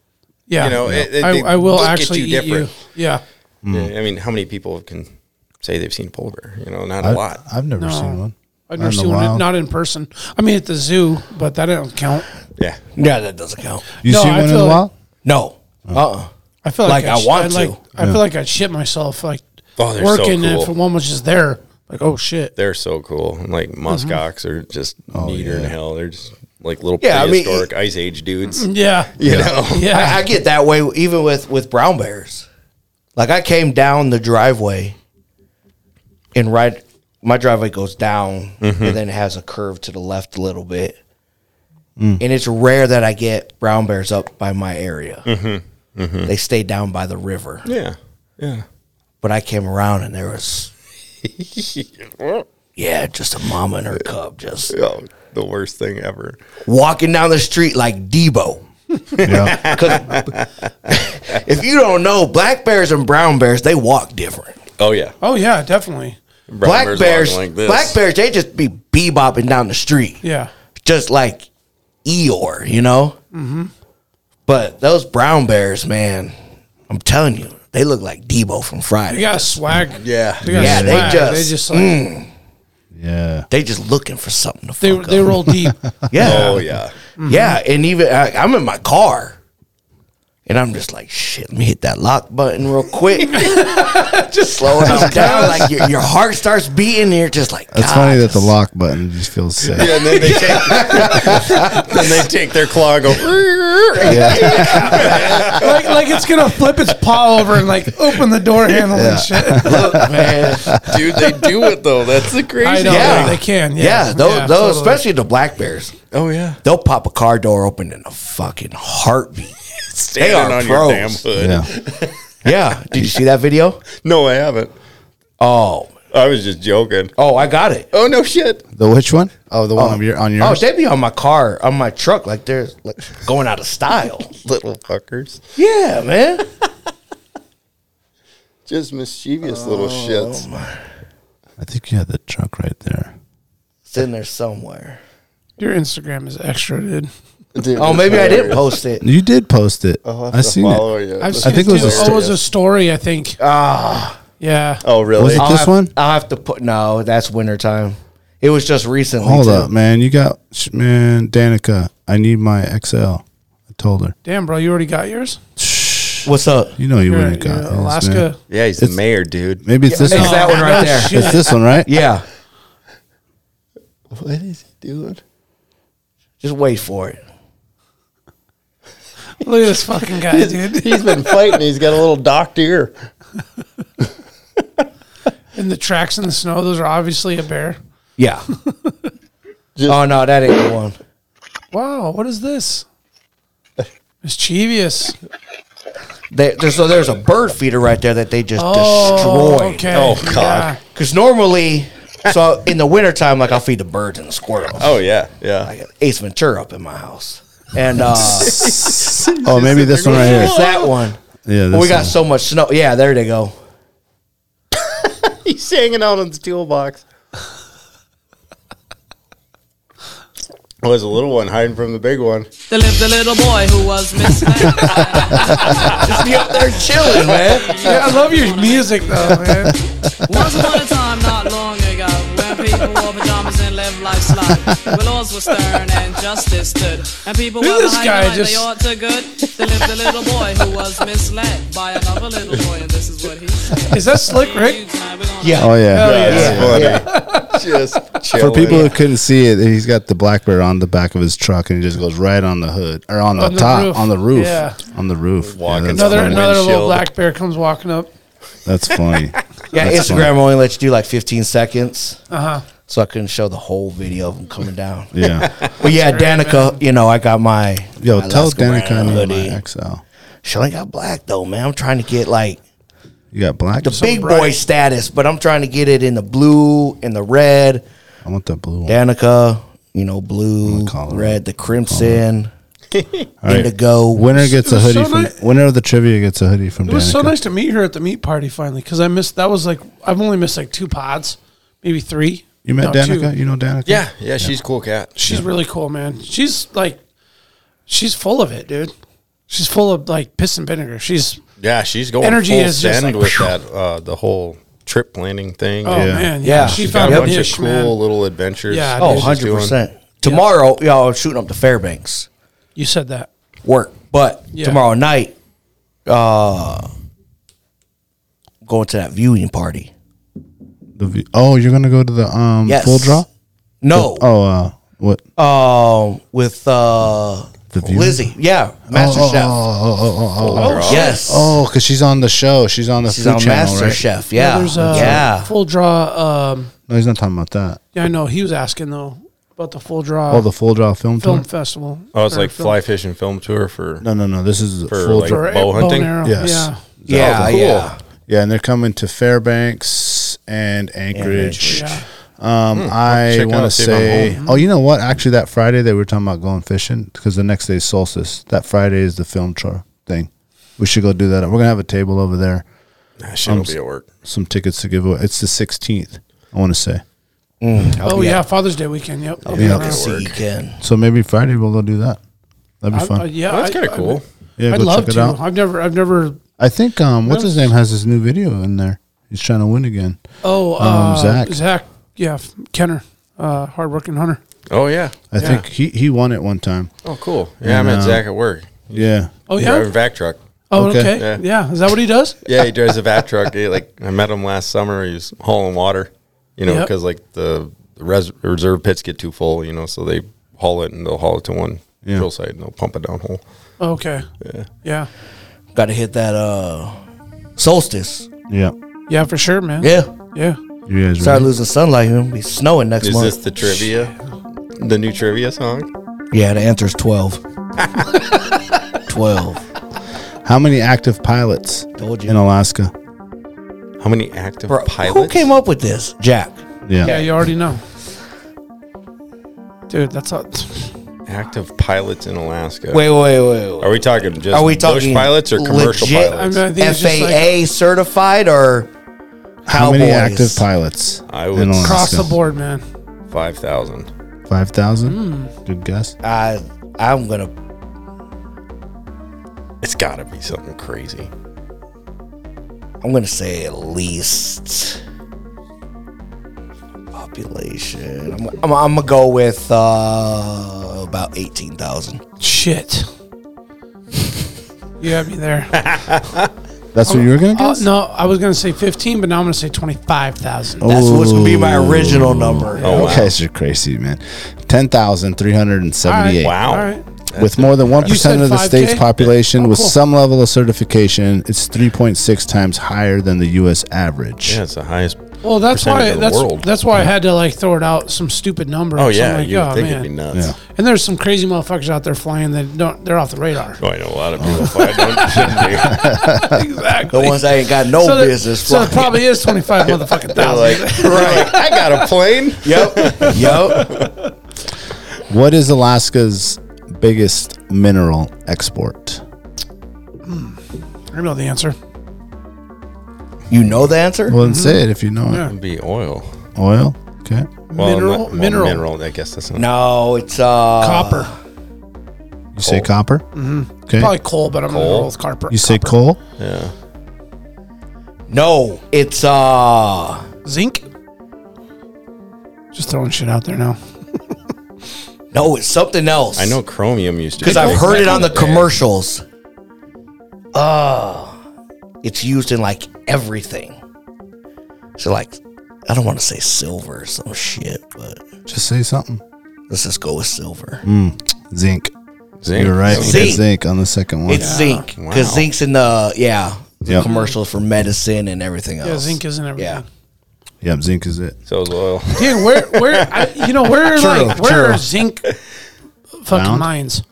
Speaker 2: Yeah,
Speaker 5: you know, it- it- they
Speaker 2: I, I will
Speaker 5: look at
Speaker 2: actually
Speaker 5: you
Speaker 2: eat you.
Speaker 5: different.
Speaker 2: Yeah,
Speaker 7: Hmm.
Speaker 5: Yeah, I mean, how many people can say they've seen a polar bear? You know, not a
Speaker 7: I,
Speaker 5: lot.
Speaker 7: I've never seen one.
Speaker 2: I've
Speaker 7: Out
Speaker 2: never
Speaker 7: in the
Speaker 2: seen one in-
Speaker 7: wild.
Speaker 2: not in person. I mean, at the zoo, but that don't count.
Speaker 5: Yeah,
Speaker 6: Yeah, that doesn't count.
Speaker 7: You
Speaker 2: No,
Speaker 7: see
Speaker 2: I
Speaker 7: one in
Speaker 2: feel
Speaker 7: the
Speaker 2: like-
Speaker 7: wild?
Speaker 6: No. Uh uh
Speaker 2: I feel like,
Speaker 6: Like, I
Speaker 2: sh-
Speaker 6: want
Speaker 2: I'd Like,
Speaker 6: to.
Speaker 2: I feel like I'd shit myself. Like
Speaker 5: Oh, they're so
Speaker 2: working
Speaker 5: cool.
Speaker 2: if one was just there. Like oh shit. Mm-hmm.
Speaker 5: they're so cool. And like muskox are just neater than hell. They're just like little
Speaker 6: Yeah, I mean,
Speaker 5: prehistoric ice age dudes.
Speaker 2: Mm, Yeah,
Speaker 5: You know.
Speaker 2: yeah.
Speaker 6: I, I get that way even with with brown bears. Like I came down the driveway, and right, my driveway goes down and then has a curve to the left a little bit. And it's rare that I get brown bears up by my area. They stay down by the river,
Speaker 5: Yeah. Yeah.
Speaker 6: but I came around and there was, yeah, just a mama and her cub just
Speaker 5: Oh, the worst thing ever.
Speaker 6: walking down the street like Debo.
Speaker 7: Yeah.
Speaker 6: 'Cause if you don't know, black bears and brown bears they walk different.
Speaker 5: Oh yeah.
Speaker 2: oh yeah, definitely.
Speaker 6: black bears, black bears, they just be bebopping down the street,
Speaker 2: Yeah,
Speaker 6: just like Eeyore, you know. Mm-hmm. But those brown bears, man, I'm telling you, they look like Debo from Friday.
Speaker 2: they got swag.
Speaker 5: Yeah.
Speaker 2: they got
Speaker 6: Yeah, they
Speaker 2: swag.
Speaker 6: just- mm.
Speaker 2: they just like,
Speaker 7: yeah.
Speaker 6: They just looking for something to
Speaker 2: they
Speaker 6: fuck
Speaker 2: they
Speaker 6: up.
Speaker 2: roll deep.
Speaker 6: yeah,
Speaker 5: Oh yeah.
Speaker 6: yeah. And even I, I'm in my car. And I'm just like, shit, let me hit that lock button real quick. just slow it down. Like your, your heart starts beating, and you're just like,
Speaker 7: That's
Speaker 6: God,
Speaker 7: funny that the lock button just feels sick.
Speaker 5: Yeah, and then they take then they take their claw and go
Speaker 2: like, like it's gonna flip its paw over and like open the door handle and shit.
Speaker 6: look, man.
Speaker 5: Dude, they do it though. That's the
Speaker 2: I
Speaker 5: crazy
Speaker 2: know
Speaker 6: Yeah.
Speaker 2: they, they can. Yeah,
Speaker 6: Yeah, those, those
Speaker 2: totally.
Speaker 6: especially the black bears.
Speaker 5: Oh yeah.
Speaker 6: They'll pop a car door open in a fucking heartbeat.
Speaker 5: Standing
Speaker 6: are
Speaker 5: on
Speaker 6: pros.
Speaker 5: your damn hood.
Speaker 7: Yeah.
Speaker 6: Yeah. Did you see that video?
Speaker 5: No, I haven't.
Speaker 6: Oh,
Speaker 5: I was just joking.
Speaker 6: oh, I got it.
Speaker 5: Oh no shit.
Speaker 7: The which one? Oh, the one on your on
Speaker 6: Oh,
Speaker 7: yours.
Speaker 6: they be on my car, on my truck, like they're like going out of style.
Speaker 5: Little fuckers.
Speaker 6: yeah, man.
Speaker 5: Just mischievous little shits.
Speaker 7: I think you had the truck right there.
Speaker 6: It's in there somewhere.
Speaker 2: Your Instagram is extra, dude.
Speaker 5: Dude,
Speaker 6: Oh,
Speaker 5: it's
Speaker 6: maybe I didn't
Speaker 5: hilarious.
Speaker 6: post it.
Speaker 7: You did post it.
Speaker 5: I'll have
Speaker 7: I
Speaker 5: to
Speaker 7: seen
Speaker 5: follow
Speaker 7: it.
Speaker 5: you.
Speaker 2: I've
Speaker 5: That's
Speaker 2: seen
Speaker 7: think it was a
Speaker 2: too.
Speaker 7: story.
Speaker 2: Oh, it was a story. I think. Ah. Yeah.
Speaker 5: Oh,
Speaker 7: Was
Speaker 5: really?
Speaker 7: it
Speaker 6: I'll
Speaker 7: this
Speaker 6: have-
Speaker 7: one?
Speaker 6: I'll have to put. No, that's wintertime. It was just recently.
Speaker 7: Hold
Speaker 6: too.
Speaker 7: up, man. You got sh- man, Danica. I need my XL. I told her.
Speaker 2: Damn, bro, you already got yours.
Speaker 6: What's up?
Speaker 7: You know you
Speaker 2: You're-
Speaker 7: wouldn't have
Speaker 2: you're
Speaker 7: got his, man.
Speaker 2: Alaska.
Speaker 5: Yeah, he's the mayor, dude.
Speaker 7: Maybe it's this
Speaker 6: It's
Speaker 7: one.
Speaker 6: that one right there.
Speaker 7: It's this one, right?
Speaker 6: Yeah.
Speaker 5: What is he doing?
Speaker 6: Just wait for it.
Speaker 2: Look at this fucking guy, dude.
Speaker 5: He's been fighting. He's got a little docked ear.
Speaker 2: And the tracks in the snow, those are obviously a bear.
Speaker 6: Yeah. oh no, that ain't the one.
Speaker 2: Wow, what is this? Mischievous.
Speaker 6: They, there's so there's a bird feeder right there that they just
Speaker 2: Oh,
Speaker 6: destroyed.
Speaker 2: okay.
Speaker 5: Oh, God.
Speaker 6: Because normally, so in the wintertime, like I'll feed the birds and the squirrels.
Speaker 5: Oh yeah, yeah.
Speaker 6: I got Ace Ventura up in my house, and uh, it's
Speaker 7: Oh, maybe this one right here.
Speaker 6: that one.
Speaker 7: Yeah, this
Speaker 6: Well, we got
Speaker 7: one.
Speaker 6: so much snow. Yeah, there they go.
Speaker 5: He's hanging out on the toolbox. Was a little one hiding from the big one.
Speaker 10: There lived a little boy who was misfed.
Speaker 6: Just be up there chilling, man.
Speaker 2: Yeah, I love your music though, man.
Speaker 10: Once upon a time, not long ago, when people wore pajamas and lived life slow, the laws were stern and justice stood, and people
Speaker 2: Look
Speaker 10: were
Speaker 2: at this
Speaker 10: behaving
Speaker 2: guy
Speaker 10: like
Speaker 2: just-
Speaker 10: they ought to good. There lived a little boy who was misled by another little boy, and this is what he said.
Speaker 2: Is that Slick Rick?
Speaker 6: Yeah.
Speaker 7: Oh yeah.
Speaker 5: That's funny. Just
Speaker 7: For
Speaker 5: chilling.
Speaker 7: people who couldn't see it, he's got the Blackbird on the back of his truck, and he just goes right on the hood or on the
Speaker 2: On the
Speaker 7: top,
Speaker 2: roof.
Speaker 7: on the roof,
Speaker 2: Yeah.
Speaker 7: on the roof.
Speaker 5: Walking
Speaker 7: yeah, that's
Speaker 2: Another
Speaker 7: funny.
Speaker 2: another little
Speaker 5: windshield.
Speaker 2: black bear comes walking up.
Speaker 7: That's funny.
Speaker 6: Yeah,
Speaker 7: That's
Speaker 6: Instagram
Speaker 7: funny.
Speaker 6: only lets you do like 15 seconds. So I couldn't show the whole video of them coming down.
Speaker 7: Yeah.
Speaker 6: But yeah, Danica, you know, I got my
Speaker 7: Yo,
Speaker 6: my
Speaker 7: tell
Speaker 6: Alaska
Speaker 7: Danica I
Speaker 6: brand
Speaker 7: need
Speaker 6: hoodie.
Speaker 7: my XL.
Speaker 6: She only got black though, man. I'm trying to get like
Speaker 7: You got black.
Speaker 6: the big boy status, but I'm trying to get it in the blue and the red.
Speaker 7: I want the blue one.
Speaker 6: Danica, you know, blue,
Speaker 7: call it.
Speaker 6: red, the crimson,
Speaker 7: All right.
Speaker 6: indigo.
Speaker 7: Winner gets a
Speaker 2: was
Speaker 7: hoodie
Speaker 2: so
Speaker 7: from.
Speaker 2: nice.
Speaker 7: Winner of the trivia gets a hoodie from.
Speaker 2: It was so
Speaker 7: Danica.
Speaker 2: nice to meet her at the meat party finally, because I missed that was like I've only missed like two pods, maybe three.
Speaker 7: You met
Speaker 2: No, two.
Speaker 7: Danica. You know Danica.
Speaker 5: Yeah, yeah, she's a cool cat.
Speaker 2: She's really cool, man. She's like, she's full of it, dude. She's full of like piss and vinegar. She's
Speaker 5: Yeah, she's going
Speaker 2: Energy
Speaker 5: energy full
Speaker 2: is just
Speaker 5: send
Speaker 2: like,
Speaker 5: with that uh, the whole trip planning thing.
Speaker 2: oh
Speaker 7: Yeah.
Speaker 2: man, yeah.
Speaker 6: Yeah.
Speaker 2: She,
Speaker 5: She's
Speaker 2: found
Speaker 5: got a
Speaker 2: a
Speaker 5: bunch
Speaker 2: niche,
Speaker 5: of cool
Speaker 2: man.
Speaker 5: little adventures.
Speaker 2: Yeah,
Speaker 6: Oh,
Speaker 5: she's doing.
Speaker 6: 100%. Tomorrow, y'all are shooting up to Fairbanks.
Speaker 2: You said that.
Speaker 6: work. But
Speaker 2: Yeah.
Speaker 6: tomorrow night, uh, going to that viewing party.
Speaker 7: The v- oh, you're gonna go to the um
Speaker 6: Yes.
Speaker 7: full draw.
Speaker 6: No,
Speaker 7: Oh, uh, what?
Speaker 6: um, with uh,
Speaker 7: The viewing?
Speaker 6: Lizzie. Yeah, Master
Speaker 7: oh,
Speaker 6: Chef.
Speaker 7: Oh, oh, oh, oh, oh, oh.
Speaker 6: Yes.
Speaker 7: Oh, because she's on the show. She's on the
Speaker 6: She's
Speaker 7: food
Speaker 6: on
Speaker 7: channel,
Speaker 6: Master
Speaker 7: right?
Speaker 6: Chef. Yeah,
Speaker 2: There's a
Speaker 6: yeah.
Speaker 2: full draw. Um,
Speaker 7: No, he's not talking about that.
Speaker 2: yeah, I know. He was asking though about the full draw.
Speaker 7: Oh, the full draw film,
Speaker 2: film
Speaker 7: tour.
Speaker 2: festival.
Speaker 5: Oh, it's
Speaker 2: Or
Speaker 5: like
Speaker 2: film-
Speaker 5: fly fishing film tour for.
Speaker 7: No, no, no. This is
Speaker 5: For,
Speaker 7: full
Speaker 5: like-
Speaker 7: draw.
Speaker 2: or
Speaker 5: bow
Speaker 2: bow and
Speaker 5: hunting?
Speaker 2: arrow.
Speaker 7: Yes.
Speaker 2: Yeah.
Speaker 6: yeah,
Speaker 5: cool.
Speaker 6: yeah.
Speaker 7: Yeah, and they're coming to Fairbanks and Anchorage.
Speaker 2: Yeah.
Speaker 7: Um, I
Speaker 5: Hmm, check
Speaker 7: want to
Speaker 5: out, see if I'm
Speaker 7: say, oh, you know what? Actually, that Friday they were talking about going fishing because the next day is solstice. That Friday is the film tour thing. We should go do that. We're gonna have a table over there. Um,
Speaker 5: Nah, she'll be at work.
Speaker 7: Some tickets to give away. It's the 16th. I want to say.
Speaker 5: Mm,
Speaker 2: Oh yeah, Father's Day weekend. Yep. I'll
Speaker 7: be
Speaker 2: yeah.
Speaker 7: up
Speaker 6: Let's see, you can.
Speaker 7: So maybe Friday we'll go do that. That'd be
Speaker 2: I,
Speaker 7: fun.
Speaker 2: I, uh, yeah,
Speaker 5: Well, that's
Speaker 2: I-
Speaker 5: kind of cool.
Speaker 7: yeah,
Speaker 2: I,
Speaker 7: go
Speaker 2: would love
Speaker 7: check it
Speaker 2: to.
Speaker 7: out.
Speaker 2: I've never, I've never.
Speaker 7: I think um, what's his name has his new video in there. He's trying to win again.
Speaker 2: Oh, uh,
Speaker 7: Um, Zach.
Speaker 2: Zach. Yeah, f- Kenner, uh, hardworking hunter.
Speaker 5: Oh yeah.
Speaker 7: I think he, he won it one time. uh,
Speaker 5: Oh cool. Yeah, I met Zach at work.
Speaker 7: Yeah.
Speaker 2: Oh yeah.
Speaker 5: Driving vac truck.
Speaker 2: Oh
Speaker 7: Okay.
Speaker 2: okay.
Speaker 5: Yeah.
Speaker 2: Yeah. Is that what he does?
Speaker 5: Yeah, he drives a vac truck. He, like I met him last summer. He was hauling water, you know,
Speaker 2: Yep.
Speaker 5: because like the res- reserve pits get too full, you know, so they haul it and they'll haul it to one
Speaker 7: Yeah.
Speaker 5: drill site and they'll pump it down hole.
Speaker 2: Okay.
Speaker 5: Yeah.
Speaker 2: Yeah.
Speaker 6: Got to hit that uh, solstice.
Speaker 7: Yeah.
Speaker 2: Yeah, for sure, man.
Speaker 6: Yeah.
Speaker 2: Yeah.
Speaker 7: You guys
Speaker 6: Start
Speaker 7: ready?
Speaker 6: losing sunlight. It'll be snowing next
Speaker 5: Is
Speaker 6: month.
Speaker 5: this the trivia? The new trivia song?
Speaker 6: yeah, the answer's twelve. twelve.
Speaker 7: How many active pilots
Speaker 6: Told you.
Speaker 7: in Alaska?
Speaker 5: How many active
Speaker 6: Bro,
Speaker 5: pilots?
Speaker 6: Who came up with this? Jack.
Speaker 7: Yeah.
Speaker 2: Yeah, you already know. Dude, that's all.
Speaker 5: Active pilots in Alaska.
Speaker 6: Wait, wait, wait, wait.
Speaker 5: Are we talking just
Speaker 6: Are we
Speaker 5: bush
Speaker 6: talking
Speaker 5: pilots or commercial
Speaker 6: legit?
Speaker 2: I, mean,
Speaker 5: pilots?
Speaker 2: I think it's just
Speaker 6: FAA
Speaker 2: like
Speaker 6: certified or
Speaker 7: How many
Speaker 6: cowboys?
Speaker 7: active pilots
Speaker 5: I would
Speaker 7: in Alaska?
Speaker 2: across the board, man.
Speaker 5: Five thousand.
Speaker 7: Five thousand.
Speaker 2: Hmm.
Speaker 7: Good guess.
Speaker 6: I I'm gonna
Speaker 5: It's got to be something crazy.
Speaker 6: I'm gonna say at least population. I'm, I'm, I'm gonna go with uh, about eighteen thousand.
Speaker 2: Shit. You had me there.
Speaker 7: That's what you were gonna
Speaker 2: Uh,
Speaker 7: guess.
Speaker 2: no, I was going to say 15, but now I'm going to say 25,000.
Speaker 6: That's what's gonna be my original number.
Speaker 5: Oh,
Speaker 7: okay, so you're crazy, man. Ten thousand three hundred and seventy-eight.
Speaker 5: Wow.
Speaker 2: All right.
Speaker 7: With more than one
Speaker 2: You said
Speaker 7: percent of the
Speaker 2: 5K?
Speaker 7: state's population
Speaker 2: Oh,
Speaker 7: with
Speaker 2: cool.
Speaker 7: some level of certification, it's three point six times higher than the U.S. average.
Speaker 5: Yeah, it's the highest.
Speaker 2: Well, that's
Speaker 5: percentage
Speaker 2: why
Speaker 5: of the
Speaker 2: that's
Speaker 5: world.
Speaker 2: that's why I had to like throw it out some stupid number.
Speaker 5: Oh
Speaker 2: or something
Speaker 5: yeah,
Speaker 2: like,
Speaker 5: you would
Speaker 2: oh,
Speaker 5: think
Speaker 2: man.
Speaker 5: it'd be nuts.
Speaker 7: Yeah.
Speaker 2: And there's some crazy motherfuckers out there flying that don't they're off the radar.
Speaker 5: Oh, I know a lot of people find one shouldn't be.
Speaker 6: The
Speaker 2: exactly.
Speaker 6: ones that ain't got no
Speaker 2: so there-
Speaker 6: business.
Speaker 2: so it
Speaker 6: fucking-
Speaker 2: probably is 25 motherfucking
Speaker 5: They're
Speaker 2: thousand.
Speaker 5: like, right? I got a plane.
Speaker 6: yep, yep.
Speaker 7: What is Alaska's biggest mineral export?
Speaker 2: I know the answer.
Speaker 6: You know the answer.
Speaker 7: Well, then say it if you know it.
Speaker 5: It'd be oil.
Speaker 7: Oil. Okay.
Speaker 5: Well,
Speaker 2: Mineral-
Speaker 5: well,
Speaker 2: mineral.
Speaker 5: mineral. I guess that's not.
Speaker 6: No, it's uh,
Speaker 2: Copper.
Speaker 7: You say copper. Mm-hmm. Okay.
Speaker 2: Probably coal, but I'm going to
Speaker 5: Coal?
Speaker 2: roll with carper- copper.
Speaker 7: you say coal.
Speaker 5: Yeah.
Speaker 6: No, it's uh,
Speaker 2: Zinc? Just throwing shit out there now.
Speaker 6: no, it's something else.
Speaker 5: I know chromium used to.
Speaker 6: because
Speaker 5: be
Speaker 6: I've
Speaker 5: big
Speaker 6: heard
Speaker 5: back
Speaker 6: it on
Speaker 5: in
Speaker 6: the
Speaker 5: day.
Speaker 6: commercials. Uh, Oh. it's used in like everything. So like, I don't want to say silver or some shit, but
Speaker 7: Just say something.
Speaker 6: let's just go with silver.
Speaker 7: Hmm, Zinc.
Speaker 5: Zinc.
Speaker 7: You're right.
Speaker 6: Zinc.
Speaker 7: Zinc. Zinc on the second one.
Speaker 6: It's zinc because
Speaker 5: Wow.
Speaker 6: zinc's in the yeah the
Speaker 7: Yep.
Speaker 6: commercials for medicine and everything else.
Speaker 2: Yeah, zinc isn't everything.
Speaker 6: Yeah.
Speaker 7: Yep. Zinc is it.
Speaker 5: So is oil.
Speaker 2: Dude, where, where, I, you know, where, are like, where are zinc fucking
Speaker 7: Found?
Speaker 2: mines?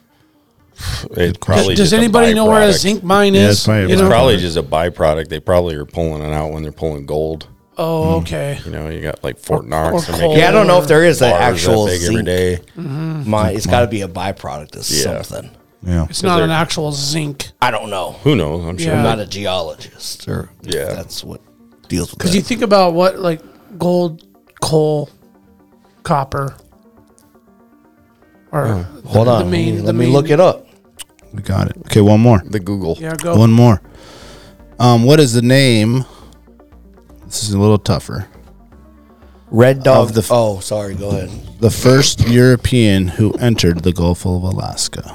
Speaker 5: It probably
Speaker 2: Does
Speaker 5: just a
Speaker 2: anybody know where a
Speaker 5: byproduct.
Speaker 2: zinc mine
Speaker 7: Yeah,
Speaker 2: is?
Speaker 7: it's probably a
Speaker 2: You
Speaker 5: It's
Speaker 2: know?
Speaker 5: probably just a byproduct. They probably are pulling it out when they're pulling gold.
Speaker 7: Hmm.
Speaker 2: Oh, okay.
Speaker 5: You know, you got like Fort Knox.
Speaker 2: or
Speaker 5: they're making
Speaker 2: coal.
Speaker 6: Yeah, I don't know if there is an
Speaker 5: bars that
Speaker 6: actual
Speaker 5: big every
Speaker 6: zinc
Speaker 5: day.
Speaker 6: mine. It's got to be a byproduct of
Speaker 5: Yeah.
Speaker 6: Mm-hmm. something.
Speaker 7: Yeah.
Speaker 2: It's not an actual zinc.
Speaker 6: I don't know.
Speaker 5: Who knows? I'm sure.
Speaker 2: Yeah.
Speaker 6: I'm not a geologist, or if
Speaker 5: Yeah.
Speaker 6: that's what deals with.
Speaker 2: Because
Speaker 6: that.
Speaker 2: you think about what, like, gold, coal, copper, or
Speaker 6: Hold on,
Speaker 2: the main-
Speaker 6: let me,
Speaker 2: the
Speaker 6: let me
Speaker 2: main-
Speaker 6: look it up.
Speaker 7: We got it. Okay. One more.
Speaker 5: The Google.
Speaker 2: yeah, go.
Speaker 7: One more. Um, what is the name? This is a little tougher.
Speaker 6: Red Dog.
Speaker 7: Of the f-
Speaker 6: oh, sorry. Go ahead.
Speaker 7: The first European who entered the Gulf of Alaska.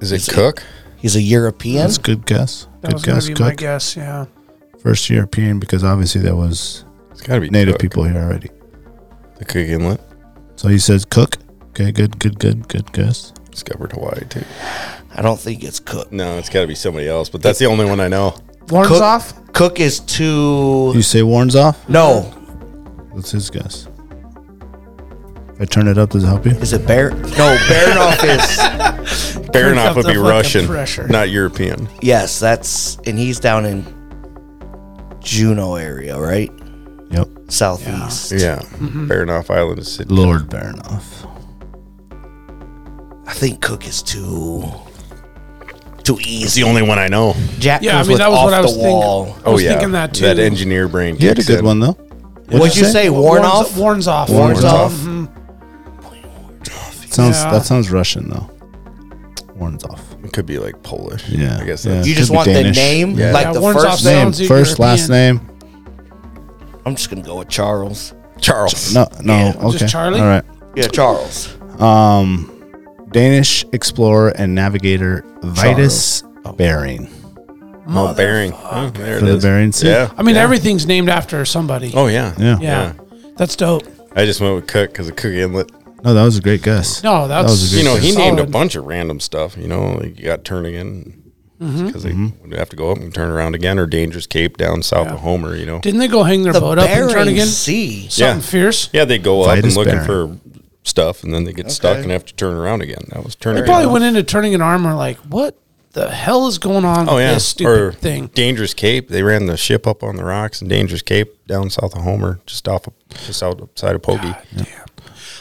Speaker 5: Is it Cook?
Speaker 6: He's a European.
Speaker 7: That's a good guess.
Speaker 2: that
Speaker 7: good
Speaker 2: was going
Speaker 7: guess,
Speaker 2: to be my
Speaker 7: Cook.
Speaker 2: guess. Yeah.
Speaker 7: First European, because obviously there was
Speaker 5: It's got to be
Speaker 7: native
Speaker 5: Cook.
Speaker 7: people here already.
Speaker 5: The Cook Inlet
Speaker 7: So he says Cook. Okay, good, good, good, good guess.
Speaker 5: discovered Hawaii too.
Speaker 6: I don't think it's Cook.
Speaker 5: No, it's got to be somebody else. But that's the only one I know.
Speaker 2: Warns
Speaker 6: Cook,
Speaker 2: off?
Speaker 6: Cook is too.
Speaker 7: You say Warren's off?
Speaker 6: No,
Speaker 7: That's his guess. If I turn it up, does it help you?
Speaker 6: is it Bear? No, Baranoff is.
Speaker 5: Baranoff
Speaker 2: up
Speaker 5: would
Speaker 2: the
Speaker 5: be
Speaker 2: fucking
Speaker 5: Russian,
Speaker 2: pressure.
Speaker 5: not European.
Speaker 6: Yes, that's and he's down in Juneau area, right?
Speaker 7: Yep. Mm-hmm.
Speaker 6: Southeast.
Speaker 5: Yeah, Mm-hmm. Baranoff Island is.
Speaker 7: Lord Baranoff.
Speaker 6: I think Cook is too too
Speaker 5: It's
Speaker 6: easy.
Speaker 5: the only one I know. Oh,
Speaker 6: Jack
Speaker 2: Yeah, I
Speaker 6: comes
Speaker 2: mean,
Speaker 6: with
Speaker 2: that was
Speaker 6: off
Speaker 2: what I was
Speaker 6: the
Speaker 2: thinking.
Speaker 6: wall.
Speaker 2: I was thinking that too.
Speaker 5: That engineer brain.
Speaker 7: You had a
Speaker 5: kicks
Speaker 7: good
Speaker 5: in.
Speaker 7: one though.
Speaker 6: What'd you say?
Speaker 2: Warns,
Speaker 6: Warnoff?
Speaker 2: warns off.
Speaker 7: Warns
Speaker 6: off.
Speaker 2: Mhm.
Speaker 7: Sounds
Speaker 2: Yeah.
Speaker 7: that sounds Russian though. Warren's off.
Speaker 5: It could be like Polish.
Speaker 7: Yeah,
Speaker 5: I guess
Speaker 7: yeah.
Speaker 5: that's
Speaker 6: you just
Speaker 7: Could be
Speaker 6: want the
Speaker 7: Danish.
Speaker 6: name,
Speaker 5: Yeah.
Speaker 6: like
Speaker 2: Yeah,
Speaker 6: the
Speaker 2: one's
Speaker 6: first
Speaker 2: off the
Speaker 6: name.
Speaker 7: Name
Speaker 2: Sounds like
Speaker 7: first, last name.
Speaker 6: I'm just gonna go with Charles.
Speaker 5: Charles.
Speaker 7: No, no. okay.
Speaker 2: just Charlie?
Speaker 7: All right. Um,
Speaker 6: Yeah, Charles.
Speaker 7: Danish explorer and navigator Vitus Bering.
Speaker 5: Oh, Bering. Oh, there it
Speaker 7: For the
Speaker 5: is.
Speaker 7: Bering Sea.
Speaker 5: Yeah.
Speaker 2: I mean, everything's named after somebody.
Speaker 5: Oh yeah.
Speaker 7: Yeah.
Speaker 2: yeah. That's dope.
Speaker 5: I just went with Cook because of Cook Inlet.
Speaker 7: No, that was a great guess.
Speaker 2: No, that's
Speaker 7: was a
Speaker 5: You know, he
Speaker 2: Solid.
Speaker 5: named a bunch of random stuff. You know, like you got Turnigan
Speaker 2: Mm-hmm.
Speaker 5: because
Speaker 7: Mm-hmm.
Speaker 5: they would have to go up and turn around again, or Dangerous Cape down south of Homer. You know.
Speaker 2: Didn't they go hang their
Speaker 6: The
Speaker 2: boat up in
Speaker 6: Bering
Speaker 2: Turnigan?
Speaker 6: Sea.
Speaker 2: Something
Speaker 5: Yeah.
Speaker 2: fierce.
Speaker 5: Yeah, they go up and
Speaker 7: Vitus
Speaker 5: looking
Speaker 7: Bering.
Speaker 5: for stuff, and then they get stuck and have to turn around again. That was Turnigan.
Speaker 2: They probably went into Turnigan armor like, what the hell is going on
Speaker 5: Oh
Speaker 2: with
Speaker 5: yeah,
Speaker 2: this stupid thing?
Speaker 5: Dangerous Cape. They ran the ship up on the rocks in Dangerous Cape down south of Homer, just off, of, just outside of Pogey.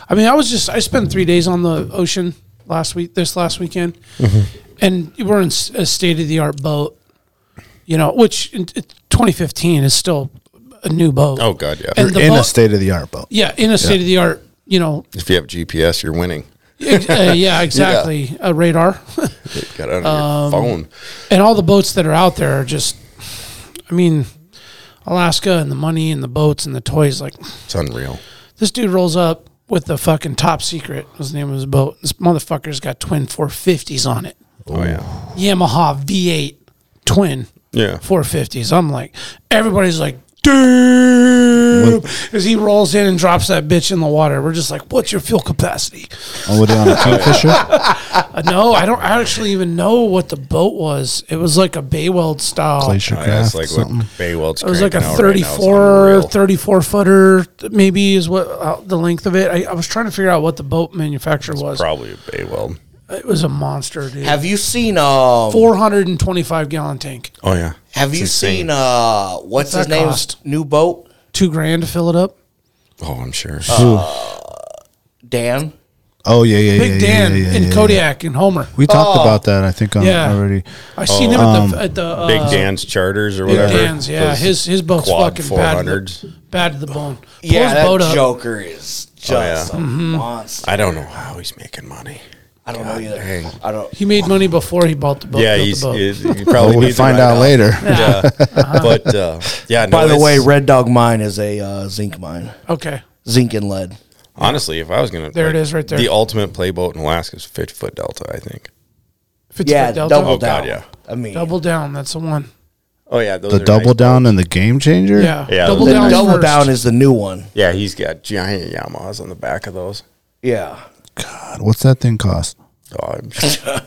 Speaker 2: I mean, I was just I spent three days on the ocean last week, this last weekend,
Speaker 5: Mm-hmm.
Speaker 2: and we're in s- a state of the art boat, you know, which in, in 2015 is still a new boat.
Speaker 5: Oh, God, yeah.
Speaker 2: And
Speaker 5: You're
Speaker 2: the
Speaker 7: in a
Speaker 2: boat,
Speaker 7: state of the art boat.
Speaker 2: yeah, in a state of the art, you know,
Speaker 5: If you have GPS, you're winning.
Speaker 2: ex- uh, yeah, exactly, a radar, Um,
Speaker 5: You got it on your phone.
Speaker 2: and all the boats that are out there are just, I mean, Alaska and the money and the boats and the toys. Like
Speaker 5: It's unreal.
Speaker 2: this dude rolls up with the fucking top secret. Was the name of his boat? This motherfucker's got twin 450s on it.
Speaker 5: Oh, yeah.
Speaker 2: Yamaha V8 twin
Speaker 5: Yeah.
Speaker 2: 450s. I'm like, everybody's like, damn. As he rolls in and drops that bitch in the water, we're just like, what's your fuel capacity?
Speaker 7: Oh, were they on a kingfisher?
Speaker 2: Uh, no, I don't actually even know what the boat was. It was like a Bayweld style.
Speaker 7: Glacier
Speaker 5: Oh, yeah,
Speaker 7: craft.
Speaker 5: it's like what
Speaker 7: something.
Speaker 5: Bayweld's
Speaker 2: It was like a
Speaker 5: cranking out right now. It's
Speaker 2: 34,
Speaker 5: unreal.
Speaker 2: 34 footer, maybe is what uh, the length of it. I, I was trying to figure out what the boat manufacturer was.
Speaker 5: Probably a Bayweld.
Speaker 2: it was a monster, dude.
Speaker 6: Have you seen um?
Speaker 2: 425 gallon tank.
Speaker 5: Oh, yeah.
Speaker 6: Have
Speaker 5: It's
Speaker 6: you
Speaker 5: insane.
Speaker 6: seen uh? What's,
Speaker 2: that
Speaker 6: his name's
Speaker 2: cost?
Speaker 6: new boat?
Speaker 2: Two grand to fill it up.
Speaker 5: Oh, I'm sure.
Speaker 6: Uh, Dan.
Speaker 7: Oh yeah, yeah, yeah.
Speaker 2: Big
Speaker 7: yeah,
Speaker 2: Dan
Speaker 7: yeah, yeah,
Speaker 2: in
Speaker 7: yeah.
Speaker 2: Kodiak and Homer.
Speaker 7: We talked
Speaker 5: Oh.
Speaker 7: about that. I think on
Speaker 2: Yeah.
Speaker 7: already. Um,
Speaker 2: I seen him at the at the uh,
Speaker 5: Big Dan's charters or
Speaker 2: Big
Speaker 5: whatever.
Speaker 2: Dan's, yeah,
Speaker 5: Those
Speaker 2: his his boat's
Speaker 5: quad
Speaker 2: fucking bad. to the-
Speaker 5: 400s.
Speaker 2: Bad to the bone. Pull
Speaker 6: Yeah,
Speaker 2: his
Speaker 6: that
Speaker 2: boat up. Mm-hmm.
Speaker 6: Joker is just
Speaker 5: Oh, yeah.
Speaker 6: a monster.
Speaker 5: I don't know how he's making money.
Speaker 6: I don't know either.
Speaker 5: dang.
Speaker 6: I don't.
Speaker 2: He made money before he bought the boat.
Speaker 5: yeah,
Speaker 2: built
Speaker 5: he's,
Speaker 2: the boat.
Speaker 5: he's, he
Speaker 7: Well,
Speaker 5: probably
Speaker 7: we
Speaker 5: needs to
Speaker 7: find
Speaker 5: ride
Speaker 7: out later.
Speaker 5: Yeah.
Speaker 2: Uh-huh.
Speaker 5: But, uh, yeah. No,
Speaker 6: By the way,
Speaker 5: it's-
Speaker 6: Red Dog Mine is a uh, zinc mine,
Speaker 2: okay.
Speaker 6: zinc and lead.
Speaker 5: honestly, if I was going to.
Speaker 2: There it is right there.
Speaker 5: The ultimate playboat in Alaska is 50 foot Delta, I think.
Speaker 2: Fifty
Speaker 6: Yeah,
Speaker 2: foot delta.
Speaker 6: double
Speaker 5: Oh, God,
Speaker 6: down.
Speaker 5: yeah.
Speaker 6: I mean,
Speaker 2: Double down. That's the one.
Speaker 5: Oh, yeah. Those
Speaker 7: The
Speaker 5: are nice
Speaker 7: double
Speaker 5: boats.
Speaker 7: down and the game changer.
Speaker 2: Yeah.
Speaker 5: Yeah,
Speaker 2: double
Speaker 5: the
Speaker 6: the
Speaker 2: down.
Speaker 6: double
Speaker 2: first.
Speaker 6: down is the new one.
Speaker 5: Yeah, he's got giant Yamahas on the back of those.
Speaker 6: Yeah.
Speaker 7: God, what's that thing cost?
Speaker 5: Oh, I'm sure.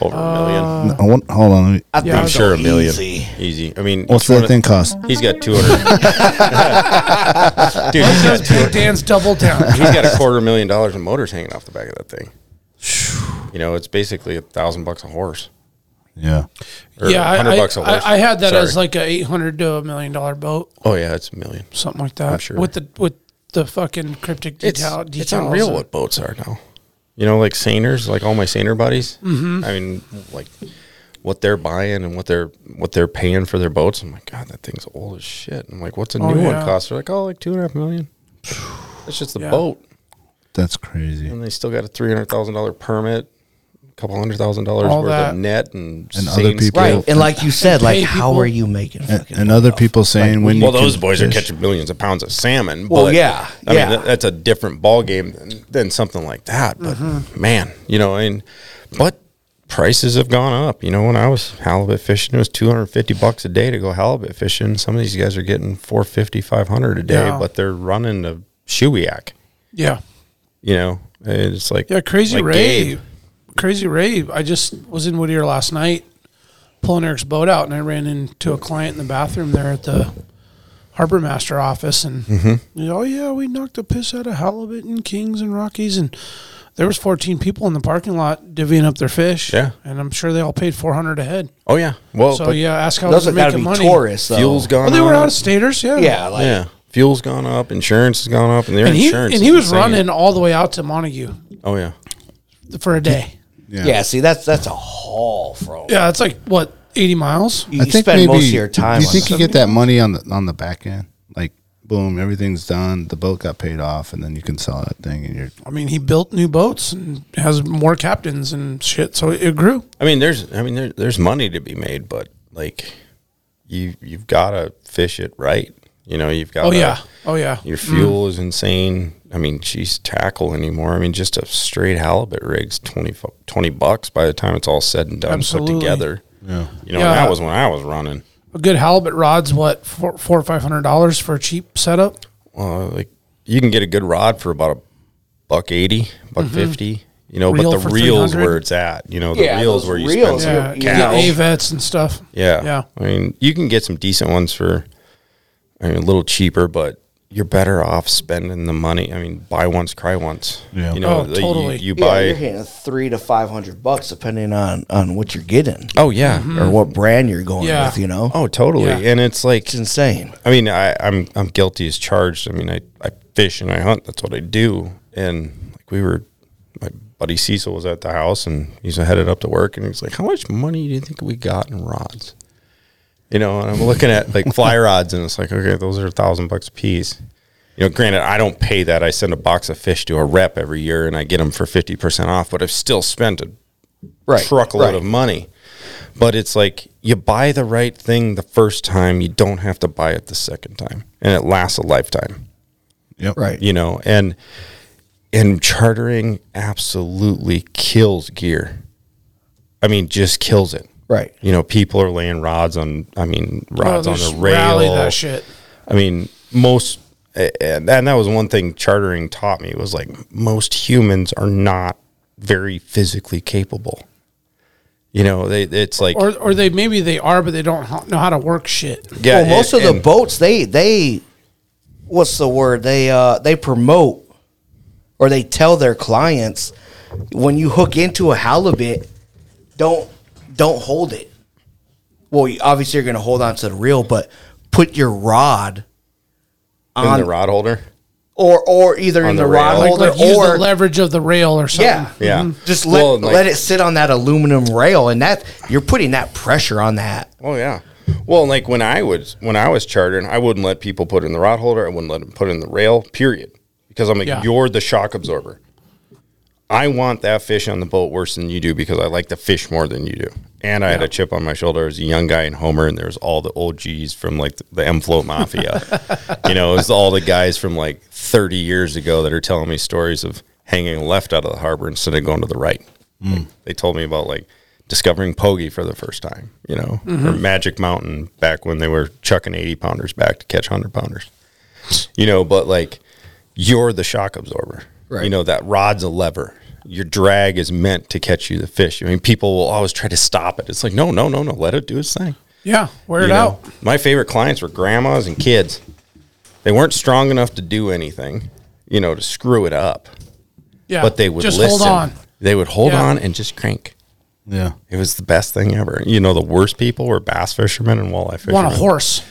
Speaker 5: Over a million.
Speaker 2: Uh,
Speaker 7: I want, hold on. let me-
Speaker 6: I
Speaker 2: Yeah.
Speaker 5: I'm
Speaker 6: think
Speaker 5: sure a million.
Speaker 6: easy.
Speaker 5: Easy. I mean,
Speaker 7: What's
Speaker 5: each one
Speaker 7: that
Speaker 5: of-
Speaker 7: thing cost?
Speaker 5: He's got 200. Dude, he's got,
Speaker 2: That's Big Dan's double down.
Speaker 5: he's got a quarter million dollars in motors hanging off the back of that thing. You know, it's basically a thousand bucks a horse.
Speaker 7: Yeah.
Speaker 5: Or
Speaker 2: yeah, I,
Speaker 5: 100
Speaker 2: I,
Speaker 5: bucks a horse.
Speaker 2: I, I had that
Speaker 5: Sorry.
Speaker 2: as like a eight hundred to a million dollar boat,
Speaker 5: Oh, yeah, it's a million.
Speaker 2: something like that.
Speaker 5: I'm sure.
Speaker 2: With the with the fucking cryptic
Speaker 5: It's,
Speaker 2: detail.
Speaker 5: it's
Speaker 2: details
Speaker 5: unreal
Speaker 2: and-
Speaker 5: what boats are now. You know, like Saners, like all my Saner buddies. Mm-hmm. I mean, like what they're buying and what they're what they're paying for their boats. I'm like, God, that thing's old as shit. I'm like, what's a
Speaker 2: Oh,
Speaker 5: new
Speaker 2: yeah.
Speaker 5: one cost? They're like, oh, like two and a half million. That's just the boat.
Speaker 7: That's crazy.
Speaker 5: and they still got a three hundred thousand dollar permit, a couple hundred thousand dollars
Speaker 2: All
Speaker 5: worth
Speaker 2: that.
Speaker 5: of net, and,
Speaker 7: And other
Speaker 5: seams.
Speaker 7: people-
Speaker 6: Right. And like you said, like,
Speaker 2: Hey,
Speaker 6: how
Speaker 2: people-
Speaker 6: are you making
Speaker 7: And,
Speaker 6: fucking.
Speaker 7: and other people saying when
Speaker 5: Well,
Speaker 7: you
Speaker 5: those
Speaker 7: can
Speaker 5: boys are
Speaker 7: fish-
Speaker 5: catching millions of pounds of salmon.
Speaker 6: Well,
Speaker 5: but,
Speaker 6: yeah,
Speaker 5: I
Speaker 6: yeah.
Speaker 5: mean that, that's a different ball game than, than something like that. But
Speaker 2: Mm-hmm.
Speaker 5: man, you know, and but prices have gone up. You know, when I was halibut fishing, it was two hundred fifty bucks a day to go halibut fishing. Some of these guys are getting 450 500 a day,
Speaker 2: Yeah.
Speaker 5: but they're running a shoeyak.
Speaker 2: Yeah.
Speaker 5: You know, And it's like
Speaker 2: Yeah, Crazy
Speaker 5: like
Speaker 2: Ray.
Speaker 5: Gabe.
Speaker 2: Crazy Ray. I just was in Whittier last night pulling Eric's boat out, and I ran into a client in the bathroom there at the harbor master office, and
Speaker 5: Mm-hmm.
Speaker 2: you know, oh yeah, we knocked the piss out of halibut and kings and rockies, and there was fourteen people in the parking lot divvying up their fish.
Speaker 5: Yeah.
Speaker 2: and I'm sure they all paid four hundred a head.
Speaker 5: Oh yeah, well,
Speaker 2: So
Speaker 5: but
Speaker 2: yeah, ask how
Speaker 6: Those
Speaker 2: they're
Speaker 6: have got to
Speaker 2: making
Speaker 6: be
Speaker 2: money.
Speaker 6: tourists, though.
Speaker 5: fuel's gone.
Speaker 2: Well, they were
Speaker 5: up.
Speaker 2: out of staters. Yeah,
Speaker 6: Yeah. Like,
Speaker 5: yeah, fuel's gone up, insurance has gone up, and their
Speaker 2: and he
Speaker 5: insurance.
Speaker 2: and
Speaker 5: is
Speaker 2: he was
Speaker 5: insane.
Speaker 2: running all the way out to Montague
Speaker 5: Oh yeah,
Speaker 2: for a day.
Speaker 6: yeah. See, that's that's a haul, bro.
Speaker 2: Yeah, it's like what eighty miles.
Speaker 6: You spend most of your time.
Speaker 7: You
Speaker 6: on
Speaker 7: think you
Speaker 6: that.
Speaker 7: get that money on the on the back end? Like boom, everything's done. The boat got paid off, and then you can sell that thing, and you're
Speaker 2: I mean, he built new boats and has more captains and shit, so it grew.
Speaker 5: I mean, there's, I mean, there, there's money to be made, but like, you you've got to fish it right. You know, you've got.
Speaker 2: Oh yeah, oh yeah.
Speaker 5: your fuel is insane. I mean, she's tackle anymore. I mean, just a straight halibut rig's 20, fu- 20 bucks by the time it's all said and done
Speaker 2: Absolutely.
Speaker 5: put together. Yeah, you know,
Speaker 2: Yeah.
Speaker 5: and that was when I was running.
Speaker 2: A good halibut rod's what four, four or five hundred dollars for a cheap setup.
Speaker 5: Well, like you can get a good rod for about a buck eighty, buck fifty. You know,
Speaker 2: Mm-hmm. Reel
Speaker 5: but the
Speaker 2: for
Speaker 5: reels
Speaker 2: 300?
Speaker 5: where it's at. You know, the
Speaker 6: Yeah,
Speaker 5: reels
Speaker 6: those
Speaker 5: where you
Speaker 6: reels
Speaker 5: spend.
Speaker 2: Yeah,
Speaker 6: Yeah,
Speaker 2: you get
Speaker 5: cow.
Speaker 2: avets and stuff.
Speaker 5: Yeah.
Speaker 2: yeah.
Speaker 5: I mean, you can get some decent ones for I mean, a little cheaper, but you're better off spending the money. I mean, buy once, cry once.
Speaker 7: Yeah.
Speaker 5: You know,
Speaker 2: Oh,
Speaker 5: the-
Speaker 2: totally.
Speaker 5: You, you
Speaker 6: Yeah,
Speaker 5: buy.
Speaker 6: you're hitting three to five hundred bucks, depending on on what you're getting
Speaker 5: oh yeah.
Speaker 6: or what brand you're going
Speaker 2: Mm-hmm. Yeah.
Speaker 6: with. You know,
Speaker 5: Oh, totally.
Speaker 2: Yeah.
Speaker 5: And it's like,
Speaker 6: it's insane.
Speaker 5: I mean, I, I'm I'm guilty as charged. I mean, I, I fish and I hunt. That's what I do. And like we were, my buddy Cecil was at the house and he's headed up to work and he's like, "How much money do you think we got in rods?" You know, and I'm looking at like fly rods, and it's like, okay, those are a thousand bucks a piece. You know, granted, I don't pay that. I send a box of fish to a rep every year, and I get them for fifty percent off. But I've still spent a
Speaker 6: Right,
Speaker 5: truckload
Speaker 6: right.
Speaker 5: of money. But it's like you buy the right thing the first time, you don't have to buy it the second time, and it lasts a lifetime
Speaker 7: Yep.
Speaker 6: Right.
Speaker 5: you know and and chartering absolutely kills gear i mean just kills it
Speaker 6: Right.
Speaker 5: you know people are laying rods on i mean rods
Speaker 2: Oh,
Speaker 5: on
Speaker 2: just
Speaker 5: the rail
Speaker 2: Rally that shit.
Speaker 5: i mean most and, and that was one thing chartering taught me was like most humans are not very physically capable you know they it's like
Speaker 2: Or, or they maybe they are, but they don't ho- know how to work shit.
Speaker 5: yeah
Speaker 6: well, most
Speaker 5: and-
Speaker 6: of the
Speaker 5: and-
Speaker 6: boats they they what's the word they uh they promote or they tell their clients when you hook into a halibut don't don't hold it well you, obviously you're going to hold on to the reel but put your rod
Speaker 5: and
Speaker 6: on
Speaker 5: the rod holder
Speaker 6: or or either
Speaker 5: On
Speaker 6: in
Speaker 5: the
Speaker 6: the,
Speaker 5: rail.
Speaker 6: rod
Speaker 5: Like,
Speaker 2: Like,
Speaker 6: holder
Speaker 2: like use the
Speaker 6: or
Speaker 2: leverage of the rail or something. Mm-hmm.
Speaker 6: yeah
Speaker 5: Yeah.
Speaker 6: Mm-hmm. just let,
Speaker 5: Well, like-
Speaker 6: let it sit on that aluminum rail and that you're putting that pressure on that
Speaker 5: Oh yeah. Well, like when I was when I was chartering, I wouldn't let people put in the rod holder. I wouldn't let them put in the rail. Period. Because I'm like,
Speaker 2: Yeah.
Speaker 5: you're the shock absorber. I want that fish on the boat worse than you do because I like the fish more than you do. And I had a chip on my shoulder as a young guy in Homer, and there's all the old G's from like the M Float Mafia. you know, it's all the guys from like 30 years ago that are telling me stories of hanging left out of the harbor instead of going to the right. Like, they told me about like discovering Pogie for the first time, you know, or Magic Mountain back when they were chucking 80 pounders back to catch 100 pounders you know but like you're the shock absorber
Speaker 6: Right.
Speaker 5: you know that rod's a lever your drag is meant to catch you the fish i mean people will always try to stop it it's like no no no no let it do its thing
Speaker 2: Yeah, wear it
Speaker 5: You know?
Speaker 2: out.
Speaker 5: my favorite clients were grandmas and kids they weren't strong enough to do anything you know to screw it up
Speaker 2: Yeah,
Speaker 5: but they would
Speaker 2: just
Speaker 5: listen.
Speaker 2: hold on.
Speaker 5: they would hold
Speaker 2: Yeah.
Speaker 5: on and just crank
Speaker 7: Yeah.
Speaker 5: it was the best thing ever. You know, the worst people were bass fishermen and walleye fishermen.
Speaker 2: Want a horse?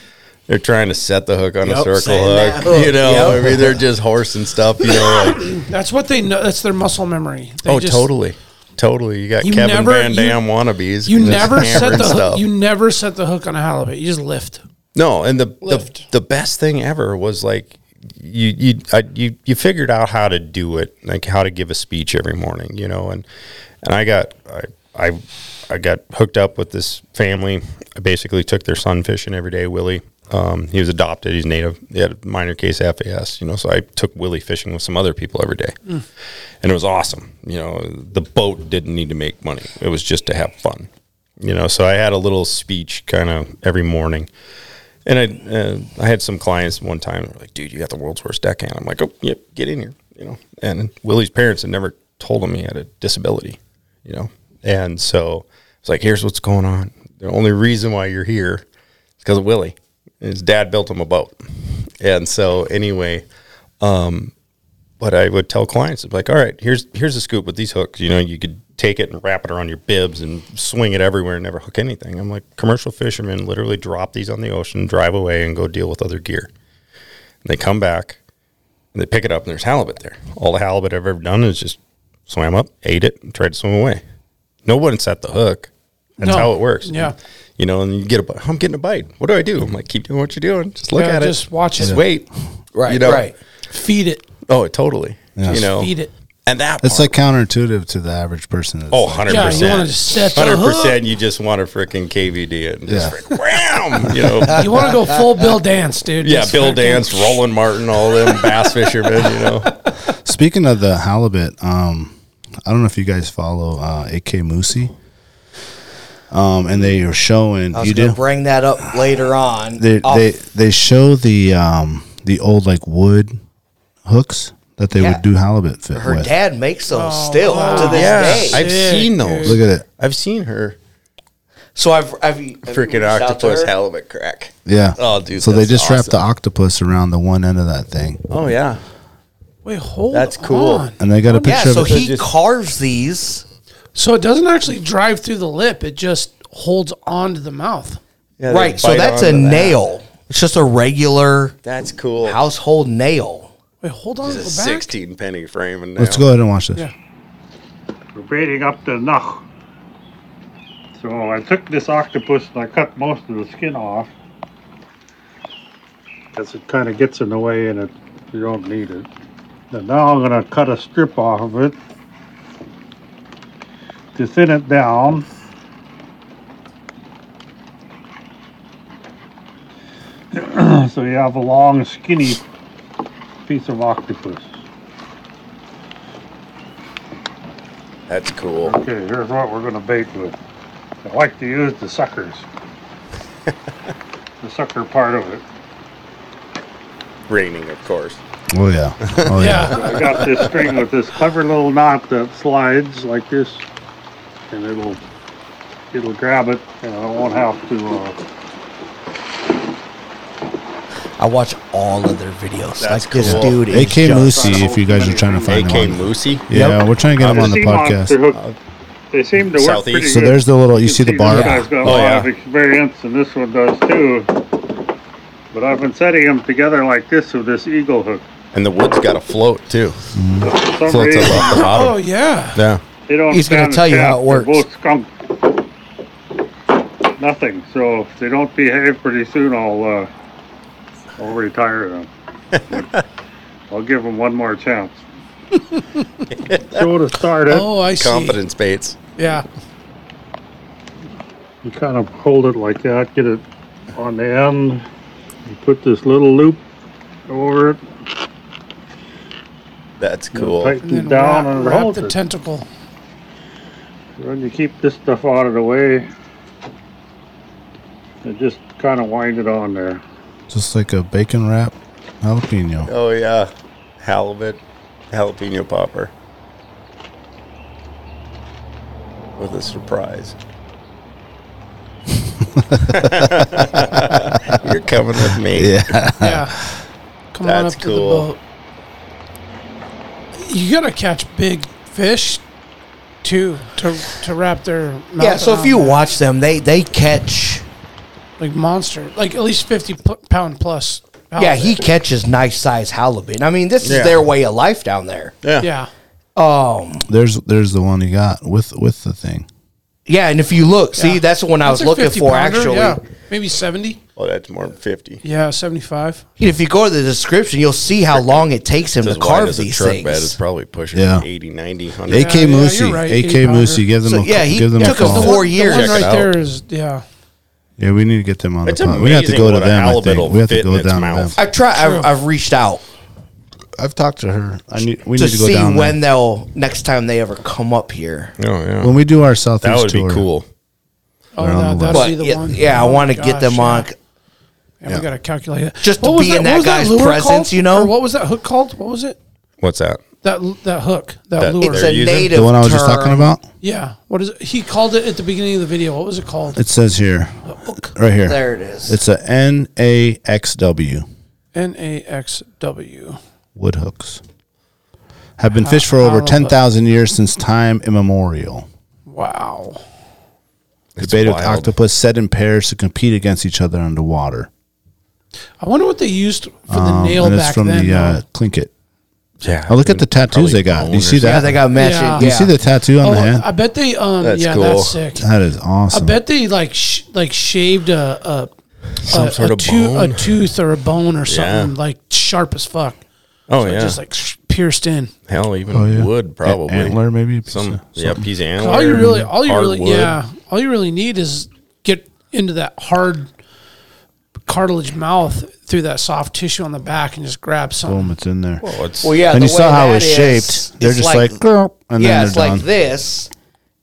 Speaker 5: They're trying to set the hook on
Speaker 6: Yep,
Speaker 5: a circle
Speaker 6: setting that
Speaker 5: hook.
Speaker 6: hook,
Speaker 5: You know,
Speaker 6: yep.
Speaker 5: I mean, they're just horse and stuff. You know, like
Speaker 2: That's what they know. That's their muscle memory. They
Speaker 5: oh,
Speaker 2: just-
Speaker 5: totally, totally. You got
Speaker 2: You
Speaker 5: Kevin
Speaker 2: never-
Speaker 5: Van
Speaker 2: you-
Speaker 5: Dam wannabes.
Speaker 2: You
Speaker 5: just
Speaker 2: never set
Speaker 5: hammering
Speaker 2: the hook,
Speaker 5: stuff.
Speaker 2: you never set the hook on a halibut. You just lift.
Speaker 5: no, and the, the
Speaker 2: Lift.
Speaker 5: the best thing ever was like you you I, you you figured out how to do it, like how to give a speech every morning. You know, and and I got I. I I got hooked up with this family. I basically took their son fishing every day. Willie, um, he was adopted. He's native. He had a minor case FAS, you know. So I took Willie fishing with some other people every day, and it was awesome. You know, the boat didn't need to make money. It was just to have fun. You know, so I had a little speech kind of every morning, and I uh, I had some clients one time they were like, "Dude, you got the world's worst deckhand." I'm like, "Oh, yep, get in here." You know, and Willie's parents had never told him he had a disability. You know, and so it's like, "Here's what's going on. The only reason why you're here is because of Willie. His dad built him a boat." And so anyway, um, but I would tell clients, I'm like, "All right, here's here's the scoop with these hooks. You know, you could." Take it and wrap it around your bibs and swing it everywhere and never hook anything. I'm like, commercial fishermen literally drop these on the ocean, drive away, and go deal with other gear. And they come back and they pick it up and there's halibut there. All the halibut I've ever done is just swam up, ate it, and tried to swim away. No one set the hook. That's
Speaker 2: No.
Speaker 5: how it works.
Speaker 2: Yeah.
Speaker 5: You know, and you get a bite. I'm getting a bite. What do I do? I'm like, keep doing what you're doing. Just look
Speaker 2: Yeah,
Speaker 5: at it.
Speaker 2: just watch
Speaker 5: Just
Speaker 2: it.
Speaker 5: wait.
Speaker 6: right
Speaker 5: You know,
Speaker 6: right
Speaker 2: Feed it.
Speaker 5: Oh, totally. You know,
Speaker 2: Feed it.
Speaker 5: and that
Speaker 7: It's
Speaker 5: part-
Speaker 7: like counterintuitive to the average person. It's
Speaker 5: Oh,
Speaker 7: like-
Speaker 5: 100%.
Speaker 2: Yeah, you wanna just set the hook.
Speaker 5: 100% you just want to freaking KVD it and just
Speaker 7: Yeah.
Speaker 5: frick, wham, you know.
Speaker 2: You want to go full Bill Dance, dude.
Speaker 5: Yeah,
Speaker 2: Just
Speaker 5: Bill
Speaker 2: fucking-
Speaker 5: Dance, Roland Martin, all them bass fishermen, you know.
Speaker 7: Speaking of the halibut, um, I don't know if you guys follow uh, AK Moosey. Um, and they are showing
Speaker 6: I was
Speaker 7: you
Speaker 6: gonna
Speaker 7: do.
Speaker 6: bring that up later on.
Speaker 7: they
Speaker 6: Off-
Speaker 7: they they show the um the old like wood hooks that they
Speaker 6: Yeah.
Speaker 7: would do halibut fit
Speaker 6: her
Speaker 7: with.
Speaker 6: dad makes
Speaker 5: Oh,
Speaker 6: those still to this day.
Speaker 5: I've seen those.
Speaker 7: Look at it.
Speaker 5: I've seen her
Speaker 6: so I've I've
Speaker 5: freaking octopus halibut crack.
Speaker 7: Yeah.
Speaker 5: Oh, dude,
Speaker 7: So they
Speaker 5: that's
Speaker 7: just wrap the
Speaker 5: awesome.
Speaker 7: octopus around the one end of that thing,
Speaker 5: Oh yeah,
Speaker 2: Wait, hold
Speaker 5: That's cool.
Speaker 2: on.
Speaker 7: and they got a
Speaker 6: Yeah,
Speaker 7: picture
Speaker 6: so
Speaker 7: of it.
Speaker 6: he carves these.
Speaker 2: So it doesn't actually drive through the lip. It just holds onto the mouth.
Speaker 5: yeah they
Speaker 6: right, so
Speaker 5: bite
Speaker 6: that's a
Speaker 5: onto that.
Speaker 6: nail. It's just a regular
Speaker 5: That's cool.
Speaker 6: household nail.
Speaker 2: Wait, hold on. Go back.
Speaker 5: It's a sixteen penny frame, and
Speaker 7: Let's
Speaker 5: now-
Speaker 7: go ahead and watch this.
Speaker 2: Yeah.
Speaker 11: We're baiting up the Nach. So I took this octopus and I cut most of the skin off because it kind of gets in the way and it, you don't need it. And now I'm going to cut a strip off of it to thin it down. so you have a long, skinny piece of octopus.
Speaker 5: That's cool.
Speaker 11: Okay, here's what we're gonna bait with. I like to use the suckers. the sucker part of it.
Speaker 5: Raining, of course.
Speaker 7: Oh yeah. Oh yeah.
Speaker 11: I got this string with this clever little knot that slides like this, and it'll it'll grab it, and I won't have to. Uh,
Speaker 6: I watch all of their videos.
Speaker 5: That's
Speaker 6: like this
Speaker 5: cool.
Speaker 6: dude is
Speaker 7: AK
Speaker 6: just-
Speaker 7: Moosey, if you guys are trying to find
Speaker 5: AK
Speaker 7: him. on-
Speaker 5: Moosey.
Speaker 7: Yeah, we're trying to get him on the
Speaker 11: sea
Speaker 7: podcast.
Speaker 11: monster hook- they seem to work
Speaker 5: Southeast.
Speaker 11: pretty
Speaker 7: So
Speaker 11: good.
Speaker 7: there's the little. You see the
Speaker 11: this
Speaker 7: barb?
Speaker 11: guy's got a
Speaker 5: Oh,
Speaker 11: lot
Speaker 5: yeah.
Speaker 11: of experience, and this one does too. But I've been setting them together like this with this eagle hook.
Speaker 5: And the wood's got a float too.
Speaker 7: Mm-hmm.
Speaker 11: For some
Speaker 5: Floats up
Speaker 11: reason,
Speaker 5: off the
Speaker 2: Oh
Speaker 5: bottom.
Speaker 2: yeah.
Speaker 5: Yeah.
Speaker 11: They don't
Speaker 6: He's
Speaker 11: stand
Speaker 6: gonna
Speaker 11: a
Speaker 6: tell you
Speaker 11: chance.
Speaker 6: how it
Speaker 11: They're
Speaker 6: works.
Speaker 11: Both skunk. Nothing. So if they don't behave pretty soon, I'll uh, I'll retire them. I'll give them one more chance. so to start it,
Speaker 2: Oh, I see.
Speaker 5: Confidence baits.
Speaker 2: Yeah.
Speaker 11: you kind of hold it like that, get it on the end. You put this little loop over it,
Speaker 5: That's
Speaker 11: you
Speaker 5: cool.
Speaker 11: tighten
Speaker 2: And then
Speaker 11: it down,
Speaker 2: wrap,
Speaker 11: and
Speaker 2: wrap
Speaker 11: hold
Speaker 2: the
Speaker 11: it.
Speaker 2: tentacle.
Speaker 11: When you keep this stuff out of the way, and just kind of wind it on there.
Speaker 7: Just like a bacon wrap, jalapeno.
Speaker 5: Oh yeah. Halibut jalapeno popper. With a surprise. You're coming with me.
Speaker 7: Yeah.
Speaker 2: Yeah. Come on up
Speaker 5: That's
Speaker 2: to the
Speaker 5: cool.
Speaker 2: boat. You gotta catch big fish too to to wrap their mouth
Speaker 6: Yeah, so if
Speaker 2: around
Speaker 6: you
Speaker 2: that.
Speaker 6: watch them, they they catch.
Speaker 2: like monster, like at least fifty pl- pound plus.
Speaker 6: Yeah, he
Speaker 2: halibut.
Speaker 6: catches nice size halibut. I mean, this
Speaker 5: Yeah.
Speaker 6: is their way of life down there.
Speaker 2: Yeah.
Speaker 6: Um,
Speaker 7: There's there's the one you got with with the thing.
Speaker 6: yeah, and if you look, see,
Speaker 2: Yeah.
Speaker 6: that's the one I was
Speaker 2: That's a
Speaker 6: looking
Speaker 2: 50
Speaker 6: for
Speaker 2: pounder,
Speaker 6: actually.
Speaker 2: yeah. Maybe seventy.
Speaker 5: Oh, that's more than fifty.
Speaker 2: Yeah, seventy-five.
Speaker 6: If you go to the description, you'll see how long it takes him
Speaker 5: It's
Speaker 6: to
Speaker 5: as wide
Speaker 6: carve
Speaker 5: as a
Speaker 6: these
Speaker 5: truck bed. It's
Speaker 6: things.
Speaker 5: probably pushing
Speaker 7: Yeah.
Speaker 5: 80, 90, 100.
Speaker 7: AK
Speaker 2: yeah, you're
Speaker 7: Moosey.
Speaker 2: right,
Speaker 7: AK
Speaker 2: eighty pounder.
Speaker 7: Moosey. Give them
Speaker 6: So,
Speaker 7: a
Speaker 6: yeah,
Speaker 7: yeah,
Speaker 6: he
Speaker 7: give them a
Speaker 6: took him
Speaker 7: call.
Speaker 6: four
Speaker 2: The
Speaker 6: years.
Speaker 2: one right
Speaker 5: out.
Speaker 2: there is yeah.
Speaker 7: Yeah, we need to get them on
Speaker 5: It's
Speaker 7: the pod. We have to
Speaker 5: amazing
Speaker 7: go to
Speaker 5: what a
Speaker 7: them. I
Speaker 5: halibut
Speaker 7: think
Speaker 5: will
Speaker 7: we have to
Speaker 5: fit
Speaker 7: go
Speaker 5: in its
Speaker 7: down to them.
Speaker 5: mouth.
Speaker 6: I've tried. I've, I've reached out
Speaker 7: I've talked to her. I need, we
Speaker 6: to,
Speaker 7: need to go
Speaker 6: see
Speaker 7: down
Speaker 6: when
Speaker 7: when
Speaker 6: they'll next time they ever come up here.
Speaker 5: Oh yeah,
Speaker 7: when we do our
Speaker 5: that
Speaker 7: southeast
Speaker 5: would
Speaker 7: tour.
Speaker 5: be cool.
Speaker 2: Oh,
Speaker 7: They're on
Speaker 2: that,
Speaker 7: the
Speaker 2: that'll
Speaker 6: But
Speaker 2: be the
Speaker 6: yeah,
Speaker 2: one.
Speaker 6: yeah, I
Speaker 2: Oh,
Speaker 6: want to get
Speaker 2: gosh,
Speaker 6: them
Speaker 2: yeah.
Speaker 6: on.
Speaker 2: Yeah, we gotta calculate it.
Speaker 6: Just to
Speaker 2: What was
Speaker 6: be in that
Speaker 2: what was
Speaker 6: guy's
Speaker 2: lure
Speaker 6: presence,
Speaker 2: called?
Speaker 6: you know?
Speaker 2: Or what was that hook called? What was it?
Speaker 5: What's that?
Speaker 2: That l- that hook, that,
Speaker 5: That-
Speaker 2: lure.
Speaker 6: It's
Speaker 5: They're
Speaker 6: a
Speaker 5: using-
Speaker 6: native.
Speaker 7: The one I was just
Speaker 6: term.
Speaker 7: talking about.
Speaker 2: yeah. What is it? He called it at the beginning of the video. What was it called?
Speaker 7: It says here, right here.
Speaker 6: There it is.
Speaker 7: It's a N A X W
Speaker 2: N A X W.
Speaker 7: wood hooks. Have been fished for over
Speaker 2: Halibut.
Speaker 7: ten thousand years since time immemorial.
Speaker 2: Wow.
Speaker 5: It's
Speaker 7: Baited with
Speaker 5: wild.
Speaker 7: octopus set in pairs to compete against each other underwater.
Speaker 2: I wonder what they used for the
Speaker 7: Um,
Speaker 2: nail
Speaker 7: and it's
Speaker 2: back
Speaker 7: from
Speaker 2: then.
Speaker 7: the
Speaker 2: though.
Speaker 7: uh, Clinket.
Speaker 5: Yeah.
Speaker 7: Oh, look at the tattoos
Speaker 5: probably
Speaker 7: they got. Do you
Speaker 5: bone
Speaker 7: see
Speaker 5: or
Speaker 7: that?
Speaker 6: Yeah, they got matching.
Speaker 2: Yeah.
Speaker 6: Yeah.
Speaker 7: Do you see the tattoo on
Speaker 2: oh,
Speaker 7: the hand?
Speaker 2: I bet they. Um.
Speaker 5: That's
Speaker 2: yeah,
Speaker 5: cool.
Speaker 2: that's sick.
Speaker 7: that is
Speaker 2: I
Speaker 7: awesome.
Speaker 2: bet they like sh- like shaved a a,
Speaker 5: Some
Speaker 2: a,
Speaker 5: sort
Speaker 2: a
Speaker 5: of
Speaker 2: tooth-
Speaker 5: bone.
Speaker 2: a tooth or a bone or
Speaker 5: Yeah.
Speaker 2: something like sharp as fuck.
Speaker 5: Oh
Speaker 2: But
Speaker 5: yeah,
Speaker 2: Just like sh- pierced in.
Speaker 5: hell, even
Speaker 7: Oh, yeah.
Speaker 5: wood probably
Speaker 7: antler, maybe a piece
Speaker 5: Some
Speaker 7: of
Speaker 5: yeah, piece of antler.
Speaker 2: All you really, all you
Speaker 5: hard
Speaker 2: really,
Speaker 5: wood.
Speaker 2: yeah, all you really need is get into that hard cartilage mouth through that soft tissue on the back and just grab something.
Speaker 7: Boom, it's in there.
Speaker 5: Oh, it's,
Speaker 6: Well, yeah.
Speaker 7: and
Speaker 6: the
Speaker 7: you
Speaker 6: way
Speaker 7: saw how
Speaker 6: that
Speaker 7: it's
Speaker 6: is,
Speaker 7: shaped. They're
Speaker 6: it's
Speaker 7: just like, "Grrrp," and
Speaker 6: yeah,
Speaker 7: then
Speaker 6: it's
Speaker 7: they're
Speaker 6: like
Speaker 7: done.
Speaker 6: this,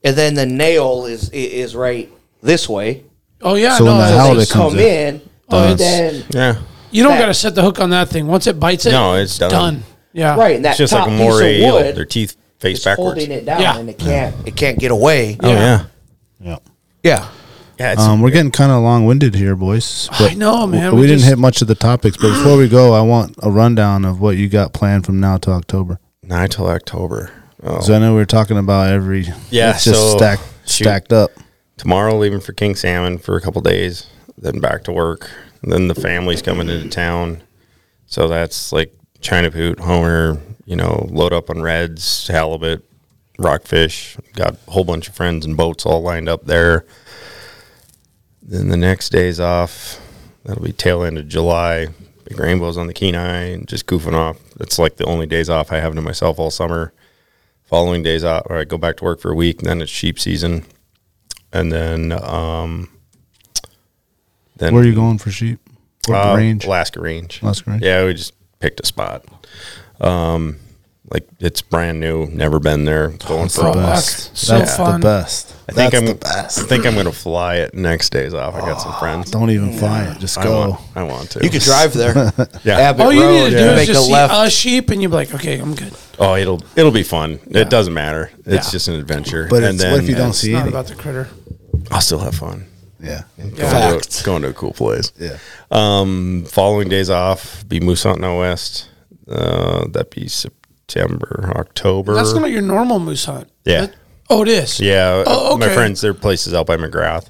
Speaker 6: and then the nail is i- is right this way.
Speaker 2: Oh yeah,
Speaker 7: So
Speaker 2: no,
Speaker 7: when the
Speaker 2: it's- Oh,
Speaker 7: hell
Speaker 6: So
Speaker 7: they
Speaker 6: they
Speaker 7: comes
Speaker 6: come
Speaker 7: in.
Speaker 6: in,
Speaker 7: Done.
Speaker 6: and then
Speaker 5: yeah.
Speaker 2: you don't
Speaker 6: that-
Speaker 2: got to set the hook on that thing. Once it bites it,
Speaker 5: No, it's done.
Speaker 2: Yeah,
Speaker 6: right, and that
Speaker 5: It's just
Speaker 6: top
Speaker 5: like a moray
Speaker 6: piece of
Speaker 5: eel.
Speaker 6: wood
Speaker 5: Their teeth
Speaker 6: is
Speaker 5: face backwards.
Speaker 6: holding it down,
Speaker 2: Yeah.
Speaker 6: and it can't it can't get away.
Speaker 5: Oh yeah,
Speaker 7: Yeah.
Speaker 6: Yeah,
Speaker 5: yeah. It's,
Speaker 7: Um, we're getting kind of long winded here, boys.
Speaker 2: I know, man.
Speaker 7: We,
Speaker 2: We
Speaker 7: didn't
Speaker 2: just-
Speaker 7: hit much of the topics, but before we go, I want a rundown of what you got planned from now to October.
Speaker 5: not till October. Oh.
Speaker 7: 'Cause I know we were talking about every.
Speaker 5: Yeah,
Speaker 7: It's just
Speaker 5: so-
Speaker 7: stacked,
Speaker 5: shoot.
Speaker 7: stacked up.
Speaker 5: Tomorrow, leaving for King Salmon for a couple days, then back to work. Then the family's coming into town, so that's like China Poot, Homer. You know, load up on reds, halibut, rockfish. Got a whole bunch of friends and boats all lined up there. Then the next day's off. That'll be tail end of July. Big rainbows on the Kenai and just goofing off. It's like the only days off I have to myself all summer. Following days off, or I go back to work for a week, and then it's sheep season. And then, um, then
Speaker 7: Where are you going for sheep? Or
Speaker 5: uh,
Speaker 7: range?
Speaker 5: Alaska Range.
Speaker 7: Alaska Range.
Speaker 5: Yeah, we just picked a spot. Um, like it's brand new, never been there. Going for a walk.
Speaker 7: That's
Speaker 2: So fun.
Speaker 7: the best.
Speaker 5: I think
Speaker 7: That's
Speaker 5: I'm.
Speaker 7: the best.
Speaker 5: I think I'm going to fly it next days off. I got some friends.
Speaker 7: Don't even fly it. Just
Speaker 5: I
Speaker 7: go.
Speaker 5: Want, I want to.
Speaker 6: You could drive there.
Speaker 5: Yeah.
Speaker 6: Abbott
Speaker 2: All you
Speaker 6: Road,
Speaker 2: need to do
Speaker 6: you
Speaker 2: is
Speaker 6: make
Speaker 2: just
Speaker 6: a
Speaker 2: see
Speaker 6: left.
Speaker 2: a sheep, and you're like, okay, I'm good.
Speaker 5: Oh, it'll it'll be fun. It doesn't matter. It's
Speaker 2: Yeah.
Speaker 5: just an adventure.
Speaker 7: But it's, what if you don't
Speaker 5: it's-
Speaker 7: see
Speaker 2: Not
Speaker 7: any?
Speaker 2: about the critter.
Speaker 5: I'll still have fun.
Speaker 7: Yeah.
Speaker 5: Going, to,
Speaker 6: Fact.
Speaker 5: going to a cool place.
Speaker 7: Yeah.
Speaker 5: Um, following days off, be moose hunting out west. Uh, that'd be September, October.
Speaker 2: That's not your normal moose hunt.
Speaker 5: Yeah.
Speaker 2: That- oh, it is.
Speaker 5: Yeah,
Speaker 2: Oh,
Speaker 5: my
Speaker 2: okay.
Speaker 5: friends, their place is out by McGrath.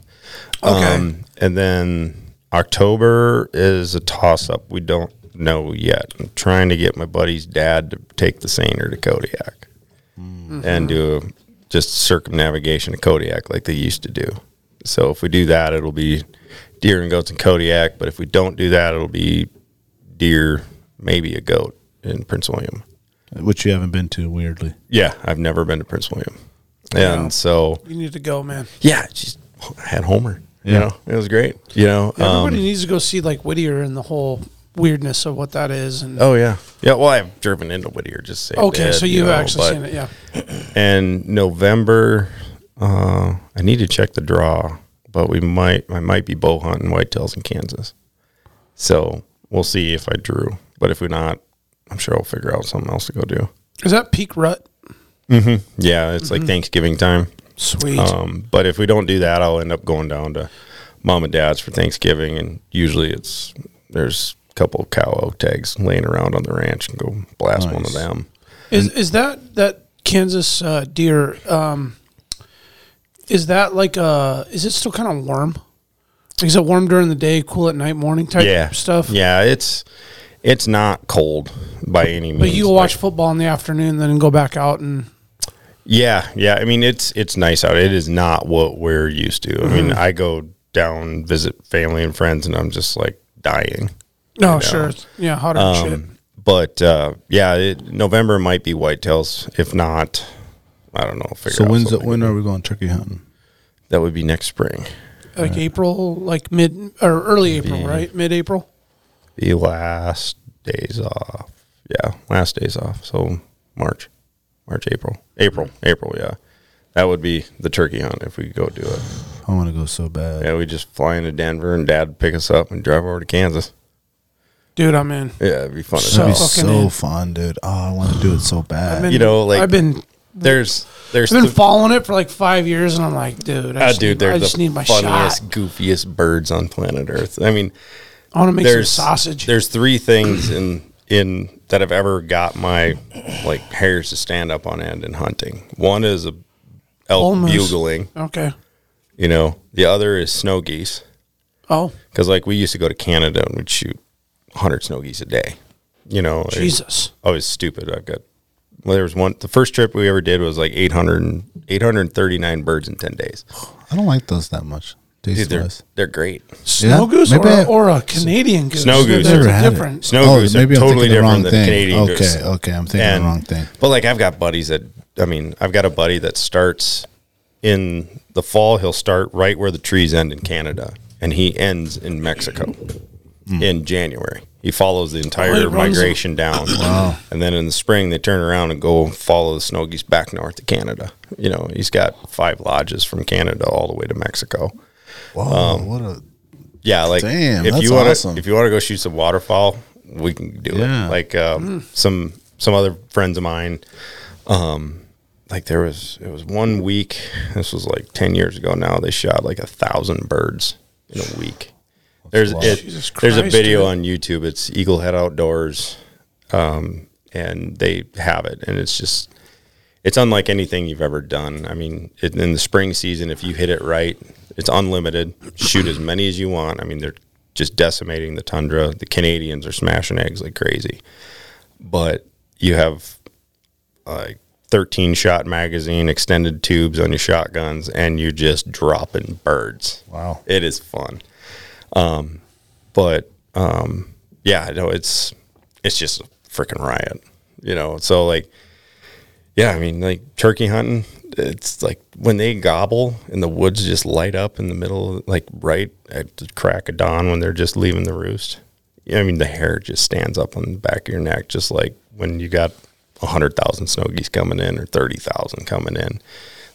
Speaker 2: Okay.
Speaker 5: Um, and then October is a toss up. We don't know yet. I'm trying to get my buddy's dad to take the Saner to Kodiak
Speaker 7: Mm-hmm.
Speaker 5: and do a, just circumnavigation of Kodiak like they used to do. So if we do that, it'll be deer and goats in Kodiak. But if we don't do that, it'll be deer, maybe a goat in Prince William.
Speaker 7: Which you haven't been to, weirdly.
Speaker 5: Yeah, I've never been to Prince William. And so
Speaker 2: You need to go, man.
Speaker 5: yeah, just I had Homer.
Speaker 7: Yeah.
Speaker 5: You know, it was great. You know,
Speaker 2: Everybody
Speaker 5: um,
Speaker 2: needs to go see like Whittier and the whole weirdness of what that is. And
Speaker 5: oh yeah, yeah. Well, I've driven into Whittier just to say
Speaker 2: okay,
Speaker 5: dead,
Speaker 2: so you've
Speaker 5: know,
Speaker 2: actually
Speaker 5: but-
Speaker 2: seen it, yeah.
Speaker 5: And November, uh, I need to check the draw, but we might I might be bow hunting whitetails in Kansas, so we'll see if I drew. But if we're not, I'm sure I'll figure out something else to go do.
Speaker 2: Is that peak rut? Mm-hmm.
Speaker 5: Yeah, it's like Thanksgiving time.
Speaker 2: Sweet.
Speaker 5: Um, but if we don't do that, I'll end up going down to mom and dad's for Thanksgiving, and usually it's there's a couple of cow elk tags laying around on the ranch and go blast one of
Speaker 7: Nice.
Speaker 5: them.
Speaker 2: is is that that Kansas uh, deer? Um, is that like a? Is it still kind of warm? Like, is it warm during the day, cool at night, morning type
Speaker 5: Yeah,
Speaker 2: stuff?
Speaker 5: Yeah, it's it's not cold by any means.
Speaker 2: But you can watch
Speaker 5: Like,
Speaker 2: football in the afternoon, then go back out and
Speaker 5: yeah, yeah. I mean, it's it's nice out. It is not what we're used to. I
Speaker 2: Mm-hmm.
Speaker 5: mean, I go down visit family and friends, and I'm just like dying.
Speaker 2: no, oh, sure, yeah, hotter than
Speaker 5: Um,
Speaker 2: shit.
Speaker 5: But uh, yeah, it, November might be whitetails. If not, I don't know. I'll Figure
Speaker 7: So
Speaker 5: out
Speaker 7: when's it,
Speaker 5: something.
Speaker 7: when are we going turkey hunting?
Speaker 5: That would be next spring.
Speaker 2: Like April, like mid or early April, right? Mid April.
Speaker 5: The last days off. Yeah, last days off. So March, March, April, April,
Speaker 7: Mm-hmm.
Speaker 5: April. Yeah, that would be the turkey hunt if we could go do it.
Speaker 7: I want to go so bad.
Speaker 5: Yeah, we just fly into Denver and Dad would pick us up and drive over to Kansas.
Speaker 2: Dude, I'm in.
Speaker 5: Yeah, it'd be fun. as
Speaker 2: So-
Speaker 5: hell.
Speaker 7: That'd be
Speaker 2: fucking
Speaker 7: so
Speaker 2: in.
Speaker 7: fun, dude. Oh, I want to do it so bad.
Speaker 2: I've been-
Speaker 5: you know, like-
Speaker 2: I've been,
Speaker 5: There's there's
Speaker 2: I've been
Speaker 5: the-
Speaker 2: following it for like five years, and I'm like, dude, I
Speaker 5: Ah,
Speaker 2: just,
Speaker 5: dude,
Speaker 2: need,
Speaker 5: they're
Speaker 2: I
Speaker 5: the
Speaker 2: just need my
Speaker 5: funniest,
Speaker 2: shot.
Speaker 5: goofiest birds on planet Earth. I mean,
Speaker 2: I want to make some
Speaker 5: there's
Speaker 2: sausage.
Speaker 5: There's three things in in that have ever got my like hairs to stand up on end in hunting. One is a elk
Speaker 2: Almost.
Speaker 5: bugling,
Speaker 2: Okay.
Speaker 5: you know. The other is snow geese
Speaker 2: Oh,
Speaker 5: because like we used to go to Canada and we'd shoot 100 snow geese a day. You know, and
Speaker 2: Jesus.
Speaker 5: I was stupid. I've got well, there was one. The first trip we ever did was like 800, and- 839 birds in 10 days.
Speaker 7: I don't like those that much.
Speaker 5: Dude,
Speaker 7: Taste
Speaker 5: they're,
Speaker 7: wise.
Speaker 5: they're great.
Speaker 2: Snow
Speaker 7: Yeah,
Speaker 2: goose
Speaker 7: maybe
Speaker 2: or,
Speaker 7: I-
Speaker 2: a- or a Canadian goose.
Speaker 5: Snow goose.
Speaker 2: There's
Speaker 7: Never
Speaker 2: a
Speaker 7: had it.
Speaker 2: difference.
Speaker 5: Snow
Speaker 7: Oh,
Speaker 5: goose
Speaker 7: maybe
Speaker 5: are
Speaker 7: I'm
Speaker 5: totally
Speaker 7: thinking the
Speaker 5: different
Speaker 7: wrong
Speaker 5: than
Speaker 7: thing.
Speaker 5: Canadian
Speaker 7: Okay,
Speaker 5: goose.
Speaker 7: okay, I'm thinking the wrong thing.
Speaker 5: But like I've got buddies that I mean, I've got a buddy that starts in the fall, he'll start right where the trees end in Canada and he ends in Mexico
Speaker 7: Hmm.
Speaker 5: in January. He follows the
Speaker 2: Oh, he
Speaker 5: entire
Speaker 2: runs-
Speaker 5: migration down. And then in the spring they turn around and go follow the snow geese back north to Canada. You know, he's got five lodges from Canada all the way to Mexico.
Speaker 7: Whoa,
Speaker 5: Um,
Speaker 7: what a
Speaker 5: Yeah, like
Speaker 7: Damn,
Speaker 5: if
Speaker 7: that's
Speaker 5: you want to
Speaker 7: awesome.
Speaker 5: if you want to go shoot some waterfowl, we can do
Speaker 7: Yeah. Hmm.
Speaker 5: it. Like um, some some other friends of mine, um, like there was it was one week. This was like ten years ago now. They shot like a thousand birds in a week. There's it,
Speaker 2: Jesus
Speaker 5: there's a
Speaker 2: Christ,
Speaker 5: video
Speaker 2: dude.
Speaker 5: on YouTube. It's Eagle Head Outdoors, um, and they have it, and it's just it's unlike anything you've ever done. I mean, it, in the spring season, if you hit it right, it's unlimited. Shoot as many as you want. I mean, they're just decimating the tundra. The Canadians are smashing eggs like crazy, but you have like 13 shot magazine, extended tubes on your shotguns, and you're just dropping birds.
Speaker 7: Wow.
Speaker 5: It is fun. Um, but um, yeah, no, it's it's just a freaking riot, you know. So like, yeah, I mean, like turkey hunting, it's like when they gobble and the woods just light up in the middle, like right at the crack of dawn when they're just leaving the roost. Yeah, I mean, the hair just stands up on the back of your neck, just like when you got 100,000 snow geese coming in or 30,000 coming in.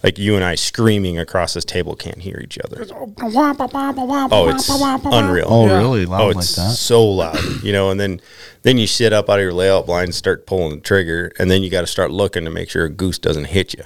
Speaker 5: Like you and I screaming across this table can't hear each other. Oh,
Speaker 2: Oh,
Speaker 5: it's unreal.
Speaker 7: Oh, really? Loud
Speaker 5: Oh,
Speaker 7: like
Speaker 5: it's
Speaker 7: that?
Speaker 5: so loud, you know. And then, then you sit up out of your layout blind, start pulling the trigger, and then you got to start looking to make sure a goose doesn't hit you.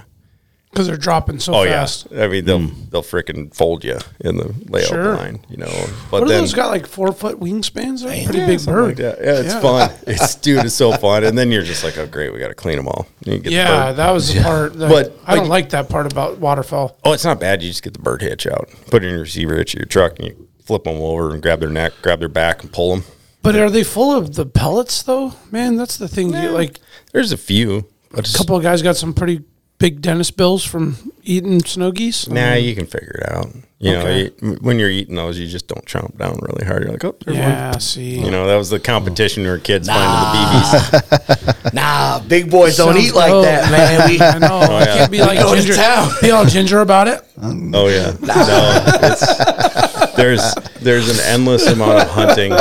Speaker 2: Because they're dropping so
Speaker 5: Oh
Speaker 2: fast.
Speaker 5: yeah, I mean they'll
Speaker 7: Hmm.
Speaker 5: they'll freaking fold you in the layout
Speaker 2: Sure.
Speaker 5: blind, you know. But
Speaker 2: what
Speaker 5: then
Speaker 2: are those got like four foot wingspans? They're a pretty
Speaker 5: Yeah,
Speaker 2: big
Speaker 5: something
Speaker 2: bird.
Speaker 5: like that. Yeah, it's fun. It's dude, it's so fun. And then you're just like, oh great, we got to clean them all. And you get the
Speaker 2: Yeah,
Speaker 5: bird.
Speaker 2: that was the part. That
Speaker 5: But,
Speaker 2: I don't
Speaker 5: like-
Speaker 2: like that part about waterfowl.
Speaker 5: Oh, it's not bad. You just get the bird hitch out, put it in your receiver hitch of your truck, and you flip them over and grab their neck, grab their back, and pull them.
Speaker 2: But are they full of the pellets though? Man, that's the thing. You, like
Speaker 5: There's a few. But
Speaker 2: a couple of guys got some pretty big dentist bills from eating snow geese. I
Speaker 5: Nah,
Speaker 2: mean,
Speaker 5: you can figure it out. You know,
Speaker 2: Okay.
Speaker 5: you- when you're eating those, you just don't chomp down really hard. You're like, oh, there's one.
Speaker 2: yeah. See,
Speaker 5: You know, that was the competition where kids finding the BBs.
Speaker 6: Nah, big boys don't
Speaker 2: Sounds
Speaker 6: eat like
Speaker 2: dope.
Speaker 6: that, man. We
Speaker 2: I know.
Speaker 5: Oh, yeah.
Speaker 2: Can't be like
Speaker 6: Going to
Speaker 2: ginger.
Speaker 6: town.
Speaker 2: Be all ginger about it.
Speaker 5: Oh yeah, no, it's, there's there's an endless amount of hunting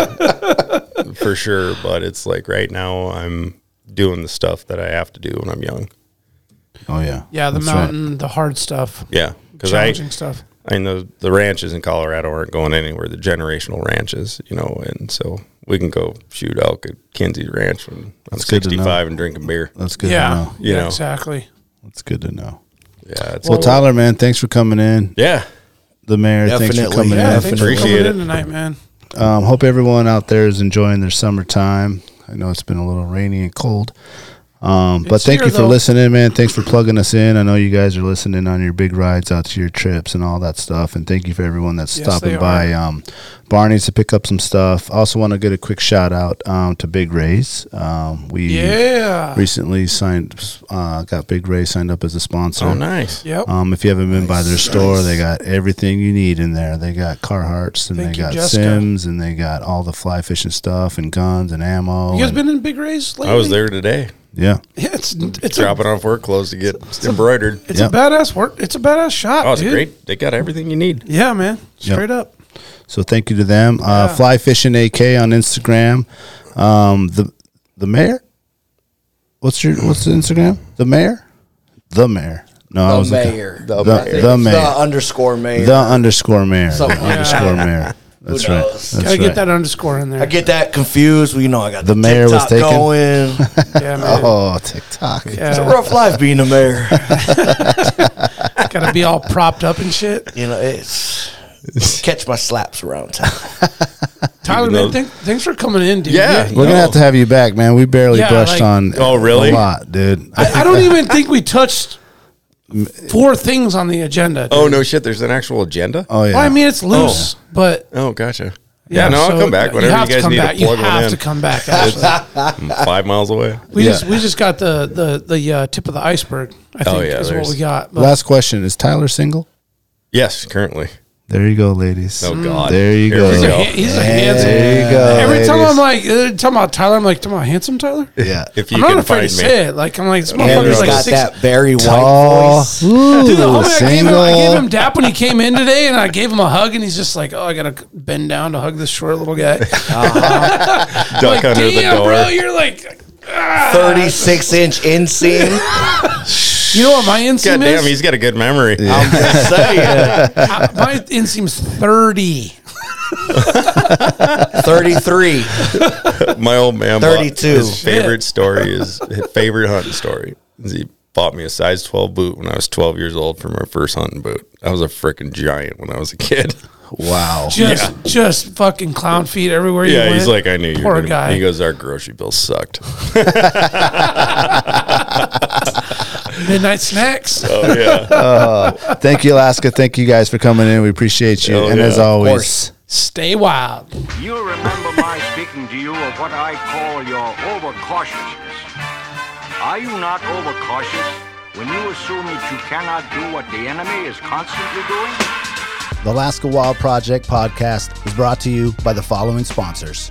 Speaker 5: for sure, but it's like right now I'm doing the stuff that I have to do when I'm young.
Speaker 7: Oh yeah.
Speaker 2: Yeah, the
Speaker 7: That's right.
Speaker 2: mountain, the hard stuff,
Speaker 5: Yeah, because I
Speaker 2: challenging stuff.
Speaker 5: I mean the the ranches in Colorado aren't going anywhere. The generational ranches, you know, and so we can go shoot elk at Kinsey's Ranch when I'm
Speaker 7: That's good to know.
Speaker 5: 65 and drinking beer.
Speaker 7: That's good to
Speaker 2: Yeah,
Speaker 7: know.
Speaker 5: You know.
Speaker 2: exactly.
Speaker 7: That's good to know.
Speaker 5: Yeah, it's
Speaker 7: Well, Tyler, man, thanks for coming in.
Speaker 5: yeah.
Speaker 7: The mayor, thanks
Speaker 6: Definitely.
Speaker 7: for coming
Speaker 2: Yeah,
Speaker 7: in.
Speaker 2: thanks for
Speaker 5: appreciate
Speaker 2: coming
Speaker 5: it.
Speaker 2: in tonight, man.
Speaker 7: Um, hope everyone out there is enjoying their summertime. I know it's been a little rainy and cold. Um, but
Speaker 2: It's
Speaker 7: thank
Speaker 2: here,
Speaker 7: you for
Speaker 2: though.
Speaker 7: listening, man. Thanks for plugging us in. I know you guys are listening on your big rides out to your trips and all that stuff. And thank you for everyone that's
Speaker 2: Yes, they
Speaker 7: stopping by. Um, Barney's to pick up some stuff. Also, want to get a quick shout out um, to Big Ray's. Um, we
Speaker 2: Yeah.
Speaker 7: recently signed, uh, got Big Ray signed up as a sponsor.
Speaker 5: Oh, nice.
Speaker 2: Yep.
Speaker 7: Um, if you haven't been by their store, they got everything you need in there. They got Carhartts and
Speaker 2: Thank
Speaker 7: they
Speaker 2: you,
Speaker 7: got
Speaker 2: Jessica.
Speaker 7: Sims and they got all the fly fishing stuff and guns and ammo.
Speaker 2: you guys
Speaker 7: and-
Speaker 2: been in Big Rays lately?
Speaker 5: I was there today,
Speaker 7: yeah,
Speaker 2: Yeah, it's it's a,
Speaker 5: dropping off work clothes to get embroidered.
Speaker 2: it's
Speaker 7: Yep.
Speaker 2: a badass work. It's a badass shot.
Speaker 5: Oh, it's
Speaker 2: dude.
Speaker 5: great. They got everything you need.
Speaker 2: Yeah, man.
Speaker 7: Yep.
Speaker 2: Straight up.
Speaker 7: so thank you to them. Uh, Fly fishing AK on Instagram. Um, the the mayor. What's your what's the Instagram? The mayor. The mayor. No, I
Speaker 6: the
Speaker 7: was looking-
Speaker 6: mayor.
Speaker 7: The,
Speaker 6: I think
Speaker 7: the
Speaker 6: it's
Speaker 7: mayor.
Speaker 6: The underscore mayor.
Speaker 7: The underscore mayor. The
Speaker 6: Something like that.
Speaker 7: underscore mayor. That's right.
Speaker 6: knows?
Speaker 7: That's
Speaker 2: Gotta
Speaker 7: right.
Speaker 2: get that underscore in there.
Speaker 6: I get that confused. Well, you know, I got
Speaker 7: The
Speaker 6: the,
Speaker 7: mayor
Speaker 6: mayor
Speaker 7: was taken.
Speaker 6: going. it's
Speaker 2: yeah, man.
Speaker 7: Oh, TikTok.
Speaker 6: a
Speaker 2: Yeah,
Speaker 6: rough life being the mayor.
Speaker 2: gotta be all propped up and shit.
Speaker 6: You know, it's catch my slaps around town.
Speaker 2: Tyler,
Speaker 5: Even
Speaker 2: man,
Speaker 5: though-
Speaker 2: thank, thanks for coming in, dude.
Speaker 5: Yeah.
Speaker 7: We're gonna have to have you back, man. We barely
Speaker 2: Yeah,
Speaker 7: brushed
Speaker 2: like-
Speaker 7: on.
Speaker 5: Oh, really?
Speaker 7: A lot, dude. I,
Speaker 2: I, I don't even think we touched four things on the agenda. dude.
Speaker 5: Oh no, shit! There's an actual agenda.
Speaker 7: oh yeah.
Speaker 2: Well, I mean, it's loose, but
Speaker 5: Oh, gotcha. Yeah, no,
Speaker 2: so
Speaker 5: I'll come back whenever you,
Speaker 2: have to
Speaker 5: guys
Speaker 2: come
Speaker 5: need
Speaker 2: back.
Speaker 5: to plug
Speaker 2: You
Speaker 5: one
Speaker 2: have
Speaker 5: in.
Speaker 2: to come back. Actually,
Speaker 5: I'm five miles away.
Speaker 2: we
Speaker 7: Yeah.
Speaker 2: just we just got the the the uh, tip of the iceberg. I think
Speaker 5: Oh, yeah,
Speaker 2: is what
Speaker 5: there's-
Speaker 2: we got. But
Speaker 7: Last question: Is Tyler single?
Speaker 5: Yes, currently.
Speaker 7: There you go, ladies.
Speaker 5: Oh God.
Speaker 7: There you
Speaker 5: Here
Speaker 7: go.
Speaker 5: we
Speaker 2: he's a,
Speaker 7: Yeah.
Speaker 2: ha- Mm. he's a handsome.
Speaker 7: There you go.
Speaker 2: Every time I'm
Speaker 7: ladies.
Speaker 2: like uh, talking about Tyler, I'm like talking about handsome Tyler.
Speaker 7: yeah,
Speaker 5: If you
Speaker 2: I'm not
Speaker 5: can
Speaker 2: afraid to
Speaker 5: find me,
Speaker 2: say it. Like I'm like this
Speaker 6: Andrew's
Speaker 2: motherfucker's like
Speaker 6: got
Speaker 2: six.
Speaker 6: that very white
Speaker 7: tall,
Speaker 6: voice.
Speaker 7: ooh,
Speaker 2: Dude, the homie, I gave, him,
Speaker 7: single.
Speaker 2: I gave him dap when he came in today, and I gave him a hug, and he's just like, "Oh, I gotta bend down to hug this short little guy."
Speaker 7: Uh-huh.
Speaker 5: duck
Speaker 2: like,
Speaker 5: under the
Speaker 2: damn,
Speaker 5: door.
Speaker 2: bro, you're like, ah.
Speaker 6: 36 inch inseam.
Speaker 2: you know what my inseam
Speaker 5: God
Speaker 2: is?
Speaker 5: damn, he's got a good memory.
Speaker 6: I'm just saying.
Speaker 2: I- my inseam's thirty.
Speaker 6: 33.
Speaker 5: My old man. bought-
Speaker 6: 32.
Speaker 5: His favorite story is his favorite hunting story. Is he bought me a size 12 boot when I was 12 years old for my first hunting boot. I was a freaking giant when I was a kid.
Speaker 7: wow.
Speaker 2: Just, just fucking clown feet everywhere. you
Speaker 5: Yeah,
Speaker 2: went.
Speaker 5: he's like, I knew you.
Speaker 2: Poor
Speaker 5: were gonna-
Speaker 2: guy.
Speaker 5: He goes, our grocery bill sucked.
Speaker 2: midnight snacks.
Speaker 5: Oh yeah.
Speaker 7: Uh, Thank you, Alaska. Thank you guys for coming in. We appreciate you.
Speaker 5: Hell
Speaker 7: and
Speaker 5: yeah.
Speaker 7: as
Speaker 5: Of
Speaker 7: always,
Speaker 2: Stay wild.
Speaker 1: You'll remember my speaking to you of what I call your overcautiousness. Are you not overcautious?
Speaker 12: When you assume that you cannot do what the enemy is constantly doing,
Speaker 4: The Alaska Wild Project podcast is brought to you by the following sponsors.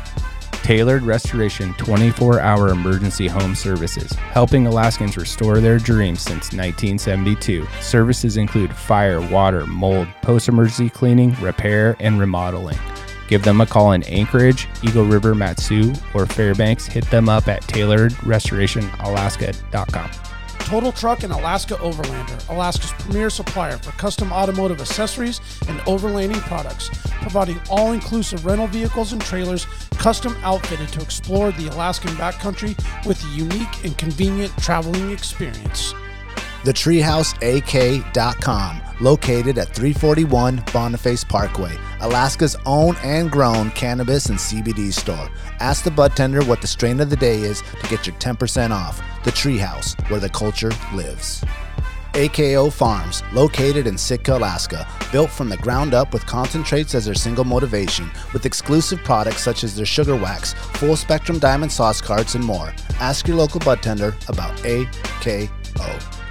Speaker 3: Tailored Restoration 24 hour emergency home services, helping Alaskans restore their dreams since 1972. Services include fire, water, mold, post emergency cleaning, repair, and remodeling. Give them a call in Anchorage, Eagle River, Matsu, or Fairbanks. Hit them up at tailoredrestorationalaska.com.
Speaker 2: Total Truck and Alaska Overlander, Alaska's premier supplier for custom automotive accessories and overlanding products, providing all inclusive rental vehicles and trailers custom outfitted to explore the Alaskan backcountry with a unique and convenient traveling experience.
Speaker 4: TheTreehouseAK.com, located at 341 Boniface Parkway, Alaska's own and grown cannabis and CBD store. Ask the bud tender what the strain of the day is to get your 10% off. The Treehouse, where the culture lives. AKO Farms, located in Sitka, Alaska, built from the ground up with concentrates as their single motivation, with exclusive products such as their sugar wax, full spectrum diamond sauce carts, and more. Ask your local bud tender about AKO.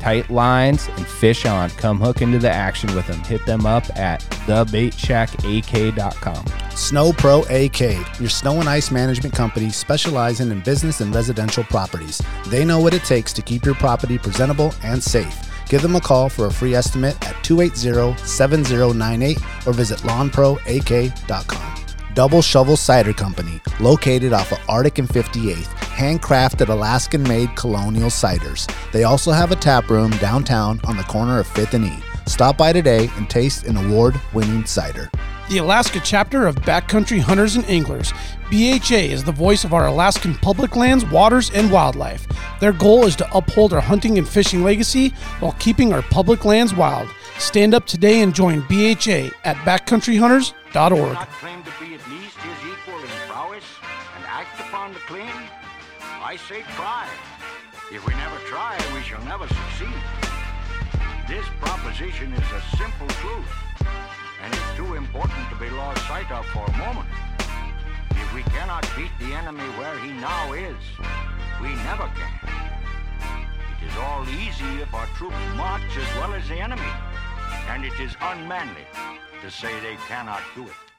Speaker 3: Tight lines and fish on. Come hook into the action with them. Hit them up at thebaitshackak.com.
Speaker 4: Snow Pro AK, your snow and ice management company specializing in business and residential properties. They know what it takes to keep your property presentable and safe. Give them a call for a free estimate at 280-7098 or visit lawnproak.com. Double Shovel Cider Company, located off of Arctic and 58th, handcrafted Alaskan made colonial ciders. They also have a tap room downtown on the corner of 5th and E. Stop by today and taste an award winning cider.
Speaker 2: The Alaska chapter of Backcountry Hunters and Anglers, BHA is the voice of our Alaskan public lands, waters, and wildlife. Their goal is to uphold our hunting and fishing legacy while keeping our public lands wild. Stand up today and join BHA at backcountryhunters.org.
Speaker 12: not claim to be at least his equal in prowess and act upon the claim, I say try. If we never try, we shall never succeed. This proposition is a simple truth, and is too important to be lost sight of for a moment. If we cannot beat the enemy where he now is, we never can. It is all easy if our troops march as well as the enemy, and it is unmanly to say they cannot do it.